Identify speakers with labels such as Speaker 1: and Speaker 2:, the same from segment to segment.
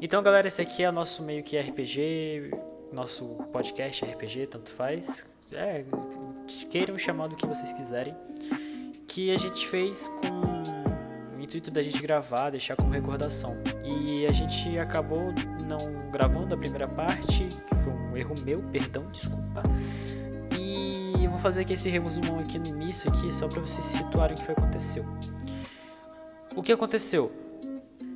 Speaker 1: Então, galera, esse aqui é o nosso meio que RPG, nosso podcast RPG, tanto faz. É, queiram chamar do que vocês quiserem. Que a gente fez com o intuito da gente gravar, deixar como recordação. E a gente acabou não gravando a primeira parte, que foi um erro meu, perdão, desculpa. E eu vou fazer aqui esse resumão aqui no início aqui, só para vocês se situarem o que foi que aconteceu. O que aconteceu?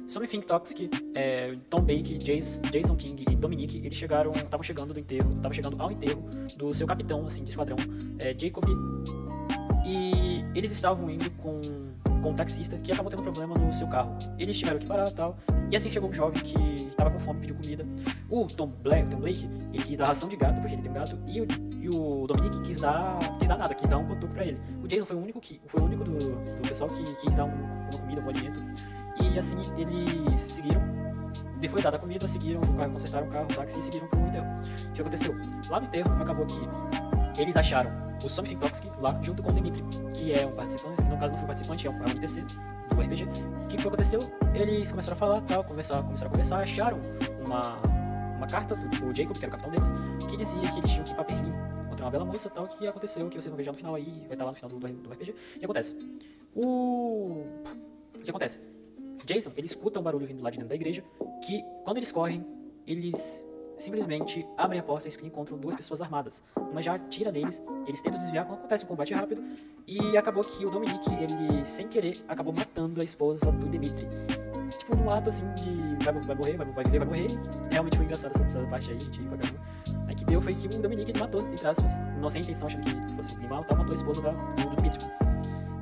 Speaker 1: Sobre Think Toxic, é, Tom Baker, Jace- Jason King e Dominique, eles chegaram, estavam chegando do enterro, estavam chegando ao enterro do seu capitão, assim, de esquadrão, é, Jacob, e eles estavam indo com, com um taxista que acabou tendo problema no seu carro. Eles tiveram que parar e tal, e assim chegou um jovem que estava com fome, pediu comida. O Tom Black, Tom Blake, ele quis dar ração de gato, porque ele tem um gato, e o, e o Dominique quis dar, quis dar nada, quis dar um cotoco pra ele. O Jason foi o único, que, foi o único do, do pessoal que que quis dar um- uma comida, um alimento. E assim eles seguiram. Depois foi dada a comida, seguiram, o carro, consertaram o carro, o táxi e seguiram pro enterro. O que aconteceu? Lá no enterro, acabou que eles acharam o Something Toxic lá, junto com o Dimitri, que é um participante, no caso não foi um participante, é um, é um NPC do RPG. O que foi que aconteceu? Eles começaram a falar, tal, conversar, começaram a conversar, acharam uma, uma carta do, do Jacob, que era o capitão deles, que dizia que eles tinham que ir pra Berlim. Encontrar uma bela moça tal, que aconteceu, que vocês vão ver já no final aí, vai estar lá no final do, do RPG. O que acontece? O. O que acontece? Jason, ele escuta um barulho vindo lá de dentro da igreja, que quando eles correm, eles simplesmente abrem a porta e encontram duas pessoas armadas. Uma já atira neles, eles tentam desviar, quando acontece um combate rápido, e acabou que o Dominique, ele, sem querer, acabou matando a esposa do Dimitri. Tipo, num ato assim de vai, vai morrer, vai, vai viver, vai morrer. Realmente foi engraçado essa, essa parte aí, gente, pra caramba. Aí que deu foi que o Dominique ele matou, entre aspas, não sem intenção, achando que fosse um animal, tal, matou a esposa da, do, do Dimitri.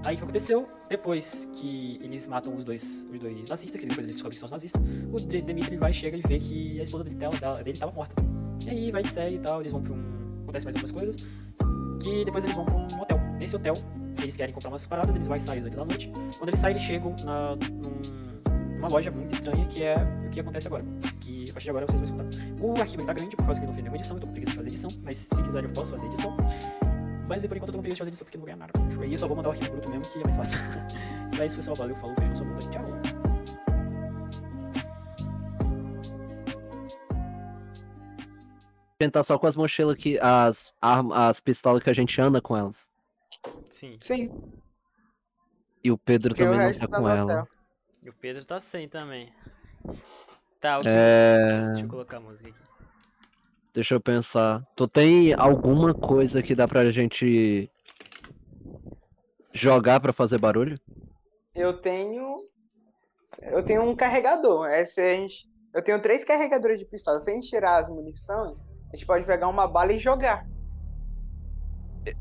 Speaker 1: Aí o que aconteceu? Depois que eles matam os dois, os dois nazistas, que depois ele descobre que são os nazistas, o D- Dmitry vai, chega e vê que a esposa dele, dela- dela- dele tava morta. E aí vai que segue e tal, eles vão pra um. Acontece mais algumas coisas. Que depois eles vão pra um hotel. Nesse hotel, eles querem comprar umas paradas, eles vão sair às 8 da noite. Quando eles saem, eles chegam na, num- numa loja muito estranha, que é o que acontece agora. Que a partir de agora vocês vão escutar. O arquivo ele tá grande, por causa que eu não fiz nenhuma edição, eu tô com preguiça de fazer edição, mas se quiser eu posso fazer edição. Mas por enquanto eu tô com preguiça de fazer isso é porque eu não vou ganhar nada. Tipo, E eu só vou mandar o arquivo bruto mesmo, que é mais fácil. então é isso, pessoal. Valeu, falou, beijo, sou o Tchau.
Speaker 2: A gente tá só com as mochilas que. As, arma, as pistolas que a gente anda com elas.
Speaker 1: Sim.
Speaker 3: Sim,
Speaker 2: E o Pedro
Speaker 3: porque o
Speaker 2: também não
Speaker 3: resto
Speaker 2: tá
Speaker 3: tá
Speaker 2: com
Speaker 3: no
Speaker 2: ela.
Speaker 3: hotel.
Speaker 1: E o Pedro tá sem também. Tá, ok.
Speaker 2: É.
Speaker 1: Deixa eu colocar a música aqui.
Speaker 2: Deixa eu pensar. Tu tem alguma coisa que dá pra gente. jogar pra fazer barulho?
Speaker 3: Eu tenho. Eu tenho um carregador. É, se a gente- Eu tenho três carregadores de pistola. Se a gente tirar as munições, a gente pode pegar uma bala e jogar.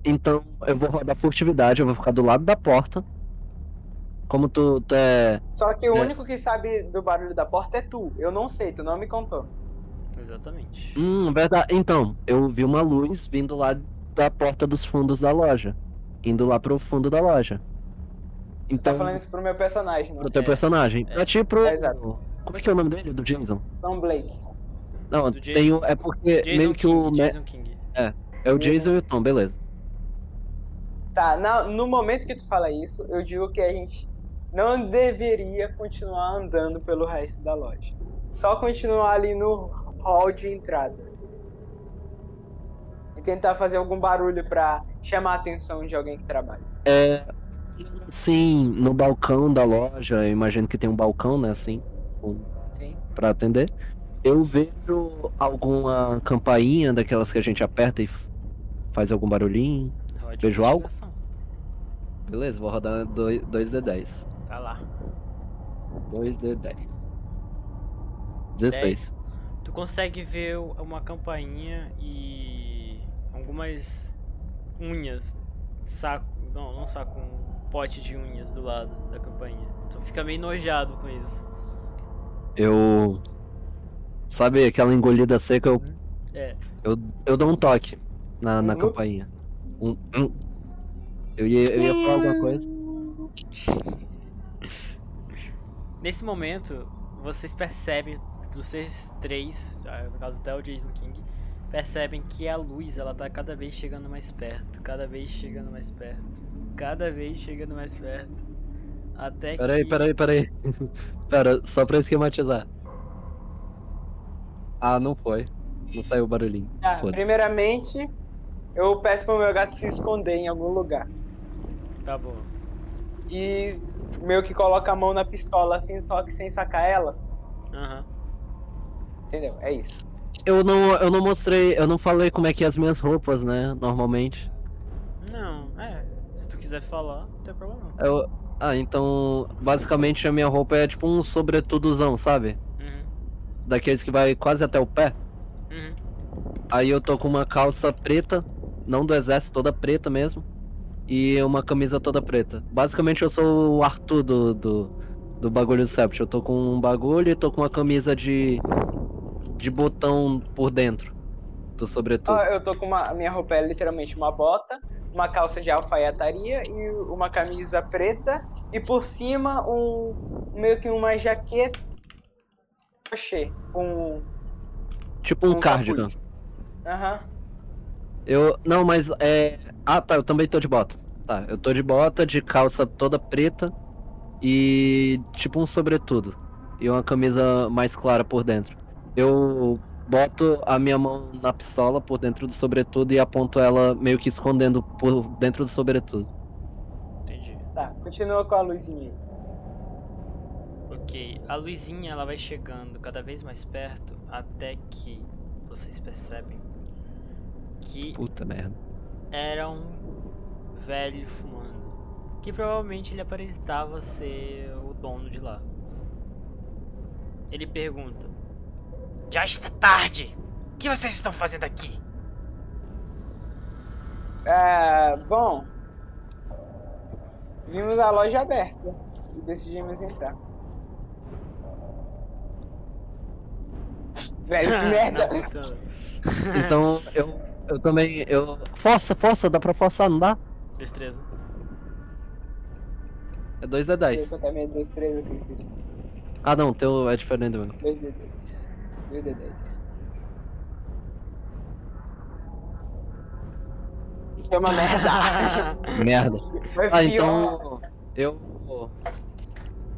Speaker 2: Então, eu vou rodar furtividade, eu vou ficar do lado da porta. Como tu, tu é.
Speaker 3: Só que o
Speaker 2: É.
Speaker 3: único que sabe do barulho da porta é tu. Eu não sei, tu não me contou.
Speaker 1: Exatamente.
Speaker 2: Hum, verdade. Então, eu vi uma luz vindo lá da porta dos fundos da loja. Indo lá pro fundo da loja.
Speaker 3: Tu tá
Speaker 2: Então,
Speaker 3: falando isso pro meu personagem, não?
Speaker 2: pro teu
Speaker 1: É,
Speaker 2: personagem.
Speaker 1: é.
Speaker 2: Pra ti, pro.
Speaker 3: É, exato.
Speaker 2: Como é que é o nome dele? Do Jason?
Speaker 3: Tom Blake.
Speaker 2: Não,
Speaker 1: Do Jason.
Speaker 2: tem o. É porque
Speaker 1: Jason
Speaker 2: meio que
Speaker 1: King,
Speaker 2: o. me-
Speaker 1: Jason né? King.
Speaker 2: É o Jason e o Tom, beleza.
Speaker 3: Tá, na- no momento que tu fala isso, eu digo que a gente não deveria continuar andando pelo resto da loja. Só continuar ali no hall de entrada. E tentar fazer algum barulho pra chamar a atenção de alguém que trabalha.
Speaker 2: Sim, no balcão da loja, eu imagino que tem um balcão, né, assim,
Speaker 3: Sim.
Speaker 2: pra atender. Eu vejo alguma campainha daquelas que a gente aperta e f- faz algum barulhinho.
Speaker 1: Rod,
Speaker 2: Beijo, Al.
Speaker 1: investigação.
Speaker 2: Beleza, vou rodar 2D10.
Speaker 1: Tá lá.
Speaker 2: 2D10. 16.
Speaker 1: Tu consegue ver o- uma campainha e algumas unhas, saco, não, não saco, um pote de unhas do lado da campainha. Tu fica meio enojado com isso.
Speaker 2: Eu. Sabe aquela engolida seca, eu,
Speaker 1: É,
Speaker 2: eu, eu dou um toque na, na
Speaker 3: Uhum.
Speaker 2: campainha. Um, um. Eu, ia, eu ia falar alguma coisa.
Speaker 1: Nesse momento, vocês percebem, vocês três, ah, no caso até o Jason King, percebem que a luz ela tá cada vez chegando mais perto, cada vez chegando mais perto, cada vez chegando mais perto. Até
Speaker 2: Peraí,
Speaker 1: que.
Speaker 2: peraí, peraí. Pera, só pra esquematizar. Ah, não foi. Não saiu o barulhinho.
Speaker 3: Tá,
Speaker 2: Foda-se.
Speaker 3: primeiramente, eu peço pro meu gato se esconder em algum lugar.
Speaker 1: Tá bom.
Speaker 3: E meio que coloca a mão na pistola assim, só que sem sacar ela.
Speaker 1: Aham.
Speaker 3: Entendeu? É isso.
Speaker 2: Eu não, eu não mostrei, eu não falei como é que é as minhas roupas, né? Normalmente.
Speaker 1: Não, é. Se tu quiser falar, não tem problema não.
Speaker 2: Eu, ah, então, basicamente a minha roupa é tipo um sobretudozão, sabe?
Speaker 1: Uhum.
Speaker 2: Daqueles que vai quase até o pé.
Speaker 1: Uhum.
Speaker 2: Aí eu tô com uma calça preta, não do exército, toda preta mesmo. E uma camisa toda preta. Basicamente eu sou o Arthur do, do, do bagulho do Sept. Eu tô com um bagulho e tô com uma camisa de. de botão por dentro. Do sobretudo.
Speaker 3: Ó, Ah, eu tô com uma. Minha roupa é literalmente uma bota, uma calça de alfaiataria e uma camisa preta. E por cima um. meio que uma jaqueta. Crochê. Com.
Speaker 2: tipo um
Speaker 3: com
Speaker 2: cardigan.
Speaker 3: capuz. Aham.
Speaker 2: Eu. Não, mas é. Ah, tá, eu também tô de bota. Tá, eu tô de bota, de calça toda preta e tipo um sobretudo. E uma camisa mais clara por dentro. Eu boto a minha mão na pistola por dentro do sobretudo e aponto ela meio que escondendo por dentro do sobretudo.
Speaker 1: Entendi.
Speaker 3: Tá, continua com a luzinha aí.
Speaker 1: Ok, a luzinha ela vai chegando cada vez mais perto até que vocês percebem que
Speaker 2: Puta merda.
Speaker 1: era um velho fumando. Que provavelmente ele aparentava ser o dono de lá. Ele pergunta: Já está tarde! O que vocês estão fazendo aqui?
Speaker 3: É. Bom. Vimos a loja aberta e decidimos entrar. Velho, que É merda!
Speaker 1: Não funciona.
Speaker 2: Então eu, eu também. Eu... Força, força, dá pra forçar, não dá?
Speaker 1: Destreza.
Speaker 2: É 2 a
Speaker 3: Eu
Speaker 2: 10.
Speaker 3: contar minha destreza que eu esqueci.
Speaker 2: Ah não, teu é diferente do meu.
Speaker 3: 2D10. 2D10. Isso é uma merda!
Speaker 2: Merda.
Speaker 3: Foi
Speaker 2: Ah,
Speaker 3: pior.
Speaker 2: então eu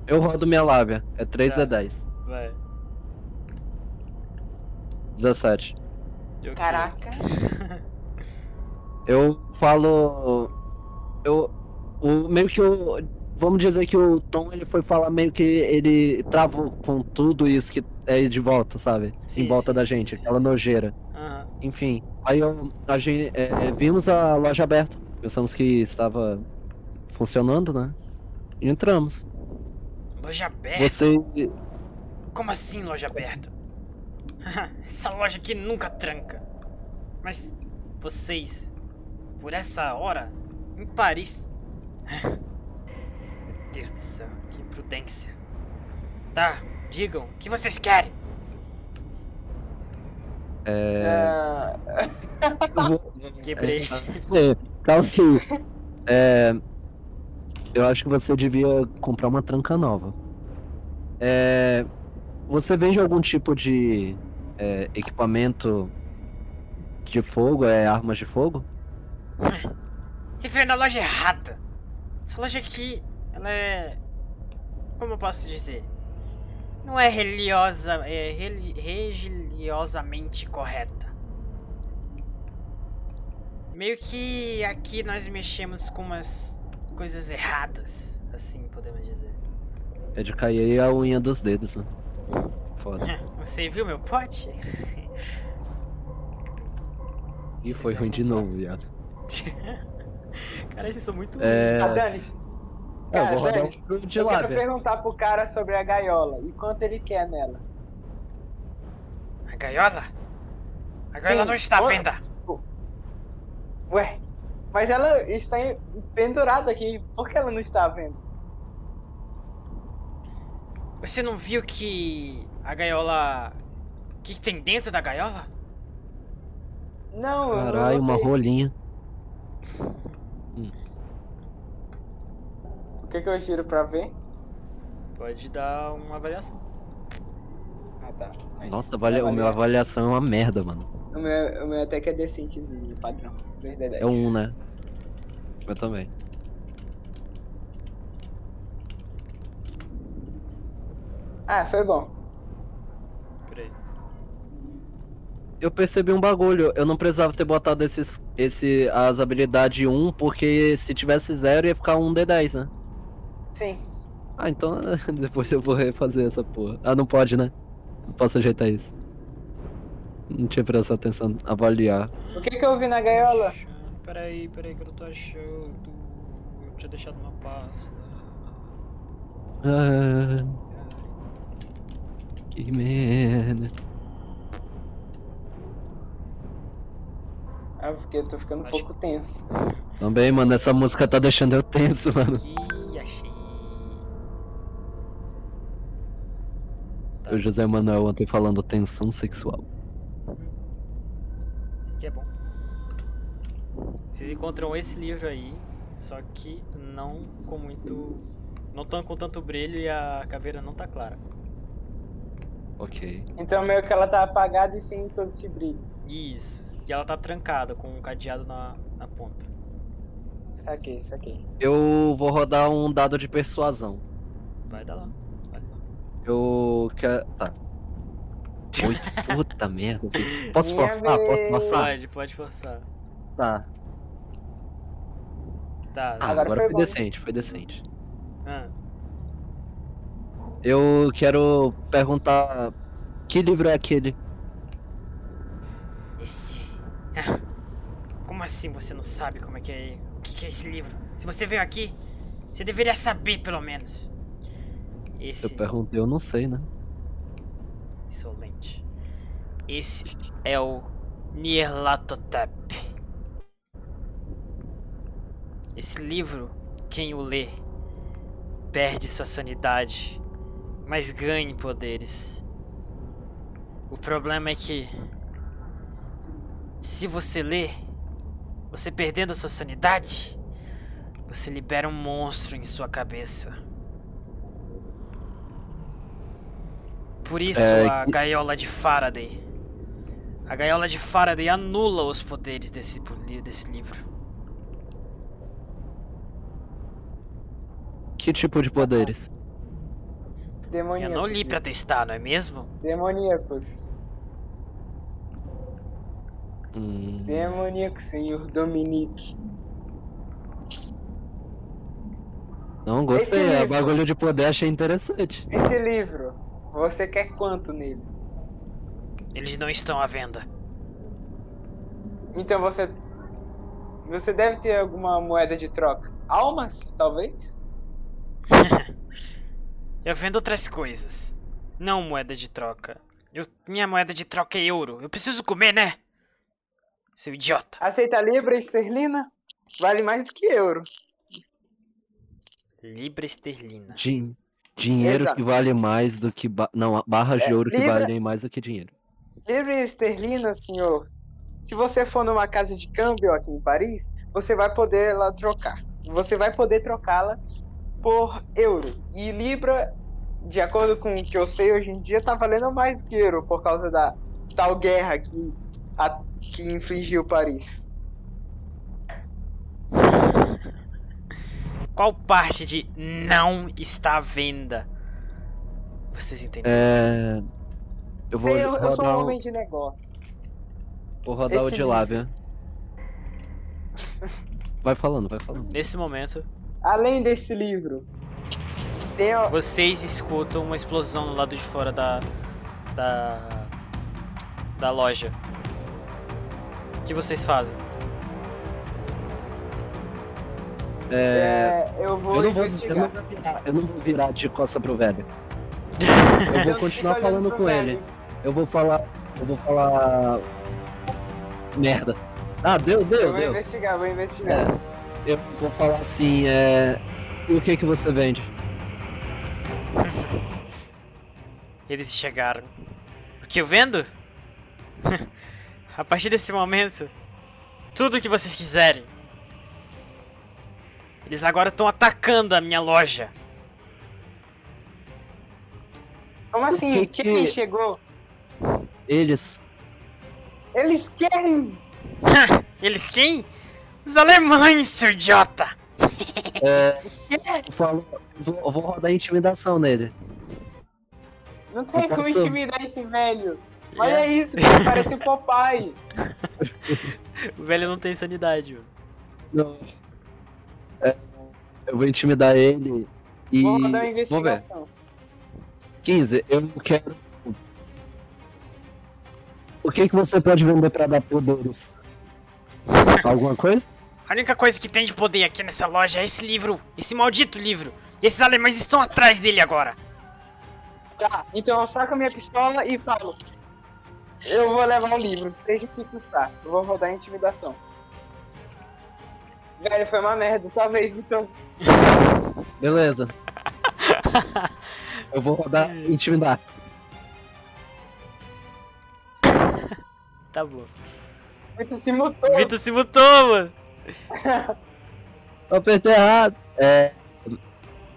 Speaker 2: eu rodo minha lábia. É 3
Speaker 1: Tá.
Speaker 2: da 10.
Speaker 1: vai.
Speaker 2: 17.
Speaker 1: Ok.
Speaker 3: Caraca!
Speaker 2: Eu falo eu o meio que o vamos dizer que o Tom ele foi falar meio que ele travou com tudo isso que é de volta, sabe?
Speaker 1: Sim,
Speaker 2: em volta
Speaker 1: sim,
Speaker 2: da
Speaker 1: sim,
Speaker 2: gente,
Speaker 1: sim,
Speaker 2: aquela
Speaker 1: sim.
Speaker 2: nojeira.
Speaker 1: Aham.
Speaker 2: Enfim, aí eu, a gente vimos a loja aberta. Pensamos que estava funcionando, né? E entramos.
Speaker 1: Loja aberta?
Speaker 2: Você
Speaker 1: Como assim loja aberta? essa loja aqui nunca tranca. Mas vocês, por essa hora, em Paris. Meu Deus do céu, que imprudência. Tá, digam, o que vocês querem?
Speaker 2: É,
Speaker 3: Ah,
Speaker 2: eu vou-
Speaker 1: Quebrei.
Speaker 2: É, calma aí. É, eu acho que você devia comprar uma tranca nova. É, você vende algum tipo de é, equipamento de fogo, é armas de fogo?
Speaker 1: Você veio na loja errada. Essa loja aqui, ela é. Como eu posso dizer? Não é religiosa. É reli- religiosamente correta. Meio que aqui nós mexemos com umas coisas erradas, assim podemos dizer.
Speaker 2: É de cair aí a unha dos dedos, né? Foda.
Speaker 1: Você viu meu pote?
Speaker 2: E foi ruim de novo, viado.
Speaker 1: Cara, vocês são muito.
Speaker 2: É,
Speaker 3: ah, Dani,
Speaker 2: eu
Speaker 3: cara,
Speaker 2: vou rodar
Speaker 3: Dani,
Speaker 2: um de
Speaker 3: eu quero
Speaker 2: lábia.
Speaker 3: perguntar pro cara sobre a gaiola e quanto ele quer nela.
Speaker 1: A gaiola? A gaiola
Speaker 3: Sim,
Speaker 1: não está à
Speaker 3: olha-
Speaker 1: venda!
Speaker 3: Ué, mas ela está em- pendurada aqui, por que ela não está vendo?
Speaker 1: Você não viu que a gaiola. O que que tem dentro da gaiola?
Speaker 3: Não, eu não
Speaker 2: Caralho, uma
Speaker 3: notei.
Speaker 2: rolinha.
Speaker 3: O que, que eu giro pra ver?
Speaker 1: Pode dar uma avaliação.
Speaker 3: Ah, tá.
Speaker 2: Nossa, avalia... o meu avaliação é uma merda, mano.
Speaker 3: O meu, o meu até que é decentezinho, padrão. 2D10.
Speaker 2: É um, né? Eu também.
Speaker 3: Ah, foi bom.
Speaker 1: Peraí.
Speaker 2: eu percebi um bagulho. Eu não precisava ter botado esses, esse, as habilidades 1, porque se tivesse 0 ia ficar 1D10, né?
Speaker 3: Sim.
Speaker 2: Ah, então depois eu vou refazer essa porra. Ah, não pode, né? Não posso ajeitar isso. Não tinha prestado atenção. Avaliar.
Speaker 3: O que que eu vi na gaiola?
Speaker 1: Achando- Peraí, peraí, que eu não tô achando. Eu tinha deixado uma pasta.
Speaker 2: Ah, que merda.
Speaker 3: Ah, porque eu tô ficando um
Speaker 1: Acho-
Speaker 3: pouco tenso.
Speaker 2: Também, mano, essa música tá deixando eu tenso, mano.
Speaker 1: Aqui, achei. Tá,
Speaker 2: O José Manuel ontem falando tensão sexual.
Speaker 1: Esse aqui é bom. Vocês encontram esse livro aí, só que não com muito. Não tão com tanto brilho e a caveira não tá clara.
Speaker 2: Ok.
Speaker 3: Então meio que ela tá apagada e sem todo esse brilho.
Speaker 1: Isso. E ela tá trancada com um cadeado na, na ponta.
Speaker 3: Saquei, saquei.
Speaker 2: Eu vou rodar um dado de persuasão.
Speaker 1: Vai dar lá. Vai lá.
Speaker 2: Eu quero. Tá. Oi, puta merda. filho. Posso
Speaker 3: Minha
Speaker 2: forçar? Posso
Speaker 3: vez.
Speaker 2: forçar?
Speaker 1: Pode, pode forçar.
Speaker 2: Tá.
Speaker 1: Tá.
Speaker 2: Ah,
Speaker 3: Agora
Speaker 2: agora,
Speaker 3: foi
Speaker 2: foi,
Speaker 3: bom.
Speaker 2: decente, foi decente.
Speaker 1: Ah,
Speaker 2: Eu quero perguntar. Que livro é aquele?
Speaker 1: Esse. Ah, Como assim você não sabe como é que é. O que que é esse livro? Se você veio aqui, você deveria saber pelo menos. Esse.
Speaker 2: Eu perguntei, eu não sei, né?
Speaker 1: Insolente. Esse é o Nyarlathotep. Esse livro, quem o lê, perde sua sanidade, mas ganha em poderes. O problema é que, se você lê, você perdendo a sua sanidade, você libera um monstro em sua cabeça. Por isso
Speaker 2: É,
Speaker 1: a gaiola de Faraday. A gaiola de Faraday anula os poderes desse, bu- li- desse livro.
Speaker 2: Que tipo de poderes?
Speaker 1: Eu
Speaker 3: Demoníacos.
Speaker 1: não li pra
Speaker 3: né?
Speaker 1: testar, não é mesmo?
Speaker 3: Demoníacos.
Speaker 2: Hum,
Speaker 3: É, Demoníaco, senhor Dominique.
Speaker 2: não gostei,
Speaker 3: Esse
Speaker 2: é
Speaker 3: livro.
Speaker 2: bagulho de poder, achei interessante.
Speaker 3: Esse livro, você quer quanto nele?
Speaker 1: Eles não estão à venda.
Speaker 3: Então você. Você deve ter alguma moeda de troca. Almas, talvez?
Speaker 1: Eu vendo outras coisas. Não moeda de troca. Eu- minha moeda de troca é euro. Eu preciso comer, né? Seu idiota.
Speaker 3: Aceita libra esterlina? Vale mais do que euro.
Speaker 1: Libra esterlina.
Speaker 2: Din- dinheiro
Speaker 3: Exato. É,
Speaker 2: que vale mais do que. ba- Não, a- barras de ouro que
Speaker 3: livra-
Speaker 2: valem mais do que dinheiro.
Speaker 3: Libra esterlina, senhor. Se você for numa casa de câmbio aqui em Paris, você vai poder lá trocar. Você vai poder trocá-la por euro. E libra, de acordo com o que eu sei hoje em dia, tá valendo mais do que euro por causa da tal guerra que, a- que infligiu Paris.
Speaker 1: Qual parte de não está à venda? Vocês entenderam?
Speaker 2: É. Eu vou
Speaker 3: Sei, eu, eu sou
Speaker 2: rodar,
Speaker 3: um
Speaker 2: o-
Speaker 3: homem de negócio.
Speaker 2: vou rodar o
Speaker 3: esse
Speaker 2: de
Speaker 3: livro.
Speaker 2: lábia. Vai falando, vai falando.
Speaker 1: Nesse momento,
Speaker 3: Além desse livro, tem a-
Speaker 1: vocês escutam uma explosão do lado de fora da. da. da loja. O que vocês fazem?
Speaker 3: é, eu vou
Speaker 2: Eu não vou, eu, não
Speaker 3: investigar.
Speaker 2: vou virar, eu não vou virar de costa pro velho. Eu
Speaker 3: Então
Speaker 2: vou
Speaker 3: fica
Speaker 2: continuar
Speaker 3: olhando
Speaker 2: falando
Speaker 3: pro
Speaker 2: com
Speaker 3: velho.
Speaker 2: ele. Eu vou falar. Eu vou falar. Merda. Ah, deu,
Speaker 3: Eu
Speaker 2: deu,
Speaker 3: vou
Speaker 2: deu.
Speaker 3: investigar, vou investigar.
Speaker 2: É, eu vou falar assim, é. E o que que você vende?
Speaker 1: Eles chegaram. O que eu vendo? A partir desse momento, tudo o que vocês quiserem. Eles agora estão atacando a minha loja.
Speaker 3: Como assim?
Speaker 2: O que que-
Speaker 3: Quem chegou?
Speaker 2: Eles.
Speaker 3: Eles querem!
Speaker 1: Eles quem? Os alemães, seu idiota!
Speaker 2: Eu falo. eu Vou, eu vou rodar intimidação nele.
Speaker 3: Não tem
Speaker 2: Eu
Speaker 3: como
Speaker 2: posso-
Speaker 3: intimidar esse velho!
Speaker 1: É,
Speaker 3: Olha isso, cara, parece o Popeye.
Speaker 1: O velho não tem sanidade, mano.
Speaker 2: Não. É, eu vou intimidar ele e.
Speaker 3: Vou mandar uma
Speaker 2: Vamos ver.
Speaker 3: investigação.
Speaker 2: 15, eu quero. O que, que você pode vender pra dar poderes? Alguma coisa?
Speaker 1: A única coisa que tem de poder aqui nessa loja é esse livro, esse maldito livro. E esses alemães estão atrás dele agora.
Speaker 3: Tá, então eu saco a minha pistola e falo. Eu vou levar um livro, seja o que custar. Eu vou rodar a intimidação. Velho, foi uma merda, talvez, então.
Speaker 2: Beleza. eu vou rodar intimidar.
Speaker 1: Tá bom.
Speaker 3: Muito se mutou.
Speaker 1: Vitor se mutou, mano.
Speaker 2: Eu apertei errado. É.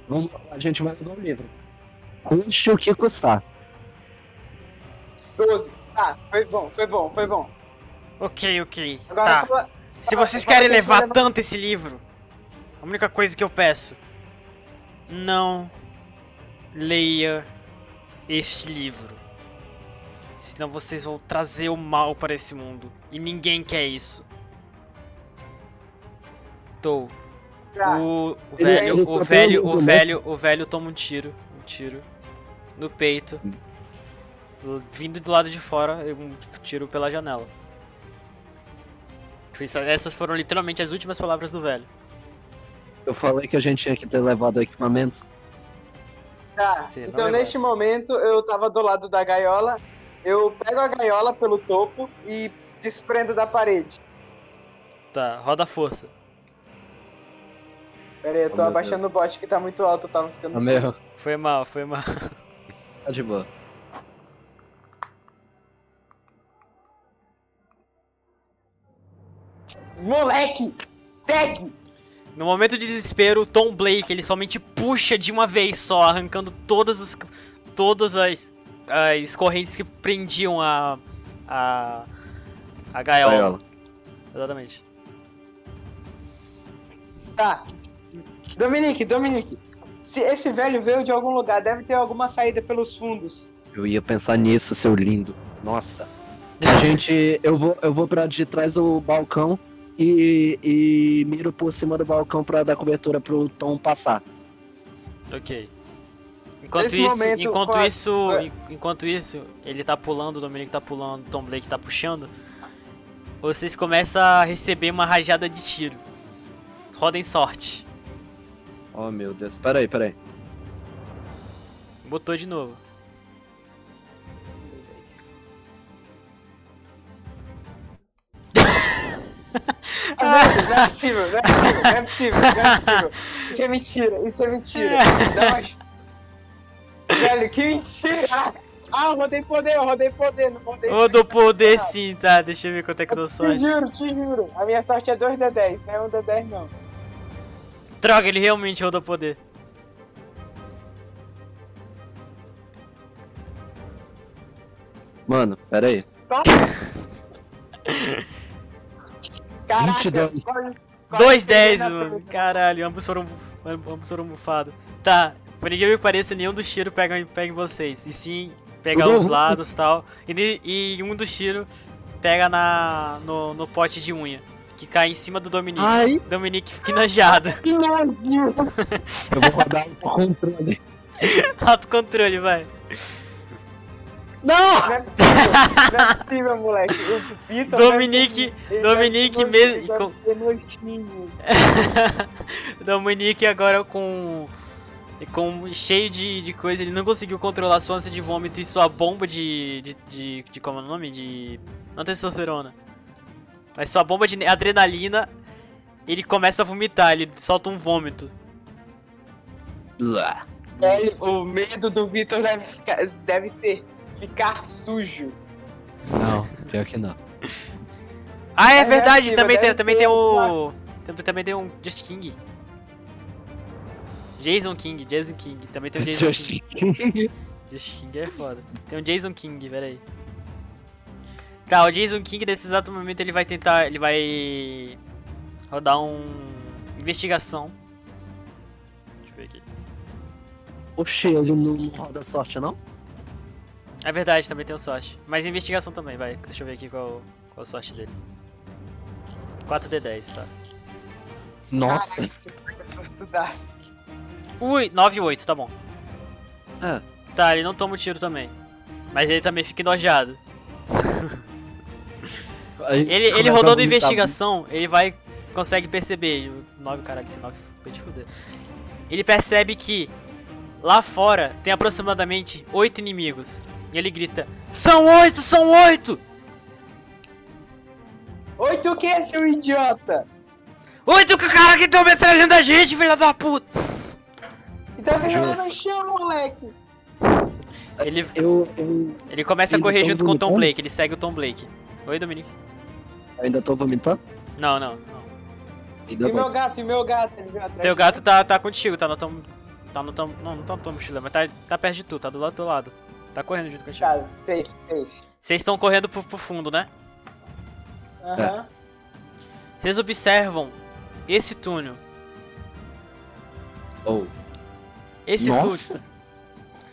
Speaker 2: Vamos, a gente vai mudar o livro. Custe o que custar.
Speaker 3: 12. Tá, foi bom, foi bom, foi bom.
Speaker 1: Ok, ok.
Speaker 3: Agora
Speaker 1: tá.
Speaker 3: fala-
Speaker 1: Se
Speaker 3: fala-
Speaker 1: vocês
Speaker 3: fala
Speaker 1: querem
Speaker 3: que você
Speaker 1: levar
Speaker 3: leva-
Speaker 1: tanto esse livro, a única coisa que eu peço. Não leia este livro. Senão vocês vão trazer o mal para esse mundo. E ninguém quer isso. Tô.
Speaker 3: Tá.
Speaker 1: O, o
Speaker 2: Ele-
Speaker 1: velho,
Speaker 2: ele
Speaker 1: o
Speaker 2: trocou
Speaker 1: velho,
Speaker 2: o
Speaker 1: o
Speaker 2: mesmo.
Speaker 1: velho, o velho toma um tiro, um tiro no peito. Vindo do lado de fora, um tiro pela janela. Foi isso- Essas foram literalmente as últimas palavras do velho.
Speaker 2: Eu falei que a gente tinha que ter levado o equipamento.
Speaker 3: Tá,
Speaker 1: Você não
Speaker 3: então
Speaker 1: levanta.
Speaker 3: neste momento eu tava do lado da gaiola, eu pego a gaiola pelo topo e desprendo da parede.
Speaker 1: Tá, roda a força.
Speaker 3: Pera aí, eu tô
Speaker 2: Oh, meu
Speaker 3: abaixando o bote que tá muito alto, eu tava ficando
Speaker 2: Tá
Speaker 3: cego.
Speaker 2: meio.
Speaker 1: Foi mal, foi mal.
Speaker 2: Tá de boa.
Speaker 3: Moleque, segue!
Speaker 1: No momento de desespero, o Tom Blake ele somente puxa de uma vez só, arrancando todas, os, todas as, as correntes que prendiam a, a, a gaiola.
Speaker 2: Gaiola.
Speaker 1: Exatamente.
Speaker 3: Tá. Dominique, Dominique, se esse velho veio de algum lugar, deve ter alguma saída pelos fundos.
Speaker 2: Eu ia pensar nisso, seu lindo. Nossa. A gente. Eu vou, eu vou pra de trás do balcão e, e miro por cima do balcão pra dar cobertura pro Tom passar.
Speaker 1: Ok. Enquanto
Speaker 3: Nesse
Speaker 1: isso,
Speaker 3: momento,
Speaker 1: enquanto
Speaker 3: com a-
Speaker 1: isso,
Speaker 3: é.
Speaker 1: en- enquanto isso, ele tá pulando, o Dominic tá pulando, o Tom Blake tá puxando. Vocês começam a receber uma rajada de tiro. Rodem sorte.
Speaker 2: Oh meu Deus. Peraí, peraí.
Speaker 1: Botou de novo.
Speaker 3: Ah, velho, não é possível, não é possível, não é possível, não é possível. Isso é mentira, isso é mentira. Não, mas- velho, que mentira! Ah, eu rodei poder, eu rodei poder, não rodei
Speaker 1: Ô, do poder sim, tá? Deixa eu ver quanto é que eu dou
Speaker 3: Te
Speaker 1: sorte.
Speaker 3: juro, te juro. A minha sorte é 2D10, não é 1D10 não.
Speaker 1: Droga, ele realmente rodou poder.
Speaker 2: Mano, peraí.
Speaker 3: Caraca,
Speaker 2: 22.
Speaker 3: quase- quase né,
Speaker 1: Dois
Speaker 3: peguei
Speaker 1: 10,
Speaker 3: na
Speaker 1: mano.
Speaker 3: primeira.
Speaker 1: Caralho, ambos foram, ambos foram bufados. Tá, por incrível que pareça, nenhum dos tiros pega, em- pega em vocês. E sim, pega
Speaker 2: Tudo
Speaker 1: os
Speaker 2: ruim.
Speaker 1: lados e tal. E, ne- e um dos tiros pega na, no, no pote de unha, que cai em cima do Dominique.
Speaker 2: Ai!
Speaker 1: Dominique fica enojado.
Speaker 3: Que nojo!
Speaker 2: Eu vou rodar o controle.
Speaker 1: Autocontrole, vai.
Speaker 2: Não!
Speaker 3: Não é possível, não é possível, moleque. O Vitor
Speaker 1: Dominique-
Speaker 3: ele
Speaker 1: Dominique
Speaker 3: deve ter
Speaker 1: mesmo-
Speaker 3: nojo- ele deve ter nojinho.
Speaker 1: Dominique agora com. com cheio de, de coisa, ele não conseguiu controlar sua ânsia de vômito e sua bomba de. de. de, de como é o nome? De. Não testosterona. Mas sua bomba de adrenalina. Ele começa a vomitar, ele solta um vômito.
Speaker 2: Lá.
Speaker 3: Velho, É, o medo do Vitor deve, ficar- deve ser ficar sujo.
Speaker 2: Não, pior que não.
Speaker 1: Ah, é,
Speaker 3: É,
Speaker 1: verdade!
Speaker 3: Shiva,
Speaker 1: também, tem,
Speaker 3: deve
Speaker 1: também
Speaker 3: ter
Speaker 1: tem
Speaker 3: um
Speaker 1: o. Também, também tem um Just King. Jason King, Jason King. Também tem o Jason King.
Speaker 2: Justin.
Speaker 1: Just King é foda. Tem o Jason King, peraí. Tá, o Jason King nesse exato momento ele vai tentar. Ele vai. rodar um. investigação. Deixa eu ver aqui.
Speaker 2: Oxê, ele não roda sorte, não?
Speaker 1: É verdade, também tenho sorte. Mas investigação também, vai. Deixa eu ver aqui qual, qual a sorte dele. 4D10, tá.
Speaker 2: Nossa!
Speaker 3: Caraca, é se eu estudasse.
Speaker 1: Ui, 9 e 8, tá bom.
Speaker 2: Ah,
Speaker 1: Tá, ele não toma o tiro também. Mas ele também fica enojado.
Speaker 2: a gente
Speaker 1: Ele, ele
Speaker 2: começa a
Speaker 1: rodando
Speaker 2: vomitar.
Speaker 1: investigação, ele vai. consegue perceber. 9, caralho, esse 9 foi de fuder. Ele percebe que lá fora tem aproximadamente 8 inimigos. E ele grita: São 8, são 8!
Speaker 3: Oito o que, é, seu idiota?
Speaker 1: 8 que o cara que estão então metralhando a gente, filha da puta!
Speaker 3: Então você jogou
Speaker 2: Justo.
Speaker 3: no chão, moleque.
Speaker 1: Ele,
Speaker 2: Eu, eu
Speaker 1: ele começa a
Speaker 2: Eles
Speaker 1: correr
Speaker 2: tão
Speaker 1: junto com o Tom
Speaker 2: vomitando?
Speaker 1: Blake, ele segue o Tom Blake. Oi, Dominique.
Speaker 2: ainda tô vomitando?
Speaker 1: Não, não, não.
Speaker 2: Ainda
Speaker 3: E
Speaker 2: bem.
Speaker 3: meu gato, e meu gato, ele veio atrás.
Speaker 1: Teu
Speaker 3: de
Speaker 1: gato
Speaker 3: mim.
Speaker 1: tá, tá contigo, tá no tom. Tá no tom. Não, não tá no tom mochila, mas tá, tá perto de tu, tá do lado do teu lado. Tá correndo junto contigo.
Speaker 3: Tá, safe, safe.
Speaker 1: Vocês estão correndo pro, pro fundo, né? É.
Speaker 3: Aham.
Speaker 1: Vocês observam esse túnel.
Speaker 2: Oh.
Speaker 1: Esse túnel.
Speaker 2: Nossa!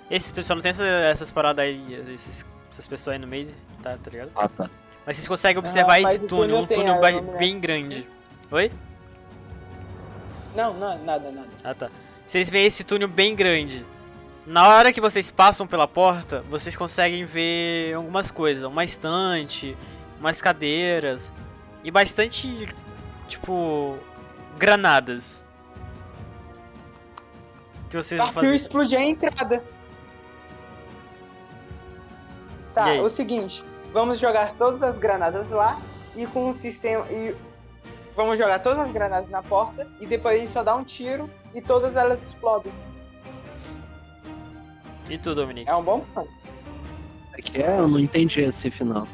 Speaker 1: Esse túnel. Só não tem essa- essas paradas aí, esses- essas pessoas aí no meio, tá, tá ligado?
Speaker 2: Ah, tá.
Speaker 1: Mas vocês conseguem observar
Speaker 3: mas
Speaker 1: esse
Speaker 3: o
Speaker 1: túnel,
Speaker 3: túnel
Speaker 1: um
Speaker 3: tem
Speaker 1: túnel
Speaker 3: a
Speaker 1: ba-
Speaker 3: iluminação.
Speaker 1: bem grande. Oi?
Speaker 3: Não, não, nada, nada.
Speaker 1: Ah tá. Vocês veem esse túnel bem grande. Na hora que vocês passam pela porta, vocês conseguem ver algumas coisas, uma estante, umas cadeiras e bastante tipo granadas. O que vocês vão
Speaker 3: Partiu
Speaker 1: fazer?
Speaker 3: explodir a entrada.
Speaker 1: E
Speaker 3: Tá,
Speaker 1: aí?
Speaker 3: o seguinte, vamos jogar todas as granadas lá e com o sistema e vamos jogar todas as granadas na porta e depois a gente só dá um tiro e todas elas explodem.
Speaker 1: E tu, Dominique?
Speaker 3: É um bom plano.
Speaker 2: É que é, eu não entendi esse final.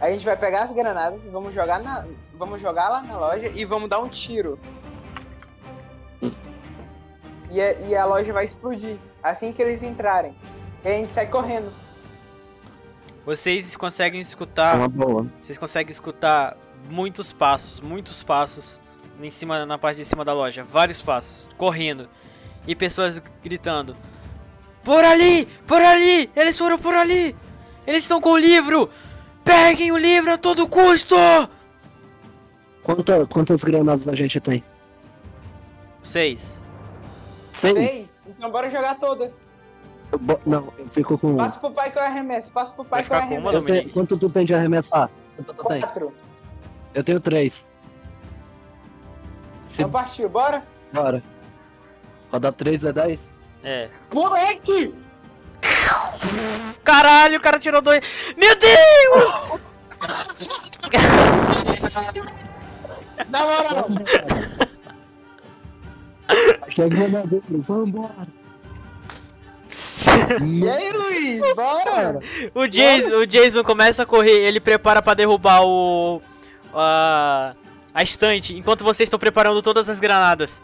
Speaker 3: A gente vai pegar as granadas, vamos jogar na vamos jogar lá na loja e vamos dar um tiro. E a, e a loja vai explodir assim que eles entrarem. E a gente sai correndo.
Speaker 1: Vocês conseguem
Speaker 2: É
Speaker 1: escutar
Speaker 2: uma boa.
Speaker 1: Vocês conseguem escutar muitos passos, muitos passos em cima na parte de cima da loja, vários passos, correndo e pessoas gritando: "Por ali! Por ali! Eles foram por ali! Eles estão com o livro! Peguem o livro a todo custo!"
Speaker 2: Quanta, quantas granadas a gente tem?
Speaker 1: Seis. É
Speaker 2: Seis?
Speaker 3: Seis? Então bora jogar todas.
Speaker 2: Eu bo- Não, eu fico com uma.
Speaker 3: Passa pro pai que eu arremesso, passa pro
Speaker 1: Hum. Vai
Speaker 3: pai que eu
Speaker 1: ficar com uma,
Speaker 2: Eu
Speaker 3: arremesso.
Speaker 2: tenho- Quanto tu tem de arremessar? Quanto tu tem?
Speaker 3: Quatro.
Speaker 2: Eu tenho três. Se
Speaker 3: Então partiu, bora?
Speaker 2: bora. Roda três é dez?
Speaker 1: É.
Speaker 3: Moleque!
Speaker 1: Caralho, o cara tirou dois. Meu Deus!
Speaker 3: Na moral!
Speaker 2: Aqui é granadeiro, vambora.
Speaker 3: e aí, Luiz? Bora!
Speaker 1: O Jason, o Jason começa a correr, ele prepara pra derrubar o a a estante, enquanto vocês estão preparando todas as granadas.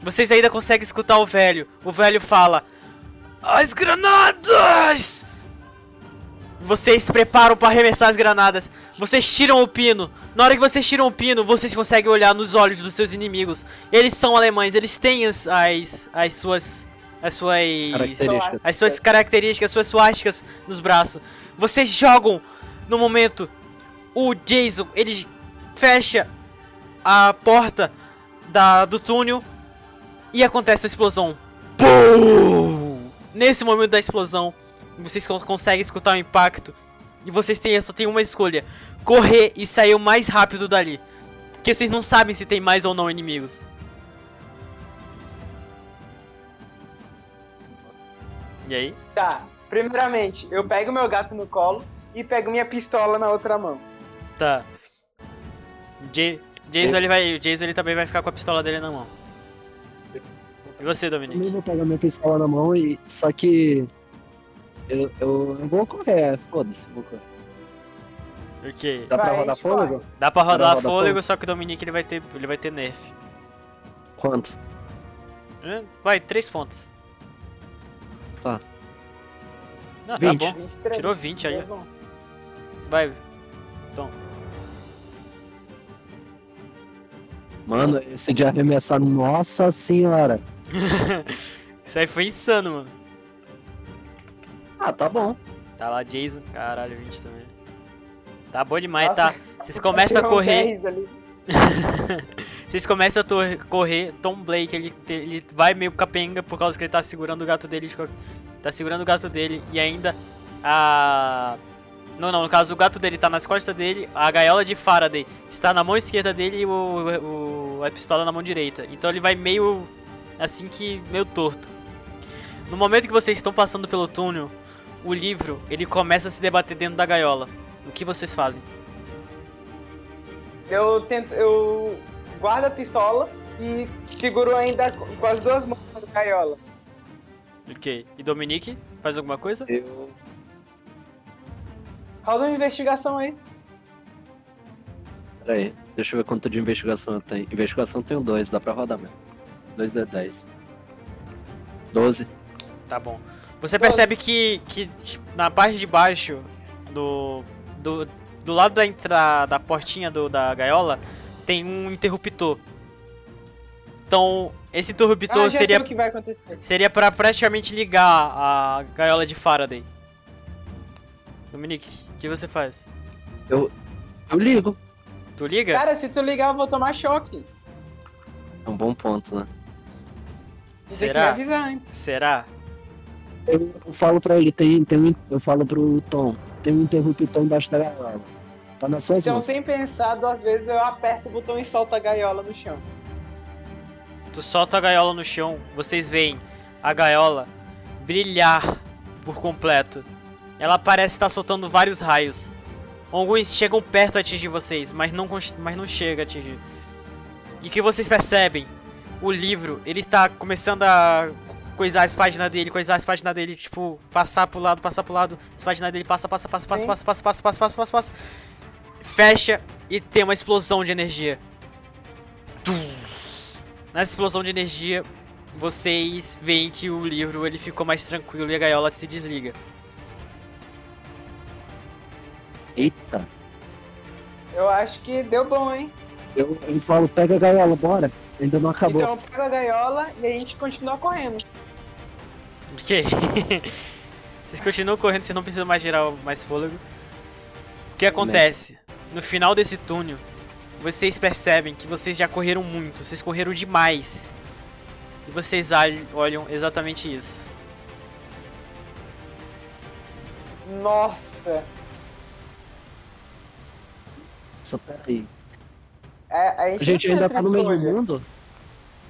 Speaker 1: Vocês ainda conseguem escutar o velho. O velho fala: "As granadas!" Vocês preparam pra arremessar as granadas. Vocês tiram o pino. Na hora que vocês tiram o pino, vocês conseguem olhar nos olhos dos seus inimigos. Eles são alemães, eles têm as as, as suas as suas
Speaker 3: assim
Speaker 2: Características.
Speaker 1: as suas características, as suas suásticas nos braços. Vocês jogam no momento. O Jason, ele fecha a porta da, do túnel e acontece a explosão. Pum! Nesse momento da explosão, vocês con- conseguem escutar o impacto e vocês têm, só tem uma escolha: correr e sair o mais rápido dali. Porque vocês não sabem se tem mais ou não inimigos. E aí?
Speaker 3: Tá, primeiramente, eu pego meu gato no colo e pego minha pistola na outra mão.
Speaker 1: Tá. Ja- Jason, ele vai, o Jason ele também vai ficar com a pistola dele na mão. E você,
Speaker 2: Também
Speaker 1: Dominique?
Speaker 2: vou pegar minha pistola na mão e. Só que. Eu, eu, eu vou correr, foda-se, vou correr.
Speaker 1: Ok.
Speaker 2: Dá pra
Speaker 3: Vai,
Speaker 2: rodar
Speaker 3: gente, vai.
Speaker 2: fôlego?
Speaker 1: Dá pra rodar
Speaker 2: Tá. roda
Speaker 1: fôlego,
Speaker 2: fôlego.
Speaker 1: só que o Dominique ele vai ter, ele vai ter nerf.
Speaker 2: Quanto?
Speaker 1: Hã? Vai, três pontos.
Speaker 2: Tá.
Speaker 1: Ah, tá
Speaker 2: 20.
Speaker 1: bom.
Speaker 3: 23.
Speaker 1: Tirou 20 aí.
Speaker 3: Tá bom.
Speaker 1: Vai.
Speaker 2: Mano, esse de arremessar, nossa senhora.
Speaker 1: Isso aí foi insano, mano.
Speaker 2: Ah, tá bom.
Speaker 1: Tá lá Jason. Caralho, 20 também. Tá bom demais,
Speaker 3: Nossa,
Speaker 1: tá? Vocês começam a
Speaker 3: Tirou um
Speaker 1: correr.
Speaker 3: 10 ali.
Speaker 1: Vocês começam a tor- correr, Tom Blake, ele, te- ele vai meio capenga por causa que ele tá segurando o gato dele. de qual- Tá segurando o gato dele e ainda a... Não, não, no caso o gato dele tá nas costas dele, a gaiola de Faraday está na mão esquerda dele e o, o- a pistola na mão direita. Então ele vai meio, assim que, meio torto. No momento que vocês estão passando pelo túnel, o livro, ele começa a se debater dentro da gaiola. O que vocês fazem?
Speaker 3: Eu tento. Eu guardo a pistola e seguro ainda com com as duas mãos na gaiola.
Speaker 1: Ok, e Dominique, faz alguma coisa?
Speaker 2: Eu.
Speaker 3: Rola uma investigação aí.
Speaker 2: Pera aí. Deixa eu ver quanto de investigação eu tenho. Investigação eu tenho dois, dá pra rodar mesmo. 2 de 10. 12.
Speaker 1: Tá bom. Você percebe que, que tipo, na parte de baixo do, do, do lado da entrada da portinha do, da gaiola tem um interruptor. Então, esse interruptor
Speaker 3: ah, já
Speaker 1: seria
Speaker 3: sei o que vai acontecer.
Speaker 1: seria para praticamente ligar a gaiola de Faraday. Dominique, o que você faz?
Speaker 2: Eu ligo.
Speaker 1: Tu liga?
Speaker 3: Cara, se tu ligar, eu vou tomar choque.
Speaker 2: É um bom ponto, né?
Speaker 3: Você tem que me
Speaker 1: Será?
Speaker 3: avisar antes.
Speaker 1: Será?
Speaker 2: Eu falo pra ele, tem, tem um, eu falo pro Tom, tem um interruptor embaixo da gaiola. Tá nas suas
Speaker 3: Então,
Speaker 2: mãos.
Speaker 3: sem pensar, duas vezes eu aperto o botão e solto a gaiola no chão.
Speaker 1: Tu solta a gaiola no chão, vocês veem a gaiola brilhar por completo. Ela parece estar soltando vários raios. Alguns chegam perto a atingir vocês, mas não, cons- mas não chega a atingir. E que vocês percebem? O livro, ele está começando a coisar as páginas dele, coisar as páginas dele, tipo, passar pro lado, passar pro lado, as páginas dele passa, passa, passa, passa,
Speaker 3: Sim.
Speaker 1: passa, passa, passa, passa, passa, passa. Fecha e tem uma explosão de energia. Nessa explosão de energia, vocês veem que o livro ele ficou mais tranquilo e a gaiola se desliga.
Speaker 2: Eita.
Speaker 3: Eu acho que deu bom, hein?
Speaker 2: Eu, eu falo, pega a gaiola, bora. Ainda não acabou.
Speaker 3: Então eu pego a gaiola e a gente continua correndo.
Speaker 1: Ok. vocês continuam correndo, vocês não precisam mais gerar mais fôlego. O que acontece? No final desse túnel, vocês percebem que vocês já correram muito, vocês correram demais. E vocês al- olham exatamente isso.
Speaker 3: Nossa!
Speaker 2: Nossa, pera aí.
Speaker 3: É, a gente,
Speaker 2: A gente
Speaker 3: não
Speaker 2: ainda
Speaker 3: tem outra
Speaker 2: tá no mesmo
Speaker 3: escolha.
Speaker 2: mundo?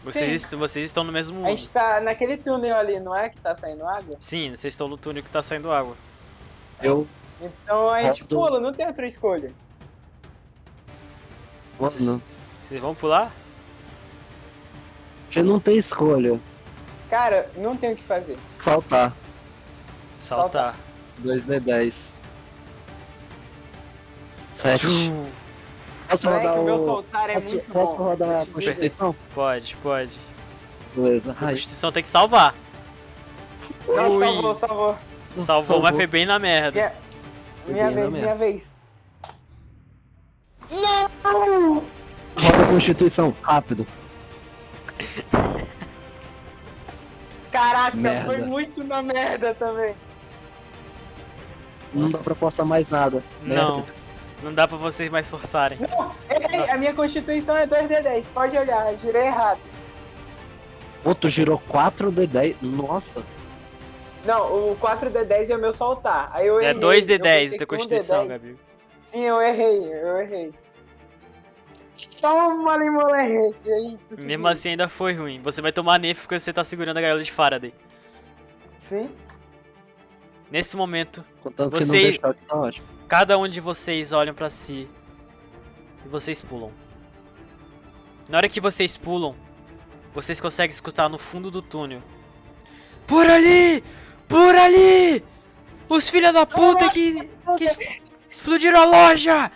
Speaker 1: Vocês,
Speaker 3: Sim.
Speaker 1: est- vocês estão no mesmo
Speaker 3: A
Speaker 1: mundo.
Speaker 3: gente tá naquele túnel ali, não é? Que tá saindo água?
Speaker 1: Sim, vocês estão no túnel que tá saindo água.
Speaker 2: Eu.
Speaker 3: Então a gente
Speaker 2: Rodo.
Speaker 3: pula, não tem outra escolha.
Speaker 2: Mano,
Speaker 1: Vocês vão pular?
Speaker 2: a gente não tem escolha.
Speaker 3: Cara, não tem o que fazer.
Speaker 2: Saltar.
Speaker 1: Saltar.
Speaker 3: Saltar.
Speaker 2: 2D10. Sete.
Speaker 1: Tchum.
Speaker 2: Posso
Speaker 3: Moleque,
Speaker 2: rodar
Speaker 3: o meu
Speaker 2: o.
Speaker 3: soltar é
Speaker 2: Posso,
Speaker 3: muito
Speaker 2: posso
Speaker 3: bom.
Speaker 2: rodar
Speaker 3: vou
Speaker 2: a
Speaker 3: te dizer.
Speaker 2: Constituição?
Speaker 1: Pode, pode.
Speaker 2: Beleza.
Speaker 1: A
Speaker 2: Ai,
Speaker 1: Constituição tem que salvar.
Speaker 3: Não,
Speaker 1: Ui.
Speaker 3: salvou, salvou.
Speaker 1: Salvou, mas foi bem na merda.
Speaker 3: Minha, minha
Speaker 2: bem,
Speaker 3: vez,
Speaker 2: não é
Speaker 3: minha vez.
Speaker 2: Roda a Constituição, rápido.
Speaker 3: Caraca,
Speaker 2: Merda.
Speaker 3: foi muito na merda também.
Speaker 2: Não dá pra forçar mais nada. né?
Speaker 1: Não.
Speaker 2: Merda.
Speaker 1: Não dá pra vocês mais forçarem.
Speaker 3: Ei, a minha constituição é 2D10, pode olhar, eu girei errado.
Speaker 2: Pô, tu girou 4D10. Nossa.
Speaker 3: Não, o 4D10 é o meu soltar. Aí eu
Speaker 1: É
Speaker 3: errei,
Speaker 1: 2 de
Speaker 3: eu
Speaker 1: 10 da
Speaker 3: pensei que um
Speaker 1: Constituição,
Speaker 3: D10.
Speaker 1: Gabi.
Speaker 3: Sim, eu errei, eu errei. Toma, é limola, errei. E aí, consegui.
Speaker 1: Mesmo assim, ainda foi ruim. Você vai tomar nef porque você tá segurando a gaiola de Faraday.
Speaker 3: Sim?
Speaker 1: Nesse momento,
Speaker 2: Contanto que não
Speaker 1: Você-
Speaker 2: deixar que tá ótimo.
Speaker 1: cada um de vocês olham pra si e vocês pulam. Na hora que vocês pulam, vocês conseguem escutar no fundo do túnel. Por ali! Por ali! Os filha da puta que, que es- explodiram a loja!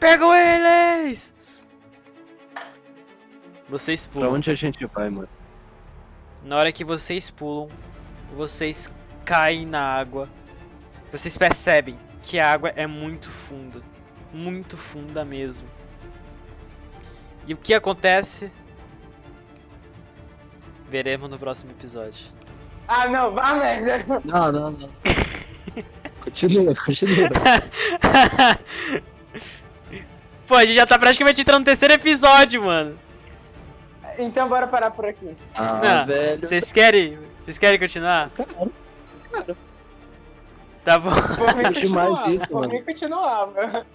Speaker 1: Pegam eles! Vocês
Speaker 2: Pra
Speaker 1: pulam.
Speaker 2: onde a gente vai, mano?
Speaker 1: Na hora que vocês pulam, vocês caem na água. Vocês percebem que a água é muito funda. Muito funda mesmo. E o que acontece? Veremos no próximo episódio.
Speaker 3: Ah, não, vá merda.
Speaker 2: Não, não, não. Continua, continua.
Speaker 1: Pô, a gente já tá praticamente entrando no terceiro episódio, mano.
Speaker 3: Então bora parar por aqui.
Speaker 2: Ah,
Speaker 1: Não,
Speaker 2: velho.
Speaker 1: Vocês querem? Vocês querem continuar?
Speaker 2: Claro, claro.
Speaker 1: Tá bom.
Speaker 3: Por mim
Speaker 2: Curti mais
Speaker 3: continuava.
Speaker 2: isso,
Speaker 3: Por mim
Speaker 2: mano.
Speaker 3: continuava.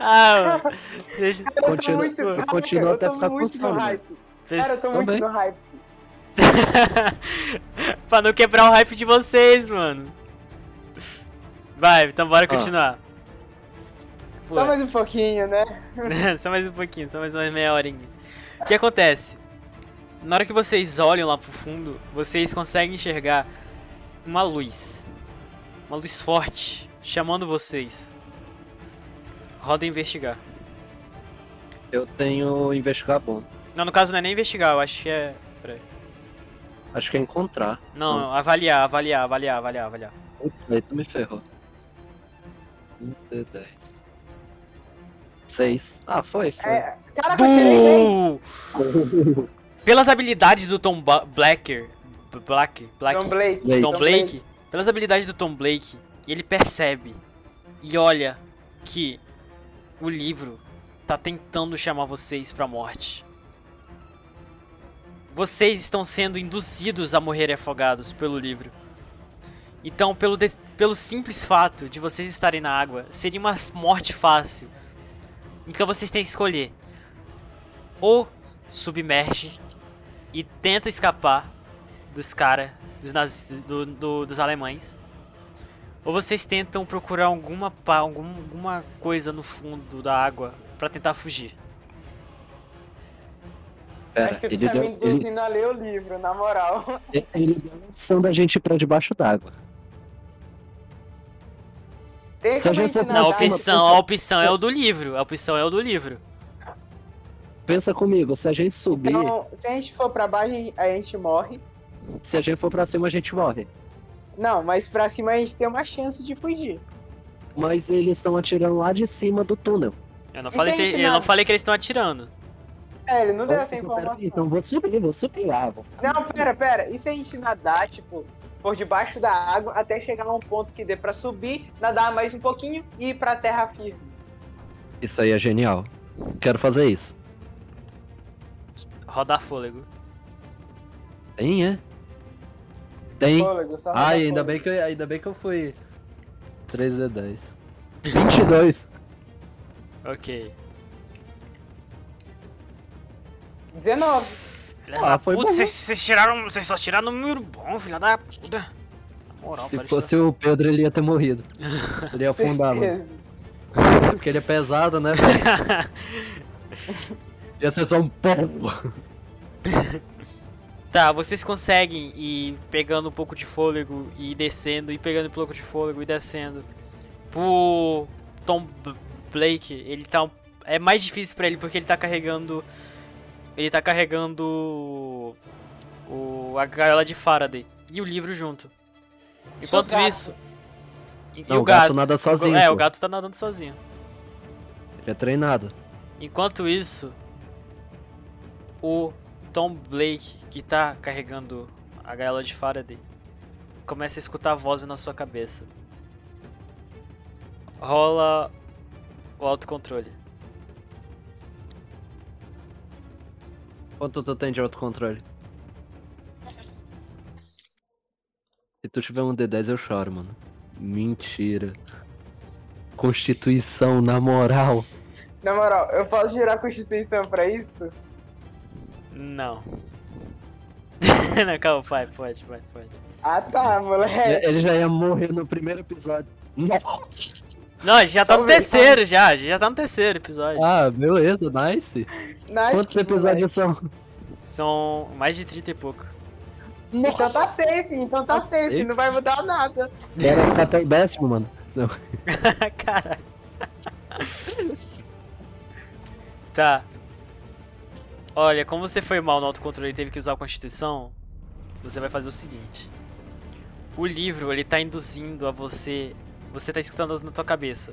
Speaker 1: ah, mano. Deixa-
Speaker 3: Eu tô
Speaker 2: Continua-
Speaker 3: muito-
Speaker 2: tu
Speaker 3: Caraca,
Speaker 2: continua
Speaker 3: eu
Speaker 2: até
Speaker 3: tô
Speaker 2: ficar com
Speaker 3: muito no
Speaker 2: sono, né?
Speaker 3: hype. Cara, eu
Speaker 1: Fez-
Speaker 3: tô muito
Speaker 2: Também.
Speaker 3: no hype.
Speaker 1: pra não quebrar o hype de vocês, mano. Vai, então bora
Speaker 2: Ah.
Speaker 1: continuar.
Speaker 3: Só mais um pouquinho, né?
Speaker 1: só mais um pouquinho, só mais uma meia horinha. O que acontece? Na hora que vocês olham lá pro fundo, vocês conseguem enxergar uma luz. Uma luz forte chamando vocês. Roda investigar.
Speaker 2: Eu tenho investigar bom.
Speaker 1: Não, no caso não é nem investigar, eu acho que é. Peraí.
Speaker 2: Acho que é encontrar.
Speaker 1: Não, não, avaliar, avaliar, avaliar, avaliar, avaliar.
Speaker 2: Putz, aí tu me ferrou. 1 de 10. 6. Ah, foi, foi.
Speaker 3: É, caraca, eu tirei 10.
Speaker 1: Buu! Pelas habilidades do Tom Ba- Blacker. B- Black, Black.
Speaker 3: Tom Blake.
Speaker 2: Blake.
Speaker 1: Tom Blake, pelas habilidades do Tom Blake, ele percebe e olha que o livro tá tentando chamar vocês pra morte. Vocês estão sendo induzidos a morrer afogados pelo livro. Então, pelo, de- pelo simples fato de vocês estarem na água, seria uma morte fácil. Então vocês têm que escolher. Ou submerge e tenta escapar dos caras, dos, nazi- do- do- dos alemães. Ou vocês tentam procurar alguma, pa- algum- alguma coisa no fundo da água pra tentar fugir.
Speaker 2: Pera,
Speaker 3: É que tu
Speaker 2: ele
Speaker 3: tá
Speaker 2: deu,
Speaker 3: me
Speaker 2: ele,
Speaker 3: induzindo a ler o livro, na moral.
Speaker 2: ele- ele deu a opção da gente ir pra debaixo d'água.
Speaker 3: Tem
Speaker 2: Se a
Speaker 3: como a
Speaker 2: gente
Speaker 3: gente
Speaker 2: for
Speaker 1: Na
Speaker 2: Não,
Speaker 3: nadar,
Speaker 2: opção-
Speaker 1: opção, a opção é o do livro. A opção é o do livro.
Speaker 2: Pensa comigo, se a gente subir,
Speaker 3: Então, se a gente for pra baixo, a gente morre.
Speaker 2: se a gente for pra cima, a gente morre.
Speaker 3: Não, mas pra cima a gente tem uma chance de fugir.
Speaker 2: Mas eles estão atirando lá de cima do túnel.
Speaker 1: Eu não
Speaker 3: Isso
Speaker 1: falei,
Speaker 3: a gente
Speaker 1: se- eu não
Speaker 3: nada.
Speaker 1: falei que eles estão atirando.
Speaker 3: É, ele não deu
Speaker 2: Então,
Speaker 3: essa
Speaker 2: então, pera aí,
Speaker 3: informação.
Speaker 2: então vou subir, vou subir lá. Vou ficar-
Speaker 3: Não, pera, pera. E se a gente nadar, tipo, por debaixo da água até chegar a um ponto que dê pra subir, nadar mais um pouquinho e ir pra terra firme?
Speaker 2: Isso aí é genial. Quero fazer isso.
Speaker 1: Rodar fôlego.
Speaker 2: Tem, é? Tem.
Speaker 3: Fôlego, só nadar
Speaker 2: Ai, Ah, ainda
Speaker 3: fôlego.
Speaker 2: bem, que eu, ainda bem que eu fui 3D10. 22.
Speaker 1: Ok.
Speaker 3: 19.
Speaker 1: Filha
Speaker 2: Ah,
Speaker 1: da
Speaker 2: foi
Speaker 1: puta,
Speaker 2: bom.
Speaker 1: vocês vocês tiraram. Vocês só tiraram número bom, filha da puta. Na moral,
Speaker 2: Se
Speaker 1: parece-
Speaker 2: fosse o Pedro, ele ia ter morrido. Ele ia afundar, mano.
Speaker 3: Certeza.
Speaker 2: Porque ele é pesado, né, velho? Ia ser só um pombo.
Speaker 1: Tá, vocês conseguem ir pegando um pouco de fôlego e descendo, e pegando um pouco de fôlego e descendo. Pro Tom B- Blake, ele tá. um- É mais difícil pra ele porque ele tá carregando. Ele tá carregando. O, a gaiola de Faraday e o livro junto. Enquanto
Speaker 3: gato.
Speaker 1: isso. E, e
Speaker 2: Não, o gato nada sozinho,
Speaker 1: É,
Speaker 2: pô.
Speaker 1: o gato tá nadando sozinho.
Speaker 2: Ele é treinado.
Speaker 1: Enquanto isso, o Tom Blake, que tá carregando a gaiola de Faraday, começa a escutar vozes na sua cabeça. Rola o autocontrole.
Speaker 2: Quanto tu tem de autocontrole? Se tu tiver um D10, eu choro, mano. Mentira. Constituição, na moral.
Speaker 3: Na moral, eu posso girar a Constituição pra isso?
Speaker 1: Não. Não, calma, vai, pode, pode, pode.
Speaker 3: Ah tá, moleque.
Speaker 2: Ele já ia morrer no primeiro episódio.
Speaker 1: Não, a gente já tá
Speaker 3: Só
Speaker 1: no
Speaker 3: um detalhe.
Speaker 1: terceiro já, a gente já tá no terceiro episódio.
Speaker 2: Ah, beleza, nice.
Speaker 3: Nice,
Speaker 2: É, Quantos episódios são?
Speaker 1: São mais de 30 e pouco.
Speaker 3: moleque. Então tá safe, então
Speaker 2: Tá
Speaker 3: tá, safe,
Speaker 2: safe.
Speaker 3: não vai mudar nada.
Speaker 2: Bora ficar até o um décimo, mano.
Speaker 1: Cara. tá. Olha, como você foi mal no autocontrole e teve que usar a Constituição, você vai fazer o seguinte. O livro, ele tá induzindo a você... Você tá escutando na tua cabeça.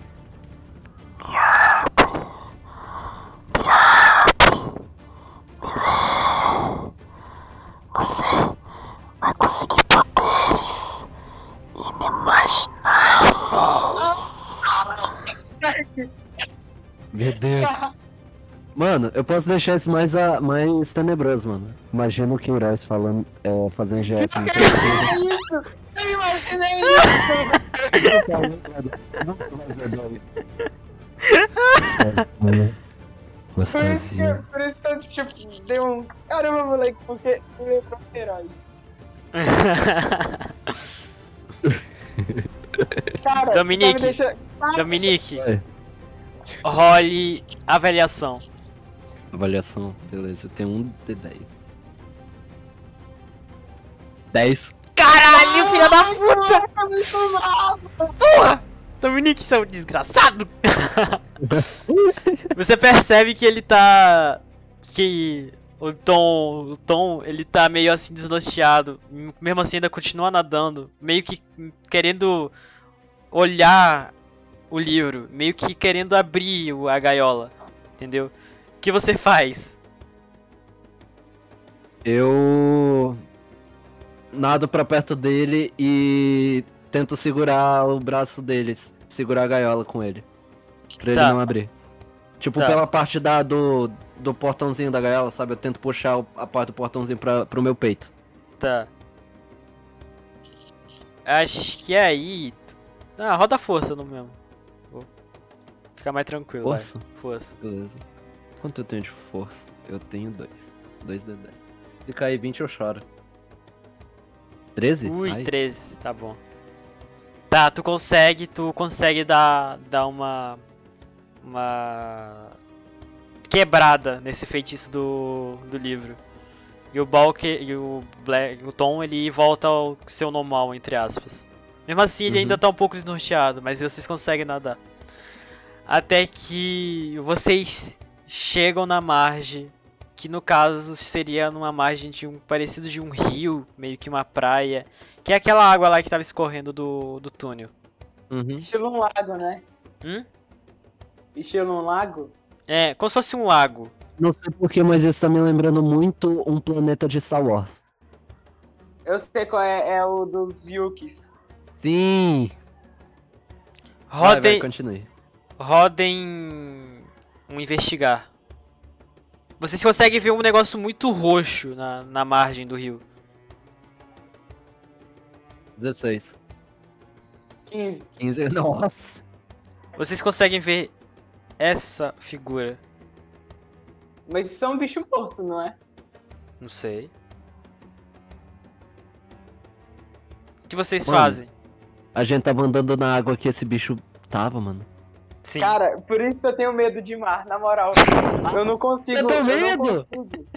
Speaker 1: Você vai conseguir poderes inimagináveis.
Speaker 2: Meu Deus. Mano, eu posso deixar isso mais, a, mais tenebroso, mano. Imagina o Queiroz falando, é, fazendo GF. no
Speaker 3: isso! Eu imaginei isso!
Speaker 2: Nunca mais vai doer.
Speaker 3: Por isso que eu, por isso que eu tipo, dei um. Caramba, moleque, porque me lembrou o Queiroz. Cara,
Speaker 1: Dominique,
Speaker 3: tá me deixando- Ah,
Speaker 1: Dominique,
Speaker 2: Vai.
Speaker 1: role avaliação.
Speaker 2: Avaliação, beleza. Tem um de 10. 10.
Speaker 1: Caralho, filha da puta!
Speaker 3: eu tô tá muito mal.
Speaker 1: Porra! Dominique, seu desgraçado! Você percebe que ele tá. Que o Tom. O Tom, ele tá meio assim desnorteado. Mesmo assim, ainda continua nadando. Meio que querendo olhar o livro. Meio que querendo abrir o- a gaiola. Entendeu? O que você faz?
Speaker 2: Eu nado pra perto dele e tento segurar o braço dele, segurar a gaiola com ele. Pra ele
Speaker 1: Tá.
Speaker 2: não abrir. Tipo,
Speaker 1: Tá.
Speaker 2: pela parte da, do, do portãozinho da gaiola, sabe? Eu tento puxar o- a parte do portãozinho pra, pro meu peito.
Speaker 1: Tá. Acho que aí. tu- Ah, roda a força no mesmo. Vou ficar mais tranquilo. vai.
Speaker 2: Força?
Speaker 1: Força.
Speaker 2: Beleza. Quanto eu tenho de força? Eu tenho dois. Dois de 10. Se cair 20, eu choro. 13?
Speaker 1: Ui,
Speaker 2: Ai.
Speaker 1: 13, tá bom. Tá, tu consegue, tu consegue dar, dar uma. Uma. Quebrada nesse feitiço do, do livro. E o Balk e o, Black, o Tom ele volta ao seu normal, entre aspas. Mesmo assim, ele
Speaker 2: Uhum.
Speaker 1: ainda tá um pouco desnorteado, mas vocês conseguem nadar. Até que vocês chegam na margem que no caso seria numa margem de um parecido de um rio, meio que uma praia, que é aquela água lá que tava escorrendo do, do túnel.
Speaker 2: Uhum.
Speaker 3: Estilo um lago, né?
Speaker 1: Hum?
Speaker 3: Estilo um lago?
Speaker 1: É, como se fosse um lago.
Speaker 2: Não sei porquê, mas isso tá me lembrando muito um planeta de Star Wars.
Speaker 3: Eu sei qual é, é o dos Yukis.
Speaker 2: Sim! Vai, vai,
Speaker 1: Rodem,
Speaker 2: continue.
Speaker 1: rodem um investigar. Vocês conseguem ver um negócio muito roxo na, na margem do rio.
Speaker 2: 16.
Speaker 3: 15.
Speaker 2: 15. Nossa!
Speaker 1: Vocês conseguem ver essa figura.
Speaker 3: Mas isso é um bicho morto, não é?
Speaker 1: Não sei. O que vocês
Speaker 2: Mano.
Speaker 1: fazem?
Speaker 2: A gente tava andando na água que esse bicho tava, mano.
Speaker 1: Sim. Ah.
Speaker 3: Cara, por isso que eu tenho medo de mar, na moral. Eu não consigo.
Speaker 2: Eu tô
Speaker 3: não
Speaker 2: medo!
Speaker 3: consigo.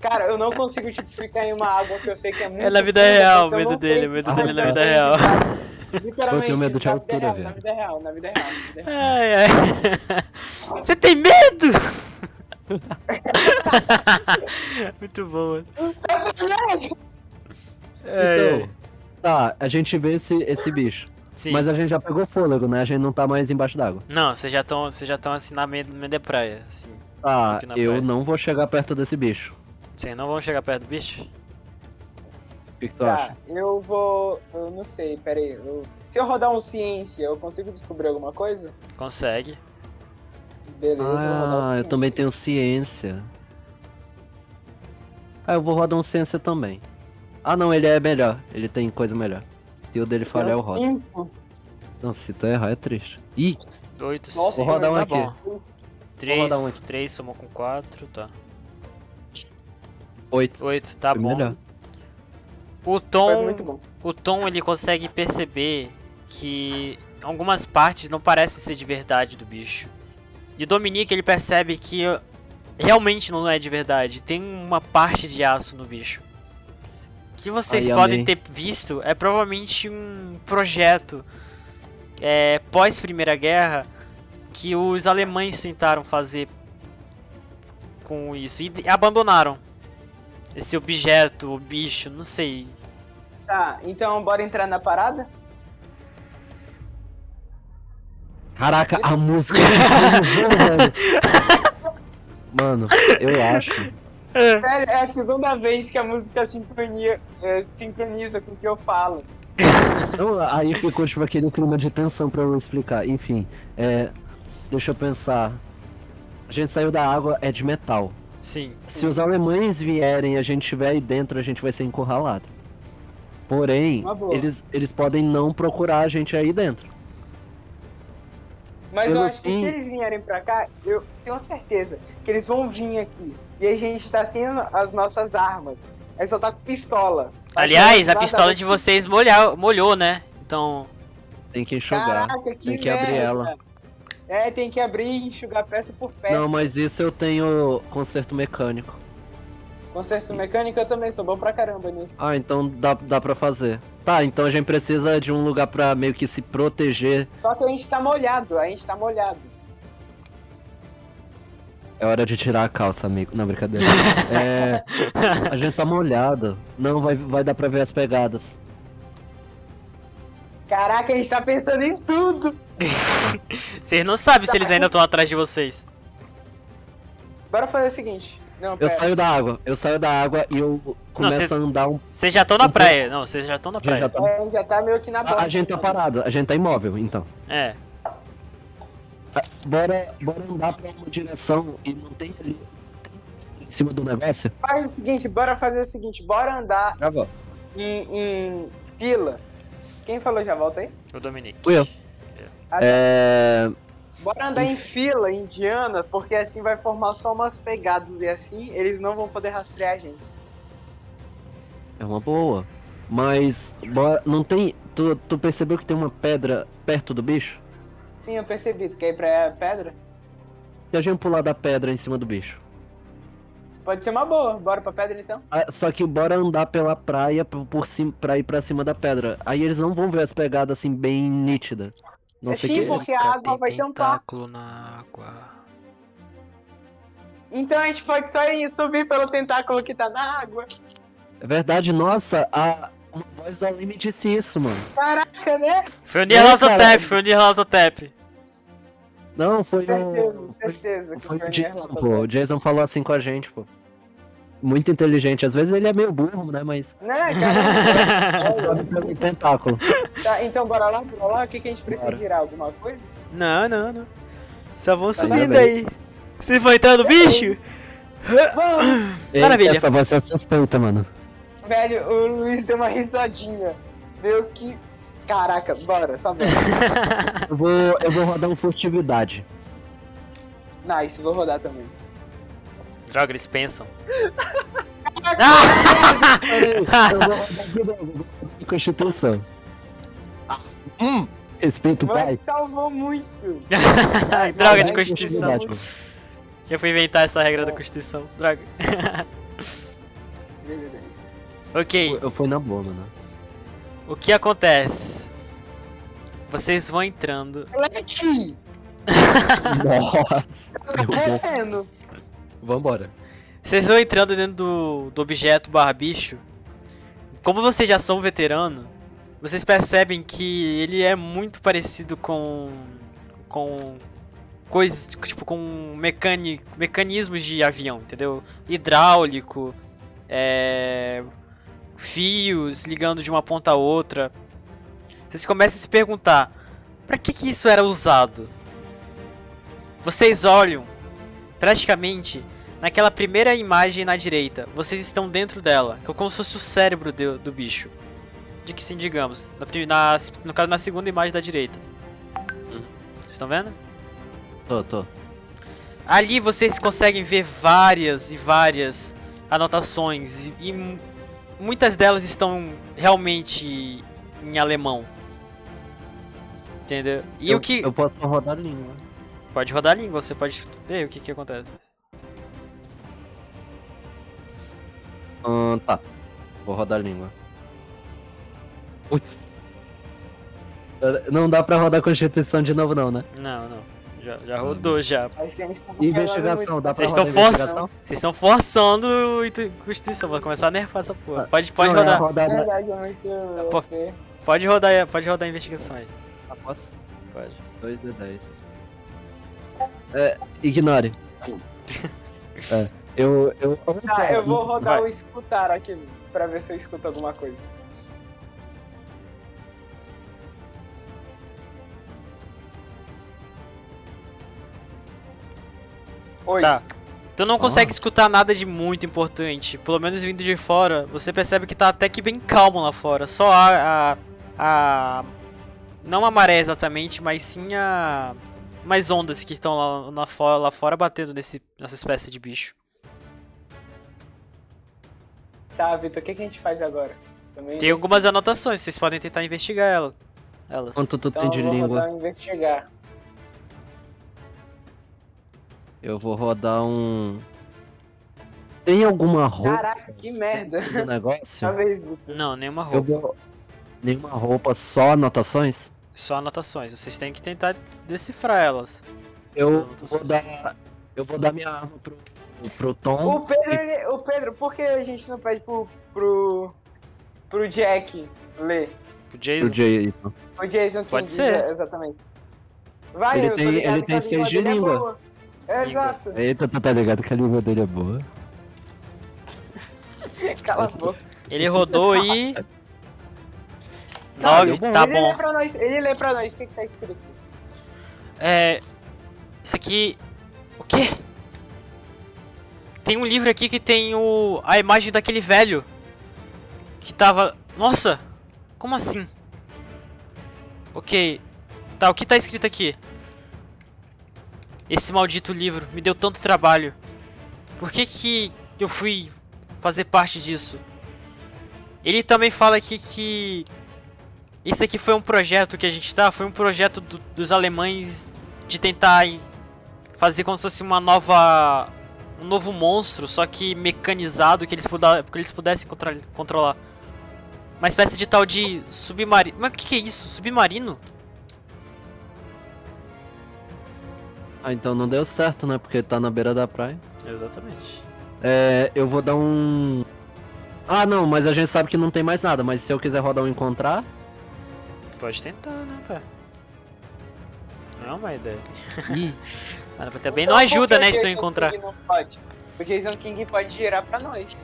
Speaker 3: Cara, eu não consigo tipo, ficar em uma água que eu sei que é muito.
Speaker 1: É na vida
Speaker 3: funda,
Speaker 1: real,
Speaker 3: então eu
Speaker 1: medo
Speaker 3: não
Speaker 1: dele,
Speaker 3: sei
Speaker 1: medo
Speaker 3: se
Speaker 2: dele na
Speaker 3: vai dar
Speaker 1: vida
Speaker 3: certo.
Speaker 1: real.
Speaker 3: Literalmente.
Speaker 2: Eu tenho medo de
Speaker 3: na vida
Speaker 2: altura,
Speaker 3: real, Na
Speaker 2: velho.
Speaker 3: vida real, na vida real. Na vida real.
Speaker 1: Ai, ai. Você tem medo? Muito boa. Ai, ai.
Speaker 2: Tá, a gente vê esse, esse bicho.
Speaker 1: É, Sim.
Speaker 2: Mas a gente já pegou fôlego, né? A gente não tá mais embaixo d'água.
Speaker 1: Não, vocês já estão vocês já estão assim na meia, meia da praia. Assim.
Speaker 2: Tá,
Speaker 1: Aqui na
Speaker 2: eu
Speaker 1: praia.
Speaker 2: não vou chegar perto desse bicho.
Speaker 1: Vocês não vão chegar perto do bicho?
Speaker 2: O que, que tu
Speaker 3: Tá,
Speaker 2: acha?
Speaker 3: eu vou. Eu não sei, peraí. eu- Se eu rodar um ciência, eu consigo descobrir alguma coisa?
Speaker 1: Consegue.
Speaker 3: Beleza, eu vou rodar um
Speaker 2: Ah, eu
Speaker 3: ciência.
Speaker 2: também tenho ciência. Ah, eu vou rodar um ciência também. Ah, não, ele é melhor. Ele tem coisa melhor. Se o dele falhar, eu
Speaker 3: Tenho
Speaker 2: rodo.
Speaker 3: cinco.
Speaker 2: Não, se tu errar, é triste. Ih,
Speaker 1: 8,
Speaker 3: Nossa,
Speaker 2: vou
Speaker 3: sim,
Speaker 2: rodar um
Speaker 1: tá
Speaker 2: aqui.
Speaker 1: bom.
Speaker 2: Vou
Speaker 1: 3,
Speaker 2: rodar um aqui.
Speaker 1: 3 somou com 4, tá.
Speaker 2: Oito.
Speaker 1: 8, tá
Speaker 2: Foi
Speaker 1: bom.
Speaker 2: melhor.
Speaker 1: O
Speaker 3: Foi
Speaker 1: Tom
Speaker 3: muito bom.
Speaker 1: O Tom ele consegue perceber que algumas partes não parecem ser de verdade do bicho. E o Dominique ele percebe que realmente não é de verdade. Tem uma parte de aço no bicho. O que vocês
Speaker 2: Ai,
Speaker 1: podem
Speaker 2: amei.
Speaker 1: ter visto é provavelmente um projeto é, pós Primeira Guerra que os alemães tentaram fazer com isso e abandonaram esse objeto, o bicho, não sei
Speaker 3: Tá, então bora entrar na parada?
Speaker 2: Caraca, a música sincronizou, velho. Mano, eu acho.
Speaker 3: Sério, é a segunda vez que a música sincronia, é, sincroniza com o que eu falo.
Speaker 2: Então, aí ficou tipo aquele clima de tensão pra eu explicar. Enfim, é, Deixa eu pensar. A gente saiu da água, é de metal.
Speaker 1: Sim.
Speaker 2: Se os alemães vierem e a gente estiver aí dentro, a gente vai ser encurralado. Porém,
Speaker 3: Uma boa.
Speaker 2: eles, eles podem não procurar a gente aí dentro.
Speaker 3: Mas eu
Speaker 2: Pelo
Speaker 3: acho que
Speaker 2: fim-
Speaker 3: se eles vierem pra cá, eu tenho certeza que eles vão vir aqui. E a gente tá sem as nossas armas. Aí só tá com pistola.
Speaker 1: Aliás, a
Speaker 3: Nada
Speaker 1: pistola
Speaker 3: mais
Speaker 1: de
Speaker 3: que-
Speaker 1: vocês molhar, molhou, né? Então,
Speaker 2: Tem que enxugar.
Speaker 3: Caraca, que
Speaker 2: Tem que abrir
Speaker 3: merda.
Speaker 2: ela.
Speaker 3: É, tem que abrir e enxugar peça por peça.
Speaker 2: Não, mas isso eu tenho conserto mecânico.
Speaker 3: Conserto mecânico eu também sou bom pra caramba nisso.
Speaker 2: Ah, então dá, dá pra fazer. Tá, então a gente precisa de um lugar pra meio que se proteger.
Speaker 3: Só que a gente tá molhado, a gente tá molhado.
Speaker 2: É hora de tirar a calça, amigo. Não, brincadeira. É. A gente tá molhado. Não, vai, vai dar pra ver as pegadas.
Speaker 3: Caraca, a gente tá pensando em tudo.
Speaker 1: vocês não sabem se eles ainda estão atrás de vocês.
Speaker 3: Bora fazer o seguinte. Não,
Speaker 2: Eu
Speaker 3: pera.
Speaker 2: saio da água. Eu saio da água e eu começo
Speaker 1: cê-
Speaker 2: a andar um.
Speaker 1: Vocês já estão na praia. Não, vocês já estão na
Speaker 2: Já,
Speaker 1: praia.
Speaker 2: já tá-
Speaker 3: É, a gente já tá meio que na
Speaker 2: A,
Speaker 3: borda.
Speaker 2: a gente tá parado, a gente tá imóvel, então.
Speaker 1: É.
Speaker 2: Bora, bora andar pra uma direção e não tem ali. Em cima do negócio?
Speaker 3: Faz o seguinte, bora fazer o seguinte, bora andar
Speaker 2: Travou.
Speaker 3: em, em fila. Quem falou já volta aí?
Speaker 1: O Dominique.
Speaker 2: Fui eu. É.
Speaker 3: Bora andar em fila indiana, porque assim vai formar só umas pegadas e assim eles não vão poder rastrear a gente.
Speaker 2: É uma boa. Mas. Bora, não tem. Tu, tu percebeu que tem uma pedra perto do bicho?
Speaker 3: Sim, eu percebi. Tu quer ir pra pedra?
Speaker 2: Se a gente pular da pedra em cima do bicho.
Speaker 3: Pode ser uma boa. Bora pra pedra então?
Speaker 2: Ah, Só que bora andar pela praia por, por cima, pra ir pra cima da pedra. Aí eles não vão ver as pegadas assim bem nítidas. Não
Speaker 3: É
Speaker 2: sei
Speaker 3: sim,
Speaker 2: que.
Speaker 3: porque a água vai tampar.
Speaker 1: tentáculo na água.
Speaker 3: Então a gente pode só ir subir pelo tentáculo que tá na água.
Speaker 2: É verdade, nossa, a uma voz do além me disse isso, mano.
Speaker 3: Caraca, né?
Speaker 1: Foi o
Speaker 2: cara.
Speaker 1: Nirlautotep, foi o Nirlautotep.
Speaker 2: Não, foi
Speaker 3: Certeza,
Speaker 2: o.
Speaker 3: certeza. que um
Speaker 2: Foi um
Speaker 3: o
Speaker 2: o
Speaker 3: Daniel
Speaker 2: Jason,
Speaker 3: falou.
Speaker 2: pô. O Jason falou assim com a gente, pô. Muito inteligente. Às vezes ele é meio burro, né? Mas.
Speaker 3: Né, cara?
Speaker 2: Sobe pelo tentáculo.
Speaker 3: Tá, então bora lá, bora lá. O que, que a gente precisa
Speaker 2: Bora.
Speaker 3: virar? Alguma coisa?
Speaker 1: Não, não, não. Só
Speaker 3: Tá
Speaker 1: vão
Speaker 2: subindo
Speaker 1: subindo aí. Vocês vão entrar no bicho?
Speaker 3: Vamos!
Speaker 2: Eita,
Speaker 1: Maravilha.
Speaker 2: Essa voz é suspeita, mano.
Speaker 3: Velho, o Luiz deu uma risadinha. Meio que. Caraca, bora, só bora.
Speaker 2: Eu vou, eu vou rodar um furtividade.
Speaker 3: nice, vou rodar também.
Speaker 1: Droga, eles pensam.
Speaker 2: Eu vou rodar de novo, vou rodar de Constituição. Ah, hum, Respeito o
Speaker 3: Mano,
Speaker 2: pai.
Speaker 3: salvou muito.
Speaker 1: Ai, droga de Constituição.
Speaker 2: Furtividade, mano.
Speaker 1: Já fui inventar essa regra da Constituição. Droga. Ok,
Speaker 2: Eu- Eu fui na boa, mano.
Speaker 1: o que acontece? Vocês vão entrando.
Speaker 3: Moleque!
Speaker 2: Nossa.
Speaker 3: Tá correndo.
Speaker 2: Vambora.
Speaker 1: Vocês vão entrando dentro do, do objeto barra bicho. Como vocês já são veterano, vocês percebem que ele é muito parecido com. com. coisas. tipo, com mecani, mecanismos de avião, entendeu? Hidráulico, é, fios ligando de uma ponta a outra. Vocês começam a se perguntar: pra que, que isso era usado? Vocês olham, praticamente, naquela primeira imagem na direita, vocês estão dentro dela, que é como se fosse o cérebro do, do bicho. De que sim, digamos. Na, prim- na- no caso, na segunda imagem da direita.
Speaker 2: Uhum.
Speaker 1: Vocês estão vendo?
Speaker 2: Tô, tô.
Speaker 1: Ali vocês conseguem ver várias e várias anotações e, e mu- muitas delas estão realmente em alemão. Entendeu? E
Speaker 2: eu,
Speaker 1: o que
Speaker 2: Eu posso rodar né? a língua.
Speaker 1: pode rodar a língua, você pode ver o que que acontece.
Speaker 2: Ahn, tá. Vou rodar a língua. Putz. Cara, Não dá pra rodar Constituição de novo, não, né?
Speaker 1: Não, não. Já,
Speaker 2: Uhum.
Speaker 1: já rodou já.
Speaker 3: Acho que a gente tá
Speaker 2: E investigação, dá pra
Speaker 1: Vocês
Speaker 2: rodar
Speaker 1: estão força-
Speaker 2: investigação?
Speaker 1: Vocês estão forçando o intu- Constituição, vou começar a nerfar essa porra.
Speaker 2: Ah,
Speaker 1: Pode, pode
Speaker 2: Não, é a
Speaker 1: rodar,
Speaker 3: Na
Speaker 2: rodada-
Speaker 3: verdade, é muito.
Speaker 1: Pô.
Speaker 3: OP.
Speaker 1: pode rodar, aí, pode rodar a investigação aí.
Speaker 2: Ah, posso?
Speaker 1: Pode.
Speaker 2: 2 de 10. É, ignore. É, eu, eu,
Speaker 3: Tá, eu vou rodar
Speaker 1: Vai.
Speaker 3: o escutar aqui pra ver se eu escuto alguma coisa. Oito.
Speaker 1: Tá. Tu não consegue
Speaker 2: Ah.
Speaker 1: escutar nada de muito importante. Pelo menos vindo de fora, você percebe que tá até que bem calmo lá fora. Só a. a, a- não a maré exatamente, mas sim a. Mais ondas que estão lá, lá fora, lá fora batendo nesse, nessa espécie de bicho.
Speaker 3: Tá, Vitor, o que, que a gente faz agora? Também
Speaker 1: Tem algumas anotações, vocês podem tentar investigar ela. Elas.
Speaker 2: Quanto tu
Speaker 3: então,
Speaker 2: tem de
Speaker 3: eu vou
Speaker 2: língua?
Speaker 3: rodar um investigar.
Speaker 2: Eu vou rodar um. Tem alguma roupa
Speaker 3: Caraca, que merda.
Speaker 2: do negócio?
Speaker 3: Talvez Vitor.
Speaker 1: Não, nenhuma
Speaker 2: Eu
Speaker 1: roupa.
Speaker 2: vou. Nenhuma roupa, só anotações?
Speaker 1: Só anotações. Vocês têm que tentar decifrar elas.
Speaker 2: Eu
Speaker 1: anotações.
Speaker 2: vou dar. Eu vou dar minha arma pro, pro Tom.
Speaker 3: O Pedro, ele- o Pedro, por que a gente não pede pro. pro. pro Jack ler?
Speaker 1: O
Speaker 2: Pro
Speaker 1: Jason.
Speaker 2: Jason.
Speaker 3: O Jason King.
Speaker 1: Pode ser.
Speaker 3: Exatamente. Vai,
Speaker 2: Ele
Speaker 3: eu tô
Speaker 2: tem-
Speaker 3: ligado
Speaker 2: ele
Speaker 3: que
Speaker 2: tem
Speaker 3: a
Speaker 2: seis
Speaker 3: língua
Speaker 2: de
Speaker 3: dele é
Speaker 2: língua.
Speaker 3: boa. Exato.
Speaker 2: Eita, tu tá ligado que a língua dele é boa.
Speaker 3: Cala a boca.
Speaker 1: Ele rodou e.
Speaker 3: Tá,
Speaker 1: Nove, tá
Speaker 3: ele Lê
Speaker 1: bom.
Speaker 3: pra nós, ele lê pra nós o que, que tá escrito.
Speaker 1: É. Isso aqui. O quê? Tem um livro aqui que tem o. a imagem daquele velho. Que tava. Nossa! Como assim? Ok. Tá, o que tá escrito aqui? Esse maldito livro me deu tanto trabalho. Por que que eu fui fazer parte disso? Ele também fala aqui que. Isso aqui foi um projeto que a gente tá, foi um projeto do- dos alemães de tentar em- fazer como se fosse uma nova. um novo monstro, só que mecanizado, que eles, puda- que eles pudessem contra- controlar. Uma espécie de tal de submarino. Mas o que, que é isso? Submarino?
Speaker 2: Ah, então não deu certo, né? Porque tá na beira da praia.
Speaker 1: Exatamente.
Speaker 2: É, eu vou dar um. Ah, não, mas a gente sabe que não tem mais nada. Mas se eu quiser rodar um encontrar,
Speaker 1: Pode tentar, né, pá? Não é uma ideia.
Speaker 2: Ih,
Speaker 1: Mas também
Speaker 3: Então,
Speaker 1: Ah, não
Speaker 3: por
Speaker 1: ajuda,
Speaker 3: que
Speaker 1: né,
Speaker 3: o
Speaker 1: se tu
Speaker 3: Jason
Speaker 1: encontrar.
Speaker 3: King não pode? O Jason King pode girar pra nós.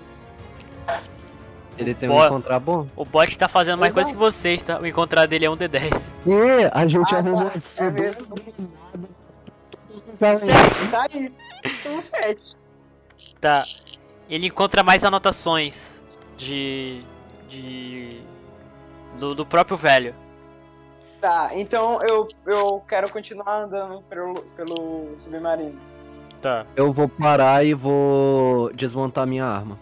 Speaker 2: ele tem
Speaker 1: Boa.
Speaker 2: um encontrar bom.
Speaker 1: O bot tá fazendo mais
Speaker 3: Pois
Speaker 1: coisa
Speaker 3: não.
Speaker 1: que vocês, tá? O encontrar dele é um D10.
Speaker 2: E a gente um
Speaker 3: Ah,
Speaker 2: arrumou
Speaker 3: tá, é mesmo?
Speaker 2: é
Speaker 3: tá aí. Um sete.
Speaker 1: Tá. Ele encontra mais anotações de. de. do, do próprio velho.
Speaker 3: Tá, então eu, eu quero continuar andando pelo, pelo submarino.
Speaker 1: Tá.
Speaker 2: Eu vou parar e vou desmontar minha arma.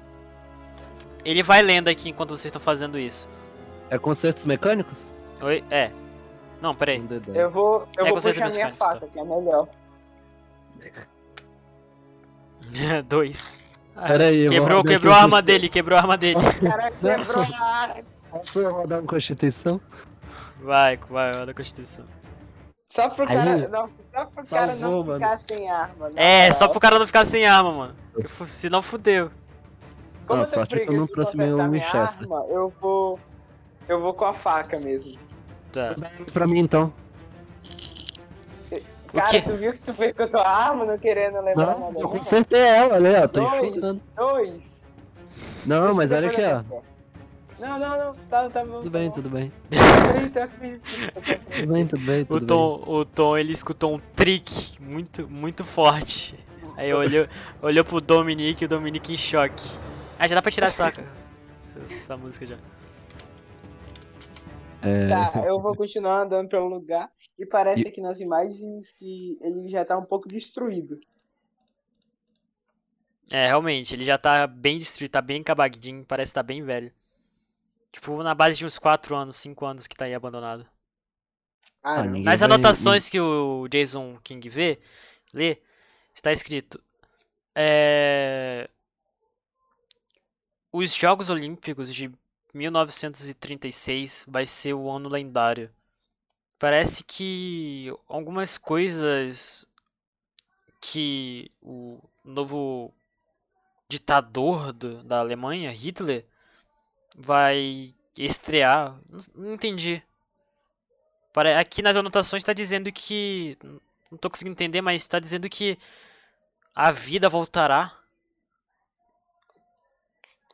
Speaker 1: Ele vai lendo aqui enquanto vocês estão fazendo isso.
Speaker 2: É consertos mecânicos?
Speaker 1: Oi? É. Não, peraí.
Speaker 2: Um D10.
Speaker 3: Eu vou,
Speaker 1: É,
Speaker 3: eu vou
Speaker 1: conserta
Speaker 3: puxar
Speaker 1: meus
Speaker 3: minha
Speaker 1: canos, tá.
Speaker 3: faca, que é melhor.
Speaker 1: Dois. Ah,
Speaker 2: Peraí, eu vou
Speaker 1: Quebrou,
Speaker 2: rodar aqui
Speaker 1: quebrou a
Speaker 2: um
Speaker 1: arma dele, quebrou a arma dele.
Speaker 3: Cara, quebrou a
Speaker 2: Posso eu rodar uma constituição?
Speaker 1: Vai, vai, olha a constituição.
Speaker 3: Só pro
Speaker 2: Aí.
Speaker 3: cara. Nossa, só pro cara
Speaker 2: Salvou,
Speaker 3: não
Speaker 2: mano.
Speaker 3: ficar sem arma. né? na
Speaker 1: É,
Speaker 3: moral.
Speaker 1: só pro cara não ficar sem arma, mano. Porque fu- Senão fudeu.
Speaker 3: Como
Speaker 2: Ah,
Speaker 3: eu tenho
Speaker 2: sorte que eu
Speaker 3: preguiça
Speaker 2: não
Speaker 3: de
Speaker 2: trouxe meu
Speaker 3: consertar minha
Speaker 2: Winchester.
Speaker 3: arma, eu vou. Eu vou com a faca mesmo.
Speaker 1: Tá.
Speaker 2: Pra mim então.
Speaker 1: quê?
Speaker 3: Cara, tu viu o que tu fez com a tua arma não querendo lembrar
Speaker 2: Não,
Speaker 3: nada?
Speaker 2: eu
Speaker 3: não?
Speaker 2: consertei ela, olha, ó, tô
Speaker 3: Dois.
Speaker 2: enxugando.
Speaker 3: Dois.
Speaker 2: Não,
Speaker 3: Deixa
Speaker 2: mas
Speaker 3: eu
Speaker 2: olha aqui,
Speaker 3: decorar
Speaker 2: ó.
Speaker 3: essa. Não, não, não. Tá, tá bom.
Speaker 2: Tudo
Speaker 3: tá
Speaker 2: bem,
Speaker 3: bom.
Speaker 2: tudo bem.
Speaker 3: Então, eu fiz- eu consegui.
Speaker 2: Tudo bem, tudo bem,
Speaker 1: O
Speaker 2: tudo bem.
Speaker 1: Tom, o Tom, ele escutou um trick muito, muito forte. Aí olhou, olhou pro Dominique e o Dominique em choque. Ah, já dá pra tirar essa, essa, essa música já.
Speaker 2: É,
Speaker 3: Tá, eu vou continuar andando pelo lugar e parece aqui nas imagens que ele já tá um pouco destruído.
Speaker 1: É, realmente, ele já tá bem destruído, tá bem cabaguidinho, parece que tá bem velho. Tipo, na base de uns 4 anos, 5 anos que tá aí abandonado.
Speaker 3: Ah,
Speaker 2: Ah,
Speaker 3: não.
Speaker 2: ninguém-
Speaker 1: Nas
Speaker 2: vai-
Speaker 1: anotações que o Jason King vê, lê, está escrito: é, Os Jogos Olímpicos de 1936 vai ser o ano lendário. Parece que algumas coisas que o novo ditador do- da Alemanha, Hitler, vai estrear. Não- Não entendi. Pare- Aqui nas anotações tá dizendo que. Não tô conseguindo entender, mas tá dizendo que a vida voltará.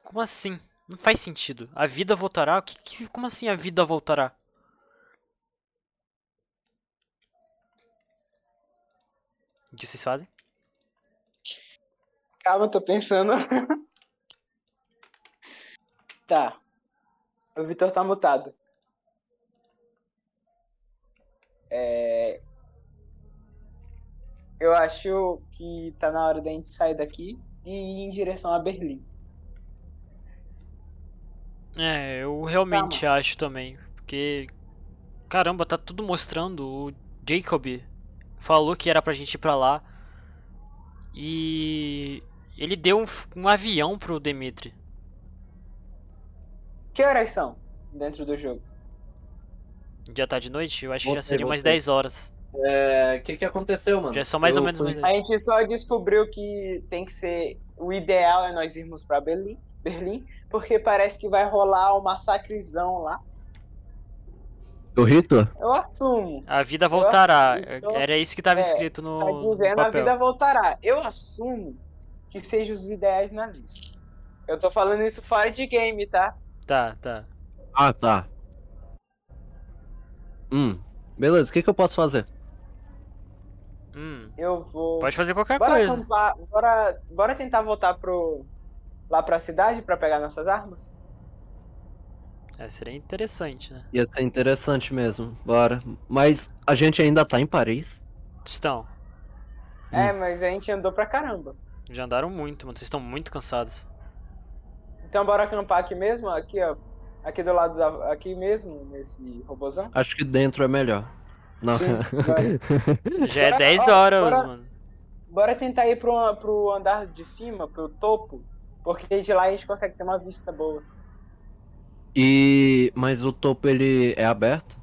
Speaker 1: Como assim? Não faz sentido. A vida voltará? O que- que- como assim a vida voltará? O que vocês fazem?
Speaker 3: Calma, tô pensando. tá. O Vitor tá mutado. É... Eu acho que tá na hora da gente sair daqui e ir em direção a Berlim.
Speaker 1: É, eu realmente acho também. Porque. Caramba, tá tudo mostrando. O Jacob falou que era pra gente ir pra lá. E. Ele deu um, f- um avião pro Demetri.
Speaker 3: Que horas são dentro do jogo?
Speaker 1: Já tá de noite? Eu acho que já
Speaker 2: Voltei,
Speaker 1: seria umas
Speaker 2: voltei.
Speaker 1: 10 horas.
Speaker 2: É. O que que aconteceu, mano?
Speaker 1: Já são mais
Speaker 2: Eu
Speaker 1: ou menos
Speaker 2: fui-
Speaker 1: mais.
Speaker 3: A gente só descobriu que tem que ser. O ideal é nós irmos pra Berlim, Berlim porque parece que vai rolar um massacrezão lá.
Speaker 2: O Hitler?
Speaker 3: Eu assumo.
Speaker 1: A vida voltará.
Speaker 3: então,
Speaker 1: Era isso que tava
Speaker 3: é,
Speaker 1: escrito no,
Speaker 3: Tá
Speaker 1: no
Speaker 3: dizendo a
Speaker 1: papel.
Speaker 3: vida voltará. Eu assumo que sejam os ideais nazistas. Eu tô falando isso fora de game, tá?
Speaker 1: Tá, tá.
Speaker 2: Ah, tá. Hum. Beleza, o que que eu posso fazer?
Speaker 1: Hum,
Speaker 3: Eu vou.
Speaker 1: pode fazer qualquer
Speaker 3: bora
Speaker 1: coisa.
Speaker 3: acampar, bora, bora tentar voltar pro lá pra cidade pra pegar nossas armas?
Speaker 1: É, seria interessante, né?
Speaker 2: Ia ser interessante mesmo, bora. Mas a gente ainda tá em Paris?
Speaker 1: Estão.
Speaker 3: É,
Speaker 1: Hum.
Speaker 3: mas a gente andou pra caramba.
Speaker 1: Já andaram muito, mano. Vocês estão muito cansados.
Speaker 3: Então bora acampar aqui mesmo, aqui ó, aqui do lado da, aqui mesmo nesse robozão.
Speaker 2: Acho que dentro é melhor. Não.
Speaker 3: Sim, bora.
Speaker 1: Já é
Speaker 3: Bora-
Speaker 1: 10
Speaker 3: ó,
Speaker 1: horas,
Speaker 3: bora-
Speaker 1: mano.
Speaker 3: Bora tentar ir pro, an- pro andar de cima, pro topo, porque de lá a gente consegue ter uma vista boa.
Speaker 2: E. Mas o topo ele é aberto?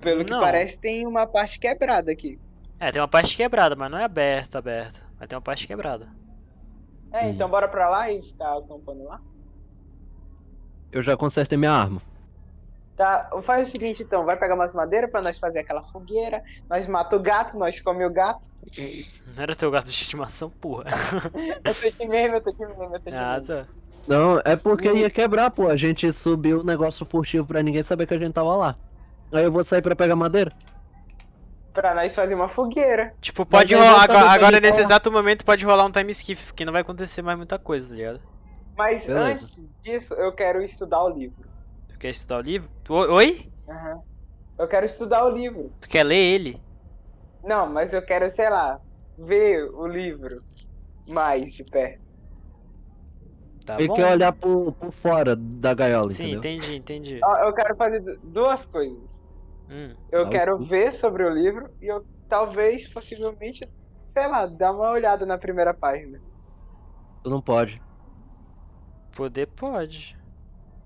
Speaker 3: Pelo que
Speaker 1: Não.
Speaker 3: parece, tem uma parte quebrada aqui.
Speaker 1: É, tem uma parte quebrada, mas não é aberta, aberta. Mas tem uma parte quebrada.
Speaker 3: É,
Speaker 2: Hum.
Speaker 3: então bora pra lá e ficar acampando lá.
Speaker 2: Eu já consertei minha arma.
Speaker 3: Tá, faz o seguinte então, vai pegar umas madeiras pra nós fazer aquela fogueira, nós mata o gato, nós come o gato.
Speaker 1: Não era teu gato de estimação, porra.
Speaker 3: Eu tô de meme, eu tô de meme, eu tô de
Speaker 1: Ah,
Speaker 3: meme.
Speaker 1: tá.
Speaker 2: Não, é porque
Speaker 3: Hum.
Speaker 2: ia quebrar, pô. A gente subiu o negócio furtivo pra ninguém saber que a gente tava lá. Aí eu vou sair pra pegar madeira?
Speaker 3: Pra nós fazer uma fogueira.
Speaker 1: Tipo, pode
Speaker 2: aí
Speaker 1: rolar.
Speaker 2: voltando
Speaker 1: Agora,
Speaker 2: pra
Speaker 1: agora,
Speaker 2: ele,
Speaker 1: nesse
Speaker 2: tá?
Speaker 1: exato momento, pode rolar um time skip, porque não vai acontecer mais muita coisa, tá ligado?
Speaker 3: Mas
Speaker 2: Beleza.
Speaker 3: antes disso, eu quero estudar o livro.
Speaker 1: Tu quer estudar o livro? Tu- oi?
Speaker 3: Aham. Eu quero estudar o livro.
Speaker 1: Tu quer ler ele?
Speaker 3: Não, mas eu quero, sei lá, ver o livro mais de perto.
Speaker 1: Tá
Speaker 2: e
Speaker 1: bom?
Speaker 2: quer olhar por, por fora da gaiola,
Speaker 1: Sim,
Speaker 2: entendeu?
Speaker 1: entendi, entendi.
Speaker 3: Ó, Eu quero fazer du- duas coisas.
Speaker 1: Hum.
Speaker 3: Eu
Speaker 2: Tá,
Speaker 3: quero
Speaker 2: ok.
Speaker 3: ver sobre o livro e eu talvez, possivelmente, sei lá, dar uma olhada na primeira página.
Speaker 2: Tu não pode.
Speaker 1: Poder pode.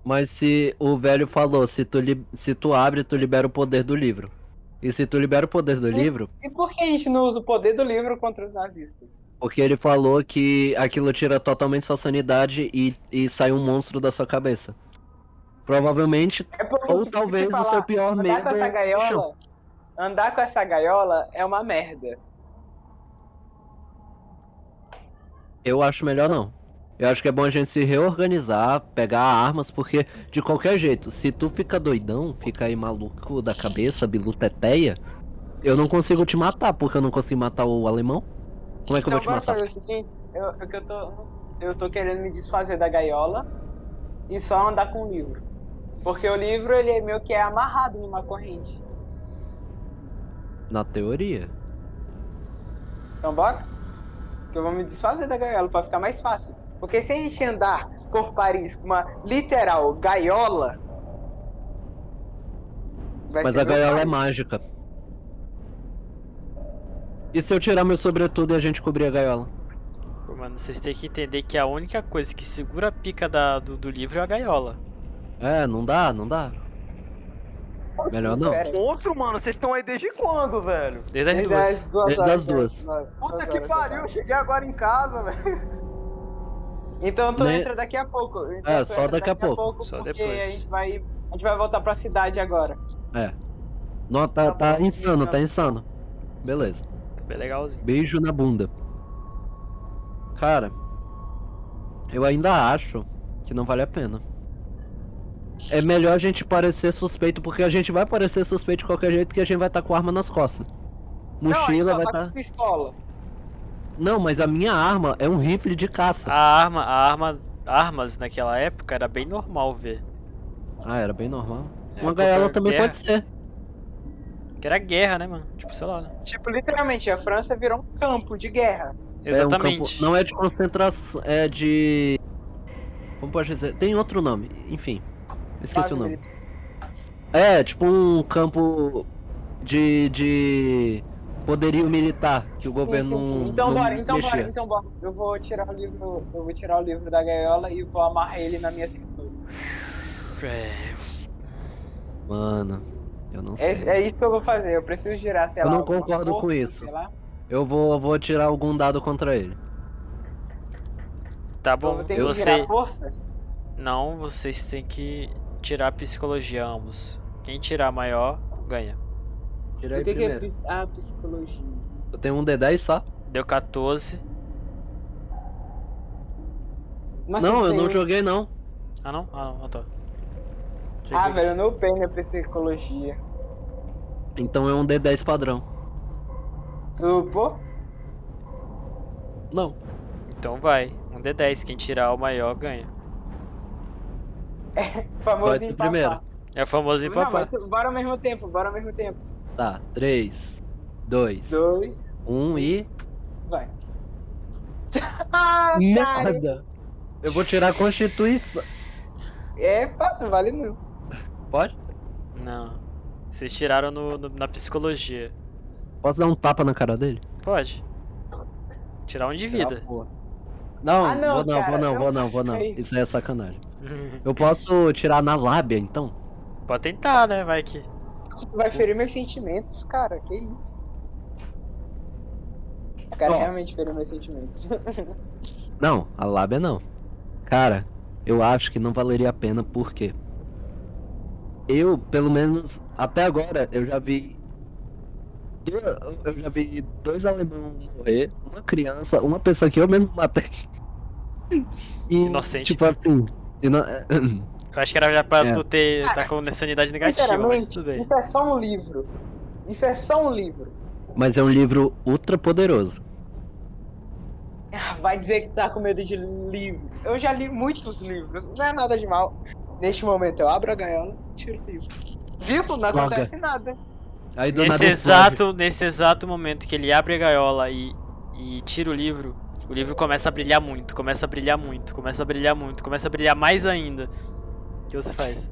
Speaker 2: Mas se o velho falou, se tu, li- se tu abre, tu libera o poder do livro. E se tu libera o poder
Speaker 1: É.
Speaker 2: do livro,
Speaker 3: E por que a gente não usa o poder do livro contra os nazistas?
Speaker 2: porque ele falou que aquilo tira totalmente sua sanidade e, e sai um monstro da sua cabeça. Provavelmente,
Speaker 3: É porque,
Speaker 2: ou
Speaker 3: tipo, te
Speaker 2: talvez o
Speaker 3: falar,
Speaker 2: seu pior
Speaker 3: andar
Speaker 2: medo
Speaker 3: com essa
Speaker 2: é o chão.
Speaker 3: gaiola, andar com essa gaiola é uma merda.
Speaker 2: Eu acho melhor não. Eu acho que é bom a gente se reorganizar, pegar armas, porque de qualquer jeito, se tu fica doidão, fica aí maluco da cabeça, biluteteia, eu não consigo te matar, porque eu não consigo matar o alemão. Como é que eu
Speaker 3: então,
Speaker 2: vou te
Speaker 3: bora
Speaker 2: matar?
Speaker 3: fazer o seguinte, eu, é que eu, tô, eu tô querendo me desfazer da gaiola e só andar com o livro. Porque o livro, ele é meio que é amarrado numa corrente.
Speaker 2: Na teoria.
Speaker 3: Então bora? Que eu vou me desfazer da gaiola pra ficar mais fácil. Porque se a gente andar por Paris com uma literal gaiola. vai
Speaker 2: Mas
Speaker 3: ser
Speaker 2: a
Speaker 3: meu
Speaker 2: gaiola é
Speaker 3: pai.
Speaker 2: mágica. E se eu tirar meu sobretudo e a gente cobrir a gaiola?
Speaker 1: Pô, mano, vocês têm que entender que a única coisa que segura a pica da- do, do livro é a gaiola.
Speaker 2: É, não dá, não dá. Melhor não.
Speaker 3: Pera aí.
Speaker 4: Monstro, mano, vocês estão aí desde quando, velho?
Speaker 1: Desde as
Speaker 3: Desde
Speaker 1: duas. né?
Speaker 3: as duas
Speaker 2: Desde
Speaker 3: horas né?
Speaker 2: as duas.
Speaker 3: da-
Speaker 4: Puta
Speaker 3: duas
Speaker 4: que
Speaker 3: horas da
Speaker 4: pariu, eu
Speaker 3: tarde.
Speaker 4: cheguei agora em casa, velho.
Speaker 3: Então tu
Speaker 2: Nem-
Speaker 3: entra daqui a pouco. Então,
Speaker 2: É,
Speaker 3: tu
Speaker 2: só
Speaker 3: entra
Speaker 2: daqui a pouco.
Speaker 1: Só
Speaker 3: porque
Speaker 1: depois.
Speaker 3: A gente, vai, a gente vai voltar pra cidade agora.
Speaker 2: Não, tá,
Speaker 4: Tá
Speaker 2: tá
Speaker 4: bom.
Speaker 2: insano, tá insano. Beleza.
Speaker 1: Bem É legalzinho.
Speaker 2: Beijo na bunda. Cara, eu ainda acho que não vale a pena. É melhor a gente parecer suspeito, porque a gente vai parecer suspeito tá de qualquer jeito que a gente vai estar com arma nas costas.
Speaker 3: Não, a gente
Speaker 2: Mochila
Speaker 3: só
Speaker 2: vai
Speaker 3: tá
Speaker 2: estar.
Speaker 3: com pistola.
Speaker 2: Não, mas a minha arma é um rifle de caça.
Speaker 1: A arma, a arma, armas naquela época era bem normal ver.
Speaker 2: Ah, era bem normal.
Speaker 1: É,
Speaker 2: Uma
Speaker 1: porque
Speaker 2: gaiola
Speaker 1: era
Speaker 2: também
Speaker 1: guerra,
Speaker 2: pode ser.
Speaker 1: Que era guerra, né, mano? Tipo, sei lá, né?
Speaker 3: Tipo, literalmente, a França virou um campo de guerra.
Speaker 1: Exatamente.
Speaker 2: É um campo- Não é de concentração, é de. Como pode dizer? Tem outro nome, enfim. Esqueci
Speaker 3: Quase
Speaker 2: o nome.
Speaker 3: militar.
Speaker 2: É, tipo um campo de. de poderio militar que o
Speaker 3: Sim,
Speaker 2: governo
Speaker 3: sim, sim.
Speaker 2: não.
Speaker 3: Então
Speaker 2: não
Speaker 3: bora, então bora,
Speaker 2: mexia.
Speaker 3: então bora. Eu vou tirar o livro, eu vou tirar o livro da gaiola e vou amarrar ele na minha cintura.
Speaker 1: É,
Speaker 2: Mano, eu não sei.
Speaker 3: É, é isso que eu vou fazer. Eu preciso girar, sei
Speaker 2: Eu
Speaker 3: lá.
Speaker 2: não
Speaker 3: alguma
Speaker 2: concordo com
Speaker 3: força,
Speaker 2: isso.
Speaker 3: sei lá.
Speaker 2: Eu vou, vou tirar algum dado contra ele.
Speaker 1: Tá
Speaker 3: Então, Eu
Speaker 1: bom,
Speaker 3: vou ter que
Speaker 1: você.
Speaker 3: girar força.
Speaker 1: Não, vocês têm que tirar a psicologia ambos. Quem tirar maior, ganha.
Speaker 2: Tira
Speaker 3: O
Speaker 2: aí
Speaker 3: que, que é
Speaker 2: primeiro.
Speaker 3: pis- ah, psicologia?
Speaker 2: Eu tenho um D10 só.
Speaker 1: Deu 14.
Speaker 3: Mas
Speaker 2: não,
Speaker 3: você
Speaker 2: eu
Speaker 3: tem
Speaker 2: não
Speaker 3: um-
Speaker 2: joguei não.
Speaker 1: Ah não? Ah não, ah tá. Achei
Speaker 3: Ah,
Speaker 1: que-
Speaker 3: velho, eu não upei minha psicologia.
Speaker 2: Então é um D10 padrão.
Speaker 3: Tu, pô?
Speaker 2: Não.
Speaker 1: Então vai. Um D10. Quem tirar o maior ganha.
Speaker 3: Famoso
Speaker 2: Vai tu
Speaker 3: empapar.
Speaker 2: primeiro.
Speaker 1: É o famoso
Speaker 3: Não, mas
Speaker 1: empapar.
Speaker 3: tu- bora ao mesmo tempo, bora ao mesmo tempo.
Speaker 2: Tá, 3, 2,
Speaker 3: Dois,
Speaker 2: 1 e.
Speaker 3: vai. Ah, cara.
Speaker 2: Merda! Eu vou tirar a Constituição.
Speaker 3: Epa, É, não vale não.
Speaker 2: Pode?
Speaker 1: Não. Vocês tiraram no- no- na psicologia.
Speaker 2: Posso dar um tapa na cara dele?
Speaker 3: Tá
Speaker 1: Pode. Tirar um de vida.
Speaker 2: Ah, porra. Não,
Speaker 3: Ah, não,
Speaker 2: vou não,
Speaker 3: cara,
Speaker 2: vou não,
Speaker 3: não
Speaker 2: vou não, vou não.
Speaker 3: faz isso.
Speaker 2: Isso aí é sacanagem. Eu posso tirar na lábia, então?
Speaker 1: Pode tentar, né? Vai que.
Speaker 3: Vai ferir meus sentimentos, cara. Que isso? O cara
Speaker 2: Ó.
Speaker 3: realmente feriu meus sentimentos.
Speaker 2: Não, a lábia não. Cara, eu acho que não valeria a pena, por quê? Eu, pelo menos, até agora, eu já vi. Eu, eu já vi dois alemães morrer, uma criança, uma pessoa que eu mesmo matei. E,
Speaker 1: Inocente.
Speaker 2: Tipo assim. ino-
Speaker 1: Eu acho que era já pra
Speaker 2: É.
Speaker 1: tu ter. tá
Speaker 3: Cara,
Speaker 1: com essa unidade negativa, mas tudo bem.
Speaker 3: isso é só um livro. Isso é só um livro.
Speaker 2: Mas é um livro ultra poderoso.
Speaker 3: Ah, vai dizer que tá com medo de livro. Eu já li muitos livros, não é nada de mal. Neste momento eu abro a gaiola e tiro o livro. Viu? Não acontece nada.
Speaker 2: Aí do
Speaker 1: Nesse
Speaker 2: nada eu
Speaker 1: exato, nesse exato momento que ele abre a gaiola e, e tira o livro, o livro começa a brilhar muito, começa a brilhar muito, começa a brilhar muito, começa a brilhar mais ainda. O que você faz?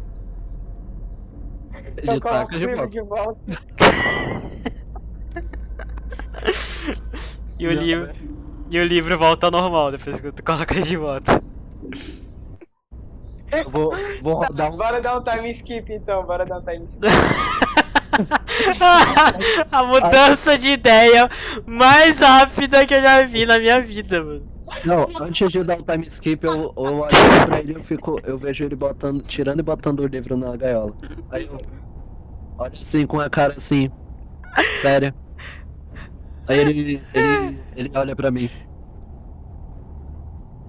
Speaker 2: foge,
Speaker 3: Eu
Speaker 2: ele tá
Speaker 3: coloco
Speaker 2: taca
Speaker 3: o
Speaker 2: de
Speaker 3: livro
Speaker 2: volta.
Speaker 3: de volta.
Speaker 1: E o, livro, e o livro volta ao normal depois que tu coloca de volta.
Speaker 2: Eu Vou, vou rodar um.
Speaker 3: Bora dar um time skip então, bora dar um time skip.
Speaker 1: a mudança de ideia mais rápida que eu já vi na minha vida, mano.
Speaker 2: Não, antes de dar o time skip, eu, eu olho pra ele e eu fico. Eu vejo ele botando, tirando e botando o livro na gaiola. Aí eu olho assim com a cara assim. Sério. Aí ele. ele, ele olha pra mim.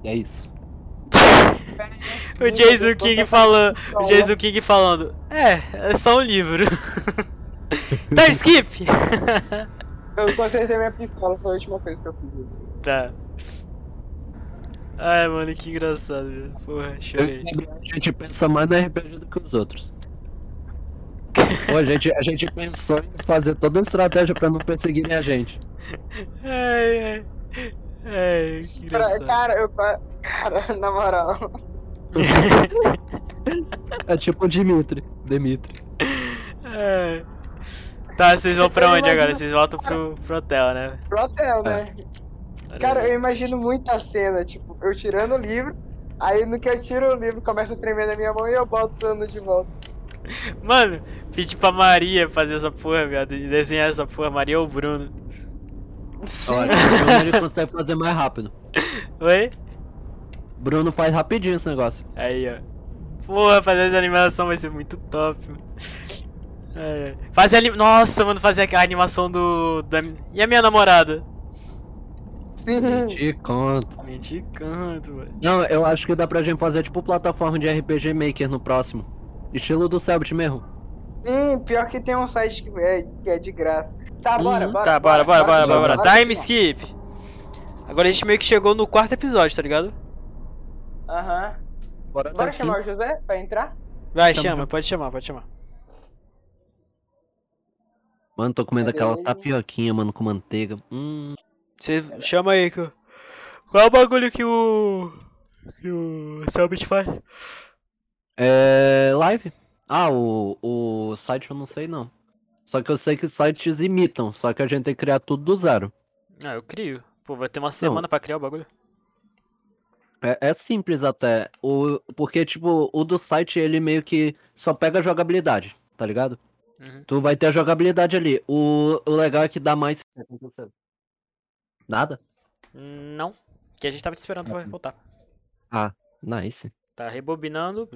Speaker 2: E é isso.
Speaker 1: O Jason King falando. O Jason King falando. É, é só um livro. Time skip!
Speaker 3: Eu consertei minha pistola, foi a última coisa que eu fiz.
Speaker 1: Tá. Ai, mano, que engraçado, velho. Porra,
Speaker 2: Eu
Speaker 1: chorei.
Speaker 2: e o Gabriel, a gente pensa mais na RPG do que os outros. Pô, a, gente, a gente pensou em fazer toda a estratégia pra não perseguirem a gente.
Speaker 1: Ai, ai. Ai, que
Speaker 3: Pra- tá.
Speaker 1: engraçado.
Speaker 3: cara, eu. pa- Cara, na moral.
Speaker 2: É tipo o Dimitri. Dimitri.
Speaker 1: Ai. Tá, vocês vão pra
Speaker 3: Eu
Speaker 1: onde agora?
Speaker 3: imagino-
Speaker 1: Vocês voltam pro, pro hotel, né?
Speaker 3: Pro hotel, né?
Speaker 1: Olha
Speaker 3: Cara,
Speaker 1: aí.
Speaker 3: eu imagino muito a cena, tipo, eu tirando o livro, aí no que eu tiro o livro começa a tremer na minha mão e eu botando de volta.
Speaker 1: Mano, pedi pra Maria fazer essa porra, viado. E desenhar essa porra, Maria ou Bruno.
Speaker 2: Olha, é o Bruno ele consegue fazer mais rápido.
Speaker 1: Oi?
Speaker 2: Bruno faz rapidinho esse negócio.
Speaker 1: Aí, ó. Porra, fazer essa animação vai ser muito top, mano. Ai, ai. Fazer a anim... Nossa, mano, fazer a animação do. Da... E a minha namorada?
Speaker 3: Sim.
Speaker 2: Te conto.
Speaker 1: Mendicando, mano.
Speaker 2: Não, eu acho que dá pra gente fazer tipo plataforma de RPG Maker no próximo. Estilo do Selbit mesmo.
Speaker 3: Sim, pior que tem um site que é, que é de graça. Tá, bora,
Speaker 2: Uhum.
Speaker 3: bora.
Speaker 1: Tá, bora, bora, bora, bora, bora. Time
Speaker 3: continuar.
Speaker 1: skip. Agora a gente meio que chegou no quarto episódio, tá ligado?
Speaker 3: Aham.
Speaker 2: Bora
Speaker 3: Bora
Speaker 2: daqui.
Speaker 3: chamar o José pra entrar?
Speaker 1: Vai,
Speaker 2: Chama,
Speaker 1: chama,
Speaker 2: chama.
Speaker 1: pode chamar, pode chamar.
Speaker 2: Mano, tô comendo
Speaker 3: Cadê
Speaker 2: aquela
Speaker 3: ele?
Speaker 2: tapioquinha, mano, com manteiga. Hum.
Speaker 1: Você chama aí que eu... Qual é o bagulho que o. que o Selbit faz?
Speaker 2: É. Live. Ah, o, o site eu não sei não. Só que eu sei que sites imitam, só que a gente tem que criar tudo do zero.
Speaker 1: Ah, eu crio. Pô, vai ter uma semana pra criar o bagulho.
Speaker 2: É, é simples até. O, porque, tipo, o do site ele meio que só pega a jogabilidade, tá ligado?
Speaker 1: Uhum.
Speaker 2: Tu vai ter a jogabilidade ali. O, o legal é que dá mais. Nada?
Speaker 1: Não. Que a gente tava te esperando pra voltar.
Speaker 2: Nice.
Speaker 1: Tá rebobinando.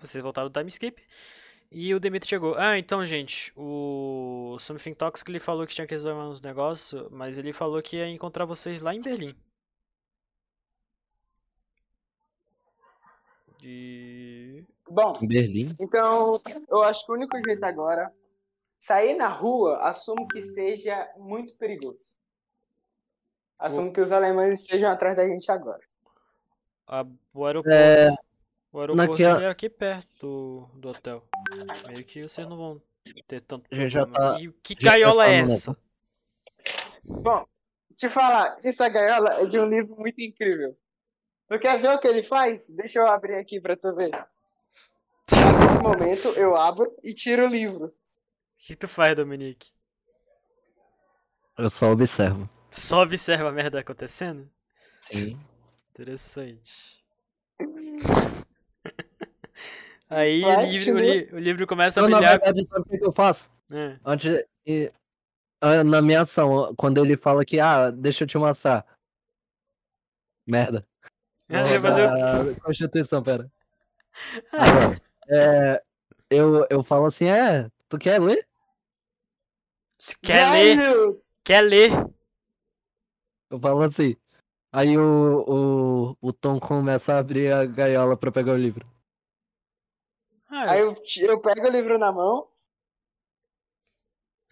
Speaker 1: Vocês voltaram do time skip. E o Demetri chegou. Ah, então, gente, o Something Toxic ele falou que tinha que resolver uns negócios, mas ele falou que ia encontrar vocês lá em Berlim. De...
Speaker 3: Bom,
Speaker 2: Berlim.
Speaker 3: então eu acho que o único jeito agora. Sair na rua, assumo que seja muito perigoso. Assumo que os alemães estejam atrás da gente agora.
Speaker 1: A, o aeroporto. O aeroporto
Speaker 2: É, naquela-
Speaker 1: ele é aqui perto do, do hotel. Meio que vocês não vão ter tanto
Speaker 2: Já- já
Speaker 1: problema.
Speaker 2: tá-
Speaker 1: E que
Speaker 2: já
Speaker 1: gaiola
Speaker 2: tá
Speaker 1: é
Speaker 2: no
Speaker 1: essa?
Speaker 3: Bom, te falar, essa gaiola é de um livro muito incrível. Tu quer ver o que ele faz? Deixa eu abrir aqui pra tu ver. Nesse momento, eu abro e tiro o livro.
Speaker 1: O que tu faz, Dominique?
Speaker 2: Eu só observo.
Speaker 1: Só observa a merda acontecendo?
Speaker 2: Sim.
Speaker 1: Interessante. Aí o
Speaker 3: Vai,
Speaker 1: livro, o,
Speaker 3: continua.
Speaker 1: li- o livro começa a
Speaker 2: Então, na
Speaker 1: brilhar.
Speaker 2: verdade, sabe o que que eu faço?
Speaker 1: É.
Speaker 2: Antes, e- ah, na minha ação, quando ele fala que, ah, deixa eu te mostrar. Merda.
Speaker 1: É, você vai fazer o-
Speaker 2: Ah, Constituição, pera. Ah, é, eu, eu falo assim, é, tu quer ler?
Speaker 3: né?
Speaker 1: Quer ler?
Speaker 3: Velho!
Speaker 1: Quer ler?
Speaker 2: Eu falo assim. Aí o, o, o Tom começa a abrir a gaiola pra pegar o livro.
Speaker 1: Ah,
Speaker 3: Aí eu, ti- eu pego o livro na mão.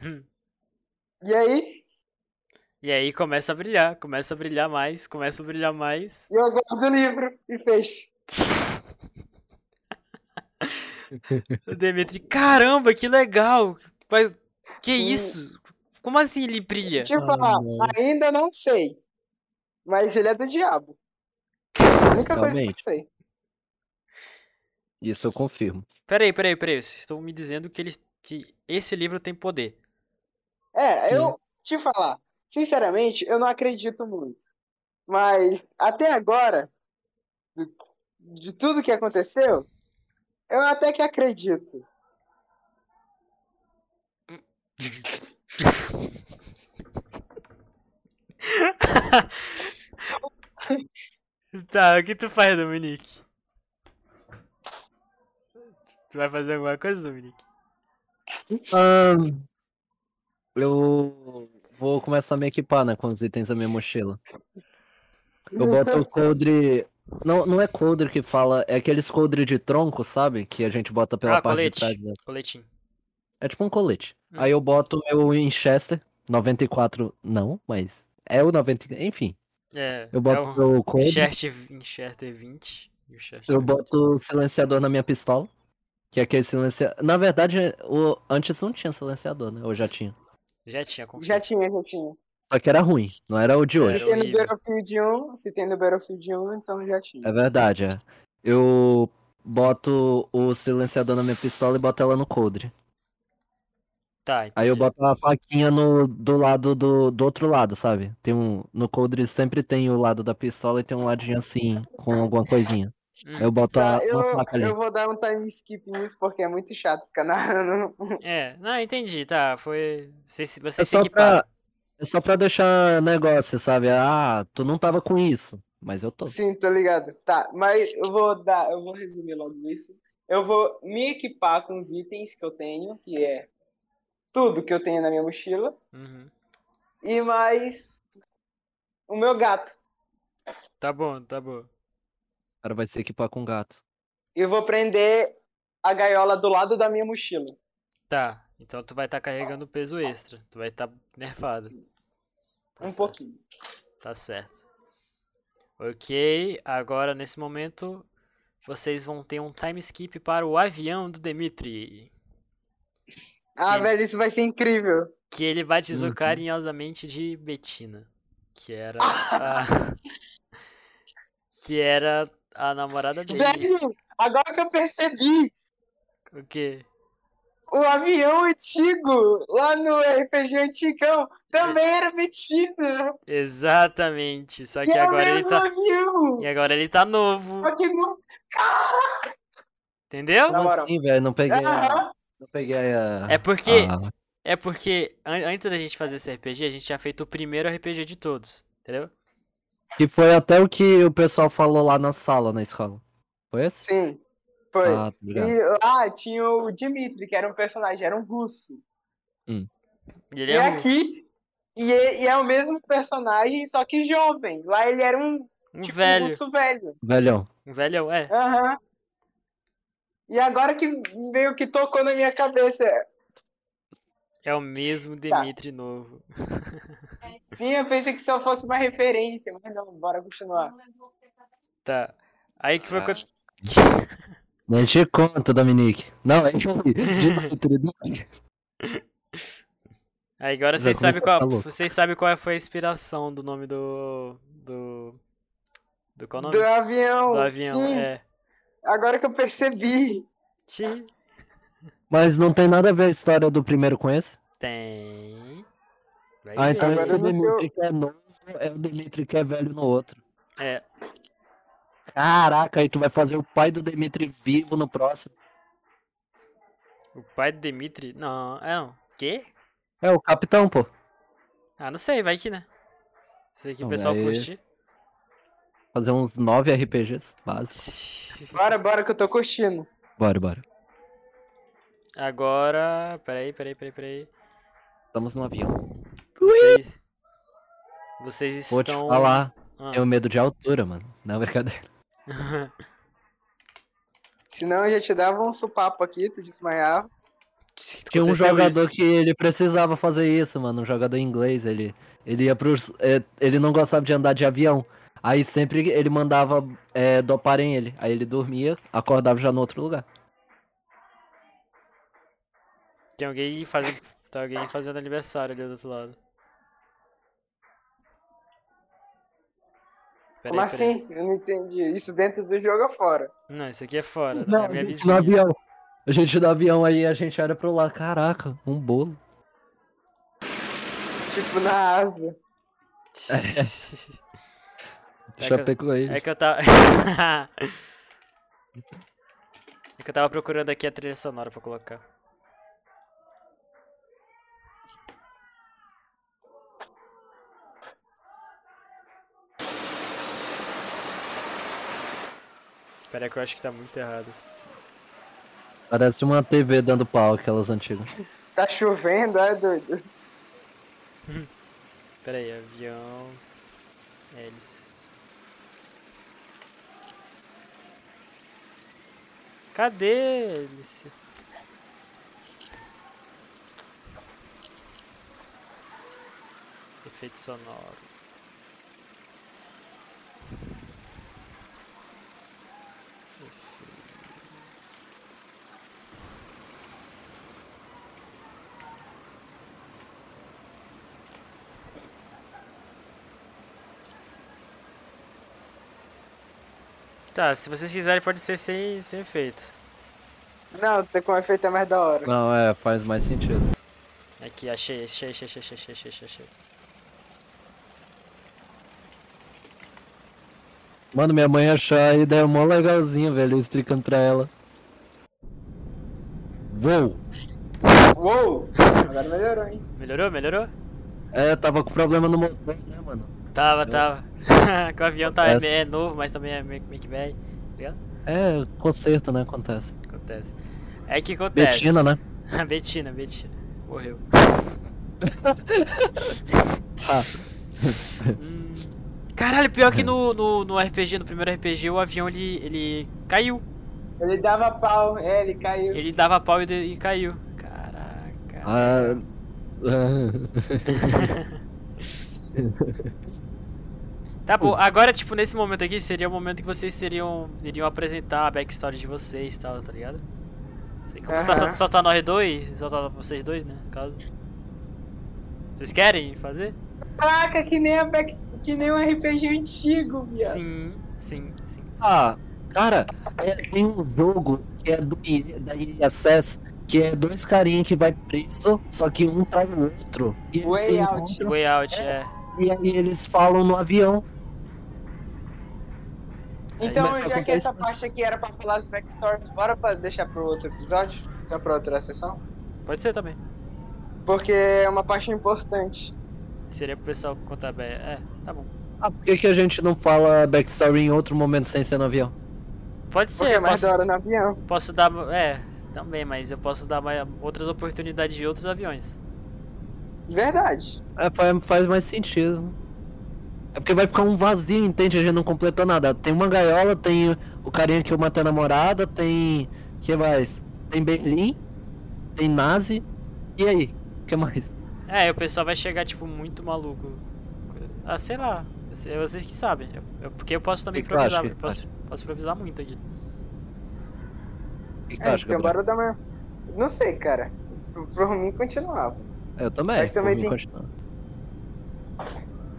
Speaker 1: Hum.
Speaker 3: E aí,
Speaker 1: E aí começa a brilhar, começa a brilhar mais, começa a brilhar mais.
Speaker 3: eu guardo o livro e fecho.
Speaker 1: O Demetri, caramba, que legal! Mas que
Speaker 3: Hum.
Speaker 1: isso? Como assim ele brilha?
Speaker 3: Tipo,
Speaker 2: Ah,
Speaker 3: falar,
Speaker 2: não.
Speaker 3: ainda não sei. Mas ele é do diabo. A única coisa que eu
Speaker 2: Realmente.
Speaker 3: sei.
Speaker 2: Isso eu confirmo.
Speaker 1: Peraí, peraí, peraí. Vocês estão me dizendo que, ele, que esse livro tem poder.
Speaker 3: É,
Speaker 2: Hum.
Speaker 3: eu te falar. Sinceramente, eu não acredito muito. Mas até agora, do- de tudo que aconteceu, eu até que acredito.
Speaker 1: Tá, o que tu faz, Dominique? Tu vai fazer alguma coisa, Dominique? Ah.
Speaker 2: Ahn, eu vou começar a me equipar, né, com os itens da minha mochila. Eu boto o coldre. Não, não é coldre que fala, é aqueles coldre de tronco, sabe? Que a gente bota pela
Speaker 1: Ah,
Speaker 2: parte
Speaker 1: colete.
Speaker 2: de trás. né?
Speaker 1: Coletinho.
Speaker 2: É tipo um colete.
Speaker 1: Hum.
Speaker 2: Aí eu boto o meu Winchester, 94, não, mas é o 90, enfim.
Speaker 1: É,
Speaker 2: Eu
Speaker 1: é
Speaker 2: boto
Speaker 1: o
Speaker 2: o meu coldre,
Speaker 1: Enxerter, enxerter 20. e o Chester-
Speaker 2: eu boto o silenciador na minha pistola. Que é aquele silenciador. Na verdade, o... antes não tinha silenciador, né? Ou já tinha.
Speaker 1: Já tinha confio.
Speaker 3: Já tinha, já tinha.
Speaker 2: Só que era ruim, não era o de hoje.
Speaker 3: Se
Speaker 1: Era
Speaker 3: tem no
Speaker 1: horrível.
Speaker 3: Battlefield 1, se tem no Battlefield 1, então já tinha.
Speaker 2: É verdade, é. Eu boto o silenciador na minha pistola e boto ela no coldre.
Speaker 1: Tá,
Speaker 2: Aí eu
Speaker 1: entendi.
Speaker 2: boto a faquinha no, do lado do, do outro lado, sabe? Tem um, no coldre sempre tem o lado da pistola e tem um ladinho assim, com alguma coisinha.
Speaker 1: Hum.
Speaker 2: Aí eu boto
Speaker 3: Tá,
Speaker 2: a,
Speaker 3: eu,
Speaker 2: uma faca ali.
Speaker 3: eu vou dar um time skip nisso porque é muito chato ficar na. no-
Speaker 1: É, não, entendi, tá. Foi. Vocês, vocês
Speaker 2: É
Speaker 1: se
Speaker 2: só
Speaker 1: equiparam.
Speaker 2: pra, é só pra deixar negócio, sabe? Ah, tu não tava com isso, mas eu tô.
Speaker 3: Sim, tô ligado. Tá, mas eu vou dar, eu vou resumir logo isso. Eu vou me equipar com os itens que eu tenho, que é tudo que eu tenho na minha mochila,
Speaker 1: Uhum.
Speaker 3: e mais o meu gato.
Speaker 1: Tá bom, tá bom.
Speaker 2: O cara vai se equipar com gato.
Speaker 3: Eu vou prender a gaiola do lado da minha mochila.
Speaker 1: Tá, então tu vai estar carregando peso extra. Tu vai estar nerfado. Tá
Speaker 3: um
Speaker 1: certo,
Speaker 3: pouquinho.
Speaker 1: Tá certo. Ok, agora nesse momento vocês vão ter um time skip para o avião do Dimitri,
Speaker 3: Ah,
Speaker 1: Sim.
Speaker 3: velho, isso vai ser incrível.
Speaker 1: que ele batizou
Speaker 2: Uhum.
Speaker 1: carinhosamente de Betina, que era a... que era a namorada dele.
Speaker 3: Velho, agora que eu percebi,
Speaker 1: O quê?
Speaker 3: o avião antigo, lá no RPG antigão, também era metido.
Speaker 1: Exatamente, só
Speaker 3: E
Speaker 1: que
Speaker 3: é o
Speaker 1: agora ele
Speaker 3: mesmo
Speaker 1: tá
Speaker 3: avião.
Speaker 1: e agora ele tá novo,
Speaker 3: Só que não...
Speaker 1: entendeu?
Speaker 3: Na moral. Ah.
Speaker 2: Sim, velho, não peguei a...
Speaker 3: Aham.
Speaker 2: Não peguei a...
Speaker 1: É porque
Speaker 2: a-
Speaker 1: É porque an- antes da gente fazer esse RPG, a gente tinha feito o primeiro RPG de todos, entendeu?
Speaker 2: Que foi até o que o pessoal falou lá na sala, na escola. Foi esse?
Speaker 3: Sim, foi.
Speaker 2: Ah, tá ligado.
Speaker 3: E lá tinha o Dimitri, que era um personagem, era um russo.
Speaker 1: E ele
Speaker 3: E
Speaker 1: é um,
Speaker 3: aqui, e é, e é o mesmo personagem, só que jovem. Lá ele era um,
Speaker 1: um
Speaker 3: tipo,
Speaker 1: velho.
Speaker 3: um russo velho.
Speaker 2: Velhão.
Speaker 1: Um velho, é.
Speaker 3: Aham. E agora que meio que tocou na minha cabeça.
Speaker 1: É o mesmo
Speaker 3: Tá.
Speaker 1: Demitri novo.
Speaker 3: Sim, eu pensei que só fosse uma referência, mas não, bora continuar.
Speaker 1: Tá. Aí que foi
Speaker 2: Ah.
Speaker 1: quando.
Speaker 2: Nem te conto, Dominique. Não, é de Dimitri.
Speaker 1: Aí agora
Speaker 2: Já
Speaker 1: vocês sabem,
Speaker 2: começou
Speaker 1: qual,
Speaker 2: a ficar tá louco.
Speaker 1: vocês sabem qual foi a inspiração do nome do. Do. Do qual é o
Speaker 3: Do
Speaker 1: nome?
Speaker 3: avião.
Speaker 1: Do avião,
Speaker 3: sim,
Speaker 1: é.
Speaker 3: Agora que eu percebi.
Speaker 1: Ti.
Speaker 2: Mas não tem nada a ver a história do primeiro com esse?
Speaker 1: Tem. Vai
Speaker 2: Ah,
Speaker 1: ver.
Speaker 2: então
Speaker 3: Agora
Speaker 2: esse
Speaker 3: eu não sei
Speaker 2: Dimitri que é novo é o Dimitri que é velho no outro.
Speaker 1: É.
Speaker 2: Caraca, aí tu vai fazer o pai do Dimitri vivo no próximo.
Speaker 1: O pai do Demitri. Não, é não. Quê?
Speaker 2: É o capitão, pô.
Speaker 1: Ah, não sei, vai que né? Sei que o
Speaker 2: Não,
Speaker 1: pessoal
Speaker 2: aí-
Speaker 1: curte.
Speaker 2: Fazer uns nove RPGs básicos.
Speaker 3: Bora, bora que eu tô curtindo.
Speaker 2: Bora, bora.
Speaker 1: Agora. Peraí, peraí, peraí, peraí.
Speaker 2: Estamos no avião.
Speaker 1: Vocês. Vocês
Speaker 2: Vou te
Speaker 1: estão.
Speaker 2: falar,
Speaker 1: Ah.
Speaker 2: tenho medo de altura, mano. Não, brincadeira.
Speaker 3: Senão eu já te dava um sopapo aqui, tu desmaiava.
Speaker 2: Tinha um
Speaker 1: Aconteceu
Speaker 2: jogador
Speaker 1: isso.
Speaker 2: que ele precisava fazer isso, mano. Um jogador inglês, ele, ele ia pros. é, ele não gostava de andar de avião. Aí sempre ele mandava é, dopar em ele. Aí ele dormia, acordava já no outro lugar.
Speaker 1: Tem alguém fazendo. Tá alguém fazendo aniversário ali do outro lado. Peraí,
Speaker 3: Como
Speaker 1: peraí.
Speaker 3: assim? Eu não entendi. Isso dentro do jogo ou fora?
Speaker 1: Não, isso aqui é fora. é a minha
Speaker 2: a gente no
Speaker 1: vizinha.
Speaker 2: avião. A gente no avião aí, a gente olha pro lado. Caraca, um bolo.
Speaker 3: Tipo na asa.
Speaker 1: É que-
Speaker 2: Chapecoense.
Speaker 1: É que eu tava. é que eu tava procurando aqui a trilha sonora pra colocar. Pera que eu acho que tá muito errado. isso.
Speaker 2: Parece uma TV dando pau, aquelas antigas.
Speaker 3: Tá chovendo, é doido.
Speaker 1: Pera aí, avião. Hélice. Cadê hélice? Efeito sonoro. Efe- Tá, se vocês quiserem pode ser sem, sem efeito.
Speaker 3: Não, tem como efeito é mais da hora.
Speaker 2: Não, é, faz mais sentido.
Speaker 1: Aqui, achei, achei, achei, achei, achei, achei, achei, achei.
Speaker 2: Mano, minha mãe achou a ideia mó legalzinha, velho, eu explicando pra ela. Vou!
Speaker 3: Uou! Agora melhorou, hein?
Speaker 1: Melhorou, melhorou?
Speaker 2: É, tava com problema no motor, né, mano?
Speaker 1: Tava,
Speaker 2: Eu-
Speaker 1: tava. que o avião tá,
Speaker 2: Acontece.
Speaker 1: é novo, mas também é meio meio que velho. tá ligado?
Speaker 2: É, conserto, né? Acontece.
Speaker 1: Acontece. É que acontece.
Speaker 2: Betina, né?
Speaker 1: A Betina, Betina. Morreu.
Speaker 2: Ah.
Speaker 1: Hum. Caralho, pior que no, no, no RPG, no primeiro RPG, o avião ele, ele caiu.
Speaker 3: Ele dava pau, é, ele caiu.
Speaker 1: Ele dava pau e, de- e caiu. Caraca.
Speaker 2: Ah. é.
Speaker 1: Tá bom, agora, tipo, nesse momento aqui, seria o momento que vocês seriam, iriam apresentar a backstory de vocês e tal, tá ligado? Sei como só-
Speaker 3: Aham.
Speaker 1: só tá nós dois, só tá vocês dois, né? no caso. Vocês querem fazer?
Speaker 3: Caraca, que nem, a back... que nem um RPG antigo, viado.
Speaker 1: Sim, sim, sim. sim.
Speaker 2: Ah, cara, é- tem um jogo que é do, I- da EA Access, que é dois carinha que vai preso, só que um trai o outro. E eles
Speaker 3: Way
Speaker 2: se
Speaker 3: Out.
Speaker 2: encontram,
Speaker 1: Way out, é.
Speaker 2: e aí eles falam no avião.
Speaker 3: Então,
Speaker 2: Mas
Speaker 3: já que
Speaker 2: acontece-
Speaker 3: essa parte aqui era pra falar as backstories, bora pra deixar pro outro episódio? Então, pra outra sessão?
Speaker 1: Pode ser também.
Speaker 3: Porque é uma parte importante.
Speaker 1: Seria pro pessoal contar bem. É, tá bom.
Speaker 2: Ah, por que, que a gente não fala backstory em outro momento sem ser no avião?
Speaker 1: Pode
Speaker 3: Porque é
Speaker 1: ser,
Speaker 3: mais
Speaker 1: posso,
Speaker 3: da hora no avião.
Speaker 1: posso dar. É, também, mas eu posso dar mais, outras oportunidades de outros aviões.
Speaker 3: Verdade.
Speaker 2: É, faz, faz mais sentido. É porque vai ficar um vazio, entende? A gente não completou nada. Tem uma gaiola, tem o carinha que eu matei a namorada, tem. que mais? Tem Berlim, tem Nazi. E aí? O que mais?
Speaker 1: É, e o pessoal vai chegar, tipo, muito maluco. Ah, sei lá. se- é Vocês que sabem. Eu- eu- porque eu posso também
Speaker 2: Que que tu acha,
Speaker 1: improvisar.
Speaker 2: que que tu
Speaker 1: posso, posso improvisar muito aqui.
Speaker 2: O que que tu
Speaker 3: É,
Speaker 2: acha,
Speaker 3: então,
Speaker 2: Gabriel?
Speaker 3: bora dar uma. Não sei, cara. Por, por mim, continuava.
Speaker 2: Eu também.
Speaker 3: Mas também
Speaker 2: por mim,
Speaker 3: tem-
Speaker 2: continua.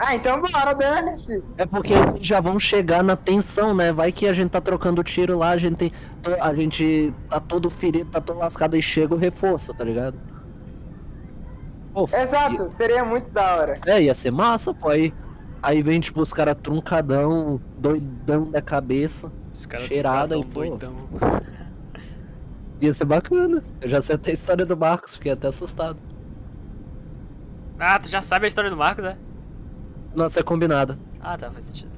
Speaker 3: Ah, então bora, dane-se.
Speaker 2: É porque eles já vão chegar na tensão, né? Vai que a gente tá trocando tiro lá, a gente tem. to- A gente tá todo ferido, tá todo lascado e chega o reforço, tá ligado? Pô,
Speaker 3: Exato, seria muito da hora.
Speaker 2: É, ia ser massa, pô. Aí, aí vem, tipo, os caras truncadão, doidão da cabeça.
Speaker 1: Os caras
Speaker 2: Cheirada
Speaker 1: tão
Speaker 2: e pô.
Speaker 1: doidão.
Speaker 2: Ia ser bacana. Eu já sei até a história do Marcos, fiquei até assustado.
Speaker 1: Ah, tu já sabe a história do Marcos, é?
Speaker 2: Nossa, é combinado.
Speaker 1: Ah, tá, faz sentido.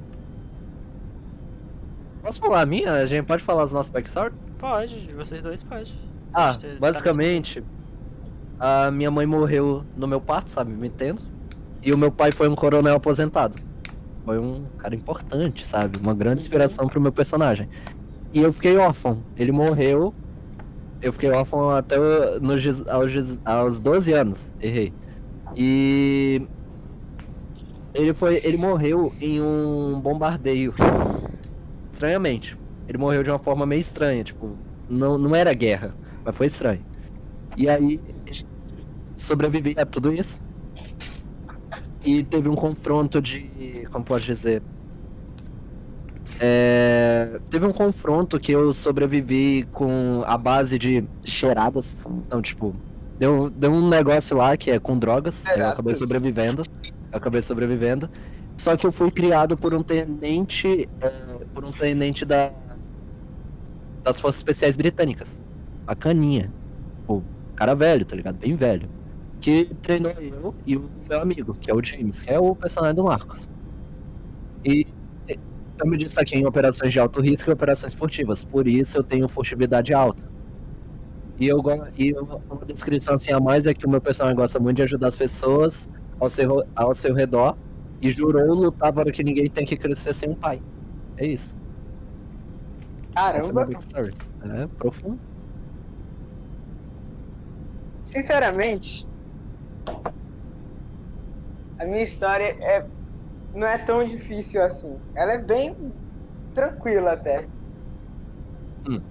Speaker 2: Posso falar a minha? A gente pode falar os nossos backstories?
Speaker 1: Pode, de vocês dois pode.
Speaker 2: Ah,
Speaker 1: Pode ter- tá
Speaker 2: basicamente, a minha mãe morreu no meu parto, sabe? Me entendo. E o meu pai foi um coronel aposentado. Foi um cara importante, sabe? Uma grande inspiração pro meu personagem. E eu fiquei órfão. Ele morreu. Eu fiquei órfão até o- nos, dez- aos, dez- aos 12 anos. Errei. E. Ele foi. Ele morreu em um bombardeio. Estranhamente. Ele morreu de uma forma meio estranha, tipo. Não, não era guerra. Mas foi estranho. E aí, sobrevivi a tudo isso. E teve um confronto de. Como posso dizer? É, teve um confronto que eu sobrevivi com a base de cheiradas. Então, tipo, deu, deu um negócio lá que é com drogas. aí Eu acabei
Speaker 3: Cheiradas.
Speaker 2: sobrevivendo. Eu acabei sobrevivendo. Só que eu fui criado por um tenente. é, por um tenente da, das Forças Especiais Britânicas. Bacaninha cara velho, tá ligado? Bem velho. Que treinou eu e o meu amigo, que é o James, que é o personagem do Marcos. E e, eu me destaquei em operações de alto risco e operações furtivas, por isso eu tenho furtividade alta. E eu go- e uma uma descrição assim a mais é que o meu personagem gosta muito de ajudar as pessoas ao seu, ro- ao seu redor e jurou lutar para que ninguém tenha que crescer sem um pai. É isso. Essa é a minha
Speaker 3: Caramba,
Speaker 2: backstory. É profundo.
Speaker 3: sinceramente. A minha história é. Não é tão difícil assim. Ela é bem tranquila até.
Speaker 2: Hum.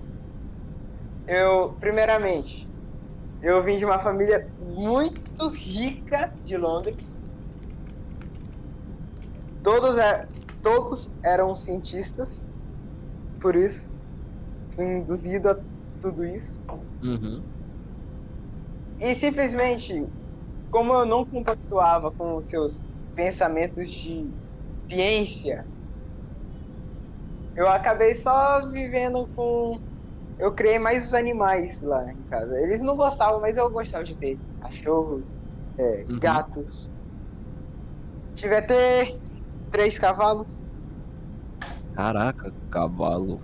Speaker 3: Eu, primeiramente, eu vim de uma família muito rica de Londres. Todos, é- todos eram cientistas, por isso, fui induzido a tudo isso.
Speaker 2: Uhum.
Speaker 3: E simplesmente, como eu não compactuava com os seus pensamentos de ciência, eu acabei só vivendo com. Eu criei mais os animais lá em casa. Eles não gostavam, mas eu gostava de ter cachorros, é,
Speaker 2: Uhum.
Speaker 3: gatos. Tive até três cavalos,
Speaker 2: Caraca, cavalo.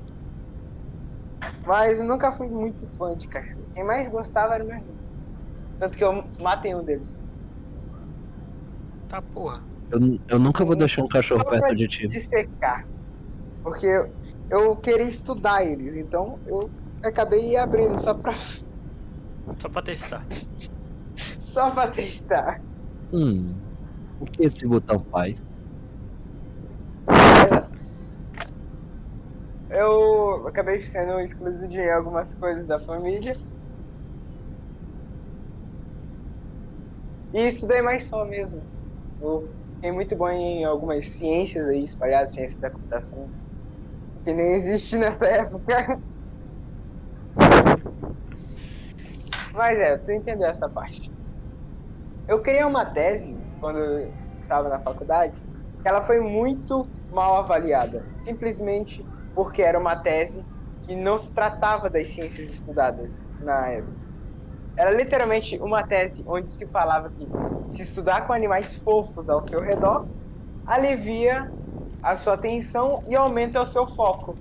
Speaker 3: mas eu nunca fui muito fã de cachorro. Quem mais gostava era meu irmão. Tanto que eu matei um deles.
Speaker 1: certo. Tá porra.
Speaker 2: Eu, eu nunca vou deixar um cachorro
Speaker 3: Só pra
Speaker 2: perto de ti.
Speaker 3: dissecar. Porque eu, eu queria estudar eles, então eu acabei abrindo só pra,
Speaker 1: Só pra testar.
Speaker 3: só pra testar.
Speaker 2: Hum. O que esse botão faz?
Speaker 3: eu acabei sendo excluído de algumas coisas da família. E estudei mais só mesmo. Eu fiquei muito bom em algumas ciências aí, espalhadas, ciências da computação. Que nem existe nessa época. Mas é, tu entendeu essa parte. Eu criei uma tese quando eu estava na faculdade, que ela foi muito mal avaliada, simplesmente porque era uma tese que não se tratava das ciências estudadas na época. Era literalmente uma tese onde se falava que se estudar com animais fofos ao seu redor alivia a sua atenção e aumenta o seu foco.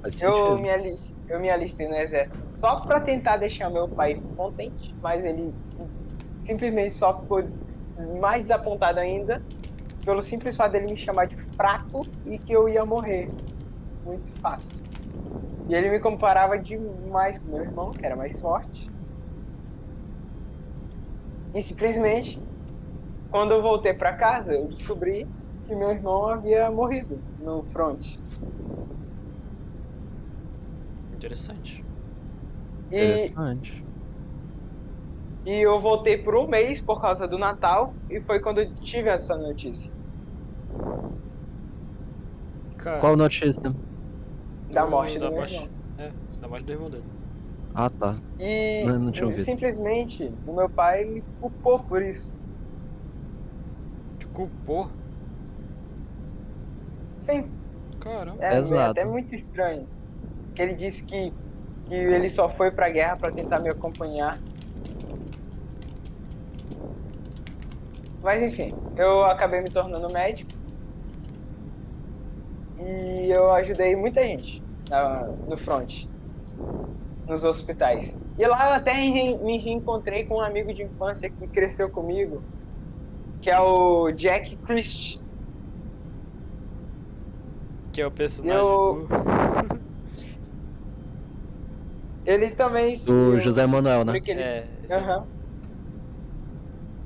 Speaker 2: Faz
Speaker 3: Eu
Speaker 2: sentido.
Speaker 3: me, alis- eu me alistei no exército só pra tentar deixar meu pai contente, mas ele simplesmente só ficou des- mais desapontado ainda pelo simples fato dele me chamar de fraco e que eu ia morrer. Muito fácil. E ele me comparava demais com meu irmão, que era mais forte. E simplesmente, quando eu voltei pra casa, eu descobri que meu irmão havia morrido no front.
Speaker 1: Interessante.
Speaker 3: E
Speaker 2: Interessante.
Speaker 3: E eu voltei por um mês por causa do Natal e foi quando eu tive essa notícia
Speaker 1: Cara,
Speaker 2: Qual notícia?
Speaker 3: da morte
Speaker 1: Hum, da
Speaker 3: do meu
Speaker 1: morte.
Speaker 3: irmão.
Speaker 1: É, da morte do irmão dele.
Speaker 2: Ah, tá.
Speaker 3: E
Speaker 2: Não, não tinha ouvido.
Speaker 3: simplesmente o meu pai me culpou por isso.
Speaker 1: Te culpou?
Speaker 3: Sim,
Speaker 1: Caramba.
Speaker 3: é
Speaker 2: Exato.
Speaker 3: até muito estranho. Que ele disse que, que ele só foi pra guerra pra tentar me acompanhar. Mas enfim, eu acabei me tornando médico. E eu ajudei muita gente na- no front. Nos hospitais. E lá eu até re- me reencontrei com um amigo de infância que cresceu comigo, que é o Jack Christie.
Speaker 1: Que é o personagem
Speaker 3: Eu-
Speaker 1: do.
Speaker 3: Ele também.
Speaker 2: Do José Manuel, né?
Speaker 3: descobri que ele-
Speaker 1: É, esse-
Speaker 3: Aham.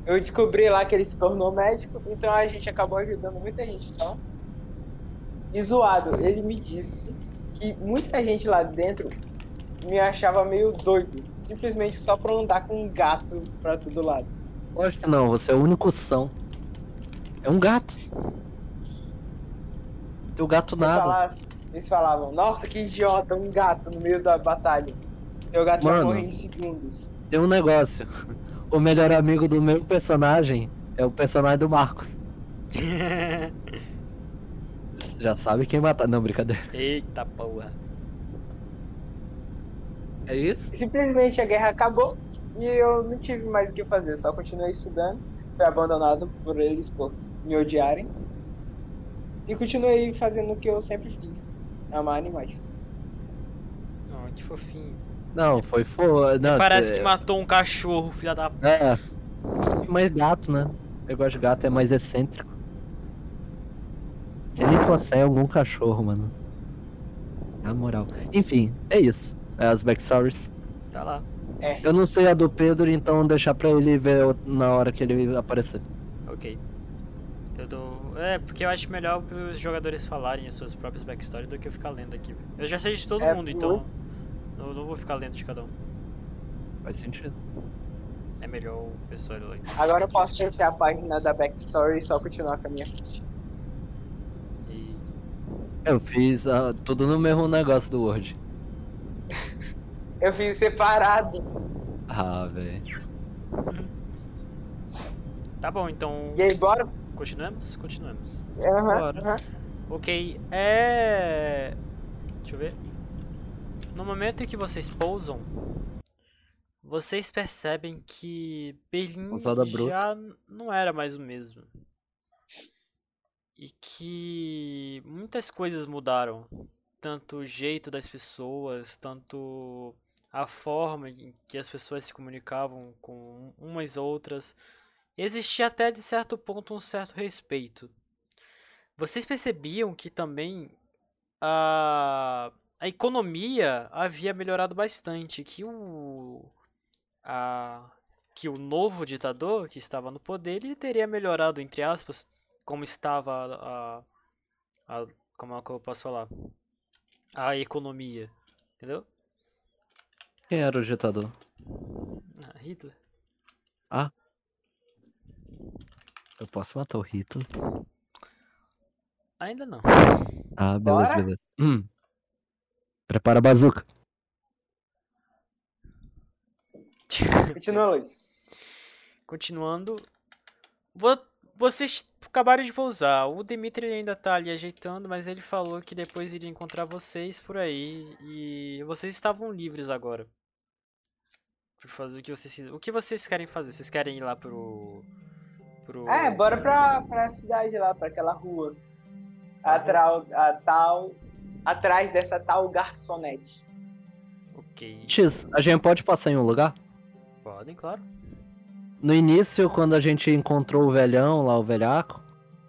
Speaker 3: Eu descobri lá que ele se tornou médico, então a gente acabou ajudando muita gente, tá? E zoado, ele me disse que muita gente lá dentro me achava meio doido, simplesmente só por andar com um gato pra todo lado.
Speaker 2: Lógico que não, você é o único são. É um gato. Teu gato
Speaker 3: Eles,
Speaker 2: nada.
Speaker 3: falavam, assim, eles falavam, nossa, que idiota, um gato no meio da batalha. Meu gato vai
Speaker 2: Mano.
Speaker 3: morrer em segundos.
Speaker 2: Tem um negócio. O melhor amigo do meu personagem é o personagem do Marcos. Já sabe quem matar. Não, brincadeira.
Speaker 1: Eita porra.
Speaker 2: É isso?
Speaker 3: Simplesmente a guerra acabou e eu não tive mais o que fazer, só continuei estudando. Fui abandonado por eles por me odiarem. E continuei fazendo o que eu sempre fiz: amar animais.
Speaker 1: Oh, que fofinho.
Speaker 2: Não, foi foda. Não,
Speaker 1: Parece que
Speaker 2: é-
Speaker 1: matou um cachorro, filha da.
Speaker 2: É. Mais gato, né? Eu gosto de gato, é mais excêntrico. Você nem consegue algum cachorro, mano. Na moral. Enfim, é isso. É as backstories.
Speaker 1: Tá lá.
Speaker 2: Eu não sei a do Pedro, então vou deixar pra ele ver o- na hora que ele aparecer.
Speaker 1: Ok. Eu tô. É, porque eu acho melhor os jogadores falarem as suas próprias backstories do que eu ficar lendo aqui. velho. Eu já sei de todo
Speaker 3: É,
Speaker 1: mundo, então. Eu não vou ficar lendo de cada um.
Speaker 2: Faz sentido.
Speaker 1: É melhor o pessoal ir lá.
Speaker 3: Agora eu posso fechar a página da backstory e só continuar com a minha.
Speaker 1: E.
Speaker 2: Eu fiz ah, tudo no mesmo negócio do Word.
Speaker 3: Eu fiz separado.
Speaker 2: Ah, velho.
Speaker 1: Tá bom, então.
Speaker 3: E aí, bora?
Speaker 1: Continuamos? Continuamos.
Speaker 3: Aham,
Speaker 1: Bora.
Speaker 3: aham.
Speaker 1: Ok, é. Deixa eu ver. No momento em que vocês pousam, vocês percebem que Berlim
Speaker 2: Pousada bruta.
Speaker 1: já não era mais o mesmo. E que muitas coisas mudaram. Tanto o jeito das pessoas, tanto a forma em que as pessoas se comunicavam com umas outras. Existia até de certo ponto um certo respeito. Vocês percebiam que também a, a economia havia melhorado bastante, que o a, que o novo ditador que estava no poder ele teria melhorado entre aspas como estava a, a, a- Como é que eu posso falar? A economia. Entendeu?
Speaker 2: Quem era o ditador?
Speaker 1: Ah, Hitler.
Speaker 2: Eu posso matar o Hitler?
Speaker 1: Ainda não.
Speaker 2: Ah, beleza,
Speaker 3: Bora?
Speaker 2: beleza. Hum. Prepara a bazuca.
Speaker 3: Continua, Luiz.
Speaker 1: Continuando. Vo- Vocês acabaram de pousar. O Dimitri ele ainda tá ali ajeitando, mas ele falou que depois iria encontrar vocês por aí. E vocês estavam livres agora. Pra fazer o que vocês quis- O que vocês querem fazer? Vocês querem ir lá pro. pro...
Speaker 3: É, bora pra, pra cidade lá, pra aquela rua. Atral, a tal, atrás dessa tal garçonete.
Speaker 1: Ok.
Speaker 2: X, a gente pode passar em um lugar?
Speaker 1: Podem, claro.
Speaker 2: No início, quando a gente encontrou o velhão lá, o velhaco,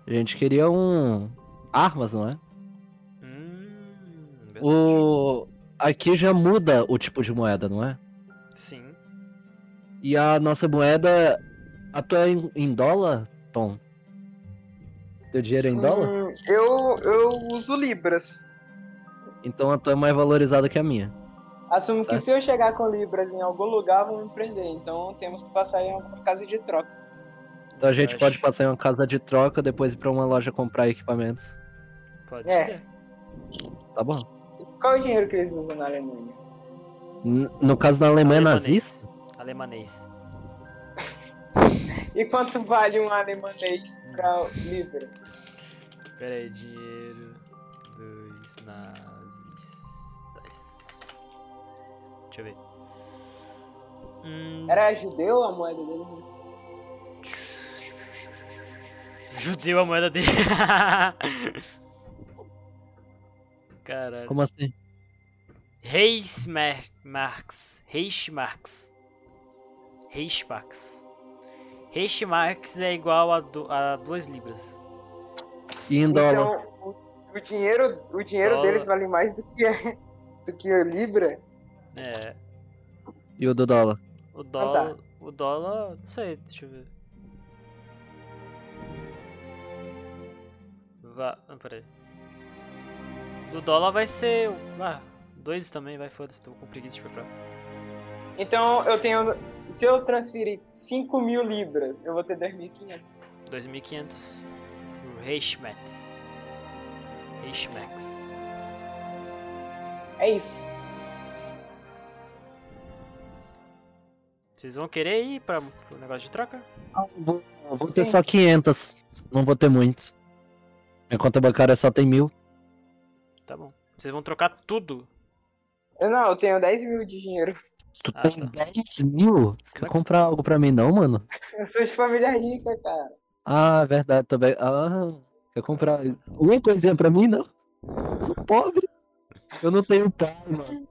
Speaker 2: a gente queria um. armas, não é?
Speaker 1: Hum. verdade.
Speaker 2: O. Aqui já muda o tipo de moeda, não é?
Speaker 1: Sim.
Speaker 2: E a nossa moeda. A tua é em, em dólar, Tom? Teu dinheiro é em dólar?
Speaker 3: Hum, eu, eu uso libras.
Speaker 2: Então a tua é mais valorizada que a minha.
Speaker 3: Assumo que
Speaker 2: Certo.
Speaker 3: se eu chegar com libras em algum lugar, vão me prender. Então temos que passar em alguma casa de troca.
Speaker 2: Então a gente
Speaker 1: Acho-
Speaker 2: pode passar em uma casa de troca, depois ir pra uma loja comprar equipamentos.
Speaker 1: Pode
Speaker 3: É.
Speaker 1: ser.
Speaker 2: Tá bom.
Speaker 3: Qual é o dinheiro que eles usam na Alemanha?
Speaker 2: N- no caso da Alemanha
Speaker 1: Alemanês.
Speaker 2: nazista,
Speaker 1: Alemanês.
Speaker 3: E quanto vale um alemanês pra libra?
Speaker 1: Pera aí, dinheiro dos nazistas. Deixa eu ver. Hum,
Speaker 3: Era judeu a moeda deles?
Speaker 1: Judeu a moeda dele. Caralho.
Speaker 2: como assim?
Speaker 1: Reichsmarks. Reichsmarks. Reichsmarks. Reichsmarks é igual a, do, a duas libras.
Speaker 2: E em dólar.
Speaker 3: Então, o, o dinheiro, o dinheiro
Speaker 1: Dólar.
Speaker 3: deles vale mais do que, do que a libra?
Speaker 1: É.
Speaker 2: E o do dólar?
Speaker 1: O dólar. O dólar. Não sei, deixa eu ver. Vá. ah, Peraí. Do dólar vai ser. Ah, dois também, vai, foda-se, tô com preguiça de comprar.
Speaker 3: Então, eu tenho. Se eu transferir 5 mil libras, eu vou ter 2.500.
Speaker 1: 2500. Reichsmax. Reichsmax.
Speaker 3: É isso.
Speaker 1: Vocês vão querer ir pra, pro negócio de troca?
Speaker 2: Ah, Vou, vou ter
Speaker 3: Sim.
Speaker 2: só 500. Não vou ter muitos. Minha conta bancária só tem mil.
Speaker 1: Tá bom. Vocês vão trocar tudo.
Speaker 3: Eu não, eu tenho 10 mil de dinheiro.
Speaker 2: Tu
Speaker 1: Ah,
Speaker 2: tem
Speaker 1: tá.
Speaker 2: 10 mil?
Speaker 1: que-
Speaker 2: Quer comprar algo pra mim não, mano?
Speaker 3: Eu sou de família rica, cara.
Speaker 2: Ah, verdade, também. Ah, quer comprar uma coisinha pra mim não? Sou pobre. Eu não tenho pai, mano.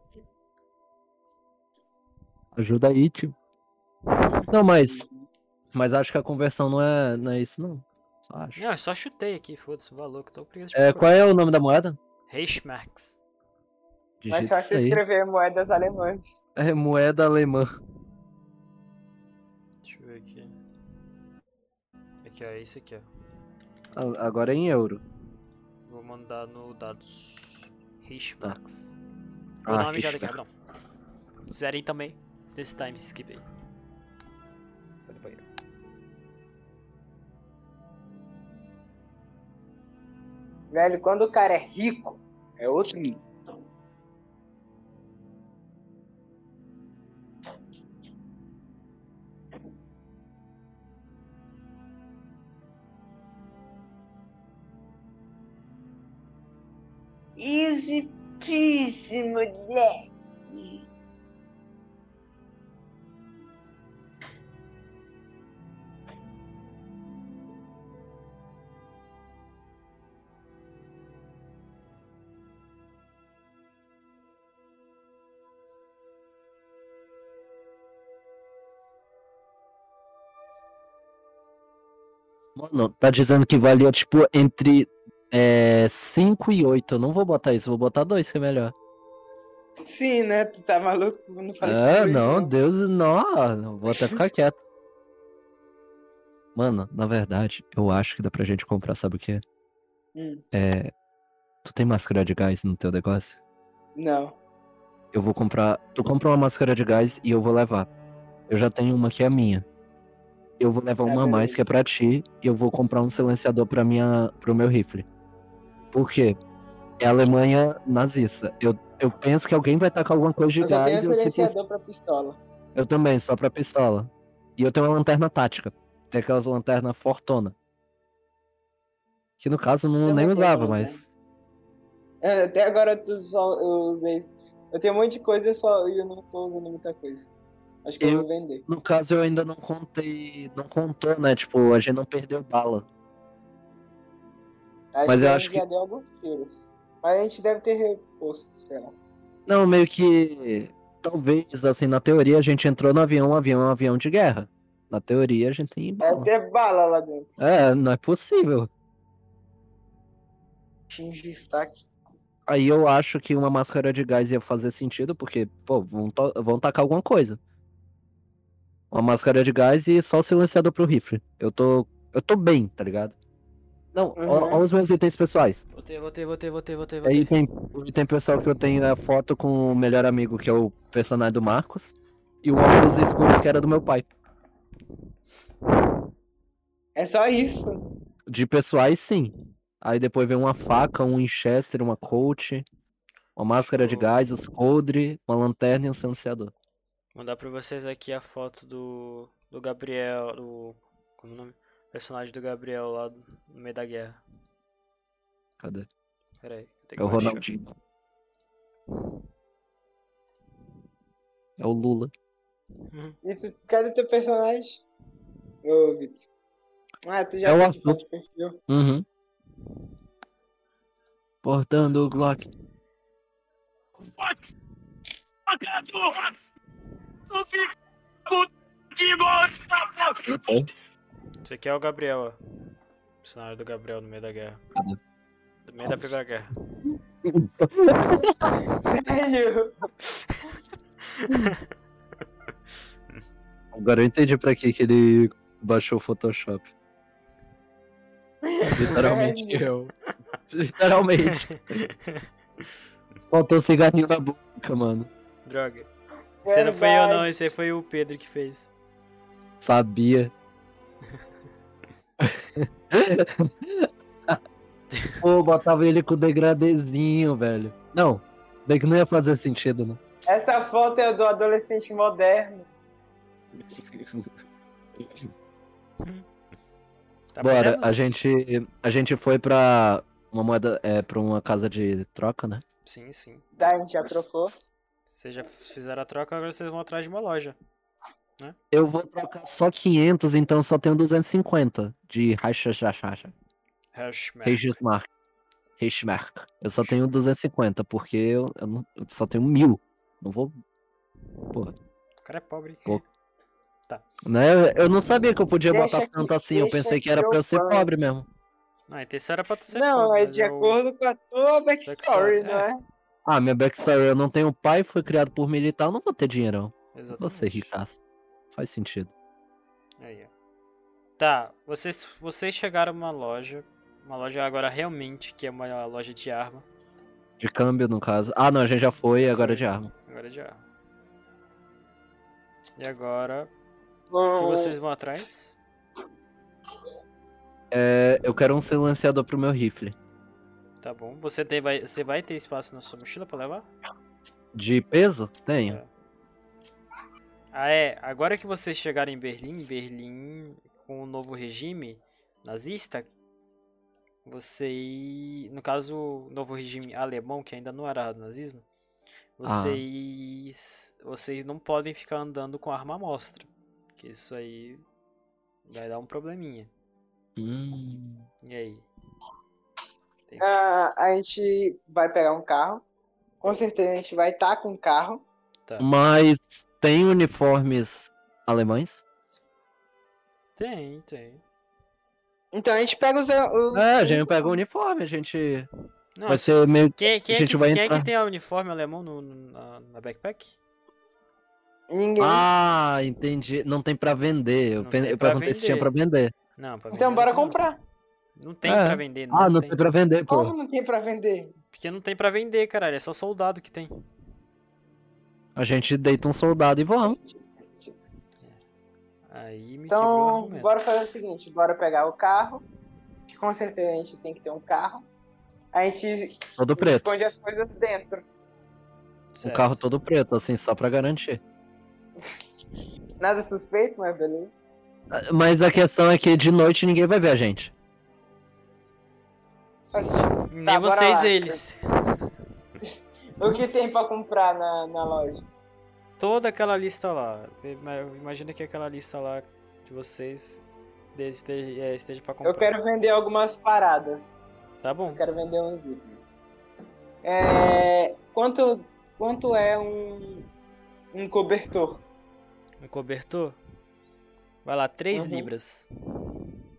Speaker 2: Ajuda aí, tio. Não, mas. Mas acho que a conversão não é, não é isso, não. Só acho.
Speaker 1: Não, eu só chutei aqui, foda-se, o valor que eu tô com preguiça de
Speaker 2: É,
Speaker 1: comprar.
Speaker 2: qual é o nome da moeda?
Speaker 1: Reichsmarks.
Speaker 3: Mas
Speaker 2: Digita
Speaker 3: só se
Speaker 2: isso aí.
Speaker 3: escrever moedas alemãs.
Speaker 2: É moeda alemã.
Speaker 1: Deixa eu ver aqui. Aqui, ó, é isso aqui, ó.
Speaker 2: A- Agora é em euro.
Speaker 1: Vou mandar no dados. Richmax.
Speaker 2: Ah,
Speaker 1: Vou dar uma mijada aqui,
Speaker 2: Richmax.
Speaker 1: não. Zerei também. Desse time skip aí. Vai no banheiro.
Speaker 3: Velho, quando o cara é rico, é outro nível. Easy peasy, moleque.
Speaker 2: Mano, tá dizendo que valia tipo entre 5 e 8. Eu não vou botar isso, vou botar 2 que é melhor.
Speaker 3: Sim, né? Tu tá maluco? Não faz
Speaker 2: Ah,
Speaker 3: isso, né?
Speaker 2: não, Deus, não, vou até ficar quieto. Mano, na verdade, eu acho que dá pra gente comprar, sabe o quê?
Speaker 3: Hum.
Speaker 2: É. Tu tem máscara de gás no teu negócio?
Speaker 3: Não.
Speaker 2: Eu vou comprar. Tu compra uma máscara de gás e eu vou levar. Eu já tenho uma que é minha. Eu vou levar
Speaker 3: Tá,
Speaker 2: uma a mais
Speaker 3: beleza.
Speaker 2: que é pra ti e eu vou comprar um silenciador pra minha, pro meu rifle. Por quê? É a Alemanha nazista. Eu, eu penso que alguém vai tacar alguma coisa de
Speaker 3: Eu só tenho
Speaker 2: gás e eu, simplesmente-
Speaker 3: silenciador pra pistola.
Speaker 2: eu também, só pra pistola. E eu tenho uma lanterna tática. Tem aquelas lanternas fortona. Que no caso não
Speaker 3: Eu
Speaker 2: nem
Speaker 3: não né? tenho
Speaker 2: usava,
Speaker 3: lanterna.
Speaker 2: mas.
Speaker 3: É, Até agora eu, tô só, eu usei. Eu tenho um monte de coisa eu só eu não tô usando muita coisa. Acho que eu,
Speaker 2: Eu-
Speaker 3: vou vender.
Speaker 2: No caso eu ainda não contei. Não contou, né? Tipo, a gente não perdeu bala.
Speaker 3: Acho
Speaker 2: Mas
Speaker 3: que
Speaker 2: eu
Speaker 3: a
Speaker 2: acho
Speaker 3: gente
Speaker 2: que-
Speaker 3: já deu alguns tiros. Mas a gente deve ter reposto, sei lá.
Speaker 2: Não, meio que. Talvez, assim, na teoria a gente entrou no avião, o avião é um avião de guerra. Na teoria a gente tem.
Speaker 3: Deve
Speaker 2: bala.
Speaker 3: ter bala lá dentro.
Speaker 2: É, não é possível.
Speaker 3: Xinge destaque.
Speaker 2: Aí eu acho que uma máscara de gás ia fazer sentido, porque, pô, vão, to- vão tacar alguma coisa. Uma máscara de gás e só o silenciador pro rifle. Eu tô. Eu tô bem, tá ligado? Não, ó,
Speaker 3: Uhum.
Speaker 2: ó os meus itens pessoais.
Speaker 1: Voltei, voltei, voltei, voltei, voltei,
Speaker 2: Aí
Speaker 1: voltei.
Speaker 2: tem, o item pessoal que eu tenho é a foto com o melhor amigo, que é o personagem do Marcos. E o óculos escuros que era do meu pai.
Speaker 3: É só isso.
Speaker 2: De pessoais, sim. Aí depois vem uma faca, um Winchester, uma Colt, uma máscara de
Speaker 1: Show.
Speaker 2: gás, os coldre, uma lanterna e um silenciador.
Speaker 1: mandar pra vocês aqui a foto do, do Gabriel, do. Como é o nome? Personagem do Gabriel lá do- no meio da guerra.
Speaker 2: Cadê?
Speaker 1: Pera aí, eu tenho
Speaker 2: É o
Speaker 1: que baixar.
Speaker 2: Ronaldinho. É o Lula.
Speaker 3: E tu, cadê teu personagem? Ô, Vitor. Ah, tu já
Speaker 2: É o
Speaker 3: viu de
Speaker 2: Arthur.
Speaker 3: foto de perfil?
Speaker 2: Uhum. Portando o Glock. Tá
Speaker 1: Isso aqui é o Gabriel, ó. Personagem do Gabriel no meio da guerra.
Speaker 2: Cadê?
Speaker 1: No meio da primeira guerra.
Speaker 3: Velho,
Speaker 2: Agora eu entendi pra que, que ele baixou o Photoshop. Literalmente eu. Literalmente. Faltou um cigarrinho na boca, mano.
Speaker 1: Droga. Você não foi eu não, esse aí foi o Pedro que fez.
Speaker 2: Sabia. Pô, botava ele com degradezinho, velho. Não, daí que não ia fazer sentido, né?
Speaker 3: Essa foto é do adolescente moderno.
Speaker 1: Tá
Speaker 2: Bora, a
Speaker 1: vendo?
Speaker 2: gente, a gente foi pra uma moeda, é, pra uma casa de troca, né?
Speaker 1: Sim, sim.
Speaker 3: Tá, a gente já trocou.
Speaker 1: Vocês já fizeram a troca, agora vocês vão atrás de uma loja.
Speaker 2: Eu vou trocar só 500, então só tenho 250 de Reichsmark.
Speaker 1: Hashmark.
Speaker 2: Reichsmark. Reichsmark. Eu só tenho 250, porque eu, eu não- eu só tenho mil. Não vou.
Speaker 1: O cara é pobre.
Speaker 2: Pô. Né? Eu não sabia que eu podia
Speaker 3: Deixa
Speaker 2: botar
Speaker 3: que-
Speaker 2: tanto assim. Eu
Speaker 3: deixa
Speaker 2: pensei que
Speaker 3: que
Speaker 2: era
Speaker 3: eu
Speaker 2: pra eu ser
Speaker 3: banho.
Speaker 2: pobre mesmo.
Speaker 1: Não, a intenção era pra tu ser
Speaker 3: não,
Speaker 1: pobre,
Speaker 3: é
Speaker 1: mas
Speaker 3: de
Speaker 1: eu-
Speaker 3: acordo com a tua backstory,
Speaker 1: Backstory,
Speaker 3: não é?
Speaker 2: Ah, minha backstory, eu não tenho pai, fui criado por militar, eu não vou ter dinheirão.
Speaker 1: Exatamente.
Speaker 2: Vou ser ricaço. Faz sentido.
Speaker 1: Aí, ó. Tá, vocês, vocês chegaram numa loja. Uma loja agora realmente, que é uma loja de arma.
Speaker 2: De câmbio, no caso. Ah, não, a gente já foi, agora é
Speaker 1: foi.
Speaker 2: de arma.
Speaker 1: Agora é de arma. E agora, o que
Speaker 3: Bom,
Speaker 1: vocês vão atrás?
Speaker 2: É, eu quero um silenciador pro meu rifle.
Speaker 1: Tá bom. Você, tem, vai, você vai ter espaço na sua mochila pra levar?
Speaker 2: De peso?
Speaker 1: É.
Speaker 2: Tenho.
Speaker 1: Ah, é. Agora que vocês chegaram em Berlim, Berlim, com o novo regime nazista, vocês. No caso, o novo regime alemão, que ainda não era nazismo,
Speaker 2: Ah.
Speaker 1: vocês. Vocês não podem ficar andando com arma à mostra. Que isso aí vai dar um probleminha.
Speaker 2: Hum.
Speaker 1: E aí?
Speaker 3: ah, a gente vai pegar um carro. Com certeza a gente vai estar com um carro.
Speaker 1: Tá.
Speaker 2: Mas tem uniformes alemães?
Speaker 1: Tem, tem.
Speaker 3: Então a gente pega os. os
Speaker 2: É, a gente pega o uniforme, a gente.
Speaker 1: Não,
Speaker 2: Vai ser meio.
Speaker 1: quem, quem,
Speaker 2: a
Speaker 1: é
Speaker 2: gente
Speaker 1: que,
Speaker 2: vai
Speaker 1: quem é que
Speaker 2: entrar.
Speaker 1: tem o uniforme alemão no, no- na, na backpack?
Speaker 3: Ninguém.
Speaker 2: Ah, entendi. Não tem pra vender. Eu,
Speaker 1: Não
Speaker 2: pen-
Speaker 1: tem
Speaker 2: eu
Speaker 1: pra
Speaker 2: perguntei se tinha
Speaker 1: vender.
Speaker 2: pra vender.
Speaker 1: Não, pra
Speaker 3: Então
Speaker 1: vender
Speaker 3: bora
Speaker 1: não tem-
Speaker 3: comprar.
Speaker 1: Não tem
Speaker 2: É.
Speaker 1: pra vender, não,
Speaker 2: Ah, não
Speaker 1: tem.
Speaker 2: tem pra vender,
Speaker 3: Como
Speaker 2: pô.
Speaker 3: não tem pra vender?
Speaker 1: Porque não tem pra vender, caralho. É só soldado que tem.
Speaker 2: A gente deita um soldado e voa.
Speaker 1: Aí me quebrou o
Speaker 3: Então,
Speaker 1: argumento.
Speaker 3: bora fazer o seguinte, bora pegar o carro, que com certeza a gente tem que ter um carro. A gente
Speaker 2: Todo preto.
Speaker 3: esconde as coisas dentro.
Speaker 2: Um
Speaker 1: Certo.
Speaker 2: carro todo preto, assim, só pra garantir.
Speaker 3: Nada suspeito, mas beleza.
Speaker 2: Ah, Mas a questão é que de noite ninguém vai ver a gente.
Speaker 3: Faz sentido.
Speaker 1: Nem
Speaker 3: Tá, bora
Speaker 1: vocês,
Speaker 3: lá.
Speaker 1: eles.
Speaker 3: O que tem pra comprar na, na loja?
Speaker 1: Toda aquela lista lá. Ima- Imagina que aquela lista lá de vocês de- esteja, é, esteja pra comprar.
Speaker 3: Eu quero vender algumas paradas.
Speaker 1: Tá bom.
Speaker 3: Eu quero vender uns itens. É, quanto, quanto é um, um cobertor?
Speaker 1: Um cobertor. Vai lá, 3
Speaker 3: Uhum.
Speaker 1: libras.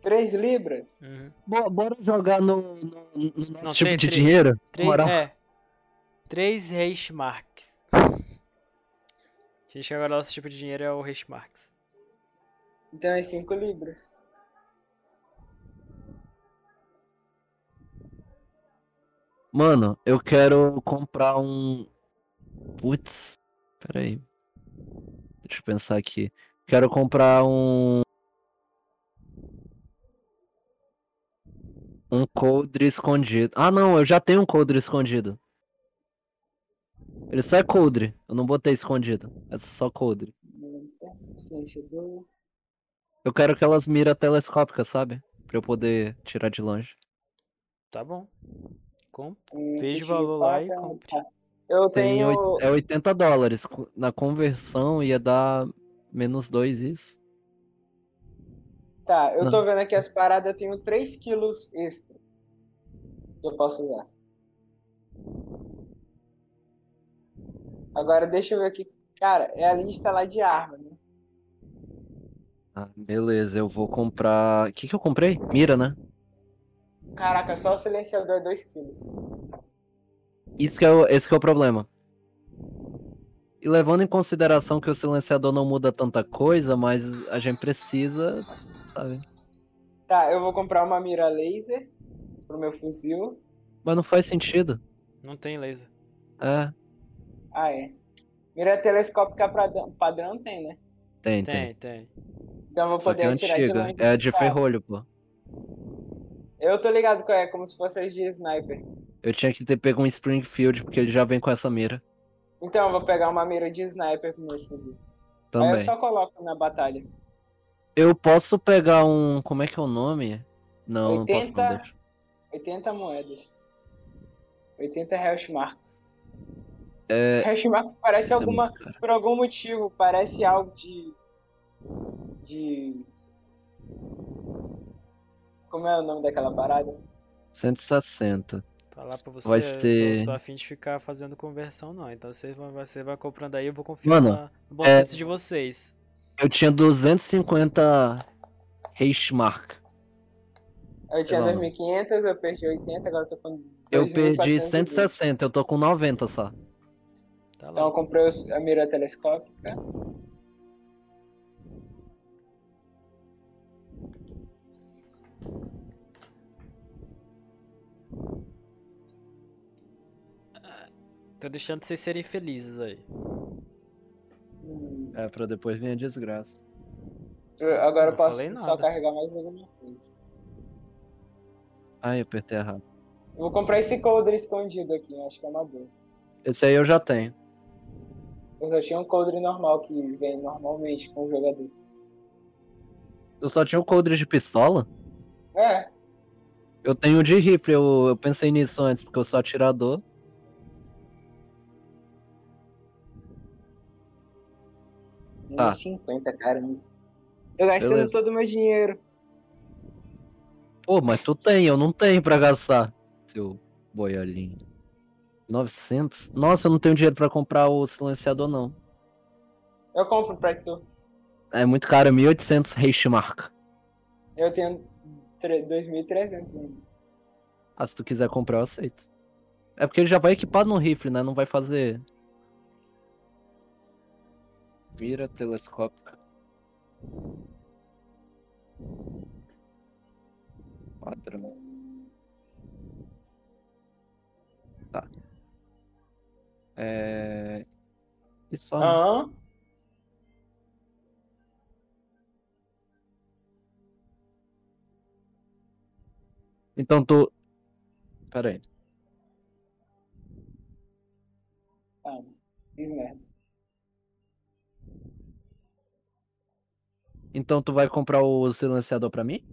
Speaker 3: 3 libras?
Speaker 1: Uhum.
Speaker 2: Bo- Bora jogar no, no- no nosso
Speaker 1: Não,
Speaker 2: tipo
Speaker 1: três-
Speaker 2: de
Speaker 1: três-
Speaker 2: dinheiro.
Speaker 1: Três,
Speaker 2: Moral.
Speaker 1: é. 3 Reichsmarks. Gente, que agora nosso tipo de dinheiro é o Reichsmarks.
Speaker 3: Então é 5 libras.
Speaker 2: Mano, eu quero comprar um. Putz, peraí. Deixa eu pensar aqui. Quero comprar um. Um coldre escondido. Ah, não, eu já tenho um coldre escondido. Ele só é coldre. Eu não botei escondido. É só coldre.
Speaker 3: Hum, Silenciador.
Speaker 2: Eu quero aquelas miras telescópicas, sabe? Pra eu poder tirar de longe.
Speaker 1: Tá bom. Compre.
Speaker 3: um
Speaker 1: Veja o
Speaker 3: feixe de
Speaker 1: valor lá e
Speaker 3: pata.
Speaker 1: compre.
Speaker 3: Eu
Speaker 2: Tem
Speaker 3: tenho.
Speaker 2: oit- É 80 dólares. Co- Na conversão ia dar menos 2 isso.
Speaker 3: Tá, eu tô vendo aqui as paradas, eu tenho 3 quilos extra. Que eu posso usar. Agora deixa eu ver aqui. Cara, é a lista lá de arma, né?
Speaker 2: Ah, beleza, eu vou comprar. O que, que eu comprei? Mira, né?
Speaker 3: Caraca, só o silenciador é 2 quilos.
Speaker 2: Isso que é o... Esse que é o problema. E levando em consideração que o silenciador não muda tanta coisa, mas a gente precisa, sabe?
Speaker 3: Tá, eu vou comprar uma mira laser pro meu fuzil.
Speaker 2: Mas não faz sentido.
Speaker 1: Não tem laser.
Speaker 2: É,
Speaker 3: Ah, é. Mira telescópica padrão, padrão tem, né?
Speaker 2: tem,
Speaker 1: Tem,
Speaker 2: tem.
Speaker 1: tem.
Speaker 3: Então eu vou
Speaker 2: Só que é
Speaker 3: poder tirar de
Speaker 2: antiga.
Speaker 3: longe.
Speaker 2: É de
Speaker 3: dos caras.
Speaker 2: ferrolho, pô.
Speaker 3: Eu tô ligado qual é, como se fosse as de sniper.
Speaker 2: Eu tinha que ter pego um Springfield, porque ele já vem com essa mira.
Speaker 3: Então eu vou pegar uma mira de sniper pro meu fuzil. Aí eu
Speaker 2: Também.
Speaker 3: só coloco na batalha.
Speaker 2: Eu posso pegar um. Como é que é o nome? Não, não posso não,
Speaker 3: 80.
Speaker 2: deixa.
Speaker 3: 80 moedas. 80 hashmarks.
Speaker 2: É,
Speaker 3: Hashmarks
Speaker 2: isso
Speaker 3: parece
Speaker 2: é
Speaker 3: alguma.
Speaker 2: muito caro.
Speaker 3: Por algum motivo, parece algo de. De. Como é o nome daquela parada?
Speaker 2: 160.
Speaker 1: Falar pra você,
Speaker 2: Vai
Speaker 1: eu tô-
Speaker 2: ser-
Speaker 1: tô afim de ficar fazendo conversão não. Então você vai, você vai comprando aí, eu vou confiar
Speaker 2: Mano,
Speaker 1: na- no bom
Speaker 2: é-
Speaker 1: senso de vocês.
Speaker 2: Eu tinha 250 Reichsmark.
Speaker 3: Eu tinha
Speaker 2: Sei lá, mano.
Speaker 3: 2.500, eu perdi 80, agora eu tô com.
Speaker 2: Eu
Speaker 3: 2.420.
Speaker 2: perdi 160, eu tô com 90 só.
Speaker 1: Tá lá.
Speaker 3: Então eu comprei os- a mira telescópica.
Speaker 1: Tô deixando vocês serem felizes aí.
Speaker 3: Hum,
Speaker 2: É, pra depois vir a desgraça.
Speaker 3: eu- Agora eu
Speaker 1: Não
Speaker 3: posso
Speaker 1: falei
Speaker 3: só
Speaker 1: nada.
Speaker 3: carregar mais alguma coisa.
Speaker 2: Ai, eu apertei errado.
Speaker 3: Eu vou comprar esse coldre escondido aqui, eu acho que é uma boa.
Speaker 2: Esse aí eu já tenho.
Speaker 3: Eu só tinha um coldre normal que vem normalmente com o jogador.
Speaker 2: Eu só tinha o coldre de pistola?
Speaker 3: É,
Speaker 2: Eu tenho o de rifle, eu, eu pensei nisso antes, porque eu sou atirador. Tá.
Speaker 3: 150, caramba. Tô gastando
Speaker 2: Beleza.
Speaker 3: todo o meu dinheiro.
Speaker 2: Pô, mas tu tem, eu não tenho pra gastar. Seu boiolinho. 900? Nossa, eu não tenho dinheiro pra comprar o silenciador, não.
Speaker 3: Eu compro pra tu.
Speaker 2: É muito caro, 1800 Reichsmark.
Speaker 3: Eu tenho tre- 2.300 ainda.
Speaker 2: Ah, se tu quiser comprar, eu aceito. É porque ele já vai equipado no rifle, né? Não vai fazer. Mira telescópica. pra mim. Tá. É... E só...
Speaker 3: Aham.
Speaker 2: Então tu... Pera aí.
Speaker 3: Ah, fiz merda.
Speaker 2: Então tu vai comprar o silenciador pra mim?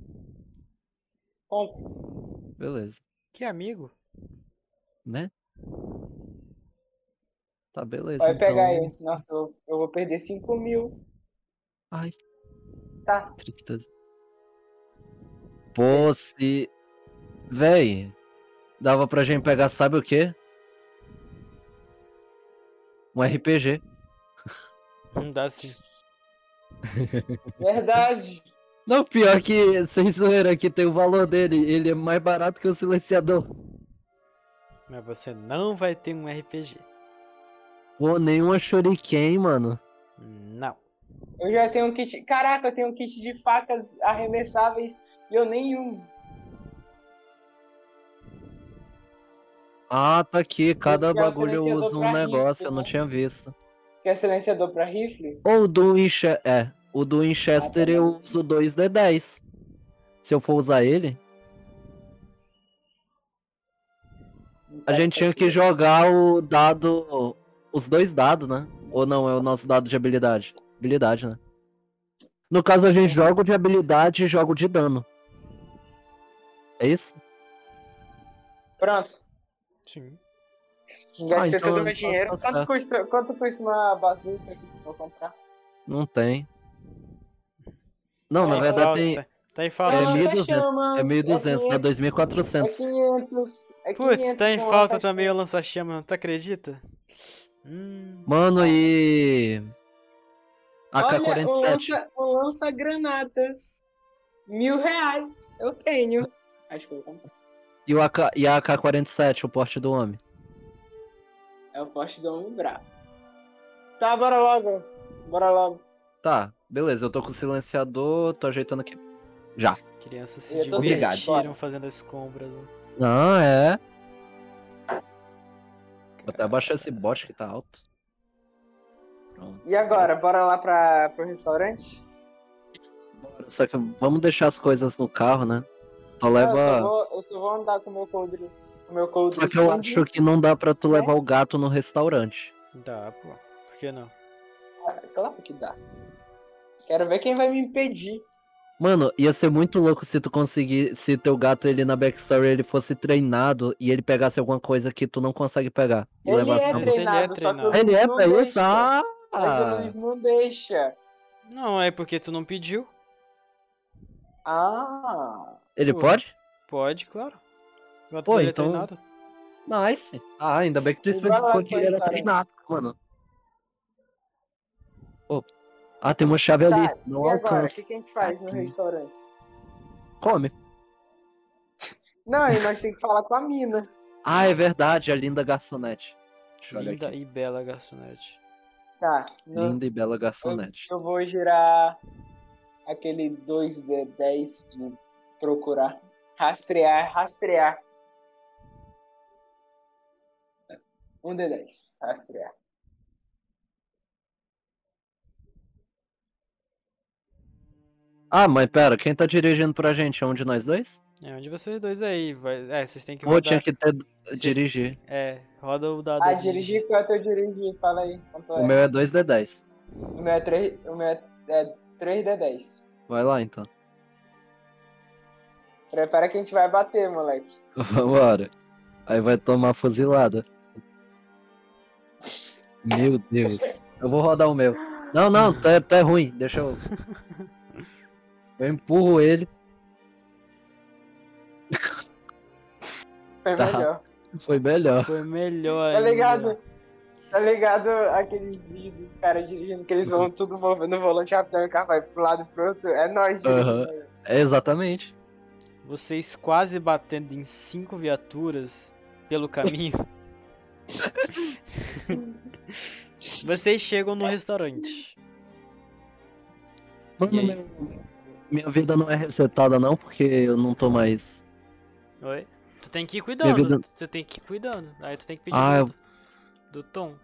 Speaker 3: Bom,
Speaker 2: Beleza.
Speaker 1: Que amigo?
Speaker 2: Né? Tá, beleza.
Speaker 3: vai pegar
Speaker 2: então...
Speaker 3: ele. Nossa, eu, eu vou perder 5 mil.
Speaker 2: Ai.
Speaker 3: Tá.
Speaker 2: Tristeza. Pô, se... Véi, dava pra gente pegar, sabe o quê? Um RPG.
Speaker 1: Não dá assim, sim.
Speaker 3: Verdade.
Speaker 2: Não, pior que, sem zoeira, aqui tem o valor dele. Ele é mais barato que o silenciador.
Speaker 1: Mas você não vai ter um RPG.
Speaker 2: Pô, nenhuma shuriken, mano.
Speaker 1: Não.
Speaker 3: Eu já tenho um kit. Caraca, eu tenho um kit de facas arremessáveis e eu nem uso.
Speaker 2: Ah, tá aqui. Cada
Speaker 3: Porque é o
Speaker 2: bagulho eu
Speaker 3: silenciador
Speaker 2: uso um
Speaker 3: pra rico,
Speaker 2: negócio, eu
Speaker 3: né?
Speaker 2: não tinha visto.
Speaker 3: Quer silenciador pra rifle?
Speaker 2: Ou o do Winchester. É, o
Speaker 3: Ah,
Speaker 2: do
Speaker 3: tá
Speaker 2: Winchester eu uso 2D10. Se eu for usar ele, a
Speaker 3: É,
Speaker 2: gente tinha que jogar o dado. Os dois dados, né? Ou não, é o nosso dado de habilidade. Habilidade, né? No caso, a gente joga o de habilidade e joga o de dano. É isso?
Speaker 3: Pronto.
Speaker 1: Sim.
Speaker 3: Gastei
Speaker 2: então
Speaker 3: todo o
Speaker 2: tá-
Speaker 3: meu dinheiro.
Speaker 2: tá
Speaker 3: quanto,
Speaker 2: certo.
Speaker 3: custa, quanto custa uma bazuca que eu vou comprar?
Speaker 2: Não tem. Não,
Speaker 1: tá
Speaker 2: na
Speaker 1: em
Speaker 2: verdade
Speaker 1: falta,
Speaker 2: tem.
Speaker 1: Tá, tá em
Speaker 2: É
Speaker 1: falta.
Speaker 3: Não,
Speaker 1: gente.
Speaker 3: tá
Speaker 2: 1.200,
Speaker 3: chama,
Speaker 2: É 1.200, dá
Speaker 3: É
Speaker 2: 2.400.
Speaker 3: 500. É 500
Speaker 1: Putz, tá em
Speaker 3: com
Speaker 1: falta
Speaker 3: lança-chamas.
Speaker 1: também o lança-chama, tu acredita? Hum,
Speaker 2: Mano, e.
Speaker 3: Olha, o
Speaker 2: AK-47.
Speaker 3: lança- o lança-granadas. Mil reais. Eu tenho. Acho que eu vou comprar.
Speaker 2: E, o AK, e a AK-47, o porte do homem.
Speaker 3: É o poste do homem bravo. Tá, bora logo. Bora logo.
Speaker 2: Tá, beleza, eu tô com o silenciador, tô ajeitando aqui. Já.
Speaker 1: crianças se
Speaker 3: Eu tô sem,
Speaker 1: divertiram
Speaker 3: bora.
Speaker 1: fazendo as compras. né?
Speaker 2: Não, é. Vou até abaixar esse bot que tá alto. Pronto.
Speaker 3: E agora, bora lá pra, pro restaurante?
Speaker 2: Bora, Só que vamos deixar as coisas no carro, né? Só
Speaker 3: Eu, É, só
Speaker 2: leva.
Speaker 3: vou, eu só vou andar com o meu coldre. Com o meu coldre.
Speaker 2: Só que eu
Speaker 3: escondido.
Speaker 2: acho que não dá pra tu
Speaker 3: né?
Speaker 2: levar o gato no restaurante.
Speaker 1: Dá, pô. Por que não?
Speaker 3: Ah, Claro que dá. Quero ver quem vai me impedir.
Speaker 2: Mano, ia ser muito louco se tu conseguir, se teu gato ele na backstory ele fosse treinado e ele pegasse alguma coisa que tu não consegue pegar. E
Speaker 3: Ele
Speaker 2: levasse
Speaker 3: é
Speaker 2: pra
Speaker 1: Mas
Speaker 2: você.
Speaker 1: ele é
Speaker 3: treinado, só que o
Speaker 1: treinado.
Speaker 3: Luiz
Speaker 2: Ele é,
Speaker 3: não
Speaker 2: velho,
Speaker 3: deixa.
Speaker 2: ah!
Speaker 3: Mas o Luiz não deixa.
Speaker 1: Não, é porque tu não pediu.
Speaker 3: Ah.
Speaker 2: Ele
Speaker 1: Pô.
Speaker 2: pode?
Speaker 1: Pode, claro. Agora tu
Speaker 2: Pô,
Speaker 1: ele é
Speaker 2: então-
Speaker 1: treinado.
Speaker 2: Nice. Ah, ainda bem que tu
Speaker 3: Ele vai
Speaker 2: especificou
Speaker 3: lá,
Speaker 2: que ele era
Speaker 3: coitado.
Speaker 2: treinado, mano. Pô. Ah, tem uma chave ali.
Speaker 3: Tá,
Speaker 2: Não
Speaker 3: e agora? O
Speaker 2: alcança.
Speaker 3: que, que a gente faz no
Speaker 2: Aqui.
Speaker 3: restaurante?
Speaker 2: Come.
Speaker 3: Não, e nós temos que falar com a mina.
Speaker 2: Ah, é verdade, a linda garçonete. Deixa eu olhar
Speaker 1: Linda
Speaker 2: aqui.
Speaker 1: e bela garçonete.
Speaker 3: Tá. no-
Speaker 2: Linda e bela garçonete.
Speaker 3: Eu vou girar aquele 2D10 de procurar. Rastrear, rastrear. Um D10, rastrear.
Speaker 2: Ah, mas pera, quem tá dirigindo pra gente? É um de nós dois?
Speaker 1: É onde vocês dois aí. Vai... É, vocês têm que
Speaker 2: Ou
Speaker 1: rodar.
Speaker 2: tinha que ter
Speaker 1: Vocês-
Speaker 2: dirigir?
Speaker 1: É, roda o dado.
Speaker 3: Ah,
Speaker 1: de-
Speaker 3: dirigir quanto eu dirigi? Fala aí. Quanto
Speaker 2: O
Speaker 3: é?
Speaker 2: meu é 2D10.
Speaker 3: O meu é 3, o meu é, é 3D10.
Speaker 2: Vai lá então.
Speaker 3: Prepara que a gente vai bater, moleque.
Speaker 2: Vambora. Aí vai tomar fuzilada. Meu Deus. Eu vou rodar o meu. Não, não, tá, tá ruim. Deixa eu. Eu empurro ele.
Speaker 3: Foi
Speaker 2: Tá. né?
Speaker 3: melhor.
Speaker 2: Foi melhor.
Speaker 1: Foi melhor.
Speaker 3: Tá
Speaker 1: ainda.
Speaker 3: ligado? Tá ligado aqueles vídeos dos caras dirigindo que eles
Speaker 2: Uhum.
Speaker 3: vão tudo movendo o volante rapidão e o carro vai pro lado e pro outro? É nós dirigindo.
Speaker 2: Aham. É, exatamente.
Speaker 1: Vocês quase batendo em cinco viaturas pelo caminho. Vocês chegam no restaurante.
Speaker 2: Mano,
Speaker 1: E aí?
Speaker 2: meu- minha vida não é resetada, não, porque eu não tô mais
Speaker 1: Oi? Tu tem que ir cuidando.
Speaker 2: vida-
Speaker 1: Tu tem que ir cuidando. Aí tu tem que pedir
Speaker 2: Ah,
Speaker 1: ajuda do Tom.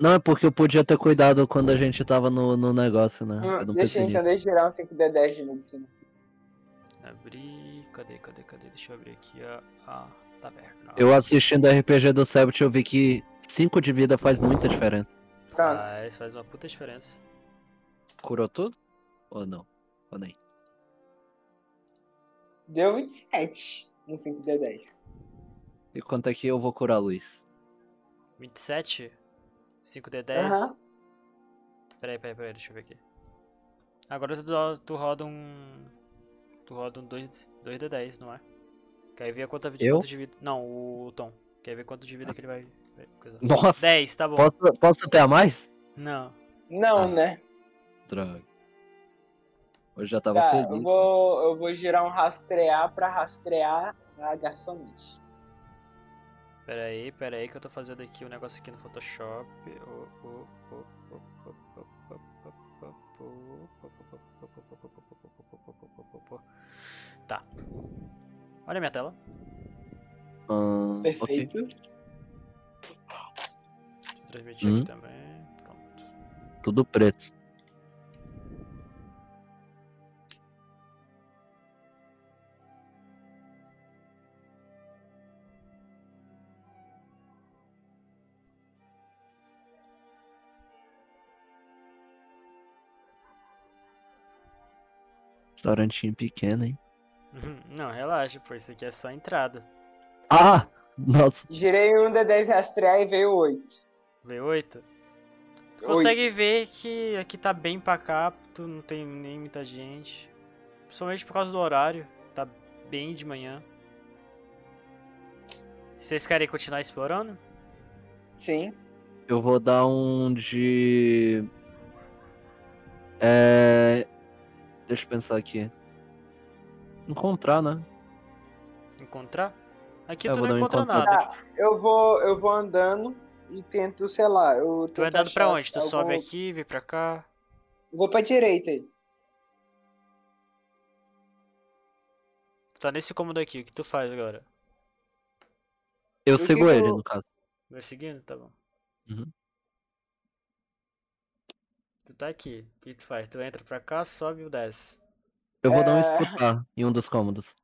Speaker 2: Não, é porque eu podia ter cuidado quando a gente tava no, no negócio, né? Eu não
Speaker 3: deixa
Speaker 2: pensei
Speaker 3: eu então,
Speaker 2: nisso.
Speaker 3: deixa eu tirar um 5D10 de medicina.
Speaker 1: Abrir. Cadê, cadê, cadê? Deixa eu abrir aqui Ah, tá a, a taberna.
Speaker 2: Eu assistindo o RPG do Sept, eu vi que 5 de vida faz muita diferença.
Speaker 3: Pronto.
Speaker 1: Faz, faz uma puta diferença.
Speaker 2: Curou tudo? Ou não? Ou nem?
Speaker 3: Deu 27 no 5D10.
Speaker 2: E quanto aqui eu vou curar a luz?
Speaker 1: 27? 5D10?
Speaker 3: Aham.
Speaker 1: Peraí, peraí, peraí, deixa eu ver aqui. Agora tu, dó- tu roda um. Tu roda um 2, 2D10, não é? Quer ver quanto de,
Speaker 2: Eu?
Speaker 1: quanto de vida. Não, o Tom. Quer ver quanto de vida que ele vai. vai coisa.
Speaker 2: Nossa!
Speaker 1: 10, tá bom.
Speaker 2: Posso, posso ter a mais?
Speaker 1: Não.
Speaker 3: Não,
Speaker 2: Ah,
Speaker 3: né?
Speaker 2: Droga. Eu já tava
Speaker 3: Tá, eu
Speaker 2: feliz. né?
Speaker 3: vou, eu vou girar um rastrear pra rastrear a garçonete.
Speaker 1: Peraí, peraí, que eu tô fazendo aqui um negócio aqui no Photoshop. Ô, ô, ô, ô, ô, ô, ô, ô, ô, ô, ô, ô, ô, ô, ô, ô, ô, ô, ô, ô, ô, ô, ô, ô, ô, ô, ô. Tá. Olha a minha tela.
Speaker 2: Hum, ok.
Speaker 3: Perfeito.
Speaker 1: Deixa eu transmitir
Speaker 2: Hum.
Speaker 1: aqui também. Pronto.
Speaker 2: Tudo preto. Restaurantinho pequeno, hein?
Speaker 1: Não, relaxa, pô, isso aqui é só a entrada.
Speaker 2: Ah! Nossa,
Speaker 3: Girei um D10 rastrear e veio 8.
Speaker 1: V8. Tu consegue ver que aqui tá bem pacato, não tem nem muita gente. Principalmente por causa do horário, tá bem de manhã. Vocês querem continuar explorando?
Speaker 3: Sim.
Speaker 2: eu vou dar um de. É. Deixa eu pensar aqui. Encontrar, né?
Speaker 1: Encontrar? Aqui
Speaker 2: Eu
Speaker 1: tu
Speaker 2: vou dar
Speaker 1: não
Speaker 2: um
Speaker 1: encontra
Speaker 2: encontro.
Speaker 1: nada.
Speaker 3: Eu vou, eu vou andando e tento, sei lá. tá Eu
Speaker 1: Tu é
Speaker 3: tento
Speaker 1: dado pra
Speaker 3: achar
Speaker 1: onde? Tu
Speaker 3: algum-
Speaker 1: sobe aqui, vem pra cá.
Speaker 3: Vou pra direita aí.
Speaker 1: Tu tá nesse cômodo aqui, o que tu faz agora?
Speaker 2: Eu
Speaker 3: que
Speaker 2: sigo
Speaker 3: que
Speaker 2: ele,
Speaker 3: eu-
Speaker 2: no caso.
Speaker 1: Vai seguindo? Tá bom.
Speaker 2: Uhum.
Speaker 1: Tu tá aqui. O que tu faz? Tu entra pra cá, sobe ou desce?
Speaker 2: Eu vou dar um
Speaker 3: É.
Speaker 2: escutar em um dos cômodos.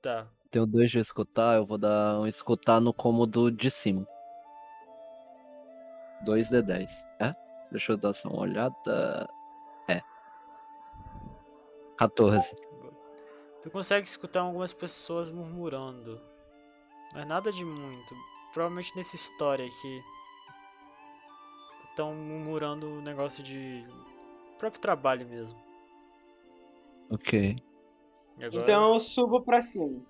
Speaker 1: Tá.
Speaker 2: Tenho dois de escutar, eu vou dar um escutar no cômodo de cima. 2 de 10. É? Deixa eu dar só uma olhada. É. 14.
Speaker 1: Tu consegue escutar algumas pessoas murmurando. Mas nada de muito. Provavelmente nessa história aqui. Estão murmurando um negócio de. próprio trabalho mesmo.
Speaker 2: Ok.
Speaker 1: E agora?
Speaker 3: Então eu subo pra cima.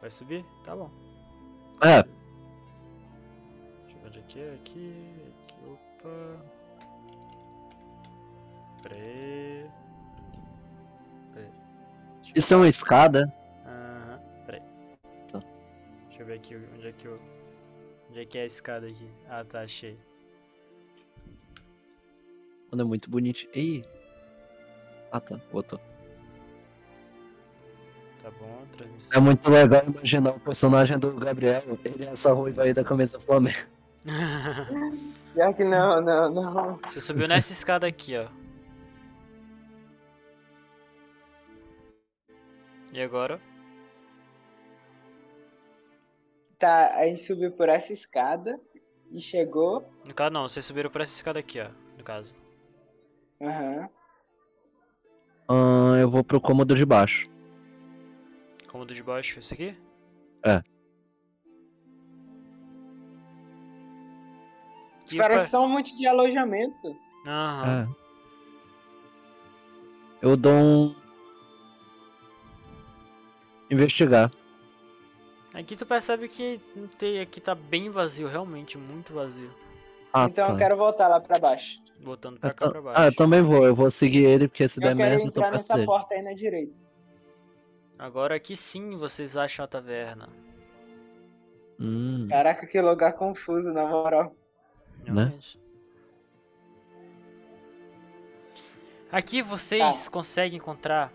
Speaker 1: Vai subir? Tá bom.
Speaker 2: É,
Speaker 1: Deixa eu ver onde é que é. Aqui. Aqui. Opa. Pera aí. Pera aí. Deixa eu
Speaker 2: isso é uma escada?
Speaker 1: Aham, peraí.
Speaker 2: Tá.
Speaker 1: Deixa eu ver aqui onde é que eu. Onde é que é a escada aqui? Ah tá, achei.
Speaker 2: Mano, é muito bonito. Ih. Ah tá, botou.
Speaker 1: Tá bom, transmissão.
Speaker 2: É muito legal imaginar o personagem do Gabriel. Ele é essa ruiva aí da camisa do Flamengo.
Speaker 3: Já que não, não, não.
Speaker 1: Você subiu nessa escada aqui, ó. E agora?
Speaker 3: Tá, a gente subiu por essa escada e chegou.
Speaker 1: No caso não, vocês subiram por essa escada aqui, ó. No caso.
Speaker 3: Aham.
Speaker 2: Ah, eu vou pro cômodo de baixo.
Speaker 1: Cômodo de baixo, isso aqui?
Speaker 2: É.
Speaker 1: Que
Speaker 3: Parece
Speaker 1: pa-
Speaker 3: só um monte de alojamento.
Speaker 1: Aham.
Speaker 2: É. Eu dou um. Investigar. É.
Speaker 1: Aqui tu percebe que não tem, aqui tá bem vazio, realmente muito vazio.
Speaker 2: Ah,
Speaker 3: então
Speaker 2: tá.
Speaker 3: eu quero voltar lá pra baixo.
Speaker 1: Botando pra
Speaker 2: Eu
Speaker 1: cá
Speaker 2: tam-
Speaker 1: pra
Speaker 2: Ah, eu
Speaker 1: baixo.
Speaker 2: também vou. Eu vou seguir ele, porque se der
Speaker 3: Eu quero
Speaker 2: merda, eu tô
Speaker 3: entrar
Speaker 2: perto
Speaker 3: nessa
Speaker 2: dele.
Speaker 3: porta aí na direita.
Speaker 1: Agora aqui sim vocês acham a taverna.
Speaker 2: Hum,
Speaker 3: Caraca, que lugar confuso, na moral.
Speaker 1: Realmente. Aqui vocês conseguem encontrar.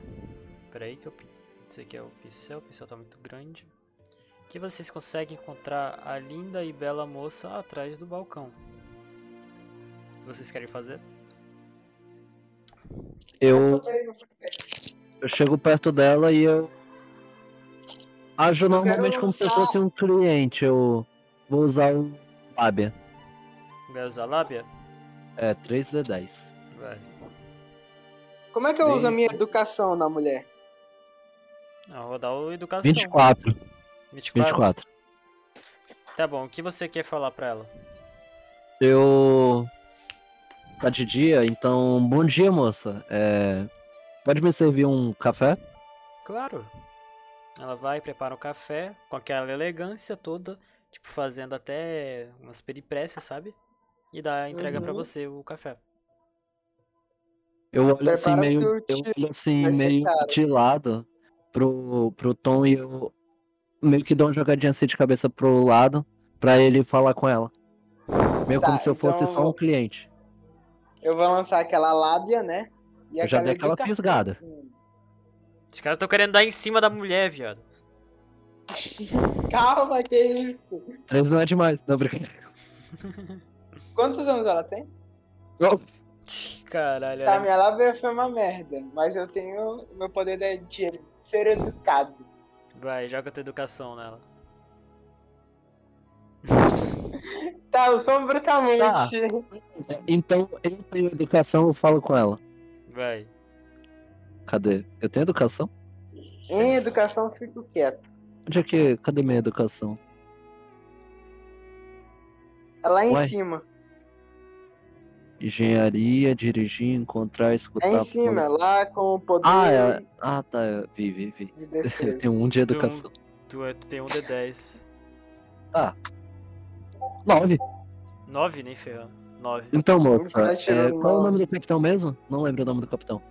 Speaker 1: Peraí que eu. pin- Esse aqui é o pincel, o pincel tá muito grande. Que vocês conseguem encontrar a linda e bela moça atrás do balcão. Vocês querem fazer?
Speaker 2: Eu, eu chego perto dela e eu ajo normalmente como se eu
Speaker 3: usar-
Speaker 2: fosse um cliente. Eu vou usar um o lábia.
Speaker 1: Vai usar a lábia?
Speaker 2: É 3D10.
Speaker 1: Vai.
Speaker 3: Como é que eu uso a minha
Speaker 2: Vinte.
Speaker 3: educação na mulher?
Speaker 1: Não, vou dar o educação.
Speaker 2: 24.
Speaker 1: 24.
Speaker 2: 24.
Speaker 1: Tá bom, o que você quer falar pra ela?
Speaker 2: Eu. Tá de dia, então. Bom dia, moça. É, Pode me servir um café?
Speaker 1: Claro. Ela vai, prepara o café com aquela elegância toda, tipo fazendo até umas peripécias, sabe? E dá entrega pra
Speaker 3: Uhum.
Speaker 1: você o café.
Speaker 2: Eu olho
Speaker 3: Prepara
Speaker 2: assim meio,
Speaker 3: que eu te-
Speaker 2: eu olho assim
Speaker 3: vai ser
Speaker 2: meio
Speaker 3: caro.
Speaker 2: de lado pro, pro Tom e eu meio que dou uma jogadinha assim de cabeça pro lado pra ele falar com ela. Meio
Speaker 3: Tá,
Speaker 2: como se eu fosse
Speaker 3: então eu
Speaker 2: só um
Speaker 3: vou-
Speaker 2: cliente.
Speaker 3: Eu vou lançar aquela lábia, né? E
Speaker 2: Eu já dei aquela
Speaker 3: educação.
Speaker 2: fisgada.
Speaker 1: Os caras tão querendo dar em cima da mulher, viado.
Speaker 3: Calma, que isso?
Speaker 2: Três não é demais, não brincadeira.
Speaker 3: Quantos anos ela tem?
Speaker 1: Caralho,
Speaker 3: Tá,
Speaker 1: ela-
Speaker 3: minha lábia foi uma merda, mas eu tenho meu poder é de ser educado.
Speaker 1: vai, joga tua educação nela.
Speaker 3: Tá, eu sou um brutamente.
Speaker 2: Tá. Então eu tenho educação, eu falo com ela.
Speaker 1: Vai.
Speaker 2: Cadê? Eu tenho educação?
Speaker 3: Em educação, fico quieto.
Speaker 2: Onde é que. Cadê minha educação?
Speaker 3: É lá em
Speaker 2: Ué,
Speaker 3: cima.
Speaker 2: Engenharia, dirigir, encontrar, escutar.
Speaker 3: É em cima,
Speaker 2: falar.
Speaker 3: lá com o poder
Speaker 2: tá Ah, é. Ah, tá. eu Vi, vi, vi.
Speaker 3: de
Speaker 2: Eu
Speaker 3: defesa.
Speaker 2: tenho um de educação.
Speaker 1: Tu, é- tu tem um D10.
Speaker 2: Nove.
Speaker 1: 9, nem ferrando. 9.
Speaker 2: Então, moça,
Speaker 3: Nunca tirou
Speaker 2: é, qual é o
Speaker 3: nove.
Speaker 2: nome do capitão mesmo? Não lembro o nome do capitão.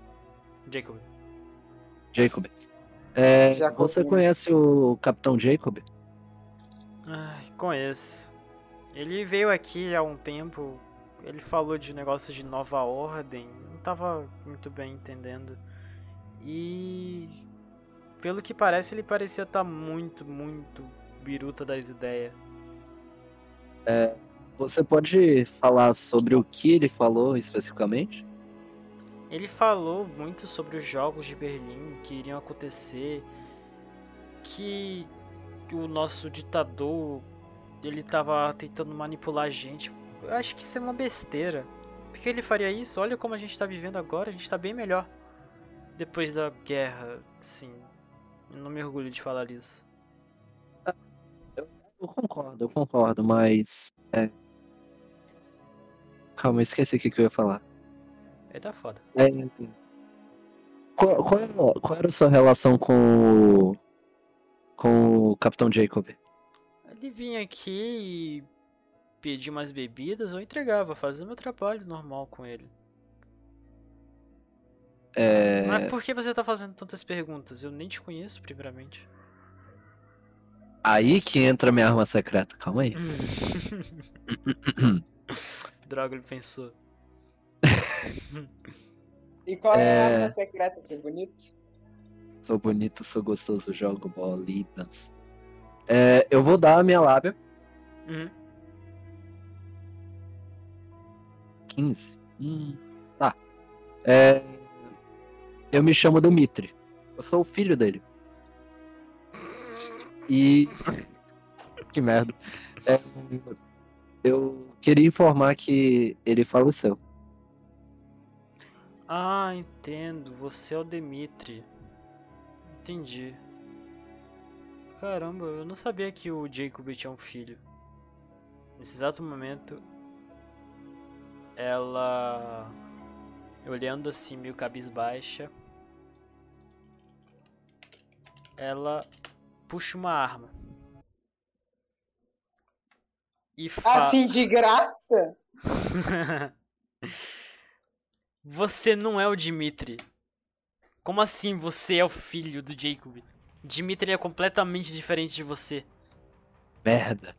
Speaker 1: Jacob.
Speaker 2: Jacob. É,
Speaker 3: Jacobino.
Speaker 2: você conhece o capitão Jacob?
Speaker 1: Ai, conheço. Ele veio aqui há um tempo. Ele falou de negócio de nova ordem. Não tava muito bem entendendo. E. Pelo que parece, ele parecia estar muito, muito biruta das ideias.
Speaker 2: Você pode falar sobre o que ele falou especificamente?
Speaker 1: Ele falou muito sobre os jogos de Berlim que iriam acontecer, que o nosso ditador ele tava tentando manipular a gente. Eu acho que isso é uma besteira. Por que ele faria isso? Olha como a gente tá vivendo agora, a gente tá bem melhor. Depois da guerra, sim. Eu não me orgulho de falar isso.
Speaker 2: Eu concordo, eu concordo, mas. é, Calma, eu esqueci o que que eu ia falar.
Speaker 1: É da foda.
Speaker 2: É, Qual, qual era- qual era a sua relação com o, com o Capitão Jacob?
Speaker 1: Ele vinha aqui e pedia umas bebidas, eu entregava, fazia meu trabalho normal com ele.
Speaker 2: É,
Speaker 1: Mas por que você tá fazendo tantas perguntas? Eu nem te conheço, primeiramente.
Speaker 2: Aí que entra minha arma secreta, calma aí.
Speaker 1: Droga, ele pensou.
Speaker 3: E qual é,
Speaker 2: É.
Speaker 3: a arma secreta, assim, seu bonito?
Speaker 2: Sou bonito, sou gostoso, jogo bolinas. É, eu vou dar a minha lábia.
Speaker 1: Uhum.
Speaker 2: 15. Hum, tá. É, eu me chamo Dimitri. Eu sou o filho dele. E. que merda. É, eu queria informar que ele faleceu.
Speaker 1: Ah, entendo. Você é o Demitri. Entendi. Caramba, eu não sabia que o Jacob tinha um filho. Nesse exato momento, ela. Olhando assim, meio cabisbaixa, ela puxa uma arma. E fala.
Speaker 3: Assim, de graça?
Speaker 1: Você não é o Dimitri. Como assim você é o filho do Jacob? Dimitri é completamente diferente de você.
Speaker 2: Merda.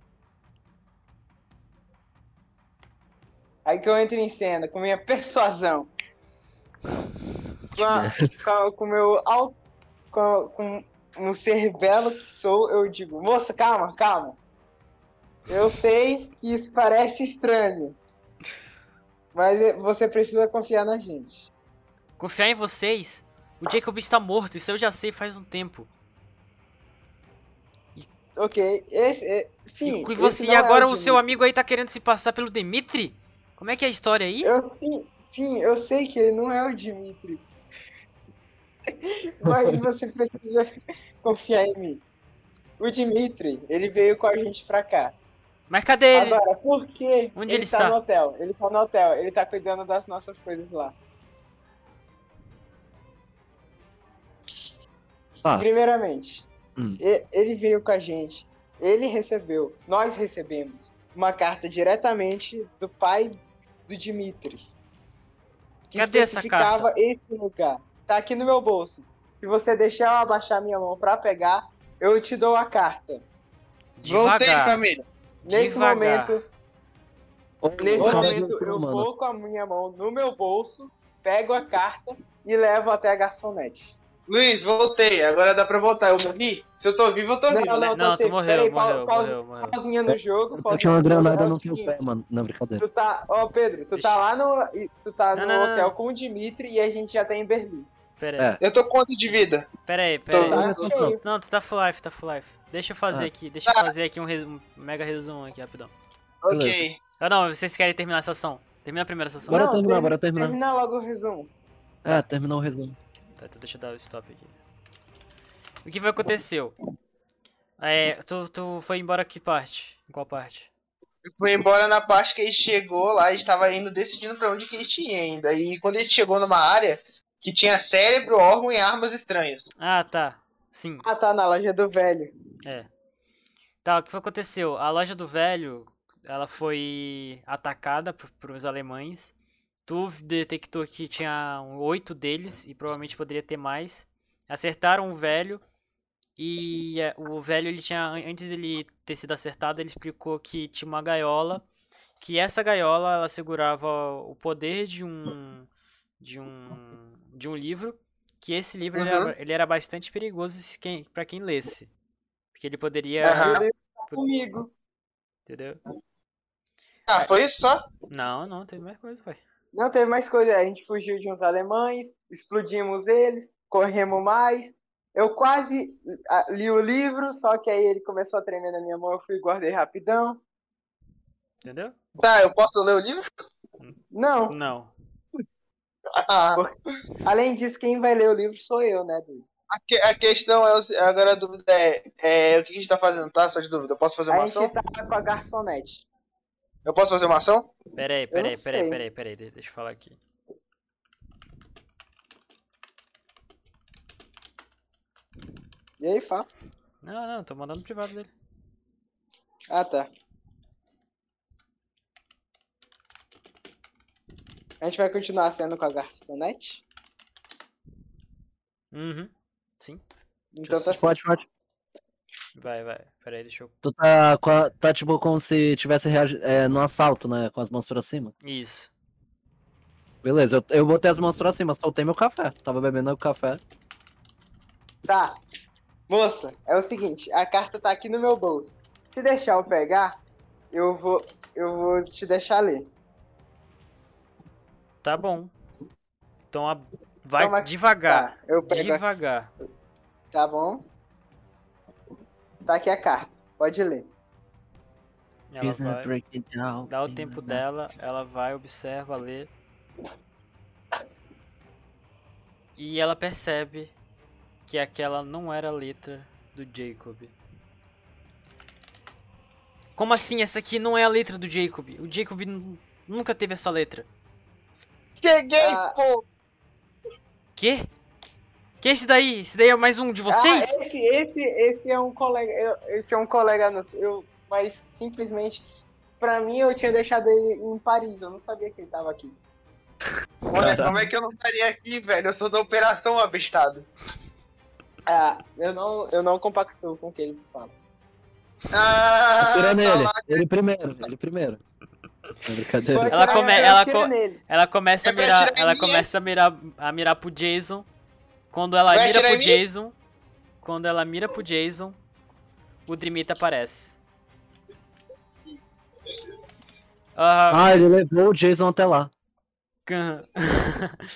Speaker 3: Aí que eu entro em cena com minha persuasão. Com, a, com, a- com meu al- com, com um ser belo que sou, eu digo, moça, calma, calma. Eu sei que isso parece estranho. Mas eh, você precisa confiar na gente.
Speaker 1: Confiar em vocês? O Jacob está morto, isso eu já sei faz um tempo.
Speaker 3: Ok, esse. eh, sim.
Speaker 1: e com
Speaker 3: esse
Speaker 1: você,
Speaker 3: não
Speaker 1: e
Speaker 3: é
Speaker 1: agora o
Speaker 3: Dimitri.
Speaker 1: seu amigo aí tá querendo se passar pelo Dimitri? Como é que é a história aí?
Speaker 3: Eu sim, sim, eu sei que ele não é o Dimitri. Mas você precisa confiar em mim. O Dimitri, ele veio com a gente pra cá.
Speaker 1: Mas cadê ele?
Speaker 3: Agora, por que
Speaker 1: Onde ele
Speaker 3: tá
Speaker 1: está?
Speaker 3: no hotel? Ele tá no hotel, ele tá cuidando das nossas coisas lá.
Speaker 2: Tá,
Speaker 3: Primeiramente,
Speaker 2: Hum.
Speaker 3: e- ele veio com a gente. Ele recebeu, nós recebemos uma carta diretamente do pai do Dimitri. Que
Speaker 1: Cadê essa
Speaker 3: especificava esse lugar. Tá aqui no meu bolso. Se você deixar eu abaixar minha mão pra pegar, eu te dou a carta.
Speaker 5: Voltei,
Speaker 1: Devagar.
Speaker 5: família.
Speaker 3: Nesse
Speaker 1: Devagar.
Speaker 3: momento, Nesse
Speaker 2: Ô,
Speaker 3: momento,
Speaker 2: mano,
Speaker 3: eu
Speaker 2: mano.
Speaker 3: vou com a minha mão no meu bolso, pego a carta e levo até a garçonete.
Speaker 5: Luiz, voltei. Agora dá pra voltar. Eu morri? Se eu tô vivo, eu tô
Speaker 3: Não,
Speaker 5: vivo, né?
Speaker 3: não,
Speaker 1: Não,
Speaker 3: tá
Speaker 1: tu
Speaker 3: sem-
Speaker 1: morreu,
Speaker 3: peraí, pa-
Speaker 1: morreu,
Speaker 3: pausa-
Speaker 1: morreu, morreu.
Speaker 3: Pausinha do jogo,
Speaker 2: É, Eu
Speaker 3: pausinha
Speaker 2: tinha uma
Speaker 3: do jogo, é
Speaker 2: granada
Speaker 3: o
Speaker 2: no teu
Speaker 3: seguinte,
Speaker 2: pé, mano. Não, brincadeira.
Speaker 3: Tu tá, ó Pedro, tu
Speaker 1: Ixi.
Speaker 3: tá lá no, tu tá
Speaker 1: Não,
Speaker 3: no
Speaker 1: não, não,
Speaker 3: hotel
Speaker 1: não.
Speaker 3: com o Dimitri e a gente já tá em Berlim.
Speaker 1: Pera aí,
Speaker 5: Eu tô quanto de vida?
Speaker 1: pera aí, pera aí.
Speaker 5: Então
Speaker 3: Tá
Speaker 2: eu sou
Speaker 3: cheio.
Speaker 1: Não, tu tá full life, tá full life. Deixa eu fazer
Speaker 2: Ah.
Speaker 1: aqui, deixa eu fazer aqui um, resu- um mega resumo aqui, rapidão.
Speaker 5: Ok.
Speaker 1: Ah, não, vocês querem terminar essa ação. Termina a primeira sessão.
Speaker 2: Bora
Speaker 3: Não,
Speaker 2: terminar,
Speaker 3: termi-
Speaker 2: bora terminar.
Speaker 3: Termina logo o resumo.
Speaker 2: É, terminou o resumo.
Speaker 1: Tá, então deixa eu dar o stop aqui. O que foi que aconteceu? É, tu, tu foi embora que parte? Em qual parte?
Speaker 5: Eu fui embora na parte que ele chegou lá e estava indo decidindo pra onde que ele tinha ainda. E quando ele chegou numa área que tinha cérebro, órgão e armas estranhas.
Speaker 1: Ah, tá. Sim,
Speaker 3: Ah, tá na loja do velho.
Speaker 1: é. Tá, o que foi que aconteceu? A loja do velho, ela foi atacada por, por uns alemães. Tu detectou que tinha um- oito deles e provavelmente poderia ter mais. Acertaram o velho e é, o velho ele tinha an- antes dele ter sido acertado ele explicou que tinha uma gaiola que essa gaiola ela segurava o poder de um de um de um livro que esse livro ele,
Speaker 5: Uhum.
Speaker 1: era, ele era bastante perigoso se quem, para quem lesse porque ele poderia
Speaker 5: Aham.
Speaker 3: Ele tá comigo.
Speaker 1: entendeu
Speaker 5: Ah, foi isso só?
Speaker 1: não não tem mais coisa ué.
Speaker 3: Não teve mais coisa, a gente fugiu de uns alemães, explodimos eles, corremos mais. Eu quase ah, li o livro, só que aí ele começou a tremer na minha mão, eu fui e guardei rapidão.
Speaker 1: entendeu
Speaker 5: Tá, eu posso ler o livro?
Speaker 3: Não,
Speaker 1: não
Speaker 5: Ah,
Speaker 3: além disso, quem vai ler o livro sou eu, né, Dudu?
Speaker 5: a, que- a questão é. o se- Agora a dúvida é, é, O que a gente tá fazendo, tá? Só de dúvida. Eu posso fazer uma
Speaker 3: A gente
Speaker 5: ação?
Speaker 3: tá com a garçonete.
Speaker 5: Eu posso fazer uma ação?
Speaker 1: Pera aí,
Speaker 3: Eu
Speaker 1: pera
Speaker 3: não
Speaker 1: aí, pera aí,
Speaker 3: sei.
Speaker 1: pera aí, pera aí, de- deixa eu falar aqui.
Speaker 3: E aí, fala.
Speaker 1: Não, não, tô mandando no privado dele.
Speaker 3: Ah, tá. A gente vai continuar sendo com a garçonete?
Speaker 1: Uhum. Sim,
Speaker 3: Então tá
Speaker 2: Pode, pode.
Speaker 1: vai, vai. Pera aí, deixa eu.
Speaker 2: Tu tá, com a- tá tipo como se tivesse reagi... é, no assalto, né? Com as mãos pra cima.
Speaker 1: Isso.
Speaker 2: Beleza, eu, eu botei as mãos pra cima, soltei meu café. Tava bebendo o café.
Speaker 3: Tá. Moça, é o seguinte, a carta tá aqui no meu bolso. Se deixar eu pegar, eu vou eu vou te deixar ler.
Speaker 1: Tá bom. Então a... vai
Speaker 3: Toma-
Speaker 1: devagar.
Speaker 3: Tá, eu pego. a-
Speaker 1: Devagar.
Speaker 3: Tá bom? Tá aqui a carta. Pode ler.
Speaker 1: Ela vai.
Speaker 2: né, Break it down. né.
Speaker 1: Dá o tempo dela, ela vai, observa, lê. E ela percebe que aquela não era a letra do Jacob. Como assim? Essa aqui não é a letra do Jacob. O Jacob nu- nunca teve essa letra.
Speaker 5: Cheguei,
Speaker 3: Ah.
Speaker 5: pô!
Speaker 1: Quê? Que esse daí? Esse daí é mais um de vocês?
Speaker 3: Ah, esse, esse, esse é um colega, eu- esse é um colega nosso. Eu, mas simplesmente pra mim eu tinha deixado ele em Paris, eu não sabia que ele tava aqui.
Speaker 5: Olha, como é que eu não estaria aqui, velho? Eu sou da operação, abestado.
Speaker 3: Ah, eu não, eu não compacto com o que ele fala.
Speaker 5: Ah,
Speaker 2: Atira
Speaker 5: tá
Speaker 2: nele.
Speaker 5: lá.
Speaker 2: Ele primeiro, ele primeiro. É brincadeira.
Speaker 3: Pode
Speaker 1: Ela
Speaker 3: atirar-
Speaker 1: come-
Speaker 3: eu
Speaker 1: ela
Speaker 3: atiro
Speaker 1: co-
Speaker 3: nele.
Speaker 1: Ela começa a
Speaker 5: É pra
Speaker 1: mirar,
Speaker 5: atirar em
Speaker 1: ela
Speaker 5: mim,
Speaker 1: começa a mirar, a mirar pro Jason. Quando ela
Speaker 5: Vai
Speaker 1: mira
Speaker 5: atirar
Speaker 1: pro
Speaker 5: em mim?
Speaker 1: Jason, Quando ela mira pro Jason, o Drimita aparece. Ah,
Speaker 2: Ah, ele levou o Jason até lá.
Speaker 1: can-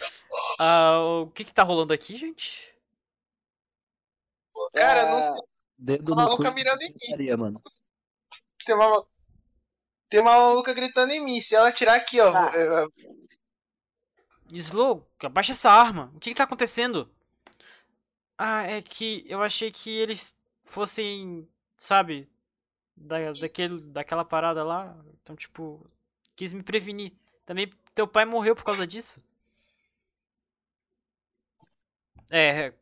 Speaker 1: Ah, o que que tá rolando aqui, gente?
Speaker 5: Cara,
Speaker 3: É,
Speaker 5: não sei
Speaker 2: Dedo
Speaker 5: Uma
Speaker 2: no
Speaker 5: maluca
Speaker 2: cu.
Speaker 5: mirando em mim.
Speaker 2: Maria, mano.
Speaker 5: Tem uma, malu- tem uma maluca gritando em mim. Se ela tirar aqui, ó.
Speaker 3: Ah.
Speaker 5: eu- eu-
Speaker 1: Slow, abaixa essa arma. O que que tá acontecendo? Ah, é que eu achei que eles fossem, sabe, da, daquele, daquela parada lá. Então, tipo, quis me prevenir. Também teu pai morreu por causa disso? É,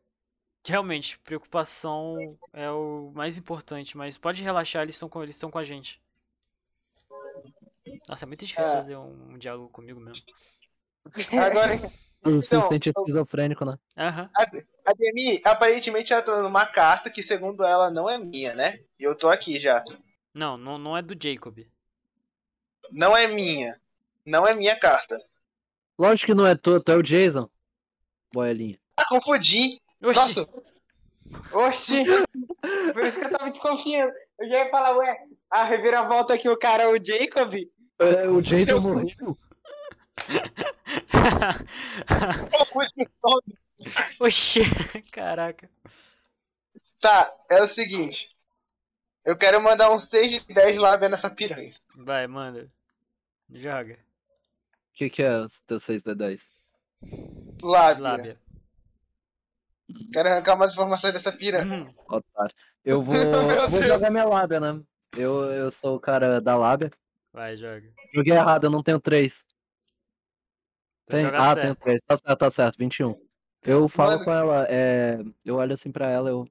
Speaker 1: realmente, preocupação é o mais importante, mas pode relaxar, eles estão com, eles estão com a gente. Nossa, é muito difícil
Speaker 3: É.
Speaker 1: fazer um, um diálogo comigo mesmo.
Speaker 5: Agora,
Speaker 2: Se
Speaker 5: Então,
Speaker 2: sente
Speaker 5: eu-
Speaker 2: Um esquizofrênico, né?
Speaker 1: Aham.
Speaker 5: a Demi, aparentemente, ela tá dando uma carta que, segundo ela, não é minha, né? E eu tô aqui já.
Speaker 1: Não, não, não é do Jacob.
Speaker 5: Não é minha. Não é minha carta.
Speaker 2: Lógico que não é tu, tu é o Jason. Boelinha.
Speaker 5: Ah, confundi.
Speaker 1: Oxi,
Speaker 5: Nossa,
Speaker 3: Oxi! Por isso que eu tava desconfiando. Eu já ia falar, ué, a reviravolta que o cara é o Jacob.
Speaker 5: É
Speaker 2: O Jason
Speaker 5: Eu-
Speaker 2: morreu.
Speaker 5: confundi.
Speaker 1: oxi, caraca.
Speaker 5: Tá, é o seguinte. Eu quero mandar um 6 de 10 lá vendo essa piranha.
Speaker 1: Vai, manda. Joga.
Speaker 2: O que, que é o teu 6D10?
Speaker 5: Lábia.
Speaker 1: Lábia.
Speaker 5: Quero arrancar mais informações dessa piranha.
Speaker 1: Hum,
Speaker 2: Otário. Eu vou,
Speaker 5: Meu
Speaker 2: vou
Speaker 5: Deus.
Speaker 2: jogar minha lábia, né? Eu, eu sou o cara da lábia.
Speaker 1: Vai, joga.
Speaker 2: Joguei errado, eu não tenho 3.
Speaker 1: Tu
Speaker 2: Tem?
Speaker 1: joga
Speaker 2: Ah,
Speaker 1: certo.
Speaker 2: tenho 3. Tá certo, tá certo, 21. Eu falo
Speaker 5: Então Mano.
Speaker 2: com ela, é, eu olho assim pra ela, eu.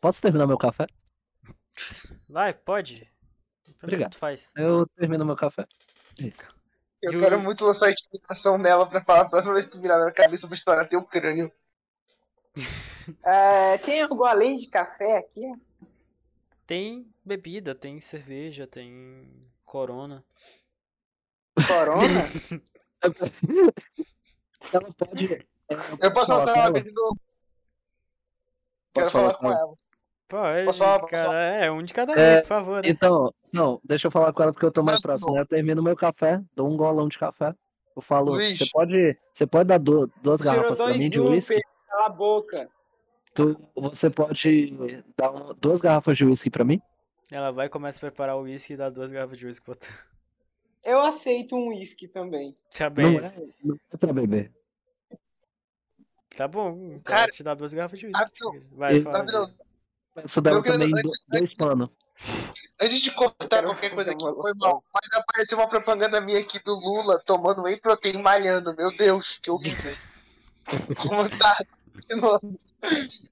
Speaker 2: Posso terminar meu café?
Speaker 1: Vai, pode. Primeiro
Speaker 2: Obrigado.
Speaker 1: que tu faz.
Speaker 2: Eu termino meu café. É Isso.
Speaker 5: Eu
Speaker 1: Ju-
Speaker 5: quero muito lançar a explicação nela pra falar a próxima vez que tu virar na minha cabeça, eu vou estourar teu crânio.
Speaker 3: É, tem algo além de café aqui?
Speaker 1: Tem bebida, tem cerveja, tem corona.
Speaker 3: Corona?
Speaker 2: Ela pode. é,
Speaker 5: Eu posso
Speaker 2: falar
Speaker 5: soltar
Speaker 2: com
Speaker 5: ela
Speaker 2: ela?
Speaker 5: de novo.
Speaker 2: Posso
Speaker 5: Quero falar com ela.
Speaker 1: Pode,
Speaker 5: Posso falar, posso
Speaker 1: cara. É, um de cada
Speaker 2: É,
Speaker 1: vez, por favor. né?
Speaker 2: Então, não, deixa eu falar com ela porque eu tô mais
Speaker 5: Não,
Speaker 2: próximo.
Speaker 5: não.
Speaker 2: né? Eu termino meu café, dou um golão de café. Eu falo,
Speaker 5: Luiz.
Speaker 2: você pode, você pode dar du- duas
Speaker 3: Tirou
Speaker 2: garrafas pra mim
Speaker 3: dois
Speaker 2: de
Speaker 3: um,
Speaker 2: uísque?
Speaker 3: Pedro, cala a boca.
Speaker 2: Tu- Você pode dar uma- duas garrafas de uísque pra mim?
Speaker 1: Ela vai e começa a preparar o uísque e dá duas garrafas de uísque pra tu.
Speaker 3: Eu aceito um uísque também.
Speaker 1: Tá bem.
Speaker 2: Não é, não é pra beber.
Speaker 1: Tá bom. Então
Speaker 5: Cara,
Speaker 1: ela te dá duas garrafas de uísque.
Speaker 5: rapidão.
Speaker 1: Vai,
Speaker 2: Eu-
Speaker 1: fala.
Speaker 5: rapidão.
Speaker 1: Jason.
Speaker 2: Isso dá
Speaker 5: Eu queria-
Speaker 2: também
Speaker 5: antes-
Speaker 2: do- dois panos.
Speaker 5: Antes de cortar
Speaker 3: quero
Speaker 5: qualquer
Speaker 3: fazer
Speaker 5: coisa aqui,
Speaker 3: uma
Speaker 5: foi mal. Mas apareceu uma propaganda minha aqui do Lula tomando whey protein malhando. Meu Deus, que horrível. Como tá? Continuando.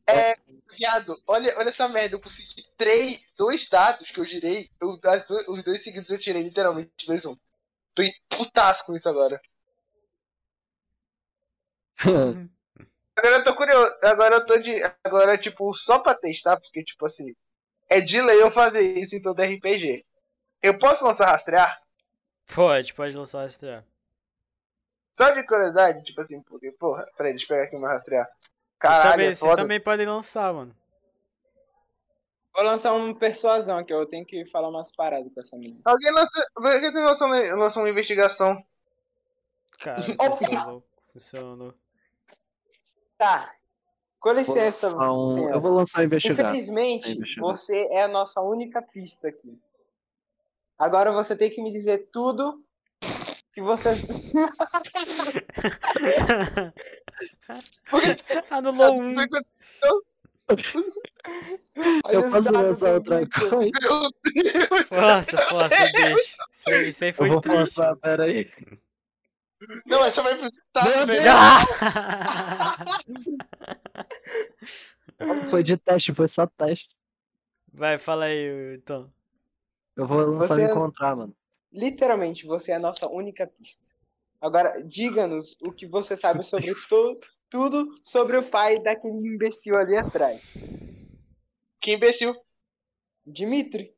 Speaker 5: É, viado, olha, olha essa merda. Eu consegui três, dois dados que eu girei. Eu, as do- os dois seguidos eu tirei, literalmente, dois um. Tô em putaço com isso agora. Hum. Agora eu tô curioso. Agora eu tô de. Agora, tipo, só pra testar, porque, tipo assim. É de lei eu fazer isso então, em todo RPG. Eu posso lançar rastrear?
Speaker 1: Pode, pode lançar o rastrear.
Speaker 5: Só de curiosidade, tipo assim, porque, porra, peraí, deixa eu pegar aqui o meu rastrear.
Speaker 1: Vocês
Speaker 5: Caralho,
Speaker 1: também,
Speaker 5: é
Speaker 1: vocês
Speaker 5: foda.
Speaker 1: também podem lançar, mano.
Speaker 3: Vou lançar uma persuasão aqui, eu tenho que falar umas paradas com essa menina.
Speaker 5: Alguém lança. Por que você lançou, lançou uma investigação?
Speaker 1: Cara,
Speaker 5: Opa!
Speaker 1: funcionou. funcionou.
Speaker 3: Tá. Com
Speaker 2: Vou
Speaker 3: licença,
Speaker 2: lançar um-
Speaker 3: senhora.
Speaker 2: eu vou lançar investigar.
Speaker 3: Infelizmente,
Speaker 2: Aí, deixa eu ver.
Speaker 3: você é a nossa única pista aqui. Agora você tem que me dizer tudo que você.
Speaker 1: Anulou um.
Speaker 2: Eu
Speaker 3: Olha os
Speaker 2: posso
Speaker 3: dados
Speaker 2: lançar
Speaker 3: do
Speaker 2: outra
Speaker 3: Victor.
Speaker 2: coisa?
Speaker 1: Força, força, bicho. Isso aí, isso aí
Speaker 2: Eu
Speaker 1: foi
Speaker 2: vou
Speaker 1: triste.
Speaker 2: forçar, peraí.
Speaker 5: Não, essa vai pro
Speaker 2: Meu
Speaker 5: tá, velho.
Speaker 1: Ah!
Speaker 2: Foi de teste, foi só teste.
Speaker 1: Vai, fala aí, Tom.
Speaker 2: Eu vou lançar
Speaker 3: Você-
Speaker 2: e encontrar, mano.
Speaker 3: Literalmente, você é a nossa única pista. Agora, diga-nos o que você sabe sobre to- tudo sobre o pai daquele imbecil ali atrás.
Speaker 5: Que imbecil.
Speaker 3: Dimitri,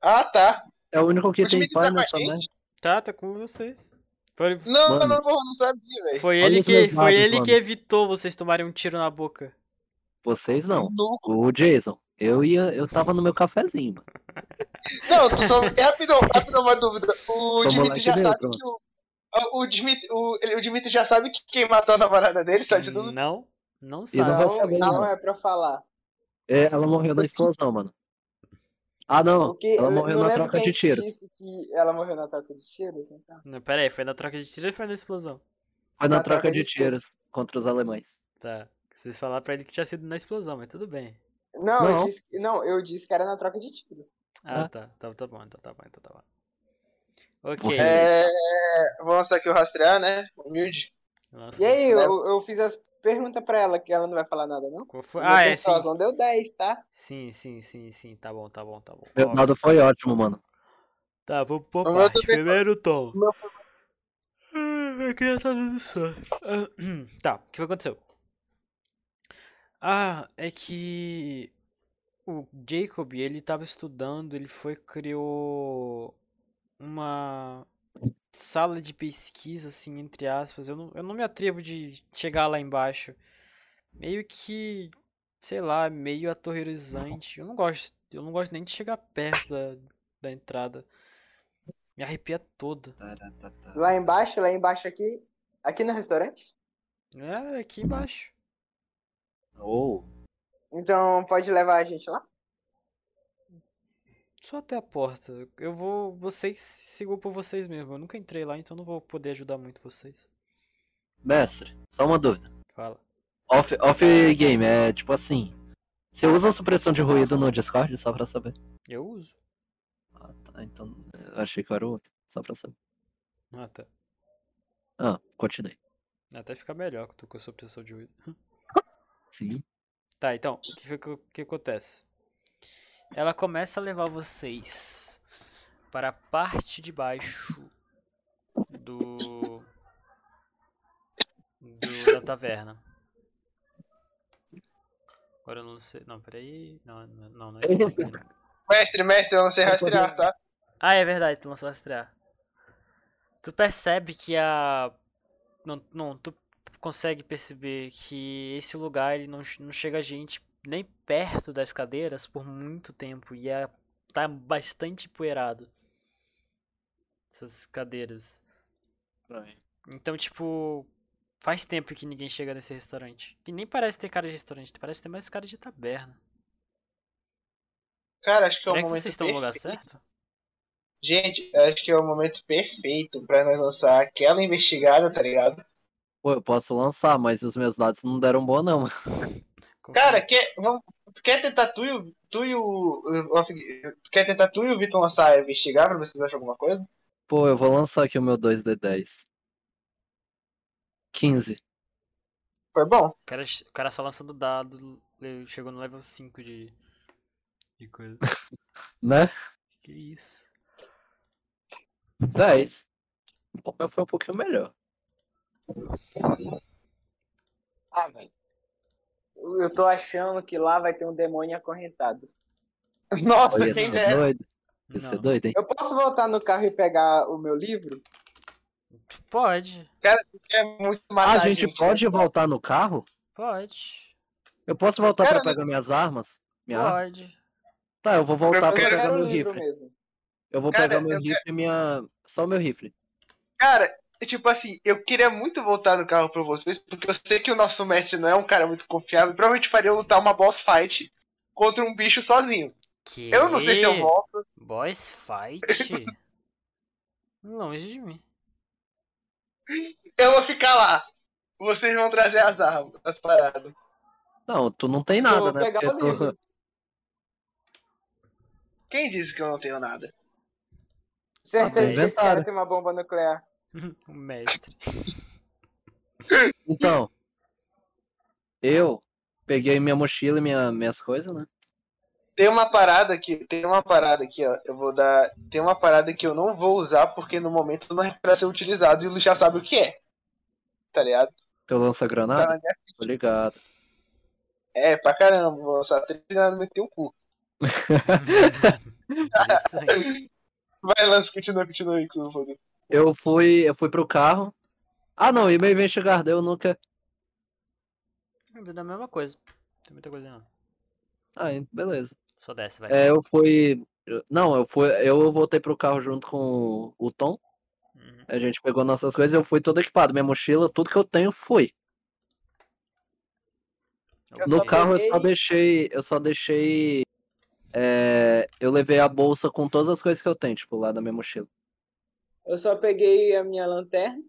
Speaker 5: Ah, tá.
Speaker 2: É o único que
Speaker 5: O time
Speaker 2: tem
Speaker 5: que
Speaker 2: pai
Speaker 5: tá com a
Speaker 2: nessa
Speaker 5: gente.
Speaker 2: merda.
Speaker 1: Tá, tá com vocês. Foi,
Speaker 5: Não,
Speaker 2: Mano.
Speaker 5: não, porra, não sabia, velho.
Speaker 1: foi
Speaker 2: Olha
Speaker 1: ele,
Speaker 2: os
Speaker 1: que,
Speaker 2: meus
Speaker 1: foi
Speaker 2: lados,
Speaker 1: ele
Speaker 2: mano.
Speaker 1: que evitou vocês tomarem um tiro na boca.
Speaker 2: Vocês não.
Speaker 5: Nu.
Speaker 2: O Jason. Eu ia. Eu tava no meu cafezinho, mano.
Speaker 5: Não, tu só. É rapidão, rapidão, uma dúvida. O
Speaker 2: Sou
Speaker 5: Dimitri
Speaker 2: moleque
Speaker 5: já sabe
Speaker 2: neutro.
Speaker 5: que o. O o Dimitri, o, ele- o Dimitri já sabe que quem matou a namorada dele, só Tá
Speaker 2: Hum.
Speaker 5: de dúvida.
Speaker 1: Não, não
Speaker 2: E não
Speaker 1: sabe.
Speaker 2: vai saber,
Speaker 3: não,
Speaker 2: mano.
Speaker 3: é pra falar.
Speaker 2: É, ela morreu na explosão, mano. Ah, não.
Speaker 3: Porque
Speaker 2: ela
Speaker 3: eu
Speaker 2: morreu
Speaker 3: não
Speaker 2: na
Speaker 3: lembro
Speaker 2: troca
Speaker 3: quem
Speaker 2: de tiros.
Speaker 3: disse que ela morreu na troca de tiros, então.
Speaker 1: Não, Pera aí, foi na troca de tiro ou foi na explosão?
Speaker 2: Foi na troca de tiros contra os alemães.
Speaker 1: Tá. Vocês falaram pra ele que tinha sido na explosão, mas tudo bem.
Speaker 3: Não, Eu,
Speaker 2: Não.
Speaker 3: disse, não eu disse que era na troca de tiro.
Speaker 1: Ah,
Speaker 2: Ah.
Speaker 1: tá. Tá, tá bom, então tá bom, então tá bom. Ok.
Speaker 5: É, vamos aqui o rastrear, né? Humilde.
Speaker 1: Nossa,
Speaker 3: E aí,
Speaker 5: Né?
Speaker 3: eu, eu fiz as perguntas pra ela, que ela não vai falar nada, não?
Speaker 1: qual foi?
Speaker 3: Meu
Speaker 1: Ah, é, sim.
Speaker 3: persuasão deu 10, tá?
Speaker 1: Sim, sim, sim, sim. Tá bom, tá bom, tá bom.
Speaker 2: Meu
Speaker 1: Ó,
Speaker 2: dado foi ótimo, mano.
Speaker 1: Tá, vamos por
Speaker 5: O meu
Speaker 1: parte.
Speaker 5: também-
Speaker 1: Primeiro tom.
Speaker 5: o meu
Speaker 1: Ah, Eu queria estar dando sono. Ah, Tá, o que foi que aconteceu? Ah, é que o Jacob, ele tava estudando, ele foi criou uma sala de pesquisa, assim, entre aspas. Eu não, eu não me atrevo de chegar lá embaixo. Meio que, sei lá, meio aterrorizante. Eu não gosto, eu não gosto nem de chegar perto da, da entrada. Me arrepia todo.
Speaker 3: Lá embaixo, lá embaixo aqui. Aqui no restaurante?
Speaker 1: É, aqui embaixo.
Speaker 2: Ou.
Speaker 3: Então pode levar a gente lá?
Speaker 1: Só até a porta. Eu vou. Vocês sigam por vocês mesmo. Eu nunca entrei lá, então não vou poder ajudar muito vocês.
Speaker 2: Mestre, só uma dúvida.
Speaker 1: Fala.
Speaker 2: Off, off game, é tipo assim. Você usa supressão de ruído no Discord só pra saber?
Speaker 1: Eu uso.
Speaker 2: Ah, tá. Então, eu achei que era o outro. Só pra saber.
Speaker 1: Ah, tá.
Speaker 2: Ah, continue.
Speaker 1: Até fica melhor que eu tô com essa pressão de ruído.
Speaker 2: Sim.
Speaker 1: Tá, então, o que, foi que, o que acontece? Ela começa a levar vocês para a parte de baixo do, do da taverna. Agora eu não sei. Não, peraí. Não, não, não, não é isso. aqui, né?
Speaker 5: Mestre, mestre, eu não sei rastrear, tá?
Speaker 1: Ah, é verdade, tu lançou rastrear. Tu percebe que a. Não, não, tu consegue perceber que esse lugar ele não, che- não chega a gente nem perto das cadeiras por muito tempo e é, tá bastante poeirado. Essas cadeiras. Então, tipo, faz tempo que ninguém chega nesse restaurante. E nem parece ter cara de restaurante, parece ter mais cara de taberna.
Speaker 5: Cara, acho que
Speaker 1: Será
Speaker 5: é o
Speaker 1: que
Speaker 5: momento
Speaker 1: vocês estão no lugar
Speaker 5: perfeito.
Speaker 1: certo?
Speaker 5: Gente, acho que é o momento perfeito pra nós lançar aquela investigada, tá ligado?
Speaker 2: Pô, eu posso lançar, mas os meus dados não deram boa, não.
Speaker 5: Cara, quer, vamos, tu quer tentar tu e o. Tu e o. o- tu quer tentar tu e o Vitor lançar a investigar pra ver se vocês acham alguma coisa?
Speaker 2: Pô, eu vou lançar aqui o meu 2D10. 15.
Speaker 5: Foi bom.
Speaker 1: O cara, o cara só lançando dado, ele chegou no level 5 de, de coisa.
Speaker 2: Né?
Speaker 1: Que isso?
Speaker 2: 10. O meu foi um pouquinho melhor.
Speaker 3: Ah, velho. Eu eu tô achando que lá vai ter um demônio acorrentado.
Speaker 5: Nossa,
Speaker 2: Olha, isso
Speaker 5: quem
Speaker 2: é
Speaker 5: dera.
Speaker 2: doido. Isso é
Speaker 1: Não.
Speaker 2: doido, hein?
Speaker 3: Eu posso voltar no carro e pegar o meu livro?
Speaker 1: Tu Pode,
Speaker 5: É muito
Speaker 2: Ah,
Speaker 5: matar
Speaker 2: a gente pode voltar no carro?
Speaker 1: pode,
Speaker 2: Eu posso voltar
Speaker 5: Cara,
Speaker 2: pra pegar minhas armas? Minha arma?
Speaker 1: pode.
Speaker 2: Tá, eu vou voltar
Speaker 5: Eu
Speaker 2: pra
Speaker 5: quero-
Speaker 2: pegar
Speaker 3: Quero o
Speaker 2: meu
Speaker 3: livro
Speaker 2: rifle.
Speaker 3: mesmo.
Speaker 2: Eu vou
Speaker 5: Cara,
Speaker 2: pegar meu
Speaker 5: eu
Speaker 2: rifle e minha. Só meu rifle.
Speaker 5: Cara, tipo assim, eu queria muito voltar no carro pra vocês, porque eu sei que o nosso mestre não é um cara muito confiável. e Provavelmente faria eu lutar uma boss fight contra um bicho sozinho.
Speaker 1: Que?
Speaker 5: Eu não sei se eu volto.
Speaker 1: Boss fight? Longe de mim.
Speaker 5: Eu vou ficar lá. Vocês vão trazer as armas, as paradas.
Speaker 2: Não, tu não tem
Speaker 3: Eu
Speaker 2: nada,
Speaker 3: vou
Speaker 2: né?
Speaker 3: pegar
Speaker 2: Porque
Speaker 3: o
Speaker 2: tu-
Speaker 3: livro.
Speaker 5: Quem disse que eu não tenho nada?
Speaker 3: Certeza que esse
Speaker 2: inventaram.
Speaker 3: cara tem uma bomba nuclear.
Speaker 1: O mestre.
Speaker 2: Então. Eu peguei minha mochila e minha, minhas coisas, né?
Speaker 5: Tem uma parada aqui, tem uma parada aqui, ó. Eu vou dar. Tem uma parada que eu não vou usar porque no momento não é pra ser utilizado e o Lu já sabe o que é. Tá ligado?
Speaker 2: Teu
Speaker 5: Tá
Speaker 2: lança-granada?
Speaker 5: na minha-
Speaker 2: Tô ligado.
Speaker 5: É, pra caramba, vou lançar três granadas e meter o cu.
Speaker 1: Interessante.
Speaker 5: Vai, Lance, continua, continua aí, Clube. foda-se.
Speaker 2: Eu fui, eu fui pro carro. Ah, não, e meu investigar, eu nunca.
Speaker 1: É a mesma coisa. Tem muita coisa não.
Speaker 2: Ah, en- beleza.
Speaker 1: Só desce, vai.
Speaker 2: É, eu fui. eu- Não, eu fui. Eu voltei pro carro junto com o Tom.
Speaker 1: Uhum.
Speaker 2: A gente pegou nossas coisas eu fui todo equipado. Minha mochila, tudo que eu tenho foi.
Speaker 3: Eu
Speaker 2: No
Speaker 3: só
Speaker 2: carro eu só
Speaker 3: peguei-
Speaker 2: deixei. Eu só deixei. é, eu levei a bolsa com todas as coisas que eu tenho, tipo, lá da minha mochila.
Speaker 3: Eu só peguei a minha lanterna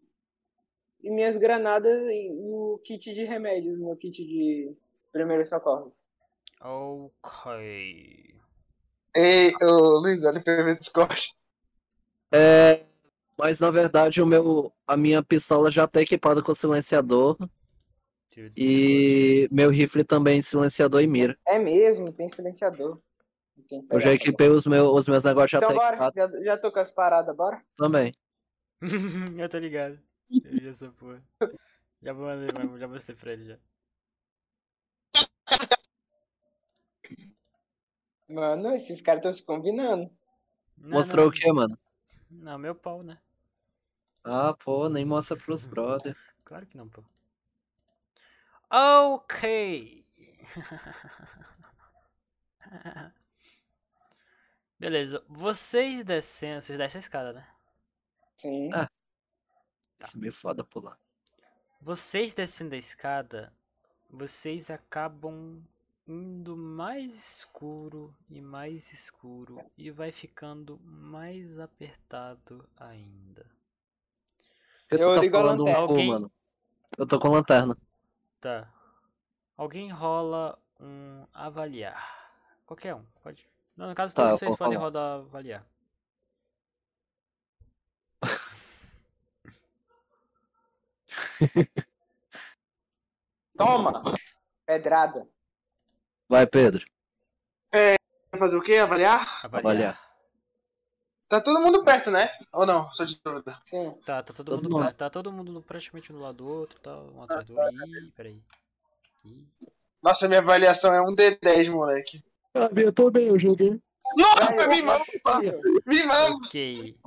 Speaker 3: e minhas granadas e o kit de remédios, meu kit de primeiros socorros.
Speaker 1: Ok.
Speaker 5: Ei, ô Luiz, olha pra mim no Discord.
Speaker 2: É, mas na verdade o meu, a minha pistola já tá equipada com silenciador
Speaker 1: Dude,
Speaker 2: e meu rifle também silenciador e mira.
Speaker 3: É mesmo, tem silenciador. Tem que
Speaker 2: Eu já
Speaker 3: pegar.
Speaker 2: equipei os meus, os meus negócios já
Speaker 3: Então
Speaker 2: tá
Speaker 3: bora,
Speaker 2: equipado
Speaker 3: já, já tô com as paradas, bora?
Speaker 2: também.
Speaker 1: eu tô ligado. Eu vi essa porra. Já vou mandar mesmo, já mostrei pra ele já.
Speaker 3: Mano, esses caras estão se combinando.
Speaker 1: Não,
Speaker 2: Mostrou
Speaker 1: não,
Speaker 2: o que, mano?
Speaker 1: Não, meu pau, né?
Speaker 2: Ah, pô, nem mostra pros
Speaker 1: Hum,
Speaker 2: brother.
Speaker 1: Claro que não, pô. Ok. Beleza, vocês descendo, vocês descem a escada, né?
Speaker 3: Sim.
Speaker 2: Ah.
Speaker 1: tá.
Speaker 2: Isso é meio foda pular.
Speaker 1: Vocês descendo a escada, vocês acabam indo mais escuro e mais escuro e vai ficando mais apertado ainda.
Speaker 2: Por que
Speaker 3: Eu
Speaker 2: tu tá
Speaker 3: ligo a
Speaker 2: pulando um
Speaker 3: lanterna.
Speaker 2: cu,
Speaker 1: Alguém-
Speaker 2: mano? Eu tô com lanterna.
Speaker 1: Tá. Alguém rola um avaliar. Qualquer um, pode. Não, no caso,
Speaker 2: Tá,
Speaker 1: todos
Speaker 2: eu
Speaker 1: vocês
Speaker 2: vou
Speaker 1: podem
Speaker 2: rolar.
Speaker 1: rodar avaliar.
Speaker 3: Toma! Pedrada.
Speaker 2: Vai, Pedro.
Speaker 5: Vai fazer o quê? Avaliar?
Speaker 1: Avaliar.
Speaker 2: Avaliar.
Speaker 5: Tá todo mundo perto, né? Ou não? Só de dúvida.
Speaker 3: Sim.
Speaker 1: Tá, tá todo
Speaker 2: Todo
Speaker 1: mundo,
Speaker 2: mundo.
Speaker 1: pra- tá todo mundo praticamente um do lado do outro, tá, um atrás do outro. Ih, peraí. Ih.
Speaker 5: Nossa, minha avaliação é um D10, moleque.
Speaker 2: Ah, eu tô bem, eu joguei.
Speaker 5: Nossa,
Speaker 3: Vai,
Speaker 5: me mama!
Speaker 2: Ah,
Speaker 5: Me mama!
Speaker 1: Ok.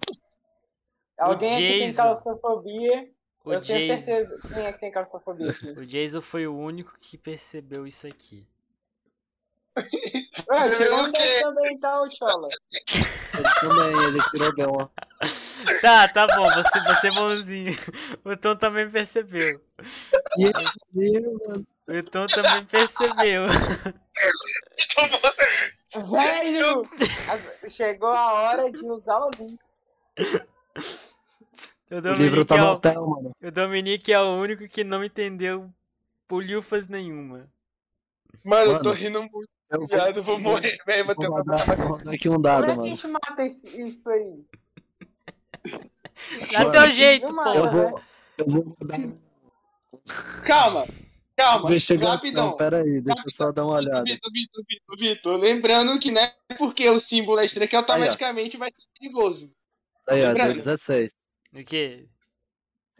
Speaker 3: Alguém aqui tem
Speaker 1: Jason.
Speaker 3: claustrofobia.
Speaker 1: O
Speaker 3: eu tenho
Speaker 1: Jason-
Speaker 3: certeza quem é que tem claustrofobia aqui.
Speaker 1: O Jason foi o único que percebeu isso aqui.
Speaker 3: Ué,
Speaker 5: Eu
Speaker 3: tirou
Speaker 5: Ah, o
Speaker 3: um
Speaker 5: quê?
Speaker 3: dez também, tá, ô Chola?
Speaker 2: Ele também, ele tirou bem, ó.
Speaker 1: Tá, tá bom, você, você é bonzinho. O Tom também percebeu. Então, O Tom também percebeu.
Speaker 3: Velho! As- Chegou a hora de usar o livro.
Speaker 1: O
Speaker 2: O
Speaker 1: Dominique,
Speaker 2: livro tá
Speaker 1: é,
Speaker 2: no
Speaker 1: o,
Speaker 2: hotel, mano.
Speaker 1: o Dominique é o único que não entendeu polhufas nenhuma.
Speaker 5: Mano, eu
Speaker 2: Mano.
Speaker 5: tô rindo muito,
Speaker 2: Eu vou,
Speaker 5: viado. Vou morrer, velho. Vou ter
Speaker 2: vou
Speaker 5: uma
Speaker 2: rodar, vou rodar aqui um
Speaker 3: Como
Speaker 2: dado,
Speaker 3: é que a
Speaker 2: mano.
Speaker 3: gente mata isso, isso aí?
Speaker 1: Dá é teu jeito,
Speaker 3: Não mata,
Speaker 1: pô.
Speaker 2: Eu vou,
Speaker 3: né?
Speaker 2: eu vou rodar
Speaker 5: Calma, calma.
Speaker 2: investigação.
Speaker 5: Rapidão.
Speaker 2: Pera aí, deixa eu só dar uma olhada.
Speaker 5: Vitor, Vitor, Vitor, Vitor. Lembrando que não é porque o símbolo é estranho que automaticamente vai ser perigoso.
Speaker 2: Aí, ó, deu
Speaker 5: Brother.
Speaker 2: 16.
Speaker 1: O quê?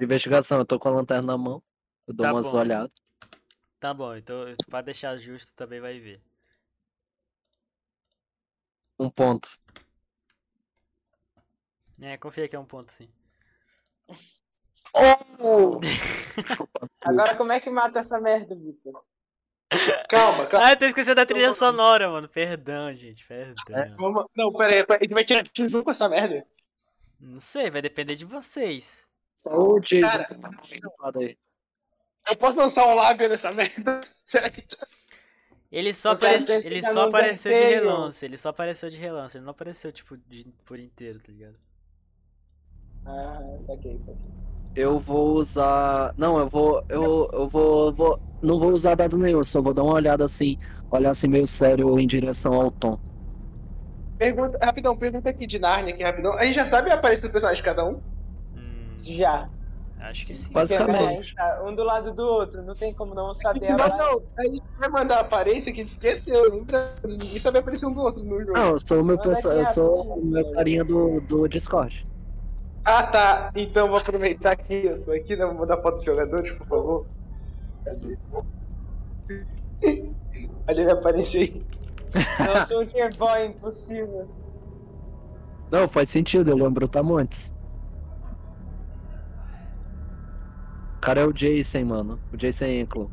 Speaker 2: Investigação, eu tô com a lanterna na mão. Eu dou
Speaker 1: Tá
Speaker 2: umas
Speaker 1: bom.
Speaker 2: olhadas.
Speaker 1: Tá bom, então pra deixar justo também vai ver.
Speaker 2: Um ponto.
Speaker 1: É, confia que é um ponto sim.
Speaker 3: Agora como é que mata essa merda, Vitor?
Speaker 5: Calma, calma.
Speaker 1: Ah, eu tô esquecendo da trilha sonora, mano. Perdão, gente,
Speaker 3: É.
Speaker 1: perdão.
Speaker 5: Vamos- Não, pera aí, pera aí. A gente vai tirar tiro junto com essa merda.
Speaker 1: Não sei, vai depender de vocês.
Speaker 2: Só o Jason.
Speaker 5: Cara,
Speaker 2: que tá participando aí.
Speaker 5: Eu posso lançar um lábio nessa merda? Será que.
Speaker 1: Ele só,
Speaker 3: Eu quero
Speaker 1: aparece...
Speaker 3: ver se
Speaker 1: ele
Speaker 3: tá
Speaker 1: só
Speaker 3: no
Speaker 1: apareceu de
Speaker 3: vermelho.
Speaker 1: relance, ele só apareceu de relance, ele não apareceu, tipo, de- por inteiro, tá ligado?
Speaker 3: Ah, saquei, saquei.
Speaker 2: Eu vou usar. Não, eu vou. Eu, eu vou, vou. Não vou usar dado nenhum, só vou dar uma olhada assim. Olhar assim meio sério em direção ao Tom.
Speaker 5: Pergunta, rapidão, pergunta aqui de Narnia, aqui rapidão. A gente já sabe a aparência do personagem de cada um?
Speaker 1: Hum,
Speaker 3: Já.
Speaker 1: acho que sim.
Speaker 3: Porque agora a
Speaker 2: Basicamente.
Speaker 3: gente tá um do lado do outro, não tem como não saber a
Speaker 5: Não,
Speaker 3: verdade.
Speaker 5: não, a gente vai mandar a aparência que a gente esqueceu, lembra? Ninguém sabe a aparência um do outro no jogo.
Speaker 2: Não, eu sou o meu
Speaker 3: Mas
Speaker 2: perso-
Speaker 3: daqui
Speaker 2: Eu
Speaker 3: a
Speaker 2: sou
Speaker 3: pouco,
Speaker 2: o meu
Speaker 3: velho.
Speaker 2: carinha do, do Discord.
Speaker 5: Ah, tá. Então vou aproveitar aqui, eu tô aqui, né? Vou mandar foto dos jogadores, por favor. Cadê? Olha ele aparecer aí.
Speaker 3: Eu sou um Tierboy impossível.
Speaker 2: Não, faz sentido, eu lembro tá o Tamontes. é O cara é o Jason, mano. O Jason Enklo.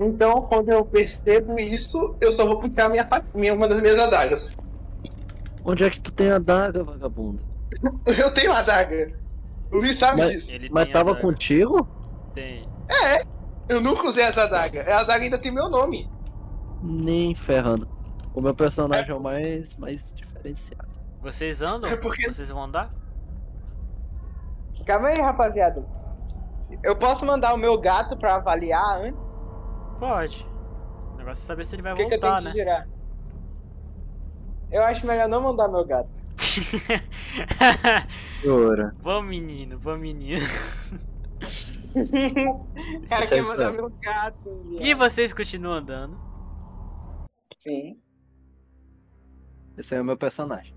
Speaker 5: Então, quando eu percebo isso, eu só vou puxar minha, fa- minha, uma das minhas adagas.
Speaker 2: Onde é que tu tem a daga, vagabundo?
Speaker 5: Eu tenho adaga. O Luiz sabe
Speaker 2: Mas-
Speaker 5: disso.
Speaker 1: Ele
Speaker 2: Mas
Speaker 1: tem
Speaker 2: tava
Speaker 1: adaga.
Speaker 2: contigo?
Speaker 1: Tem.
Speaker 5: Eu nunca usei essa adaga. A adaga ainda tem meu nome.
Speaker 2: Nem ferrando. O meu personagem é o mais, mais diferenciado.
Speaker 1: Vocês andam?
Speaker 5: É porque-
Speaker 1: Vocês vão andar?
Speaker 3: Calma aí, rapaziada. Eu posso mandar o meu gato pra avaliar antes?
Speaker 1: Pode. O negócio é saber se ele vai
Speaker 3: O que, que eu tenho
Speaker 1: voltar,
Speaker 3: que
Speaker 1: né?
Speaker 3: girar? Eu acho melhor não mandar meu gato.
Speaker 2: Ora.
Speaker 1: vamos menino, vamos menino.
Speaker 3: O cara
Speaker 2: Isso é
Speaker 3: quer mandar
Speaker 2: estranho.
Speaker 3: meu gato.
Speaker 1: E
Speaker 3: viado.
Speaker 1: vocês continuam andando.
Speaker 3: Sim.
Speaker 2: Esse aí é o meu personagem.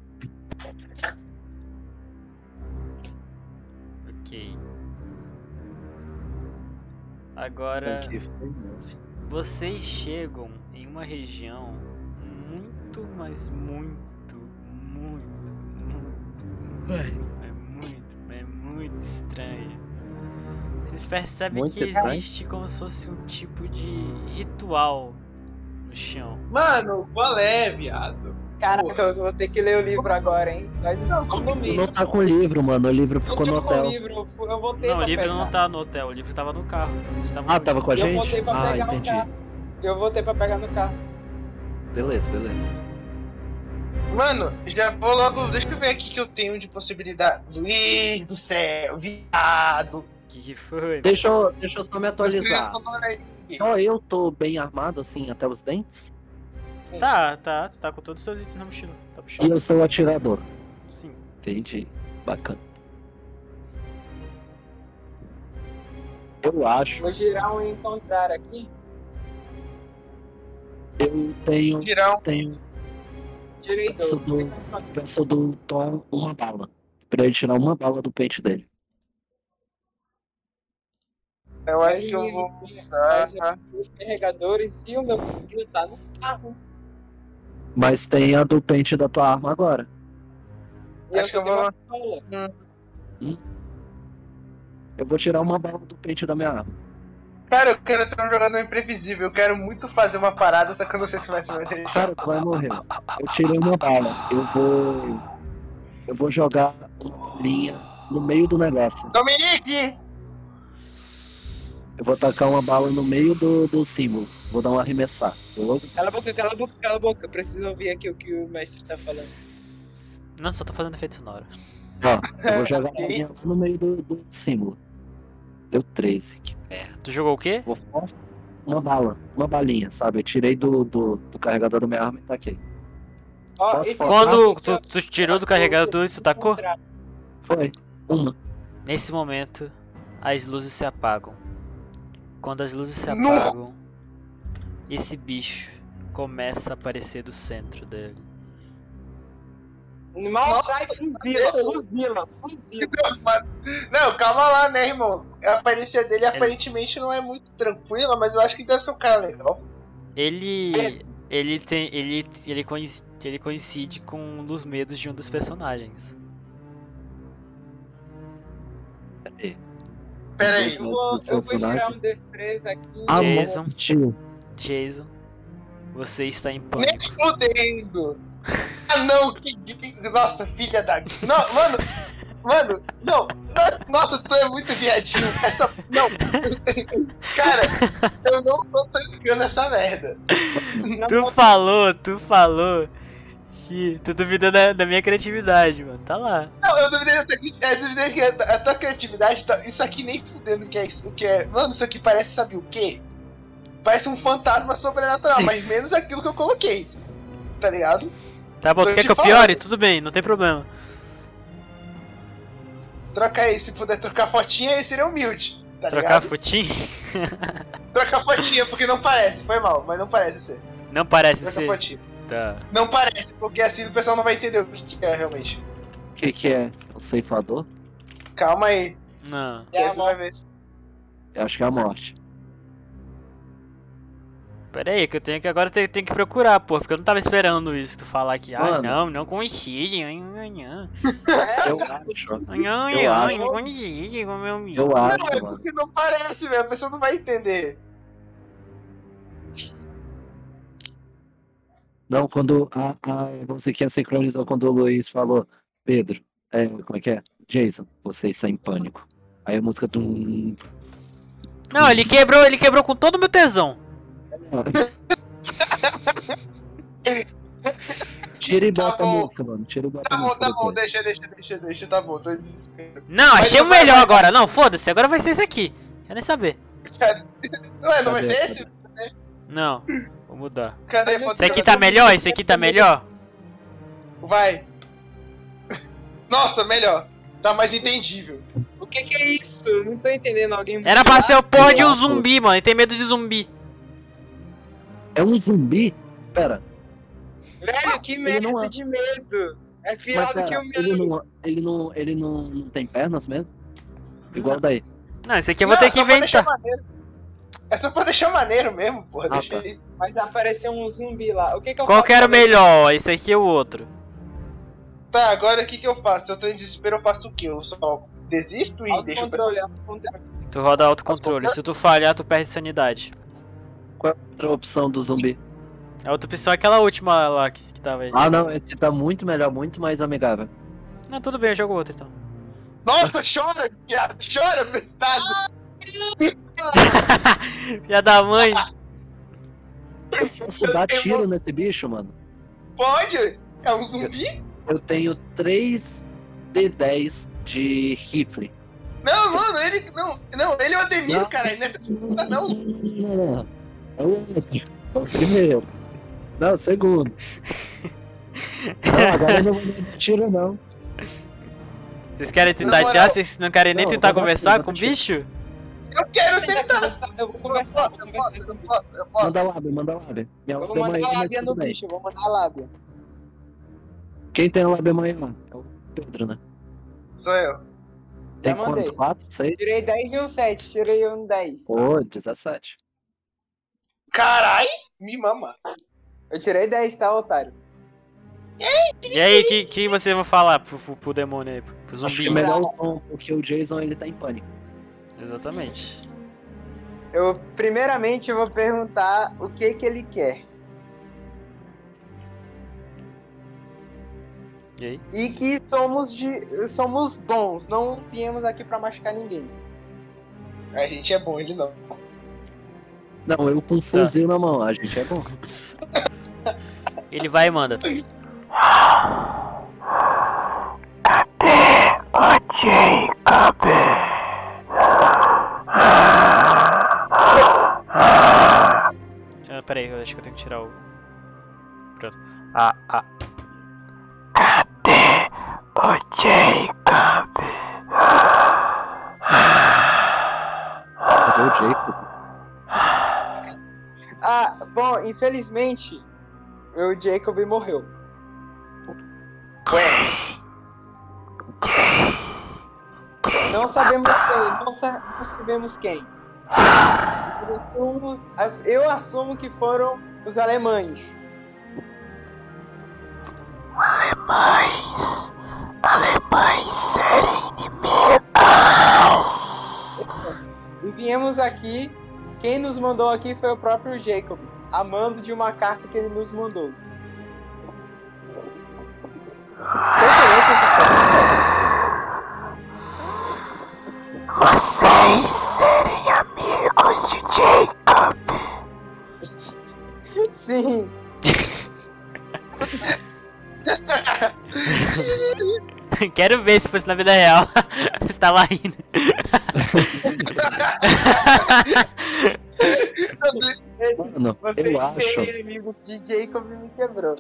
Speaker 1: Ok. Agora.
Speaker 2: Aqui foi nove.
Speaker 1: Vocês chegam em uma região muito, mas muito, muito, muito,
Speaker 2: né?
Speaker 1: muito, é muito, é muito estranha. Vocês percebem
Speaker 2: Muito
Speaker 1: que
Speaker 2: estranho?
Speaker 1: existe como se fosse um tipo de ritual no chão.
Speaker 5: Mano, qual é, viado?
Speaker 3: Caraca, eu vou ter que ler o livro agora, hein? Só de
Speaker 5: Não, como
Speaker 2: Tu
Speaker 5: mesmo.
Speaker 2: não tá com o livro, mano. O livro ficou no
Speaker 3: eu tô com o
Speaker 2: hotel.
Speaker 3: livro, eu fu- eu voltei
Speaker 1: Não, o
Speaker 3: pra
Speaker 1: livro
Speaker 3: pegar.
Speaker 1: não tá no hotel, o livro tava no carro. Vocês estavam
Speaker 2: Ah, tava com a
Speaker 3: Eu
Speaker 2: gente?
Speaker 3: voltei pra
Speaker 2: Ah,
Speaker 3: pegar o
Speaker 2: entendi.
Speaker 3: carro. Eu voltei pra pegar no carro.
Speaker 2: Beleza, beleza.
Speaker 5: Mano, já vou logo. Deixa eu ver aqui que eu tenho de possibilidade. Luiz do céu, viado.
Speaker 1: que, que foi?
Speaker 2: Deixa eu, deixa eu só me atualizar.
Speaker 5: Eu tô falando aí.
Speaker 2: Só eu tô bem armado, assim, até os dentes?
Speaker 1: Tá, tá, tu tá com todos os seus itens na mochila. Tá
Speaker 2: E
Speaker 1: puxando?
Speaker 2: eu sou o atirador.
Speaker 1: Sim.
Speaker 2: Entendi. Bacana. Eu acho.
Speaker 3: Vou girar um encontrar aqui.
Speaker 2: Eu tenho.
Speaker 5: Tirar um.
Speaker 2: tenho
Speaker 3: Girei
Speaker 2: Isso
Speaker 3: 12.
Speaker 2: do- eu sou do Tom uma bala. Pra ele tirar uma bala do peito dele.
Speaker 5: Eu acho que eu vou usar.
Speaker 3: Os carregadores e o meu fuzil tá no carro.
Speaker 2: Mas tem a do pente da tua arma agora.
Speaker 3: E eu
Speaker 5: Acho que
Speaker 3: só
Speaker 5: eu
Speaker 3: tenho
Speaker 5: vou-
Speaker 3: uma pistola.
Speaker 2: Eu vou tirar uma bala do pente da minha arma.
Speaker 5: Cara, eu quero ser um jogador imprevisível. Eu quero muito fazer uma parada, só que eu não sei se vai ser vai ter.
Speaker 2: Cara, tu vai morrer. Eu tirei uma bala. Eu vou. Eu vou jogar uma linha no meio do negócio.
Speaker 5: Dominique!
Speaker 2: Eu vou tacar uma bala no meio do, do símbolo. Vou dar um arremessar, beleza?
Speaker 3: Cala a boca, cala a boca, cala a boca. Eu preciso ouvir aqui o que o mestre tá falando.
Speaker 1: Não, só tô fazendo efeito sonoro.
Speaker 2: Eu vou jogar a linha no meio do, do símbolo. Deu 13, que merda.
Speaker 1: Tu jogou o quê?
Speaker 2: Vou falar uma bala, uma balinha, sabe? Eu tirei do, do, do carregador da minha arma e tá taquei.
Speaker 3: Ó,
Speaker 2: Posso
Speaker 3: esse
Speaker 2: falar?
Speaker 1: Quando tu, tu tirou do carregador e tu tacou?
Speaker 2: Foi. Uma.
Speaker 1: Nesse momento, as luzes se apagam. Quando as luzes se
Speaker 5: Não!
Speaker 1: apagam, esse bicho começa a aparecer do centro dele.
Speaker 3: Mal sai, fuzila, fuzila, fuzila.
Speaker 5: Não, calma lá, né, irmão? A aparência dele
Speaker 1: Ele-
Speaker 5: aparentemente não é muito tranquila, mas eu acho que deve ser um cara legal.
Speaker 1: Ele ele tem ele ele coinc- ele coincide com um dos medos de um dos personagens.
Speaker 5: Pera
Speaker 2: Dois
Speaker 5: aí.
Speaker 3: Eu vou,
Speaker 2: dos
Speaker 3: eu vou girar
Speaker 2: personagens.
Speaker 3: um destreza aqui.
Speaker 2: A
Speaker 1: Jason.
Speaker 2: morte.
Speaker 1: Jason, você está em
Speaker 5: Nem
Speaker 1: pânico.
Speaker 5: fudendo! Ah não, que. Nossa, filha da. Não, mano! Mano, não! no- Nossa, tu é muito viadinho! Essa. Não! Cara, eu não tô tancando essa merda! Tá
Speaker 3: Na
Speaker 1: Tu
Speaker 3: mão-
Speaker 1: falou, tu falou que tu duvidou da, da minha criatividade, mano. Tá lá.
Speaker 5: Não, eu duvidei da tua, eu duvidei que a, a tua criatividade. tá- isso aqui nem fudendo o que é isso. O que é. Mano, isso aqui parece, sabe o quê? Parece um fantasma sobrenatural, mas menos aquilo que eu coloquei. Tá ligado?
Speaker 1: Tá bom,
Speaker 5: Tô
Speaker 1: tu quer
Speaker 5: te
Speaker 1: que eu
Speaker 5: falando.
Speaker 1: piore? Tudo bem, não tem problema.
Speaker 5: Troca aí, se puder trocar fotinha, aí seria humilde. Tá
Speaker 1: Trocar
Speaker 5: ligado?
Speaker 1: futinho?
Speaker 5: Troca fotinha, porque não parece, foi mal, mas não parece ser.
Speaker 1: Não parece
Speaker 5: Troca
Speaker 1: ser.
Speaker 5: fotinha.
Speaker 1: Tá.
Speaker 5: Não parece, porque assim o pessoal não vai entender o que que é realmente.
Speaker 2: O que, que é? O ceifador?
Speaker 5: Calma aí,
Speaker 1: Não.
Speaker 3: É a
Speaker 5: aí tu vai ver.
Speaker 2: Eu acho que é a morte.
Speaker 1: Pera aí, que eu tenho que agora ter, tenho que procurar, pô, porque eu não tava esperando isso, tu falar que, ah,
Speaker 2: Mano.
Speaker 1: não, não coincide, ai, ai, ai,
Speaker 2: Eu acho.
Speaker 1: ai, ai,
Speaker 2: Eu
Speaker 1: ai,
Speaker 2: acho.
Speaker 1: não coincide com o meu amigo.
Speaker 2: Eu
Speaker 5: Não, é
Speaker 2: acho, mano.
Speaker 5: porque não parece, velho, a pessoa não vai entender.
Speaker 2: Não, quando a, a musiquinha sincronizou quando o Luiz falou, Pedro, é, como é que é? Jason, você está em pânico. Aí a música do.
Speaker 1: Não, ele quebrou, ele quebrou com todo o meu tesão.
Speaker 2: Tira e bota
Speaker 5: Tá
Speaker 2: a
Speaker 5: bom.
Speaker 2: música, mano. Tira e bota
Speaker 5: Tá
Speaker 2: a
Speaker 5: bom,
Speaker 2: música.
Speaker 5: tá bom,
Speaker 2: depois.
Speaker 5: deixa, deixa, deixa, deixa, tá bom, tô em desespero.
Speaker 1: Não,
Speaker 5: Mas
Speaker 1: achei o
Speaker 5: não vai-
Speaker 1: melhor agora. Não, foda-se, agora vai ser esse aqui. Quero nem saber.
Speaker 5: Ué, não vai
Speaker 2: Cadê?
Speaker 5: ser esse?
Speaker 1: Não, vou mudar.
Speaker 5: Cadê?
Speaker 3: Esse
Speaker 1: Esse aqui tá melhor? Esse aqui tá melhor?
Speaker 5: assim, Vai. Nossa, melhor. Tá mais entendível.
Speaker 3: O que que é isso? Eu Não tô entendendo. Alguém.
Speaker 1: Era pra ser o porra de um zumbi, mano. Ele tem medo de zumbi.
Speaker 2: É um zumbi? Pera,
Speaker 3: Velho, que merda
Speaker 2: não é.
Speaker 3: de medo. É pior
Speaker 2: mas
Speaker 3: do que
Speaker 2: pera,
Speaker 3: o
Speaker 2: ele,
Speaker 3: medo.
Speaker 2: não, ele, não, ele não, não tem pernas mesmo? Igual
Speaker 1: Não.
Speaker 2: daí.
Speaker 1: Não, esse aqui eu vou
Speaker 5: Não,
Speaker 1: ter que
Speaker 5: só pra deixar
Speaker 1: inventar.
Speaker 5: maneiro. É só pra deixar maneiro mesmo, porra.
Speaker 2: Ah,
Speaker 5: deixa
Speaker 2: tá.
Speaker 5: aí.
Speaker 3: Mas apareceu um zumbi lá. O que que eu
Speaker 1: Qual
Speaker 3: faço
Speaker 1: que era o
Speaker 3: pra-
Speaker 1: melhor? Esse aqui é o outro.
Speaker 5: Tá, agora o que que eu faço? Eu tô em desespero, eu faço o quê? Eu só desisto e deixo o pessoal...
Speaker 3: Autocontrole, autocontrole.
Speaker 1: Tu roda autocontrole. Se tu falhar, tu perde sanidade.
Speaker 2: Qual é a outra opção do zumbi?
Speaker 1: A outra opção é aquela última lá que, que tava aí.
Speaker 2: Ah, não, esse tá muito melhor, muito mais amigável.
Speaker 1: Não, tudo bem, eu jogo outro então.
Speaker 5: Nossa, chora, viado, chora, prestado.
Speaker 1: Filha da mãe.
Speaker 2: Eu posso dar
Speaker 5: Eu vou-
Speaker 2: tiro nesse bicho, mano?
Speaker 5: Pode? É um zumbi?
Speaker 2: Eu tenho 3 D10 de rifle.
Speaker 5: Não, mano, ele... Não, não ele é o Ademir, caralho, né?
Speaker 3: é
Speaker 5: Não, não.
Speaker 2: Não, não. É o outro. É o primeiro. Não, é o segundo. Não, agora eu não vou dar tiro, não.
Speaker 1: Vocês querem
Speaker 5: Na
Speaker 1: tentar
Speaker 5: moral.
Speaker 1: já? Vocês não querem nem
Speaker 2: Não,
Speaker 1: tentar
Speaker 2: eu vou dar
Speaker 1: conversar
Speaker 2: tiro,
Speaker 1: com o
Speaker 2: eu vou dar
Speaker 1: bicho?
Speaker 5: Eu quero
Speaker 3: Tentar
Speaker 5: tentar.
Speaker 3: conversar, Eu vou
Speaker 5: Eu
Speaker 3: conversar. vou
Speaker 5: posso, eu
Speaker 3: conversar.
Speaker 5: posso, eu posso, eu posso.
Speaker 2: Manda lábia, manda lábia. Minha
Speaker 3: Eu vou
Speaker 2: lábia maior,
Speaker 3: mandar a
Speaker 2: Então mas
Speaker 3: lábia
Speaker 2: tudo
Speaker 3: no
Speaker 2: bem.
Speaker 3: bicho, eu vou mandar a lábia.
Speaker 2: Quem tem a lábia maior? É o Pedro, né?
Speaker 5: Sou eu.
Speaker 2: Tem
Speaker 3: Já mandei.
Speaker 2: quanto? 4, 6?
Speaker 3: Tirei 10 e um 7, tirei um 10.
Speaker 2: Pô, 17.
Speaker 5: Carai, me mama.
Speaker 3: Eu tirei 10, tá, otário?
Speaker 1: E aí, o que, que você vai falar pro, pro, pro demônio aí? Pro
Speaker 2: Acho
Speaker 1: zumbi?
Speaker 2: que é melhor o Tom, porque o Jason ele tá em pânico.
Speaker 1: Exatamente.
Speaker 3: Eu, primeiramente, eu vou perguntar o que que ele quer.
Speaker 1: E aí?
Speaker 3: E que somos de. somos bons, não viemos aqui pra machucar ninguém.
Speaker 5: A gente é bom, ele não.
Speaker 2: Não, eu
Speaker 3: Tá.
Speaker 2: com um fuzil na mão, a gente é bom.
Speaker 1: Ele vai e manda. Ah, peraí, eu acho que eu tenho que tirar o. Pronto. Ah, ah.
Speaker 2: Cadê o Jacob?
Speaker 3: Ah, bom, infelizmente, o Jacob morreu.
Speaker 5: Ué,
Speaker 3: Não sabemos quem, não, sa- não sabemos quem. Eu assumo, as- eu assumo que foram os alemães. Alemães! Alemães serem inimigos! E viemos aqui, quem nos mandou aqui foi o próprio Jacob, amando de uma carta que ele nos mandou. Sim!
Speaker 1: Quero ver se fosse na vida real. Você tava rindo.
Speaker 2: Mano,
Speaker 3: Vocês
Speaker 2: eu acho.
Speaker 3: serem amigos de Jacob me quebrou.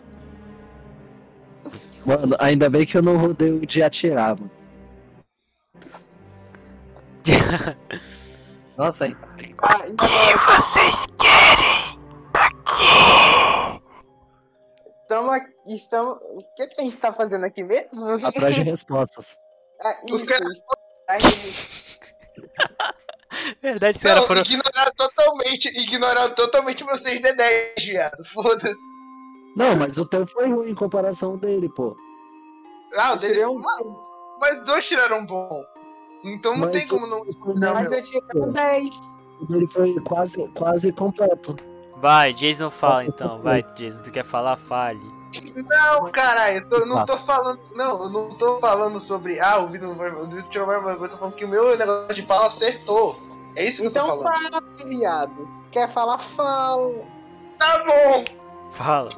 Speaker 2: Mano, ainda bem que eu não rodei o de atirar, mano. Nossa, aí.
Speaker 3: Ah, e agora?
Speaker 1: Vocês
Speaker 3: Estamos aqui. Estamos... O que, que a gente tá fazendo aqui mesmo?
Speaker 2: atrás de respostas.
Speaker 3: Ah,
Speaker 5: Os
Speaker 3: isso,
Speaker 5: caras-
Speaker 3: isso. Ai, isso.
Speaker 1: É Verdade, você era
Speaker 5: não,
Speaker 1: por...
Speaker 5: ignoraram totalmente, ignoraram totalmente meus 6 D10, viado. Foda-se.
Speaker 2: Não, mas o teu foi ruim em comparação dele, pô.
Speaker 5: Ah, o
Speaker 3: Eu
Speaker 5: dele
Speaker 3: tirei
Speaker 5: é
Speaker 3: um.
Speaker 5: um. Mas dois tiraram um bom. Então não
Speaker 2: Mas
Speaker 5: tem como não.
Speaker 2: o-
Speaker 5: não
Speaker 3: Mas eu tirei um 10.
Speaker 2: O dele foi quase, quase completo.
Speaker 1: Vai, Jason fala então. Vai, Jason. Tu quer falar? Fale.
Speaker 5: Não, caralho, eu tô- eu
Speaker 3: Ah.
Speaker 5: não tô falando. Não, eu não tô falando sobre. Ah, o Vitor não vai. O Vitor tirou mais vergonha. Eu tô falando que o meu negócio de pau acertou. É isso que
Speaker 3: Então
Speaker 5: eu tô falando.
Speaker 3: fala, viado. Quer falar? Fala.
Speaker 5: Tá bom!
Speaker 1: Fala.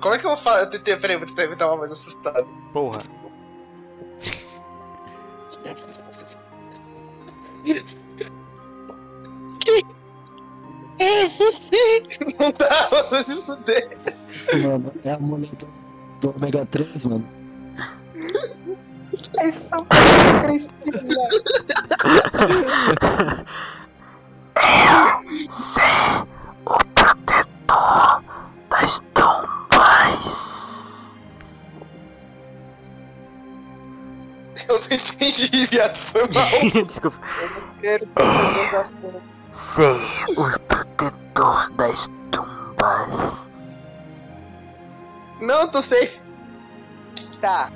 Speaker 5: Como é que eu vou falar? Eu tentei, peraí, vou tentar evitar uma mais assustada.
Speaker 1: Porra.
Speaker 5: É você! Não dá, mano, se fuder.
Speaker 2: Isso, mano, é a mulher do, do ômega 3, mano.
Speaker 3: É isso, Cristina.
Speaker 5: Eu não entendi, viado. Foi mal.
Speaker 1: Desculpa.
Speaker 3: Eu não quero ter todas as coisas.
Speaker 1: Sei o protetor das tumbas.
Speaker 5: Não, tô safe.
Speaker 3: Tá.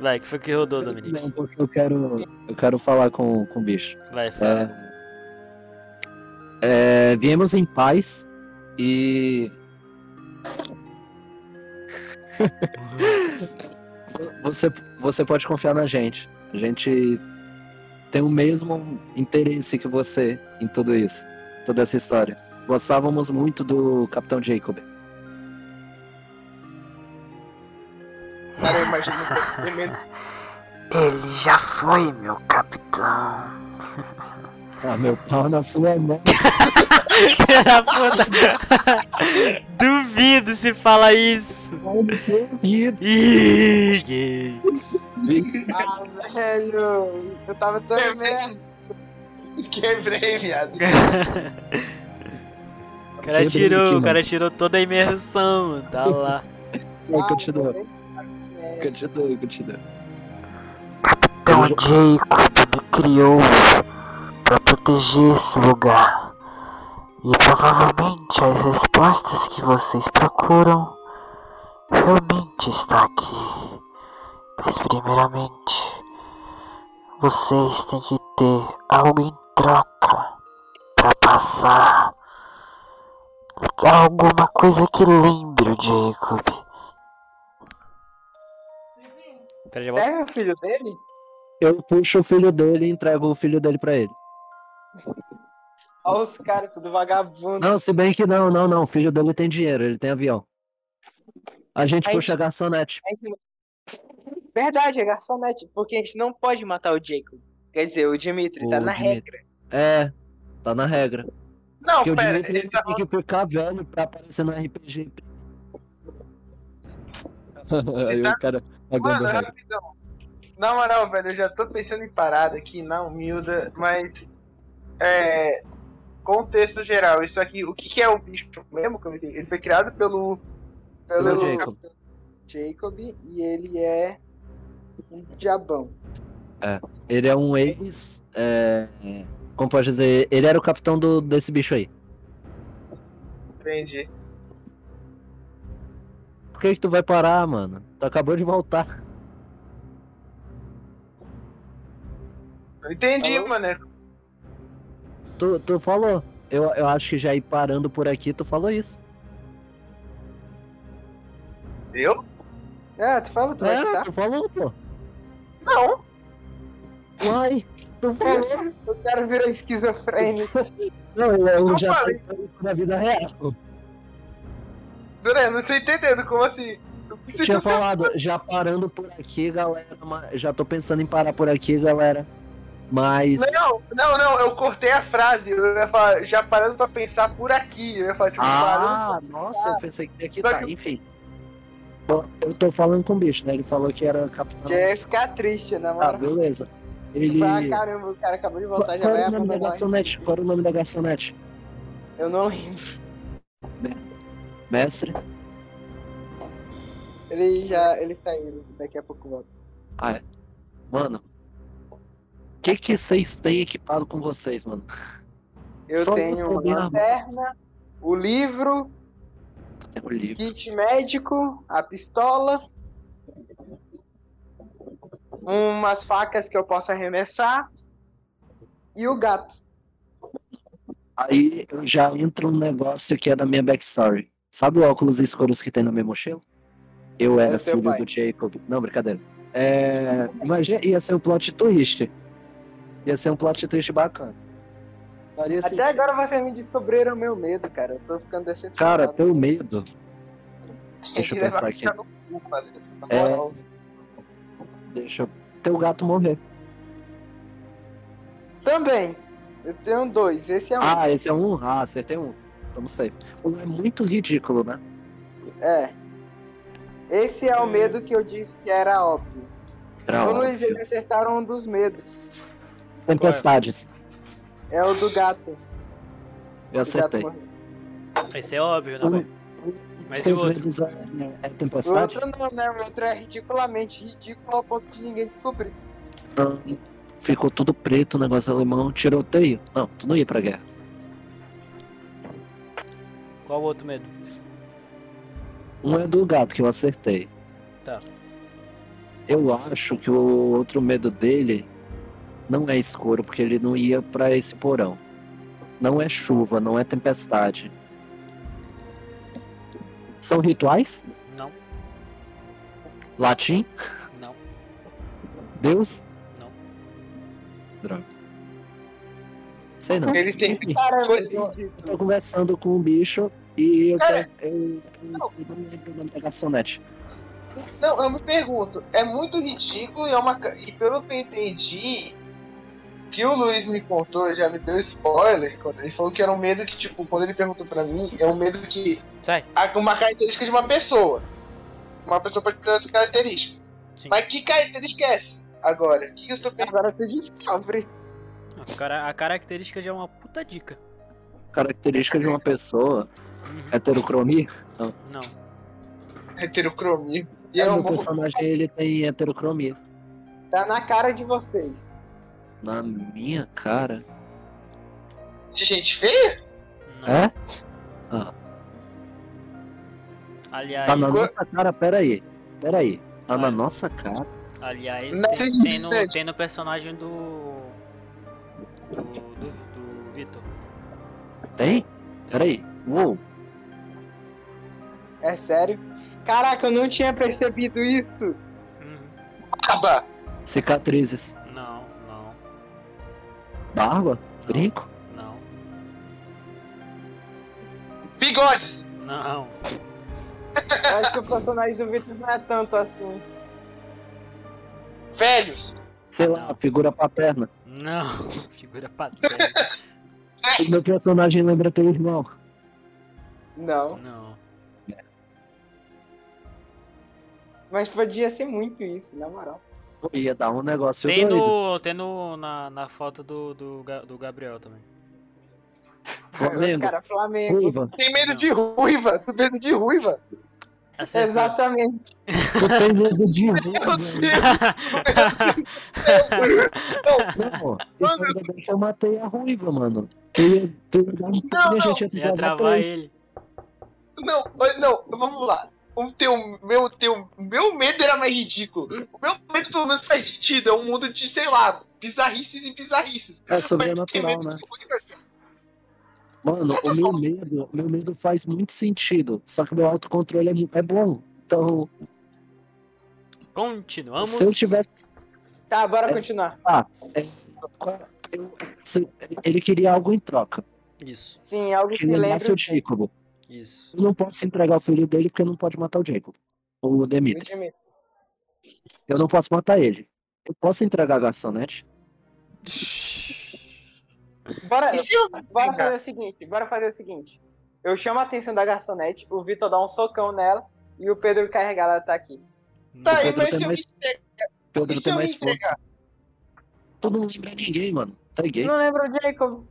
Speaker 1: Vai, que foi que rodou, Dominique?
Speaker 2: porque eu quero. Eu quero falar com, com o bicho.
Speaker 1: Vai, fala.
Speaker 2: É, viemos em paz e. Você, você pode confiar na gente. A gente tem o mesmo interesse que você em tudo isso, toda essa história. Gostávamos muito do Capitão Jacob.
Speaker 5: Cara, eu imagino um tremendo.
Speaker 6: Ele já foi meu capitão.
Speaker 2: Ah, meu pau na sua mão.
Speaker 1: Filha da puta. Duvido se fala isso. Ih, gay.
Speaker 3: Ah, velho. Eu tava tão
Speaker 2: É
Speaker 3: merda.
Speaker 5: Quebrei, viado.
Speaker 1: O cara tirou, o cara tirou toda a imersão, mano. Tá lá.
Speaker 2: Continua,
Speaker 3: É,
Speaker 2: continua, continua.
Speaker 6: Então Jacob me criou para proteger esse lugar. E provavelmente as respostas que vocês procuram tá realmente está aqui. Mas primeiramente, vocês têm que ter algo em troca para passar. é Alguma coisa que lembre o Jacob.
Speaker 1: Pera, já volto.
Speaker 3: serve o filho dele?
Speaker 2: Eu puxo o filho dele e entrego o filho dele pra ele.
Speaker 3: Olha os caras, tudo vagabundo.
Speaker 2: Não, se bem que não, não, não. O filho dele tem dinheiro, ele tem avião. A gente
Speaker 3: Aí-
Speaker 2: puxa a garçonete.
Speaker 3: A gente- Verdade, é garçonete. Porque a gente não pode matar o Jacob. Quer dizer, o Dimitri, tá
Speaker 2: O
Speaker 3: na
Speaker 2: Dimitri.
Speaker 3: regra.
Speaker 2: É, tá na regra.
Speaker 5: Não,
Speaker 2: Porque o
Speaker 5: pera,
Speaker 2: direito
Speaker 5: ele
Speaker 2: dele é
Speaker 5: tá
Speaker 2: tem que ficar velho pra aparecer no RPG. Aí o cara
Speaker 5: tá-
Speaker 2: tá
Speaker 5: Mano,
Speaker 2: agora regra.
Speaker 5: rapidão. Na moral, velho, eu já tô pensando em parada aqui, na humilda, mas. É. Contexto geral, isso aqui, o que, que é o bicho mesmo? que eu entendi? Ele foi criado pelo.
Speaker 2: Pelo
Speaker 5: pelo.
Speaker 2: Jacob.
Speaker 3: Jacob e ele é um diabão.
Speaker 2: Ele é um ex. É... Como pode dizer? Ele era o capitão do, desse bicho aí.
Speaker 5: Entendi.
Speaker 2: Por que, que tu vai parar, mano? Tu acabou de voltar.
Speaker 5: Eu Entendi,
Speaker 3: Falou?
Speaker 5: mano.
Speaker 2: Tu, tu falou. Eu, eu acho que já ir parando por aqui, tu falou isso.
Speaker 5: Eu?
Speaker 3: Ah, tu fala, tu vai
Speaker 2: é,
Speaker 3: chutar?
Speaker 2: tu falou, pô.
Speaker 5: Não.
Speaker 2: Uai,
Speaker 3: É.
Speaker 2: tu falou.
Speaker 3: O cara virou esquizofrênico.
Speaker 2: Não, eu, eu
Speaker 5: Eu
Speaker 2: já
Speaker 5: falei.
Speaker 2: tô na vida real.
Speaker 5: Duré, não tô entendendo como assim. Eu preciso-
Speaker 2: Tinha falado, já parando por aqui, galera. ma- Já tô pensando em parar por aqui, galera. Mas.
Speaker 5: Não, não, não, eu cortei a frase. Eu ia falar, já parando pra pensar por aqui. Eu ia falar, tipo, parando.
Speaker 2: Ah, nossa, eu pensei que tem que
Speaker 5: Só
Speaker 2: tá,
Speaker 5: que-
Speaker 2: enfim. Bom, Eu tô falando com o bicho, né? Ele falou que era capitão.
Speaker 3: Já ia ficar triste, na
Speaker 2: Ah,
Speaker 3: moral.
Speaker 2: beleza.
Speaker 3: Tu
Speaker 2: Ele.
Speaker 3: fala, caramba, o cara acabou de
Speaker 2: Qual
Speaker 3: voltar, já vai
Speaker 2: era o nome da
Speaker 3: abandonar. nós."
Speaker 2: garçonete? Qual era o nome da garçonete?
Speaker 3: Eu não lembro.
Speaker 2: Mestre?
Speaker 3: Ele já. Ele saiu, daqui a pouco volta.
Speaker 2: Mano. O que que vocês têm equipado com vocês, mano?
Speaker 3: Eu
Speaker 2: Só não
Speaker 3: tenho uma
Speaker 2: problema.
Speaker 3: lanterna, o livro,
Speaker 2: Tem o livro.
Speaker 3: kit médico, a pistola. Umas facas que eu posso arremessar. E o gato.
Speaker 2: Aí eu já entro um negócio que é da minha backstory. Sabe o óculos escuros que tem na minha mochila? Eu
Speaker 5: É
Speaker 2: era
Speaker 5: o teu
Speaker 2: filho
Speaker 5: pai.
Speaker 2: do Jacob. Não, brincadeira. É... Imagina, ia ser um plot twist. Ia ser um plot twist bacana. Faria
Speaker 3: Até
Speaker 2: sentido.
Speaker 3: agora vocês me descobriram meu medo, cara. Eu tô ficando
Speaker 2: Cara,
Speaker 3: decepcionado.
Speaker 2: teu medo. Deixa eu
Speaker 5: Ele vai
Speaker 2: pensar aqui.
Speaker 5: né, ficar no cu, mano, na
Speaker 2: É.
Speaker 5: moral.
Speaker 2: Deixa eu- teu gato morrer.
Speaker 3: Também. Eu tenho dois. Esse é um.
Speaker 2: Ah, esse é um. Ah, acertei um. Tamo safe. Um É muito ridículo, né?
Speaker 3: É. Esse é o medo que eu disse que era óbvio.
Speaker 2: Era
Speaker 3: Ô Luiz,
Speaker 2: óbvio.
Speaker 3: eles acertaram um dos medos.
Speaker 2: Tempestades.
Speaker 3: É o do gato.
Speaker 2: Eu
Speaker 3: O gato
Speaker 2: acertei.
Speaker 3: morreu.
Speaker 1: Esse é óbvio, né,
Speaker 2: Um-
Speaker 1: velho? Mas e o
Speaker 2: Seus
Speaker 1: outro?
Speaker 2: medos é, é
Speaker 3: O
Speaker 2: tempestade?
Speaker 3: outro não, né? O outro é ridiculamente ridículo ao ponto de ninguém descobrir.
Speaker 2: Não. Ficou tudo preto, o negócio alemão, tiroteio. Não, tu não ia pra guerra.
Speaker 1: Qual o outro medo?
Speaker 2: Um é do gato que eu acertei.
Speaker 1: Tá.
Speaker 2: Eu acho que o outro medo dele não é escuro, porque ele não ia pra esse porão. Não é chuva, não é tempestade. São rituais?
Speaker 1: Não,
Speaker 2: Latim?
Speaker 1: não.
Speaker 2: Deus?
Speaker 1: Não.
Speaker 2: Droga. Sei não.
Speaker 5: Ele tem
Speaker 2: Enfim,
Speaker 3: Cara, é
Speaker 5: Foi-
Speaker 2: eu tô conversando com um bicho e eu um,
Speaker 5: Cara,
Speaker 2: pe- eu- eu- eu não me lembro o nome da um, garçonete.
Speaker 5: Não, eu me pergunto, é muito ridículo e é uma. ca- E pelo que eu entendi, que o Luiz me contou, ele já me deu spoiler, quando ele falou que era um medo que, tipo, quando ele perguntou pra mim, é um medo que.
Speaker 1: Sai.
Speaker 5: há Uma característica de uma pessoa. Uma pessoa pode ter essa característica.
Speaker 1: Sim.
Speaker 5: Mas que característica é essa? Agora, o que eu estou pensando?
Speaker 3: Agora tu descobre.
Speaker 1: A, cara- a característica já é uma puta dica.
Speaker 2: Característica de uma pessoa,
Speaker 1: Uhum.
Speaker 2: É? heterocromia.
Speaker 1: Não.
Speaker 5: Heterocromia. E
Speaker 2: É,
Speaker 5: é
Speaker 2: meu
Speaker 5: um
Speaker 2: personagem ele tem heterocromia.
Speaker 3: Tá na cara de vocês.
Speaker 2: Na minha cara.
Speaker 5: de gente feia?
Speaker 1: não.
Speaker 2: É?
Speaker 1: Aliás,
Speaker 2: Tá na
Speaker 5: Agora-
Speaker 2: nossa cara, peraí. Peraí. Tá na
Speaker 1: Vai.
Speaker 2: nossa cara.
Speaker 1: aliás
Speaker 5: Não,
Speaker 1: tem,
Speaker 5: gente,
Speaker 1: tem no,
Speaker 5: gente.
Speaker 1: tem no personagem do. Do. do, do Vitor.
Speaker 2: Tem? Peraí. Uou.
Speaker 3: É sério? Caraca, eu não tinha percebido isso.
Speaker 1: Uhum.
Speaker 5: Acaba.
Speaker 2: Cicatrizes.
Speaker 1: Não, não,
Speaker 2: Barba?
Speaker 1: não.
Speaker 2: Brinco?
Speaker 1: Não,
Speaker 5: Bigodes!
Speaker 1: não.
Speaker 3: Eu acho que o personagem do Vitor não é tanto assim.
Speaker 5: Velhos!
Speaker 2: Sei lá, figura paterna.
Speaker 1: Não, figura patética.
Speaker 2: O meu personagem lembra teu irmão.
Speaker 3: Não.
Speaker 1: Não.
Speaker 3: Mas podia ser muito isso, na moral.
Speaker 2: Ia dar um negócio
Speaker 1: Tem
Speaker 2: doido.
Speaker 1: no. Tem no. Na, na foto do, do, Ga- do Gabriel também.
Speaker 2: Flamengo.
Speaker 3: Cara, Flamengo.
Speaker 2: Ruiva,
Speaker 5: Tem medo de ruiva! Tem medo de ruiva!
Speaker 2: tá-
Speaker 1: Acertou.
Speaker 3: Exatamente.
Speaker 2: tu tem medo de
Speaker 5: Meu
Speaker 2: ruiva.
Speaker 5: Deus!
Speaker 2: Não, mano, eu matei a ruiva, é mano. Tu ia, tu ia dar um tiro e a gente ia
Speaker 1: Ia
Speaker 2: travar
Speaker 1: travar
Speaker 2: três.
Speaker 1: ele.
Speaker 5: Não, olha, não, vamos lá. O teu, meu, teu, meu medo era mais ridículo. O meu medo pelo menos faz sentido. É um mundo de, sei lá, bizarrices e bizarrices.
Speaker 2: É
Speaker 5: Mas tem
Speaker 2: sobrenatural,
Speaker 5: medo
Speaker 2: né?
Speaker 5: de ruiva, cara.
Speaker 2: Mano, o meu medo, meu medo faz muito sentido. Só que meu autocontrole é, mu- é bom. Então,
Speaker 1: Continuamos.
Speaker 2: se eu tivesse.
Speaker 3: Tá, bora
Speaker 2: É.
Speaker 3: continuar.
Speaker 2: eu- se- ele queria algo em troca.
Speaker 1: Isso,
Speaker 3: Sim, algo que
Speaker 2: Que ele
Speaker 3: lembra.
Speaker 2: nasce o Jacob.
Speaker 1: isso.
Speaker 2: Eu não posso entregar o filho dele porque eu não pode matar o Jacob. O
Speaker 3: o
Speaker 2: Demitri.
Speaker 3: time.
Speaker 2: Eu não posso matar ele. Eu posso entregar a garçonete?
Speaker 3: Bora,
Speaker 5: E se eu
Speaker 3: bora
Speaker 5: brincar?
Speaker 3: fazer o seguinte, bora fazer o seguinte. Eu chamo a atenção da garçonete, o Vitor dá um socão nela e o Pedro carregado ela tá aqui.
Speaker 5: Tá aí,
Speaker 2: Pedro tem
Speaker 5: mas se eu me
Speaker 2: mais-
Speaker 5: entregar?
Speaker 2: Pedro
Speaker 5: E se
Speaker 2: tem
Speaker 5: eu me
Speaker 2: mais força.
Speaker 5: entregar?
Speaker 2: Tu não lembra ninguém, mano. Tá gay.
Speaker 3: Não lembra o Jacob,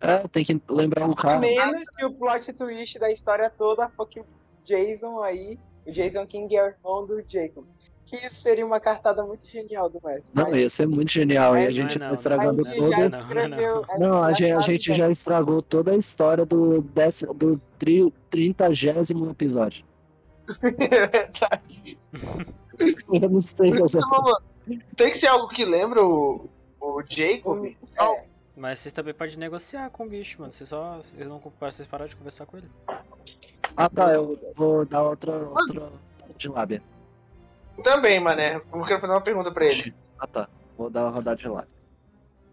Speaker 2: É, tem que lembrar um
Speaker 3: a
Speaker 2: cara.
Speaker 3: menos que o plot twist da história toda foi que o Jason aí, o Jason King é o irmão do Jacob. Que isso seria uma cartada muito genial do Messi.
Speaker 2: Não, ia ser muito genial. E
Speaker 3: Mas
Speaker 1: não
Speaker 2: a
Speaker 1: é não,
Speaker 2: gente tá
Speaker 1: não.
Speaker 3: a
Speaker 2: estragando
Speaker 3: gente
Speaker 1: Não, não,
Speaker 3: já
Speaker 2: todo. é
Speaker 1: não,
Speaker 3: escreveu.
Speaker 2: Não, a gente, a
Speaker 3: sabe,
Speaker 2: gente
Speaker 3: velho.
Speaker 2: já estragou toda a história do, décimo, do tri, trintagésimo episódio. Eu não sei, eu
Speaker 5: Então, vamos lá. Tem que ser algo que lembra o, o Jacob.
Speaker 3: Hum,
Speaker 5: Al-
Speaker 1: Mas vocês também podem negociar com o Guicho, mano. Vocês só. Eu não comparo vocês pararam de conversar com ele.
Speaker 2: Ah tá, eu vou dar outra, outra de lábia.
Speaker 5: Também, mané. Eu quero fazer uma pergunta pra ele.
Speaker 2: Ah tá, vou dar uma rodada de lábia.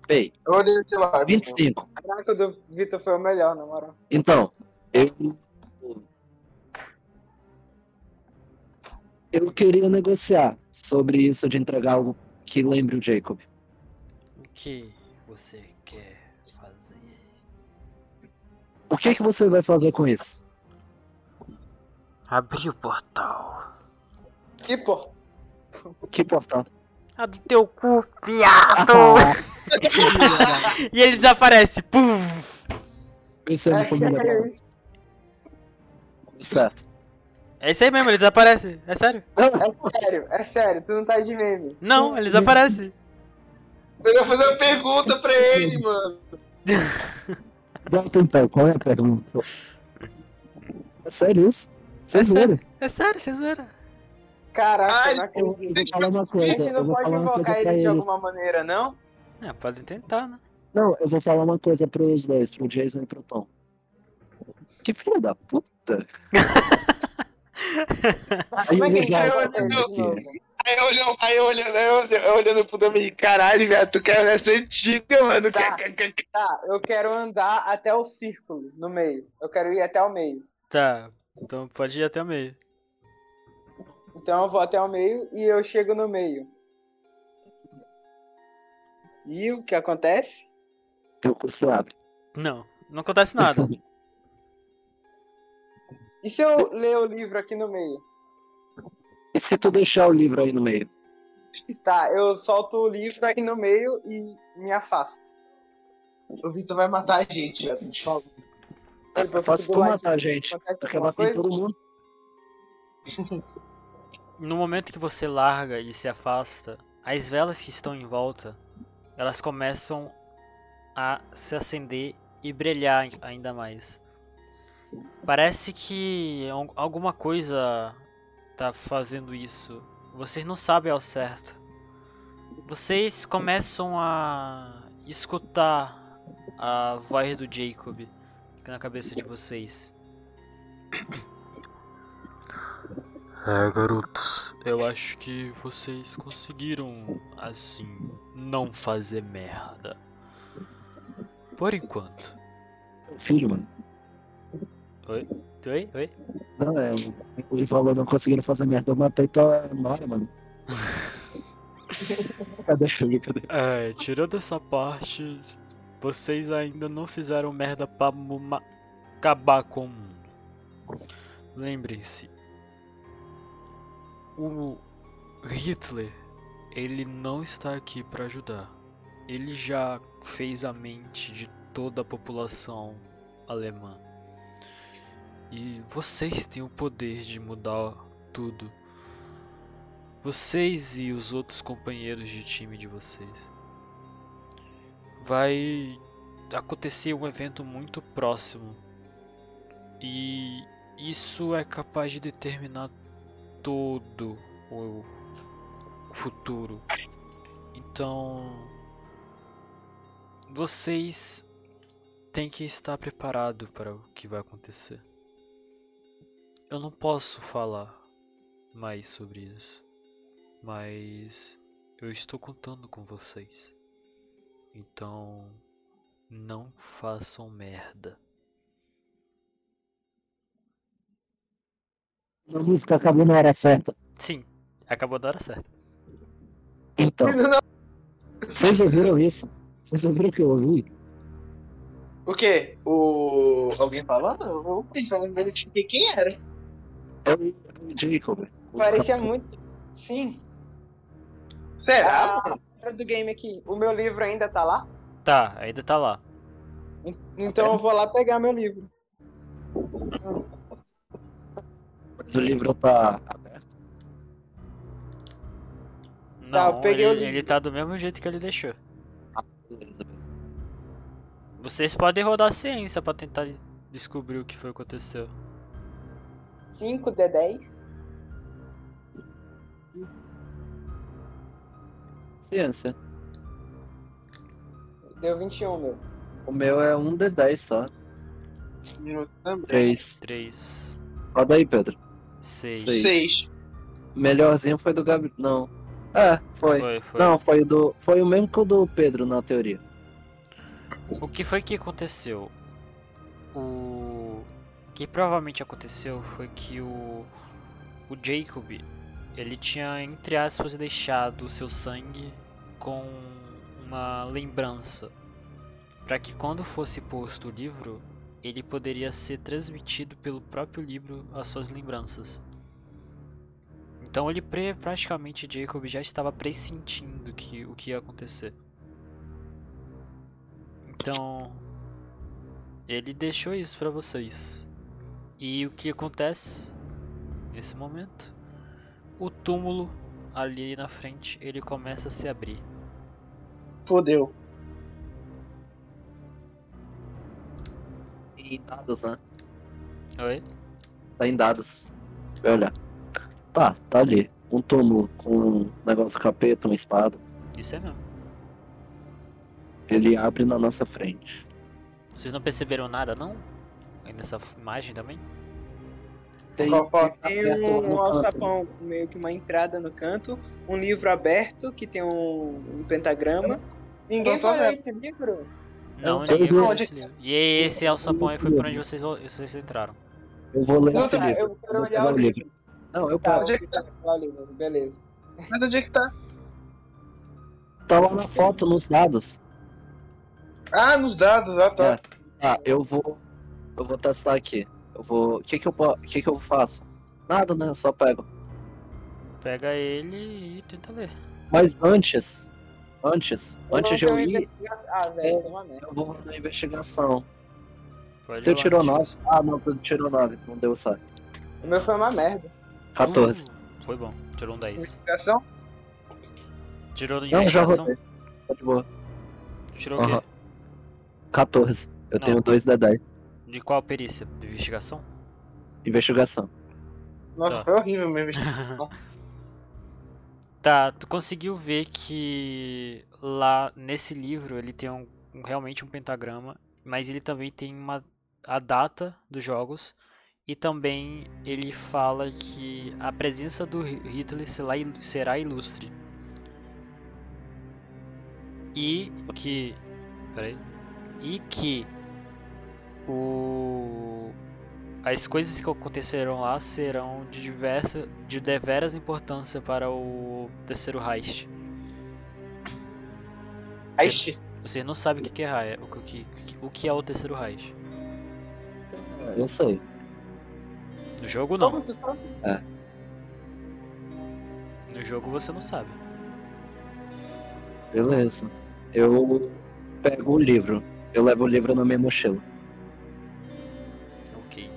Speaker 2: Bem,
Speaker 5: Eu odeio de lá.
Speaker 2: 25.
Speaker 3: Caraca, o do Vitor foi o melhor, na moral.
Speaker 2: Então, eu. Eu queria negociar sobre isso de entregar algo que lembre o Jacob.
Speaker 1: O que você quer fazer?
Speaker 2: O que, que você vai fazer com isso?
Speaker 6: Abri o portal.
Speaker 3: Que porra.
Speaker 2: Que portal?
Speaker 1: Ah, do teu cu, viado! e ele desaparece. Puf!
Speaker 2: Pensando
Speaker 3: É.
Speaker 2: em família. dela. Certo. Ah,
Speaker 1: É isso aí mesmo, ele desaparece. É sério?
Speaker 3: É sério, é sério, tu não tá de meme.
Speaker 1: Não, ele desaparece.
Speaker 5: Eu vou fazer uma pergunta pra ele, mano.
Speaker 2: Volta então, qual é a pergunta? É sério isso? Vocês
Speaker 1: É
Speaker 2: viram?
Speaker 1: É sério, vocês viram?
Speaker 3: Caraca,
Speaker 5: Ai,
Speaker 3: não
Speaker 2: Eu
Speaker 3: acredito.
Speaker 2: vou falar uma
Speaker 3: A
Speaker 2: coisa.
Speaker 3: gente
Speaker 2: é, Eu
Speaker 3: não
Speaker 2: vou
Speaker 3: pode
Speaker 2: falar uma coisa
Speaker 3: invocar
Speaker 2: pra
Speaker 3: ele de
Speaker 2: eles.
Speaker 3: alguma maneira, não?
Speaker 1: É, podem tentar, né?
Speaker 2: Não, eu vou falar uma coisa pros dois, pro Jason e pro Tom. Que filho da puta! Aí
Speaker 3: Como é que
Speaker 2: eu
Speaker 3: ele
Speaker 2: já-
Speaker 5: caiu
Speaker 3: vai
Speaker 5: aqui
Speaker 3: fazer isso de novo?
Speaker 5: Aí eu olhando, aí eu olhando, aí eu olhando, eu olhando pro Dominique, caralho, viado, tu quer essa antiga, mano.
Speaker 3: Tá.
Speaker 5: Quer- quer- quer-
Speaker 3: Tá, eu quero andar até o círculo, no meio. Eu quero ir até o meio.
Speaker 1: Tá, então pode ir até o meio.
Speaker 3: Então eu vou até o meio e eu chego no meio. E o que acontece?
Speaker 2: Teu cu se abre.
Speaker 1: Não, não acontece nada.
Speaker 3: E se eu ler o livro aqui no meio?
Speaker 2: E se tu deixar o livro aí no meio?
Speaker 3: Tá, eu solto o livro aqui no meio e me afasto.
Speaker 5: O Vitor vai matar a gente, viado. te falo.
Speaker 3: Eu vou
Speaker 2: Eu faço
Speaker 3: ficar
Speaker 2: tu
Speaker 3: do lado.
Speaker 2: matar a gente.
Speaker 3: Acontece
Speaker 2: Tu quer
Speaker 3: alguma
Speaker 2: matar em
Speaker 3: coisa?
Speaker 2: todo mundo?
Speaker 1: No momento que você larga e se afasta, as velas que estão em volta, elas começam a se acender e brilhar ai- ainda mais. Parece que al- alguma coisa tá fazendo isso. Vocês não sabem ao certo. Vocês começam a escutar a voz do Jacob na cabeça de vocês.
Speaker 6: É, garotos.
Speaker 1: Eu acho que vocês conseguiram, assim, não fazer merda. Por enquanto.
Speaker 2: Filho, mano.
Speaker 1: Oi? Oi? Oi?
Speaker 2: Não, é. Ele falou não conseguiram fazer merda. Eu matei tua nora, mano. cadê, cadê, cadê?
Speaker 1: É, tirando essa parte, vocês ainda não fizeram merda pra mu- ma- acabar com o mundo. Lembrem-se, o Hitler, ele não está aqui para ajudar. Ele já fez a mente de toda a população alemã. E vocês têm o poder de mudar tudo. Vocês e os outros companheiros de time de vocês. Vai acontecer um evento muito próximo. E isso é capaz de determinar todo o futuro. Então, vocês têm que estar preparado para o que vai acontecer. Eu não posso falar mais sobre isso. Mas eu estou contando com vocês. Então não façam merda.
Speaker 2: A música acabou na hora certa.
Speaker 1: Sim, acabou da hora certa.
Speaker 2: Então, vocês ouviram isso? Vocês ouviram o que eu ouvi?
Speaker 5: O quê? O. Alguém falando? Eu vou pensar no meu time quem era.
Speaker 2: É o o Jacob. né? O
Speaker 3: Parecia
Speaker 2: capitão.
Speaker 3: muito. Sim.
Speaker 5: Será?
Speaker 3: Ah, fora do game aqui. O meu livro ainda tá lá?
Speaker 1: Tá, ainda tá lá.
Speaker 3: Então eu vou lá pegar meu livro.
Speaker 2: Mas o livro tá aberto.
Speaker 1: Não,
Speaker 3: eu peguei o
Speaker 1: ele,
Speaker 3: livro.
Speaker 1: ele tá do mesmo jeito que ele deixou.
Speaker 2: Beleza, beleza.
Speaker 1: Vocês podem rodar a ciência pra tentar descobrir o que foi que aconteceu.
Speaker 3: 5 de 10.
Speaker 2: Ciência.
Speaker 3: Deu 21 meu.
Speaker 2: O meu é um de 10 só.
Speaker 5: Eu também.
Speaker 1: É
Speaker 2: 3.
Speaker 1: 3,
Speaker 2: Roda aí, Pedro.
Speaker 1: 6.
Speaker 2: Seis.
Speaker 5: Seis.
Speaker 2: Melhorzinho foi do Gabi. Não. É, foi.
Speaker 1: Foi, foi.
Speaker 2: Não, foi o do. Foi o mesmo que o do Pedro na teoria.
Speaker 1: O que foi que aconteceu? O que provavelmente aconteceu foi que o o Jacob ele tinha entre aspas deixado o seu sangue com uma lembrança para que quando fosse posto o livro ele poderia ser transmitido pelo próprio livro as suas lembranças. Então ele pre- praticamente Jacob já estava pressentindo que o que ia acontecer. Então, ele deixou isso pra vocês. E o que acontece nesse momento? O túmulo ali na frente, ele começa a se abrir.
Speaker 5: Fodeu.
Speaker 2: Tá Em dados, né?
Speaker 1: Oi?
Speaker 2: Tá em dados. Vai olhar. Tá, tá ali. Um túmulo com um negócio capeta, uma espada.
Speaker 1: Isso é mesmo.
Speaker 2: Ele abre na nossa frente.
Speaker 1: Vocês não perceberam nada não? Aí nessa f- imagem também?
Speaker 2: Tem,
Speaker 5: Qual foto?
Speaker 3: Tem
Speaker 2: aberto
Speaker 3: um,
Speaker 2: no
Speaker 3: um
Speaker 2: canto.
Speaker 3: alçapão, meio que uma entrada no canto, um livro aberto que tem um, um pentagrama. Ninguém
Speaker 5: Não tô
Speaker 3: falou
Speaker 5: vendo.
Speaker 3: esse livro?
Speaker 1: Não,
Speaker 2: eu
Speaker 1: ninguém
Speaker 2: vi
Speaker 1: foi
Speaker 5: onde-
Speaker 1: nesse livro. E
Speaker 2: um
Speaker 1: esse alçapão aí foi por onde vocês, vo- vocês entraram.
Speaker 2: Eu vou ler
Speaker 5: Não,
Speaker 2: esse
Speaker 5: tá,
Speaker 2: livro.
Speaker 3: eu quero
Speaker 2: vou
Speaker 3: olhar
Speaker 2: pegar
Speaker 3: o
Speaker 2: o livro. Não, eu
Speaker 3: Tá,
Speaker 2: paro.
Speaker 5: Onde é
Speaker 3: onde
Speaker 5: que
Speaker 3: tá? Lá o livro, beleza.
Speaker 5: Mas onde é que tá?
Speaker 2: Tá lá na foto, nos dados.
Speaker 5: Ah, nos dados, ah tá.
Speaker 2: É. Ah, eu vou. Eu vou testar aqui. Eu vou. O que que eu, po- que que eu faço? Nada, né? Eu só pego.
Speaker 1: Pega ele e tenta ler.
Speaker 2: Mas antes. Antes. Antes de
Speaker 3: Então,
Speaker 2: eu ir,
Speaker 3: investigação- Ah, velho, é uma merda.
Speaker 2: eu vou na investigação.
Speaker 1: Pode
Speaker 2: Você
Speaker 1: rolar,
Speaker 2: tirou
Speaker 1: tira.
Speaker 2: 9? Ah, não, tu tirou 9. Não deu certo.
Speaker 3: O meu foi uma merda.
Speaker 2: 14.
Speaker 1: Hum, foi bom, tirou um 10.
Speaker 5: Investigação?
Speaker 1: Tirou de
Speaker 2: não, já
Speaker 1: investigação?
Speaker 2: rodei. Tá de boa.
Speaker 1: Tirou o quê?
Speaker 2: Aham. 14. Eu
Speaker 1: Não.
Speaker 2: tenho 2 da 10.
Speaker 1: De qual perícia? De investigação?
Speaker 2: Investigação.
Speaker 5: Nossa,
Speaker 1: Tá.
Speaker 5: foi horrível minha investigação.
Speaker 1: Tá, tu conseguiu ver que lá nesse livro ele tem um, um- realmente um pentagrama, mas ele também tem uma, a data dos jogos e também ele fala que a presença do Hi- Hitler será, il- será ilustre. E que. Peraí. E que o as coisas que aconteceram lá serão de diversa, de deveras importância para o terceiro Heist.
Speaker 5: Aixe.
Speaker 1: Você não sabe o que que é Heist, o que, o que é o terceiro Heist.
Speaker 5: É,
Speaker 2: Eu sei.
Speaker 1: No jogo não,
Speaker 3: Como tu sabe?
Speaker 1: no jogo você não sabe.
Speaker 2: Beleza. Eu pego o livro. Eu levo o livro na minha mochila.
Speaker 1: Ok.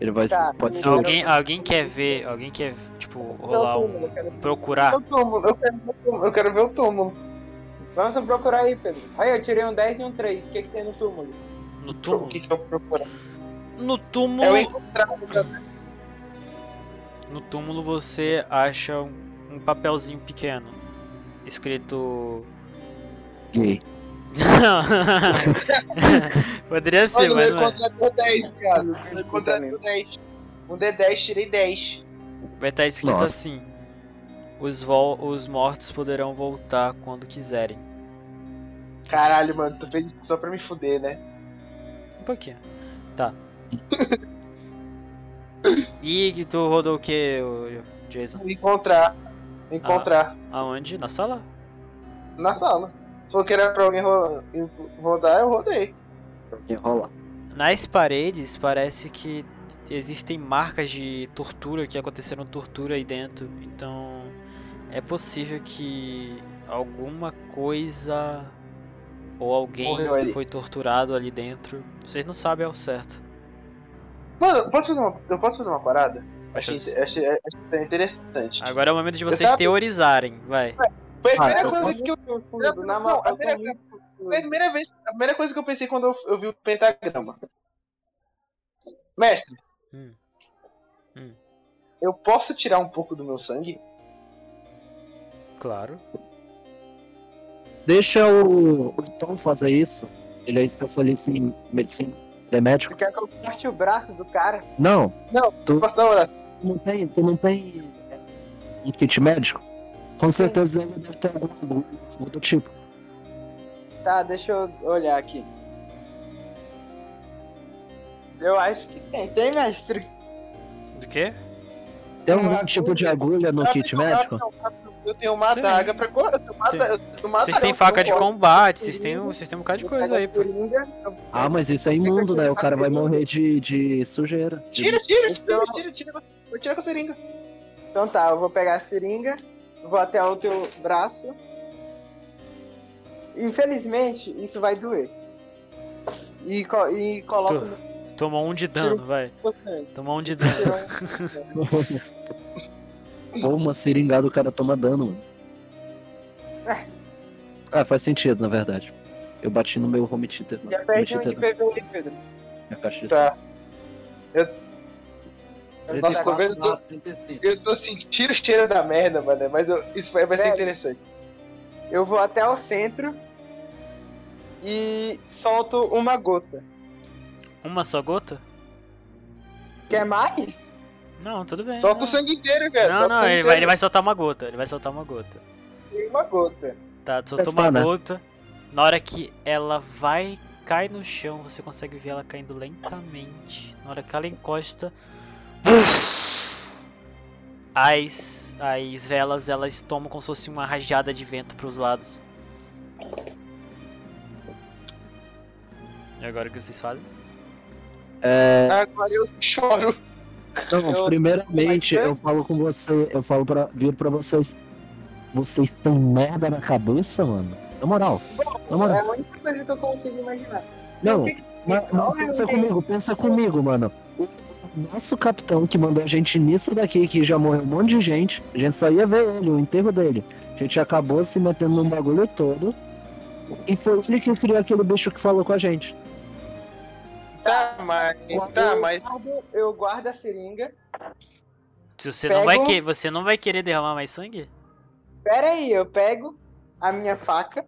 Speaker 2: Ele vai
Speaker 3: Tá.
Speaker 2: Pode ser um
Speaker 3: Não,
Speaker 2: o
Speaker 1: Alguém, alguém quer ver, alguém quer tipo rolar
Speaker 3: Não,
Speaker 1: um,
Speaker 3: túmulo, cara.
Speaker 1: procurar?
Speaker 5: Eu tomo, eu quero ver o túmulo, eu quero ver o túmulo.
Speaker 3: Vamos procurar aí, Pedro. Aí eu tirei um 10 e um 3. O que, que tem no túmulo?
Speaker 1: No
Speaker 5: O
Speaker 1: túmulo?
Speaker 5: que que eu procuro?
Speaker 1: No túmulo,
Speaker 5: É o encontrado também.
Speaker 1: no túmulo você acha um, um papelzinho pequeno escrito
Speaker 2: gay.
Speaker 1: Não. Poderia ser,
Speaker 5: Mano,
Speaker 1: mas
Speaker 5: meu
Speaker 1: não é.
Speaker 5: encontrado deu 10, cara. Meu encontrado
Speaker 3: também.
Speaker 5: deu 10. Um D10, tirei 10.
Speaker 1: Vai estar escrito
Speaker 2: Nossa.
Speaker 1: assim: os, vol- os mortos poderão voltar quando quiserem.
Speaker 5: Caralho, mano, tu fez só pra me fuder, né?
Speaker 1: Um pouquinho. Tá. e que tu rodou o que, Jason?
Speaker 5: Encontrar. Encontrar.
Speaker 1: Aonde? Na sala? Ah.
Speaker 5: Na sala. Se for que era pra alguém ro- rodar, eu rodei.
Speaker 2: Enrolar.
Speaker 1: Nas paredes parece que t- existem marcas de tortura que aconteceram tortura aí dentro. Então é possível que alguma coisa ou alguém
Speaker 5: Morreu ali.
Speaker 1: foi torturado ali dentro. Vocês não sabem ao certo.
Speaker 5: Mano, eu posso fazer uma, eu posso fazer uma parada? Achei,
Speaker 1: Vocês-
Speaker 5: achei, achei interessante.
Speaker 1: Agora é o momento de
Speaker 5: Eu
Speaker 1: vocês
Speaker 5: tava-
Speaker 1: teorizarem, vai.
Speaker 5: Foi a
Speaker 2: Ah,
Speaker 5: primeira
Speaker 2: eu
Speaker 5: coisa
Speaker 2: posso-
Speaker 5: que eu
Speaker 3: Confuso, na
Speaker 5: Não,
Speaker 3: moral,
Speaker 5: a
Speaker 3: eu tô
Speaker 5: primeira-
Speaker 3: muito
Speaker 5: Foi a
Speaker 3: confuso.
Speaker 5: primeira vez, a primeira coisa que eu pensei quando eu, eu vi o pentagrama. Mestre.
Speaker 1: Hum. Hum.
Speaker 5: Eu posso tirar um pouco do meu sangue?
Speaker 1: Claro.
Speaker 2: Deixa o, o Tom fazer isso. Ele é especialista em medicina. Ele é médico.
Speaker 3: Tu quer que eu corte o braço do cara?
Speaker 2: Não,
Speaker 5: Não, Horácio,
Speaker 2: não tem, tu não tem é, um kit médico. Com certeza ele deve ter algum, algum outro tipo.
Speaker 3: Tá, deixa eu olhar aqui. Eu acho que tem. Tem, mestre?
Speaker 1: Do quê?
Speaker 2: Tem
Speaker 5: Tem
Speaker 2: algum
Speaker 5: uma
Speaker 2: tipo de agulha no
Speaker 5: Não,
Speaker 2: kit
Speaker 5: não, não,
Speaker 2: médico?
Speaker 5: não, não, Eu tenho uma
Speaker 1: Sim.
Speaker 5: adaga pra cortar. Eu tenho uma
Speaker 1: Sim.
Speaker 5: ada- eu tenho uma
Speaker 1: Vocês
Speaker 5: adaga
Speaker 1: têm
Speaker 5: pra
Speaker 1: faca de
Speaker 5: cortar.
Speaker 1: combate, vocês têm, um- vocês têm um bocado de
Speaker 3: Eu
Speaker 1: coisa
Speaker 3: pego
Speaker 1: aí.
Speaker 3: a
Speaker 1: pô.
Speaker 3: seringa, eu-
Speaker 2: Ah, mas isso é imundo, né? O cara vai morrer de, de sujeira.
Speaker 5: Tira, tira,
Speaker 1: Então-
Speaker 5: tira, tira, tira, tira com a seringa.
Speaker 3: Então tá, eu vou pegar a seringa, vou até o teu braço. Infelizmente, isso vai doer. E, co e coloco
Speaker 1: Tu-
Speaker 3: no
Speaker 1: Tomou um de dano, vai.
Speaker 3: botão.
Speaker 1: Tomou um de dano.
Speaker 2: Ou uma seringada o cara toma dano, mano.
Speaker 3: É.
Speaker 2: Ah, faz sentido, na verdade. Eu bati no meu home theater, mano.
Speaker 3: Já
Speaker 2: Home
Speaker 3: perdi um
Speaker 2: theater
Speaker 3: de
Speaker 2: não,
Speaker 3: PVE, Pedro.
Speaker 2: minha caixa de
Speaker 5: Tá.
Speaker 2: som.
Speaker 5: Nossa, tô vendo-
Speaker 3: tá,
Speaker 2: Ah, 35.
Speaker 5: Eu tô sentindo o cheiro da merda, mano, mas eu- isso vai, vai ser
Speaker 3: Velho.
Speaker 5: interessante.
Speaker 3: Eu vou até o centro e solto uma gota.
Speaker 1: Uma só gota?
Speaker 3: Quer mais?
Speaker 1: Não, tudo bem.
Speaker 5: Solta
Speaker 1: não.
Speaker 5: o sangue inteiro,
Speaker 3: É,
Speaker 5: velho.
Speaker 1: É. Não,
Speaker 5: solta o
Speaker 1: não,
Speaker 5: sangue
Speaker 1: ele vai, ele
Speaker 5: inteiro.
Speaker 1: vai soltar uma gota. Ele vai soltar uma gota.
Speaker 3: Tem Uma gota.
Speaker 1: Tá, tu soltou
Speaker 2: Testar,
Speaker 1: uma
Speaker 2: né?
Speaker 1: gota. Na hora que ela vai, cai no chão, você consegue ver ela caindo lentamente. Na hora que ela encosta. As, as velas elas tomam como se fosse uma rajada de vento pros lados. E agora o que vocês fazem?
Speaker 2: É,
Speaker 5: Agora eu choro.
Speaker 2: então,
Speaker 3: Eu-
Speaker 2: primeiramente,
Speaker 3: Mas-
Speaker 2: eu falo com você, eu falo pra vir pra vocês. Vocês têm merda na cabeça, mano? Na moral. Na
Speaker 3: É
Speaker 2: moral.
Speaker 3: a única coisa que eu consigo imaginar.
Speaker 2: Não,
Speaker 3: O que que-
Speaker 2: mas, mas
Speaker 3: Olha,
Speaker 2: pensa
Speaker 3: eu-
Speaker 2: comigo, pensa comigo, mano. O nosso capitão que mandou a gente nisso daqui, que já morreu um monte de gente, a gente só ia ver ele, o enterro dele. A gente acabou se metendo num bagulho todo. E foi ele que criou aquele bicho que falou com a gente.
Speaker 5: Tá, mas. Tá,
Speaker 3: eu
Speaker 5: mas.
Speaker 3: guardo- eu guardo a seringa.
Speaker 1: Se Você não, vai
Speaker 3: Pego-
Speaker 1: que, você não vai querer derramar mais sangue?
Speaker 3: Pera aí, eu pego a minha faca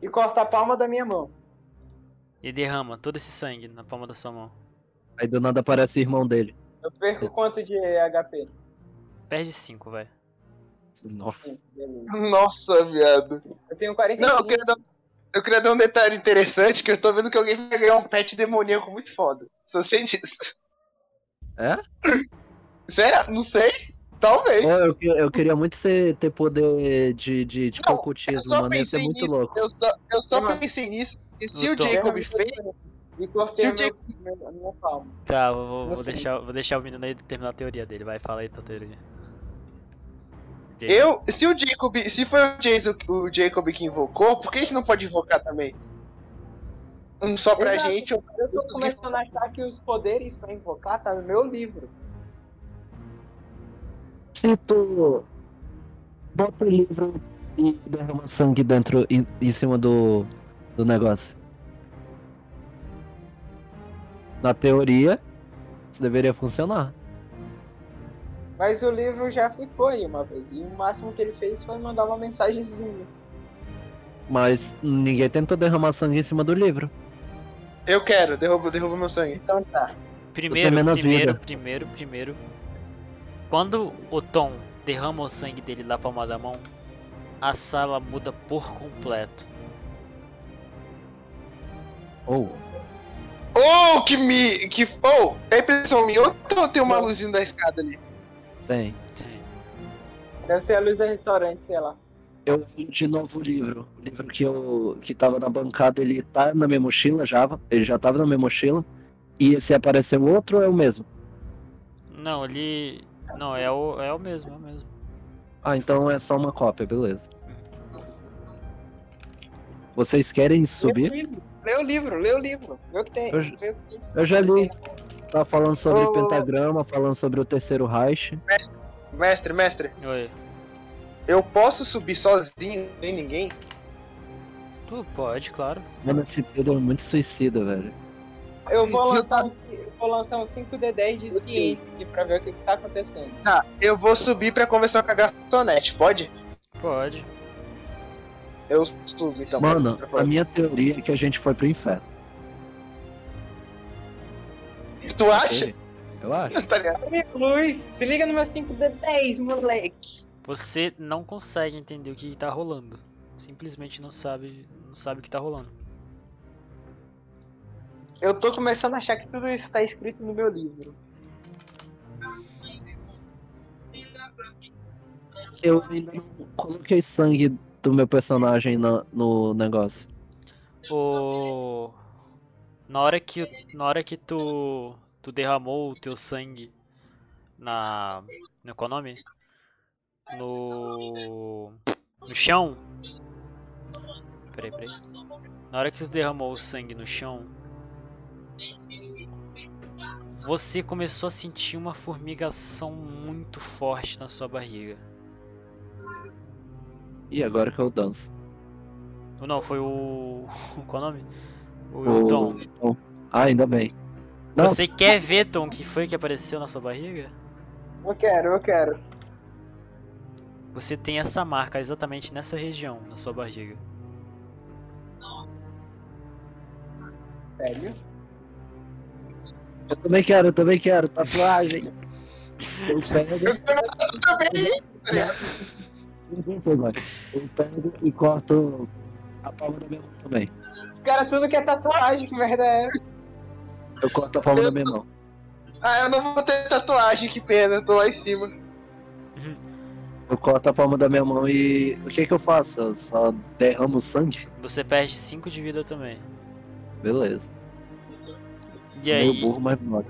Speaker 3: e corto a palma da minha mão.
Speaker 1: E derrama todo esse sangue na palma da sua mão.
Speaker 2: Aí do nada aparece o irmão dele.
Speaker 3: Eu perco quanto de HP?
Speaker 1: Perde 5, vai.
Speaker 2: Nossa.
Speaker 3: Beleza.
Speaker 5: Nossa, viado.
Speaker 3: Eu tenho 45.
Speaker 5: Não, eu queria dar. Eu queria dar um detalhe interessante, que eu tô vendo que alguém vai ganhar um pet demoníaco muito foda. Só sei disso.
Speaker 2: É?
Speaker 5: Sério? Não sei? Talvez.
Speaker 2: Pô, eu, que- eu queria muito ser, ter poder de, de, de
Speaker 5: Não, eu
Speaker 2: ocultismo,
Speaker 5: só
Speaker 2: mano. Ia ser
Speaker 5: pensei
Speaker 2: muito
Speaker 5: nisso.
Speaker 2: louco.
Speaker 5: Eu só, eu só
Speaker 3: Mano.
Speaker 5: pensei nisso. E se
Speaker 1: Eu
Speaker 5: o
Speaker 1: tô-
Speaker 5: Jacob
Speaker 3: Eu-
Speaker 5: fez,
Speaker 3: tá E cortei a
Speaker 5: Se eu
Speaker 3: minha, minha- minha palma.
Speaker 1: Tá, vou, vou-
Speaker 3: Não
Speaker 1: vou
Speaker 3: sei.
Speaker 1: deixar, vou deixar o menino aí terminar a teoria dele. Vai, fala aí tua teoria.
Speaker 5: Eu, se o Jacob, se foi o, Jason, o Jacob que invocou, por que a gente não pode invocar também? Um só pra
Speaker 3: Exato.
Speaker 5: gente, um pra
Speaker 3: Eu tô
Speaker 5: todos os
Speaker 3: começando a achar que os poderes pra invocar tá no meu livro.
Speaker 2: Se tu bota o livro e derrama sangue dentro, em, em cima do, do negócio. Na teoria, isso deveria funcionar.
Speaker 3: Mas o livro já ficou aí uma vez. E o máximo que ele fez foi mandar uma mensagenzinha.
Speaker 2: Mas ninguém tentou derramar sangue em cima do livro.
Speaker 5: que- Eu quero, derrubo, derrubo meu sangue.
Speaker 3: Então tá.
Speaker 1: Primeiro,
Speaker 2: menos
Speaker 1: primeiro,
Speaker 2: vida.
Speaker 1: primeiro, primeiro. Quando o Tom derrama o sangue dele na palma da mão, a sala muda por completo.
Speaker 2: Ou.
Speaker 5: Oh, que me. Que. Oh, é impressão minha. Ou então tem- tem uma luzinha da escada ali.
Speaker 2: Tem.
Speaker 1: Tem.
Speaker 3: Deve ser a luz do restaurante, sei lá.
Speaker 2: Eu olho de novo o livro. O livro que eu que tava na bancada, ele tá na minha mochila, já. Ele já tava na minha mochila. E se aparecer outro, é o mesmo.
Speaker 1: Não, ele. Não, é o, é o mesmo, é o mesmo.
Speaker 2: Ah, então é só uma cópia, beleza. Vocês querem
Speaker 3: Lê
Speaker 2: subir?
Speaker 3: o livro, lê o livro, lê o livro. Vê o que tem.
Speaker 2: Eu-
Speaker 3: vê o que tem.
Speaker 2: Eu já li. Tá falando sobre
Speaker 5: Ô, ô, ô.
Speaker 2: pentagrama, falando sobre o terceiro Reich.
Speaker 5: Mestre, mestre,
Speaker 1: Oi.
Speaker 5: eu posso subir sozinho, sem ninguém?
Speaker 1: Tu pode, claro.
Speaker 2: Mano, esse Pedro é muito suicida, velho.
Speaker 3: Eu vou
Speaker 5: Eu
Speaker 3: lançar
Speaker 5: tava-
Speaker 3: um, ci- eu vou lançar um 5D10 de ciência aqui pra ver o que, que tá acontecendo.
Speaker 5: Tá, eu vou subir pra conversar com a Gratonete, pode?
Speaker 1: Pode.
Speaker 5: Eu subo, então.
Speaker 2: Mano,
Speaker 5: pra- pra-
Speaker 2: a minha teoria é que a gente foi pro inferno.
Speaker 5: Tu acha?
Speaker 2: É. Eu acho.
Speaker 5: Tá ligado?
Speaker 3: Minha luz, se liga no meu 5D10, moleque.
Speaker 1: Você não consegue entender o que tá rolando. Simplesmente não sabe, não sabe o que tá rolando.
Speaker 3: Eu tô começando a achar que tudo isso tá escrito no meu livro.
Speaker 2: Eu ainda não coloquei sangue do meu personagem na- no negócio.
Speaker 1: O... Tipo, Na hora que, na hora que tu, tu derramou o teu sangue na. No, qual é o nome? No. No chão. Peraí, peraí. Na hora que tu derramou o sangue no chão. Você começou a sentir uma formigação muito forte na sua barriga.
Speaker 2: E agora que eu danço.
Speaker 1: Não, foi o. Qual é o nome? O Tom.
Speaker 2: Tom. Ah, ainda bem. Não,
Speaker 1: Você quer ver, Tom, que foi que apareceu na sua barriga?
Speaker 3: Eu quero, eu quero.
Speaker 1: Você tem essa marca exatamente nessa região, na sua barriga.
Speaker 3: Velho.
Speaker 2: eu também quero, eu também quero. Tatuagem. eu pego.
Speaker 5: Eu também.
Speaker 2: Ninguém foi mais. Eu pego e corto a palma da minha mão também.
Speaker 3: Os caras tudo quer tatuagem, que merda é essa?
Speaker 2: Eu corto a palma da minha mão.
Speaker 5: Ah, eu não vou ter tatuagem, que pena. Eu tô lá em cima.
Speaker 2: Eu corto a palma da minha mão e. O que que eu faço? Eu só derramo sangue?
Speaker 1: Você perde 5 de vida também.
Speaker 2: Beleza.
Speaker 1: E aí,
Speaker 2: Meio burro, mas bora.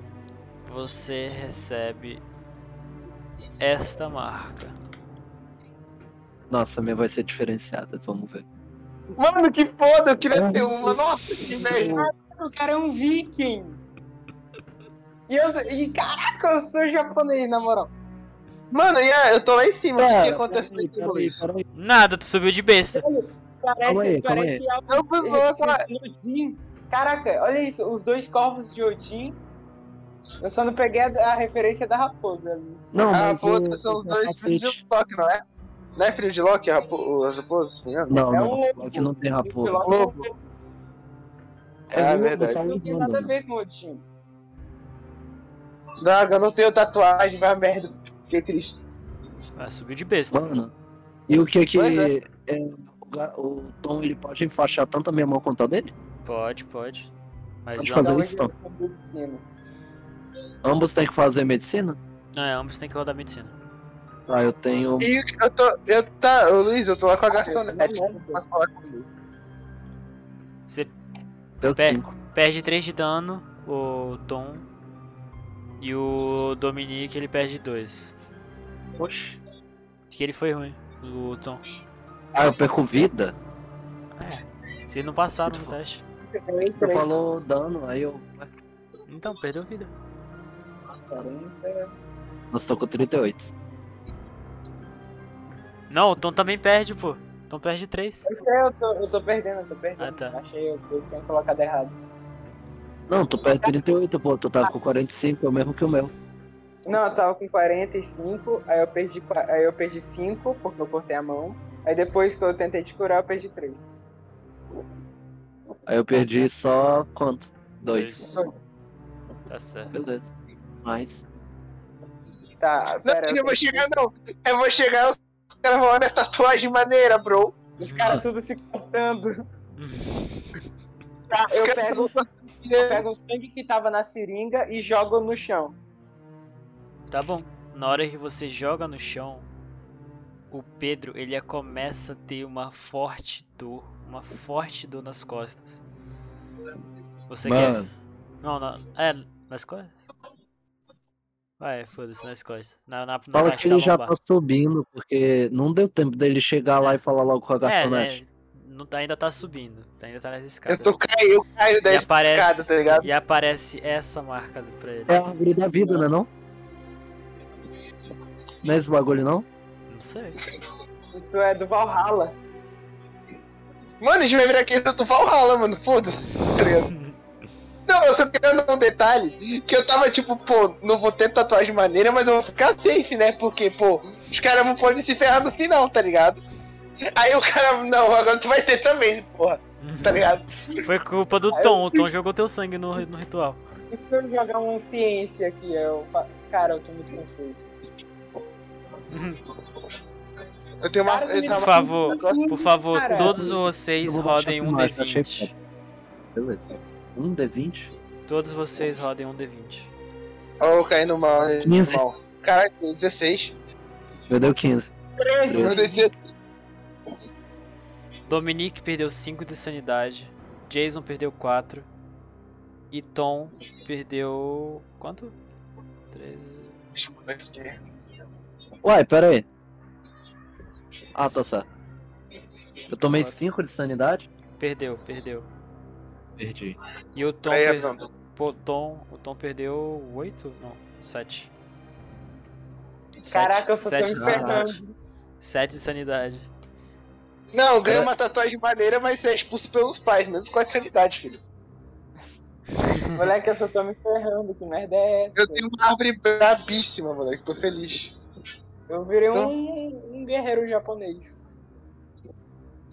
Speaker 1: você recebe esta marca.
Speaker 2: Nossa, a minha vai ser diferenciada, vamos ver.
Speaker 5: Mano, que foda. Eu queria ter uma. Nossa, que merda.
Speaker 3: O cara é um viking. E eu sou- e caraca, eu sou japonês, na moral.
Speaker 5: Mano, yeah, eu tô lá em cima. O que que
Speaker 2: Cara,
Speaker 5: aconteceu
Speaker 2: peraí,
Speaker 5: com
Speaker 2: peraí,
Speaker 5: isso?
Speaker 2: peraí.
Speaker 1: Nada, tu subiu de besta.
Speaker 3: Parece,
Speaker 2: Calma aí, calma
Speaker 3: parece algo
Speaker 5: Eu vou
Speaker 3: é,
Speaker 5: vou lá.
Speaker 3: do Odin. Caraca, olha isso, os dois corvos de Odin. Eu só não peguei a, a referência da raposa. né?
Speaker 2: Não,
Speaker 5: A
Speaker 2: mas
Speaker 5: raposa
Speaker 2: o-
Speaker 5: Ah, são
Speaker 2: o
Speaker 5: dois filhos
Speaker 2: é, capacete-
Speaker 5: de Loki, não é? Não é filho de Loki, a rapo- as raposas? se não me engano?
Speaker 2: Não,
Speaker 3: É
Speaker 2: não.
Speaker 3: um lobo.
Speaker 2: Loki não tem
Speaker 3: O
Speaker 2: raposa.
Speaker 3: lobo
Speaker 5: Lobo. É,
Speaker 2: lobo,
Speaker 5: verdade.
Speaker 2: tá
Speaker 3: Não tem nada a
Speaker 2: usando.
Speaker 3: ver com Odin.
Speaker 5: Droga, eu não tenho tatuagem, vai merda. Fiquei triste.
Speaker 1: Ah, subiu de besta.
Speaker 2: Mano, e o que que.
Speaker 5: Pois é.
Speaker 2: é, o ga- o Tom ele pode enfaixar tanto a minha mão quanto a dele?
Speaker 1: Pode, pode. Mas
Speaker 2: Pode
Speaker 1: não,
Speaker 2: fazer
Speaker 3: Da onde
Speaker 2: isso, não.
Speaker 3: eu tô é um medicina.
Speaker 2: Ambos têm que fazer medicina?
Speaker 1: não, é, ambos têm que rodar medicina.
Speaker 2: Ah, eu tenho.
Speaker 5: E eu tô. Eu tá. Ô, Luiz, eu tô lá com a
Speaker 3: Essa
Speaker 5: garçonete.
Speaker 3: não é merda.
Speaker 5: Posso falar comigo?
Speaker 1: Você
Speaker 2: Deu
Speaker 1: pé.
Speaker 2: cinco.
Speaker 1: perde 3 de dano, o Tom. E o Dominique, ele perde 2.
Speaker 2: Oxi.
Speaker 1: Que ele foi ruim, o Tom.
Speaker 2: Ah, eu perco vida?
Speaker 1: Vocês não passaram no teste.
Speaker 3: é,
Speaker 2: Você
Speaker 3: 43,
Speaker 2: falou dano, aí eu.
Speaker 1: Então, perdeu vida.
Speaker 3: 40.
Speaker 2: Nossa, tô com 38.
Speaker 1: Não, o Tom também perde, pô. Tom perde 3.
Speaker 3: Eu sei, eu tô, eu tô perdendo, eu tô perdendo.
Speaker 1: Ah, tá.
Speaker 3: Achei, eu, eu tinha colocado errado.
Speaker 2: Não, tu perde 38, pô. Tu tava com 45, é o mesmo que o meu.
Speaker 3: Não, eu tava com 45, aí eu perdi, qua- aí eu perdi 5, porque eu cortei a mão. Aí depois que eu tentei te curar, eu perdi 3.
Speaker 2: Aí eu perdi só quanto? Dois.
Speaker 1: Dois. Tá certo.
Speaker 2: Beleza. Mas.
Speaker 3: Tá,
Speaker 5: Não,
Speaker 3: pera. eu
Speaker 5: eu não vou
Speaker 3: perdi.
Speaker 5: chegar, não. Eu vou chegar, os caras vão olha tatuagem maneira, bro.
Speaker 3: Os caras tudo se cortando. Tá,
Speaker 5: Os
Speaker 3: eu
Speaker 5: caras
Speaker 3: pego,
Speaker 5: tão-
Speaker 3: eu pego o sangue que tava na seringa e jogo no chão.
Speaker 1: Tá bom. Na hora que você joga no chão, o Pedro ele começa a ter uma forte dor, uma forte dor nas costas. Você
Speaker 2: Mano,
Speaker 1: quer? Não, na, é nas costas. Vai, foda-se nas costas. Na, na, na
Speaker 2: fala
Speaker 1: parte
Speaker 2: que
Speaker 1: da
Speaker 2: ele já
Speaker 1: lombar.
Speaker 2: tá subindo, porque não deu tempo dele chegar lá e falar logo com a
Speaker 1: é,
Speaker 2: garçonete.
Speaker 1: é, não tá- ainda tá subindo, ainda tá nas escadas.
Speaker 5: Eu tô caindo, eu caio da
Speaker 1: e
Speaker 5: escada,
Speaker 1: aparece
Speaker 5: tá ligado?
Speaker 1: e aparece essa marca pra ele.
Speaker 2: É, a árvore da vida, né não? Não é esse bagulho, não?
Speaker 1: Não sei.
Speaker 3: Isso é do Valhalla.
Speaker 5: Mano, a gente vai virar aquele do Valhalla, mano. Foda-se, tá ligado? Não, eu só queria dar um detalhe, que eu tava tipo, pô, não vou ter tatuagem maneira, mas eu vou ficar safe, né? Porque, pô, os caras não podem se ferrar no final, tá ligado? Aí o cara, não, agora tu vai ter também, porra. Tá ligado?
Speaker 1: Foi culpa do Tom, o Tom jogou teu sangue no, no ritual.
Speaker 3: E se eu jogar uma ciência aqui? Eu... fa- Cara, eu tô muito confuso.
Speaker 5: Eu tenho uma.
Speaker 3: Cara,
Speaker 5: eu
Speaker 3: me-
Speaker 5: tava-
Speaker 1: Por
Speaker 5: um
Speaker 1: favor,
Speaker 5: Agora-
Speaker 1: por favor,
Speaker 3: Cara,
Speaker 1: todos vocês
Speaker 2: eu vou baixar
Speaker 1: rodem
Speaker 2: essa
Speaker 1: um
Speaker 2: imagem, achei
Speaker 1: D20.
Speaker 2: Beleza. Um D20?
Speaker 1: Todos vocês rodem um D20.
Speaker 5: Ó, eu caí no mal, né?
Speaker 2: Quinze.
Speaker 5: Mal. Caralho, 16.
Speaker 2: Eu dei o 15.
Speaker 5: Eu dei 16.
Speaker 1: Dominique perdeu 5 de sanidade. Jason perdeu 4. E Tom perdeu. quanto? 13.
Speaker 2: Uai, pera aí. Ah, tá certo. Eu tomei 5 de sanidade?
Speaker 1: Perdeu, perdeu.
Speaker 2: Perdi.
Speaker 1: E o Tom,
Speaker 5: Aí,
Speaker 1: per-
Speaker 5: Arnaldo.
Speaker 1: pô, Tom, o Tom perdeu 8? Não, 7.
Speaker 3: Caraca, eu só tô
Speaker 1: sete
Speaker 3: me
Speaker 1: de
Speaker 3: ferrando.
Speaker 1: sanidade. 7 de sanidade.
Speaker 5: Não,
Speaker 1: É.
Speaker 5: ganha uma tatuagem maneira, mas é expulso pelos pais, menos com a sanidade, filho.
Speaker 3: Moleque, eu só tô me ferrando. Que merda é essa?
Speaker 5: Eu tenho uma árvore brabíssima, moleque, tô feliz.
Speaker 3: Eu virei um, um guerreiro japonês.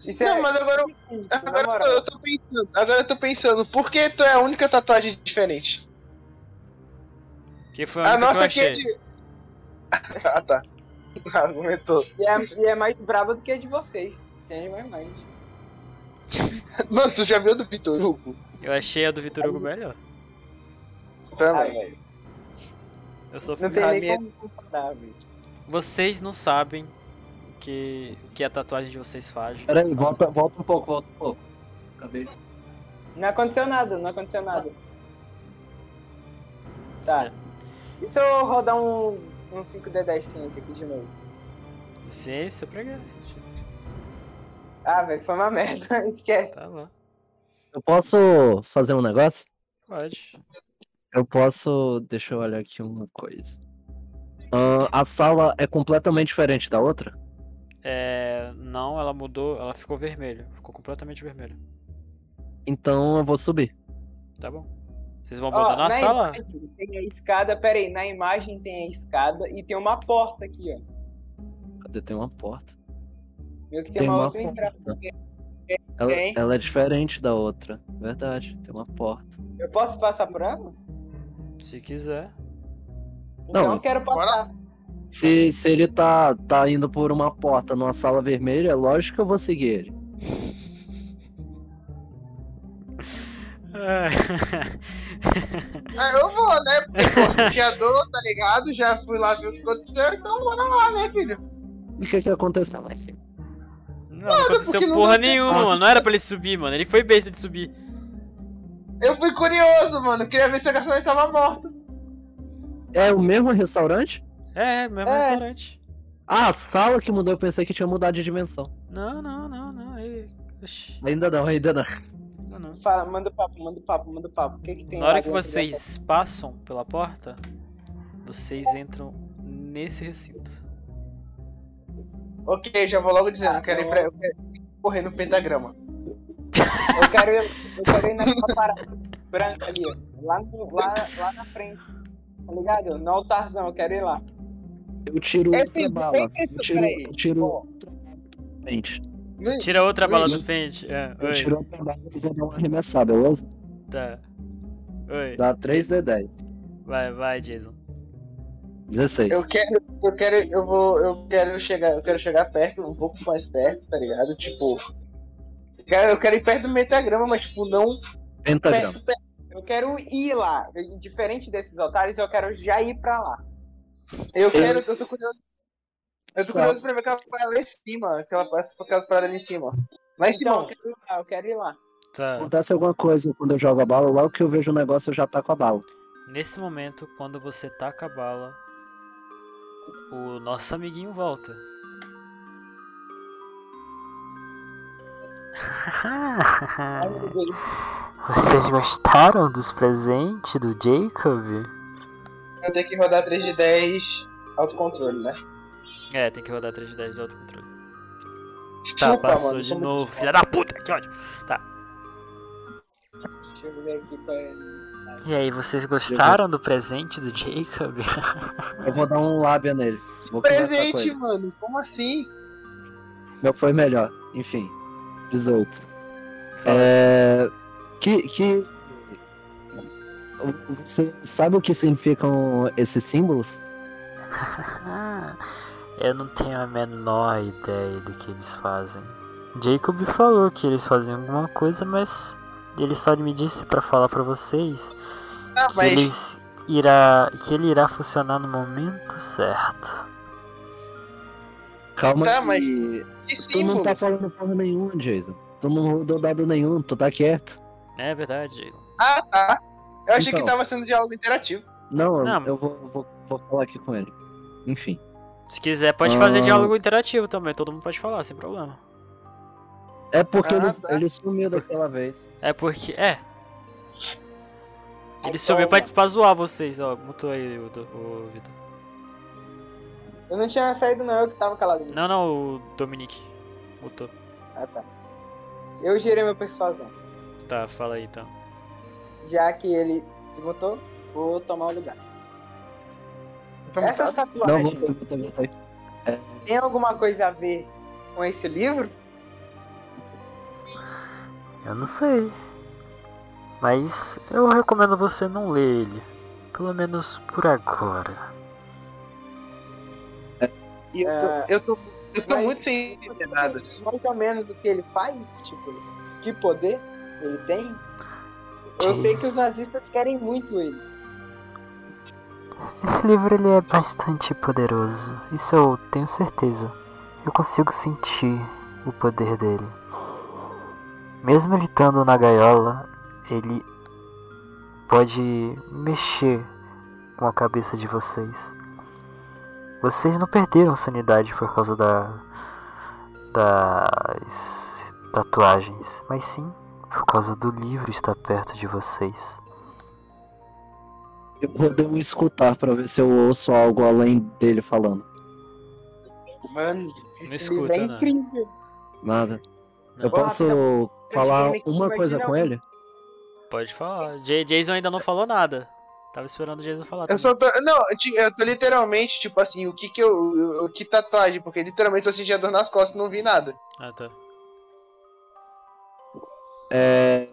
Speaker 3: Isso
Speaker 5: Não,
Speaker 3: é
Speaker 5: mas agora, eu-
Speaker 3: difícil, na
Speaker 5: agora Ah, eu,
Speaker 3: moral.
Speaker 5: tô, eu tô pensando, agora eu tô pensando, por que tu é a única tatuagem diferente?
Speaker 1: Que foi a
Speaker 5: A
Speaker 1: única que eu
Speaker 5: nossa aqui
Speaker 1: achei.
Speaker 5: é de. Ah tá. Argumentou.
Speaker 3: E, é, e é mais braba do que a de vocês. Quem é mais mande.
Speaker 5: Mano, tu já viu do Vitor Hugo?
Speaker 1: Eu achei a do Vitor Hugo melhor.
Speaker 3: Ah,
Speaker 5: Também.
Speaker 3: velho.
Speaker 1: Eu sou
Speaker 3: Não
Speaker 1: fã.
Speaker 3: tem
Speaker 5: A
Speaker 3: nem
Speaker 5: minha-
Speaker 3: como comparar, velho.
Speaker 1: Vocês não sabem o que, o que a tatuagem de vocês faz.
Speaker 2: Pera aí,
Speaker 1: faz.
Speaker 2: volta, volta um pouco, volta um pouco. Acabei de...
Speaker 3: Não aconteceu nada, não aconteceu nada.
Speaker 1: É.
Speaker 3: Tá. E se eu rodar um, um 5D10 ciência aqui de novo?
Speaker 1: Ciência pra galera.
Speaker 3: Ah, velho, foi uma merda. Esquece.
Speaker 1: Tá lá.
Speaker 2: Eu posso fazer um negócio?
Speaker 1: Pode.
Speaker 2: Eu posso... Deixa eu olhar aqui uma coisa. Ah, a sala é completamente diferente da outra?
Speaker 1: É, não, ela mudou, ela ficou vermelha. Ficou completamente vermelha.
Speaker 2: Então eu vou subir.
Speaker 1: Tá bom. Vocês vão
Speaker 3: Ó,
Speaker 1: botar na sala?
Speaker 3: imagem tem a escada, pera aí, na imagem tem a escada e tem uma porta aqui, ó.
Speaker 2: Cadê? Tem uma porta.
Speaker 3: Meio que tem, uma, outra entrada.
Speaker 2: Ela,
Speaker 5: Tem.
Speaker 2: ela é diferente da outra. Verdade, tem uma porta.
Speaker 3: Eu posso passar por ela?
Speaker 1: Se quiser.
Speaker 3: Então
Speaker 2: Não,
Speaker 3: eu quero passar.
Speaker 2: Se, se ele tá, tá indo por uma porta numa sala vermelha, é lógico que eu vou seguir ele.
Speaker 5: Ah, eu vou, né? Porque pô, tinha dor, tá ligado? Já fui lá ver o que aconteceu, então bora lá, né, filho?
Speaker 2: E o que que aconteceu
Speaker 5: Tá,
Speaker 2: mais sim?
Speaker 1: Não, não aconteceu
Speaker 5: porque não
Speaker 1: porra
Speaker 5: deu tempo.
Speaker 1: nenhuma, mano. Não era pra ele subir, mano. Ele foi besta de subir.
Speaker 5: Eu fui curioso, mano. Queria ver se a garçonete tava morta.
Speaker 2: É o mesmo restaurante?
Speaker 1: É, mesmo
Speaker 5: É.
Speaker 1: restaurante.
Speaker 2: Ah, a sala que mudou, eu pensei que tinha mudado de dimensão.
Speaker 1: Não, não, não, não. Ele... Oxi,
Speaker 2: Ainda não, ainda não.
Speaker 1: não, não.
Speaker 3: Fala, manda o papo, manda o papo, manda o papo. O que que tem
Speaker 1: Na hora
Speaker 3: lá
Speaker 1: que
Speaker 3: dentro dessa-
Speaker 1: vocês passam pela porta, vocês entram nesse recinto.
Speaker 5: Ok, já vou logo dizendo, eu quero ir pra.
Speaker 3: Ah,
Speaker 5: Eu quero correr no pentagrama.
Speaker 3: Eu quero ir, eu quero ir naquela parada branca ali, ó. Lá, no- lá, lá na frente. Tá ligado? No altarzão, eu quero ir lá.
Speaker 2: Eu tiro
Speaker 5: É,
Speaker 2: outra
Speaker 5: tem-
Speaker 2: bala.
Speaker 5: tem
Speaker 2: Eu
Speaker 5: isso,
Speaker 2: tiro,
Speaker 5: peraí.
Speaker 2: eu tiro.
Speaker 5: Ó.
Speaker 2: Gente,
Speaker 5: Não-
Speaker 1: Tira outra bala
Speaker 5: Oi.
Speaker 1: do pente. É,
Speaker 2: eu
Speaker 1: oi.
Speaker 2: tiro outra bala e vou dar uma arremessada, beleza?
Speaker 1: Tá.
Speaker 6: Tá.
Speaker 1: Oi.
Speaker 2: Dá 3D10.
Speaker 1: Vai, vai, Jason.
Speaker 2: 16.
Speaker 5: Eu quero, eu quero, eu vou, eu quero chegar, eu quero chegar perto, um pouco mais perto, tá ligado? Tipo, eu quero, eu quero ir perto do metagrama, mas tipo não
Speaker 2: Pentagrama.
Speaker 5: perto, perto.
Speaker 3: Eu quero ir lá. Diferente desses otários, eu quero já ir pra lá.
Speaker 5: Eu quero, eu tô curioso, eu tô
Speaker 2: Só.
Speaker 5: curioso pra ver aquela parada lá em cima, aquela aquelas paradas ali em cima. Lá em
Speaker 3: Então,
Speaker 5: cima,
Speaker 3: eu quero ir lá, eu quero ir lá.
Speaker 1: Tá.
Speaker 2: Acontece alguma coisa quando eu jogo a bala, logo que eu vejo o negócio eu já taco a bala.
Speaker 1: Nesse momento, quando você taca a bala, o nosso amiguinho volta.
Speaker 3: Ai, meu Deus.
Speaker 6: Vocês gostaram dos presentes do Jacob?
Speaker 5: eu tenho que rodar 3 de 10 autocontrole, né?
Speaker 1: É, tem que rodar 3 de 10 de autocontrole. Tá,
Speaker 5: Chupa,
Speaker 1: passou
Speaker 5: mano,
Speaker 1: de
Speaker 5: como
Speaker 1: novo,
Speaker 5: que-
Speaker 1: filha da puta, que ódio.
Speaker 3: Deixa eu ver aqui pra...
Speaker 6: E aí, vocês gostaram do presente do Jacob?
Speaker 2: Eu vou dar um lábia nele. Vou conversar com
Speaker 5: Presente,
Speaker 2: ele.
Speaker 5: mano. Como assim?
Speaker 2: Meu foi melhor. Enfim. 18.
Speaker 1: Fala.
Speaker 2: É, que, que. Você sabe o que significam esses símbolos?
Speaker 6: Ah, eu não tenho a menor ideia do que eles fazem. Jacob falou que eles faziam alguma coisa, mas ele só me disse pra falar pra vocês
Speaker 5: Ah,
Speaker 6: que,
Speaker 5: mas
Speaker 6: eles irá, que ele irá funcionar no momento certo.
Speaker 2: Calma
Speaker 5: Tá,
Speaker 2: que
Speaker 5: mas- que
Speaker 2: Tu não
Speaker 5: símbolo?
Speaker 2: tá falando porra nenhuma, Jason. Tu não rodou dado nenhum, tu tá quieto.
Speaker 1: É verdade, Jason.
Speaker 5: Ah, tá. Eu achei que
Speaker 2: Então.
Speaker 5: tava sendo diálogo interativo.
Speaker 2: Não, eu-
Speaker 1: Não.
Speaker 2: eu vou, vou, vou falar aqui com ele. Enfim.
Speaker 1: Se quiser, pode fazer
Speaker 2: Ah.
Speaker 1: diálogo interativo também. Todo mundo pode falar, sem problema.
Speaker 2: É porque
Speaker 5: Ah,
Speaker 2: ele,
Speaker 5: tá.
Speaker 2: ele sumiu daquela vez.
Speaker 1: É porque. É. Ele
Speaker 5: Então-
Speaker 1: subiu pra, pra zoar vocês, ó. Mutou aí o, do- o Vitor.
Speaker 3: Eu não tinha saído, não, eu que tava calado.
Speaker 1: Não, não, o Dominique. Mutou.
Speaker 3: Ah, tá. Eu gerei meu persuasão.
Speaker 1: Tá, fala aí então.
Speaker 3: Já que ele se botou, vou tomar o lugar.
Speaker 1: Tá
Speaker 5: Então,
Speaker 3: Essas
Speaker 2: Não,
Speaker 3: tatuagens
Speaker 2: vou, vou, vou, vou.
Speaker 3: tem alguma coisa a ver com esse livro?
Speaker 6: Eu não sei. Mas eu recomendo você não ler ele. Pelo menos por agora.
Speaker 5: E eu tô,
Speaker 3: É.
Speaker 5: eu tô, eu tô
Speaker 3: Mas-
Speaker 5: muito sem entender nada.
Speaker 3: Mais ou menos o que ele faz? Tipo, que poder ele tem? Eu
Speaker 6: Que
Speaker 3: sei
Speaker 6: isso.
Speaker 3: que os nazistas querem muito ele.
Speaker 6: Esse livro ele é bastante poderoso. Isso eu tenho certeza. Eu consigo sentir o poder dele. Mesmo ele estando na gaiola, ele pode mexer com a cabeça de vocês. Vocês não perderam sua unidade por causa da das tatuagens, mas sim por causa do livro estar perto de vocês.
Speaker 2: Eu vou dar um escutar pra ver se eu ouço algo além dele falando.
Speaker 3: Mano,
Speaker 1: Não
Speaker 3: esse livro
Speaker 1: escuta,
Speaker 3: é
Speaker 1: né?
Speaker 3: incrível.
Speaker 2: Nada.
Speaker 1: Não.
Speaker 2: Eu posso falar
Speaker 3: game aqui,
Speaker 2: uma coisa
Speaker 3: imagina
Speaker 2: com
Speaker 3: um-
Speaker 2: ele?
Speaker 1: Pode falar. J- Jason ainda não falou nada. Tava esperando o Jason falar.
Speaker 5: Eu
Speaker 1: também.
Speaker 5: só tô. Não, eu ti- eu tô literalmente, tipo assim, o que que eu. o- o- Que tatuagem? Porque literalmente eu senti a dor nas costas e não vi nada.
Speaker 1: Ah, tá.
Speaker 2: É...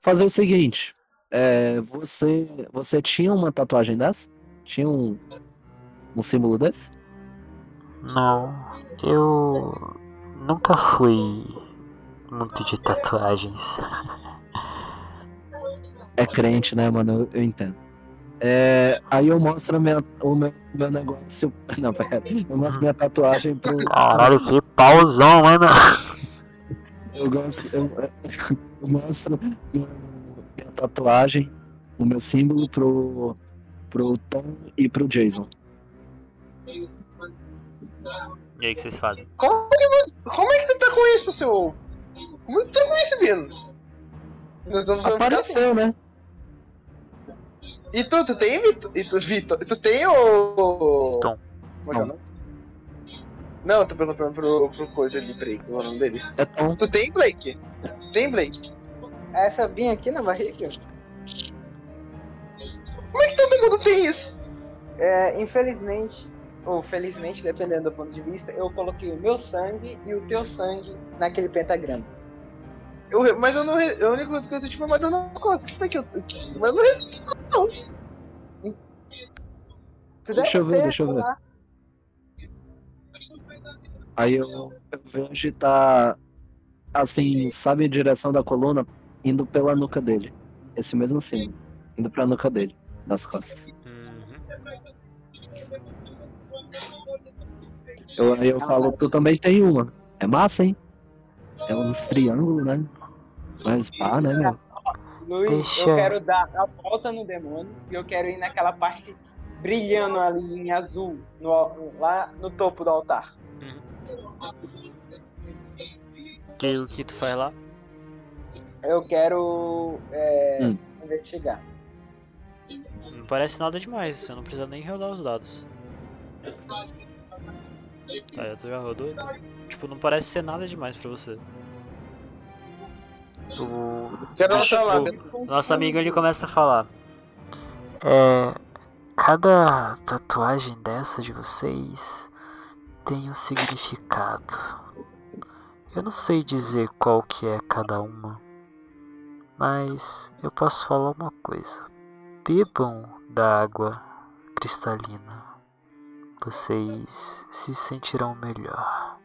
Speaker 2: Fazer o seguinte. é, você, você tinha uma tatuagem dessa? Tinha um, um símbolo desse?
Speaker 6: Não, eu nunca fui muito de tatuagens.
Speaker 2: É crente, né, mano? Eu, eu entendo. É, aí eu mostro a minha, o meu, meu negócio. Não, pera. Eu mostro minha tatuagem pro.
Speaker 6: Caralho, que pauzão, hein, meu?
Speaker 2: Eu, gosto, eu, eu mostro minha, minha tatuagem, o meu símbolo pro, pro Tom e pro Jason.
Speaker 1: E aí, o que vocês fazem?
Speaker 5: Como que, você- como é que tu tá com isso, seu. Como é que tu tá com isso, Bino? Nós vamos vamos ficar
Speaker 2: Apareceu, né?
Speaker 5: assim. E tu, tu tem, Vitor? E tu, Vitor? Tu tem o.
Speaker 6: Tom.
Speaker 5: Como é que é o nome? Não, eu tô perguntando pro, pro coisa ali, peraí, qual é o nome dele?
Speaker 2: É Tom.
Speaker 5: Tu tem, Blake? Tu tem, Blake?
Speaker 3: Essa vinha aqui na barriga?
Speaker 5: Como é que todo mundo tem isso?
Speaker 3: É, infelizmente, ou felizmente, dependendo do ponto de vista, eu coloquei o meu sangue e o teu sangue naquele pentagrama.
Speaker 5: Eu, mas eu não. re- A única coisa que eu senti foi uma dor nas costas. Como é que eu. Mas eu não recebi
Speaker 3: Tu
Speaker 2: Deixa eu
Speaker 3: deve
Speaker 2: ver,
Speaker 3: ter,
Speaker 2: deixa eu
Speaker 3: sei
Speaker 2: ver.
Speaker 3: lá.
Speaker 2: Aí eu, eu vejo e tá. Assim, sabe, em direção da coluna, indo pela nuca dele. Esse mesmo símbolo. Indo pra nuca dele, das costas.
Speaker 1: Uhum.
Speaker 2: Eu, aí eu falo, tu também tem uma. É massa, hein? É uns triângulos, né? Mas pá, né, meu?
Speaker 3: Luiz,
Speaker 6: Deixa.
Speaker 3: eu quero dar a volta no demônio e eu quero ir naquela parte brilhando ali em azul, no al- lá no topo do altar.
Speaker 1: E o que tu faz lá?
Speaker 3: Eu quero é,
Speaker 2: Hum.
Speaker 3: investigar.
Speaker 1: Não parece nada demais, você não precisa nem rodar os dados. Tá, já tu já rodou? então. Tipo, não parece ser nada demais pra você.
Speaker 6: O
Speaker 5: Quero
Speaker 1: Acho
Speaker 5: lançar lá,
Speaker 1: que- Nosso amigo ele começa a falar.
Speaker 6: É, cada tatuagem dessa de vocês tem um significado. Eu não sei dizer qual que é cada uma, mas eu posso falar uma coisa. Bebam da água cristalina. Vocês se sentirão melhor.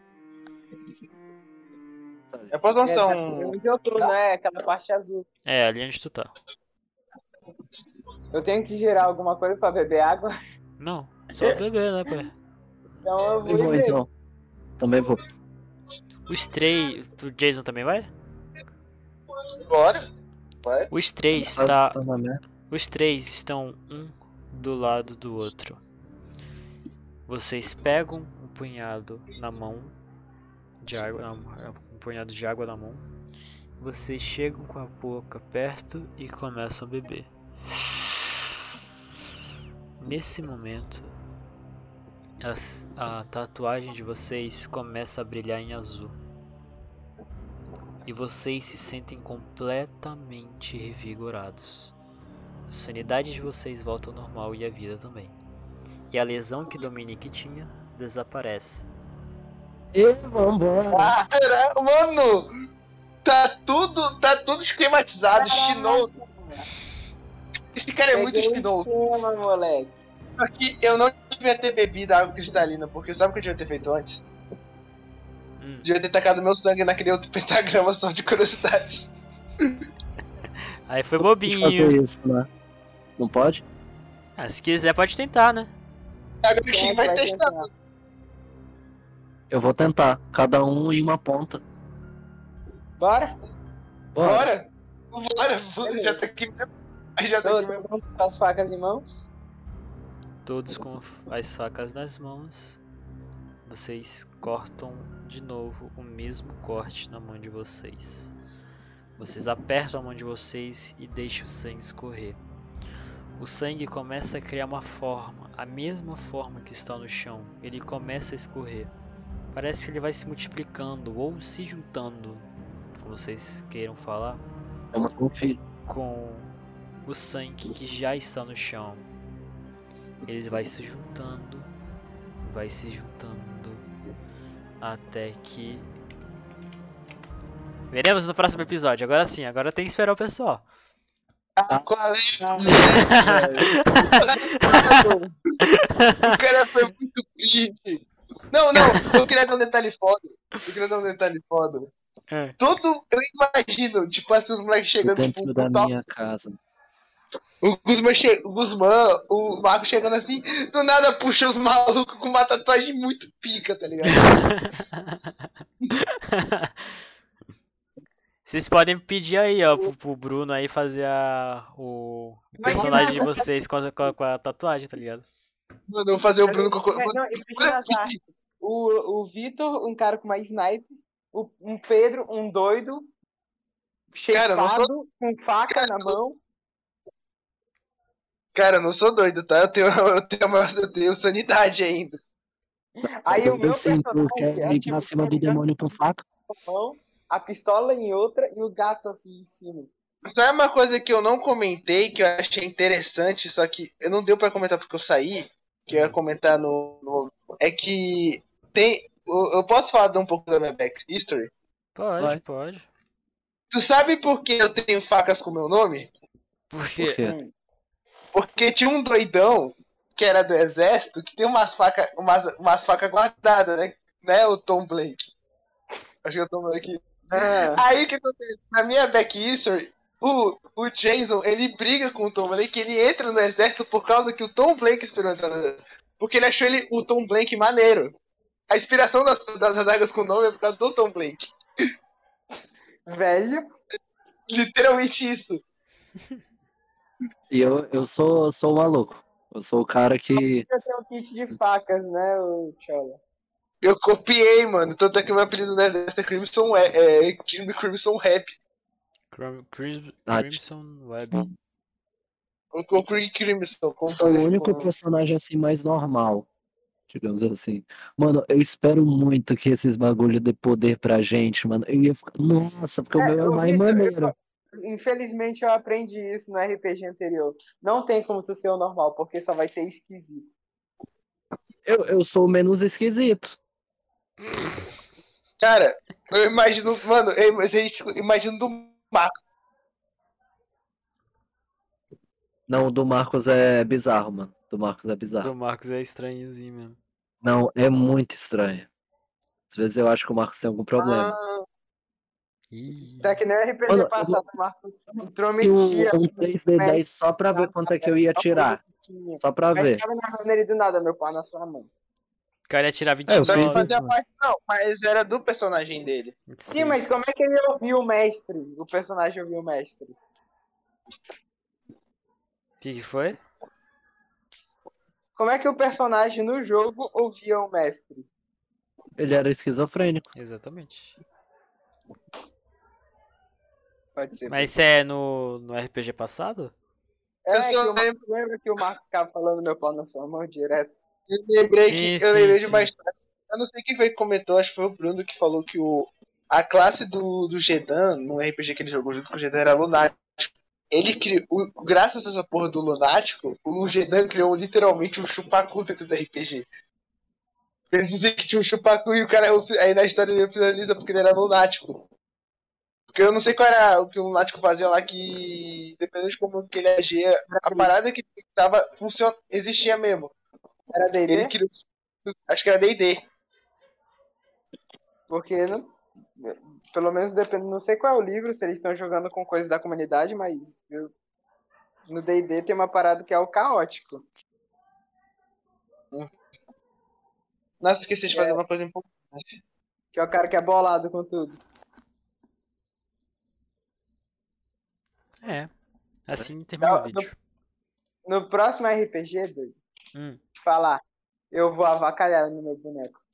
Speaker 5: Eu posso
Speaker 3: É,
Speaker 5: lançar
Speaker 3: tá,
Speaker 5: um.
Speaker 3: onde eu tô, né? Aquela parte azul.
Speaker 1: É, ali onde tu tá.
Speaker 3: Eu tenho que gerar alguma coisa pra beber água.
Speaker 1: Não,
Speaker 5: É.
Speaker 1: só beber, né, pai?
Speaker 3: Então eu vou,
Speaker 2: Eu vou
Speaker 3: beber.
Speaker 2: então. Também vou.
Speaker 1: Os três. O Jason também vai?
Speaker 5: Bora? Vai.
Speaker 1: Os três tá.
Speaker 2: Tá na merda.
Speaker 1: Os três estão um do lado do outro. Vocês pegam um punhado na mão de água, na- um punhado de água na mão. Vocês chegam com a boca perto e começam a beber. Nesse momento, as- a tatuagem de vocês começa a brilhar em azul. E vocês se sentem completamente revigorados. A sanidade de vocês volta ao normal e a vida também. E a lesão que Dominique tinha desaparece.
Speaker 2: E vambora.
Speaker 5: Cara, Ah, mano! Tá tudo, tá tudo esquematizado,
Speaker 3: Caraca,
Speaker 5: chinoso. Esse cara é muito
Speaker 3: né? Peguei um o
Speaker 5: chinoso.
Speaker 3: esquema, moleque.
Speaker 5: Só que eu não devia ter bebido água cristalina, porque sabe o que eu devia ter feito antes?
Speaker 1: Hum,
Speaker 5: Devia ter tacado meu sangue naquele outro pentagrama só de curiosidade.
Speaker 1: Aí foi
Speaker 2: Pode
Speaker 1: bobinho.
Speaker 2: fazer isso, né? Não pode?
Speaker 1: Ah, se quiser pode tentar, né?
Speaker 5: Agora
Speaker 3: Quem é
Speaker 5: quem
Speaker 3: que
Speaker 5: vai
Speaker 3: vai
Speaker 5: testar?
Speaker 3: tentar?
Speaker 2: Eu vou tentar. Cada um em uma ponta.
Speaker 3: Bora?
Speaker 2: Bora.
Speaker 5: Bora! Bora!
Speaker 3: É
Speaker 5: Bora! Já tá aqui mesmo. Já tá aqui mesmo.
Speaker 3: Todo mundo com as facas em mãos?
Speaker 1: Todos com f- as facas nas mãos, vocês cortam de novo o mesmo corte na mão de vocês. Vocês apertam a mão de vocês e deixam o sangue escorrer. O sangue começa a criar uma forma, a mesma forma que está no chão. Ele começa a escorrer. Parece que ele vai se multiplicando ou se juntando, como vocês queiram falar
Speaker 2: Eu não confio.
Speaker 1: com o sangue que já está no chão. Eles vai se juntando, vai se juntando até que veremos no próximo episódio. Agora sim, agora tem que esperar o pessoal.
Speaker 2: Ah,
Speaker 5: Qual é? O
Speaker 1: Tá
Speaker 5: É. cara foi muito cringe. Não, não, eu queria dar um detalhe foda. Eu queria dar um detalhe foda.
Speaker 1: É.
Speaker 5: Todo. Eu imagino, tipo assim, os
Speaker 2: Do
Speaker 5: moleques chegando, tipo,
Speaker 2: dentro
Speaker 5: o,
Speaker 2: da
Speaker 5: Tom-
Speaker 2: minha casa.
Speaker 5: o Guzman, che- o Guzmán, o Marco chegando assim, do nada puxa os malucos com uma tatuagem muito pica, tá ligado?
Speaker 1: Vocês podem pedir aí, ó, pro, pro Bruno aí fazer a, o o
Speaker 3: Vai
Speaker 1: personagem de
Speaker 3: mandar.
Speaker 1: vocês com a, com a- com a tatuagem, tá ligado?
Speaker 5: Mano, eu vou fazer o Bruno com.
Speaker 3: É, Não, e pedindo as armas. O, o Vitor, um cara com mais snipe. O, um Pedro, um doido.
Speaker 5: Cara, eu não sou-
Speaker 3: Cheipado, com faca na mão.
Speaker 5: Cara, eu não sou doido, tá? Eu tenho, eu tenho, eu tenho sanidade ainda.
Speaker 3: Aí o
Speaker 2: eu
Speaker 3: meu
Speaker 2: sim, tu quer
Speaker 3: personagem é, tipo,
Speaker 2: ir é pra cima do
Speaker 3: pegando
Speaker 2: demônio com faca?
Speaker 3: a mão, a pistola em outra e o gato assim em cima.
Speaker 5: Sabe uma coisa que eu não comentei, que eu achei interessante, só que eu não deu pra comentar porque eu saí, que eu ia comentar no. no- é que tem. Eu, eu posso falar de um pouco da minha back history?
Speaker 1: Pode,
Speaker 2: Vai.
Speaker 1: pode.
Speaker 5: Tu sabe por que eu tenho facas com meu nome?
Speaker 1: Porque
Speaker 2: Por quê?
Speaker 5: Porque tinha um doidão, que era do exército, que tem umas facas umas, umas faca guardadas, né? Né, o Tom Blake? Acho que é o Tom Blake.
Speaker 3: Ah,
Speaker 5: Aí o que acontece? Na minha back history, o, o Jason ele briga com o Tom Blake, ele entra no exército por causa que o Tom Blake esperou entrar no exército. Porque ele achou ele, o Tom Blake maneiro. A inspiração das, das adagas com o nome é por causa do Tom Blake.
Speaker 3: velho.
Speaker 5: Literalmente isso.
Speaker 2: E eu, eu sou, sou o maluco. Eu sou o cara que.
Speaker 3: Eu tenho um kit de facas, né, o Chola?
Speaker 5: Eu copiei, mano. Tanto é que o meu apelido no exército é Crimson, Wa- é, é Jimmy Crimson Rap.
Speaker 1: Crim- Crim-
Speaker 2: Ah,
Speaker 1: Crimson Web.
Speaker 5: Eu comprei Um Crimson.
Speaker 2: Eu sou o
Speaker 5: comprei
Speaker 2: único
Speaker 5: com-
Speaker 2: personagem assim mais normal. Digamos assim. Mano, eu espero muito que esses bagulho dê poder pra gente, mano. Eu ia ficar. Nossa, porque
Speaker 3: É,
Speaker 2: o meu é
Speaker 3: ô,
Speaker 2: mais
Speaker 3: Vitor, eu-
Speaker 2: maneiro.
Speaker 3: Infelizmente eu aprendi isso no RPG anterior. Não tem como tu ser o normal, porque só vai ter esquisito.
Speaker 2: Eu, eu sou o menos esquisito.
Speaker 5: Cara, eu imagino. Mano, eu, mas a gente imagina do Marco.
Speaker 2: Não, o do Marcos é bizarro, mano. Do Marcos é bizarro.
Speaker 1: Do Marcos é estranhozinho mesmo.
Speaker 2: Não, é muito estranho. Às vezes eu acho que o Marcos tem algum problema.
Speaker 5: Ah,
Speaker 1: Ih,
Speaker 3: Tá que nem o RPG
Speaker 2: Mano, eu-
Speaker 3: passado, o Marco
Speaker 2: E
Speaker 3: intrometia. Né?
Speaker 2: um, um 3D10 só pra ver quanto é que eu ia tirar. Só pra
Speaker 3: Mas
Speaker 2: ver.
Speaker 3: tava na mão dele do nada, meu pau na sua mão.
Speaker 1: O cara ia tirar 20
Speaker 2: É, eu
Speaker 5: só que
Speaker 2: fiz
Speaker 5: fazer a
Speaker 2: isso.
Speaker 5: parte não, mas era do personagem dele.
Speaker 3: Sim, mas como é que ele ouviu o mestre? O personagem ouviu o mestre.
Speaker 1: O que, que foi?
Speaker 3: Como é que o personagem no jogo ouvia o mestre?
Speaker 2: Ele era esquizofrênico.
Speaker 1: Exatamente.
Speaker 5: Pode ser.
Speaker 1: Mas isso é no, no RPG passado?
Speaker 5: Eu
Speaker 3: é,
Speaker 5: só
Speaker 3: que o
Speaker 5: lembro-
Speaker 3: Marco, lembra que o Marco ficava falando meu pau na sua mão direto?
Speaker 5: eu lembrei que
Speaker 1: Sim,
Speaker 5: eu
Speaker 1: sim,
Speaker 5: lembrei de
Speaker 1: sim.
Speaker 5: uma história. Eu não sei quem foi que comentou, acho que foi o Bruno que falou que o, a classe do, do Gedan, no RPG que ele jogou junto com o Gedan, era lunático. Ele criou, o- graças a essa porra do lunático, o Gedan criou literalmente um chupacu dentro do RPG. Ele dizia que tinha um chupacu e o cara, aí na história ele finaliza porque ele era lunático. Porque eu não sei qual era o que o lunático fazia lá, que dependendo de como que ele agia, a parada que ele tava funcion... existia mesmo.
Speaker 3: Era
Speaker 5: Ele
Speaker 3: D&D?
Speaker 5: criou. Acho que era DD.
Speaker 3: Porque não... Pelo menos depende, não sei qual é o livro, se eles estão jogando com coisas da comunidade, mas eu- no D&D tem uma parada que é o caótico.
Speaker 5: Nossa, esqueci de fazer uma coisa importante.
Speaker 3: Que é o cara que é bolado com tudo.
Speaker 1: É. Assim termina o
Speaker 3: Não,
Speaker 1: vídeo.
Speaker 3: No próximo RPG, doido,
Speaker 1: Hum.
Speaker 3: falar, eu vou avacalhar no meu boneco.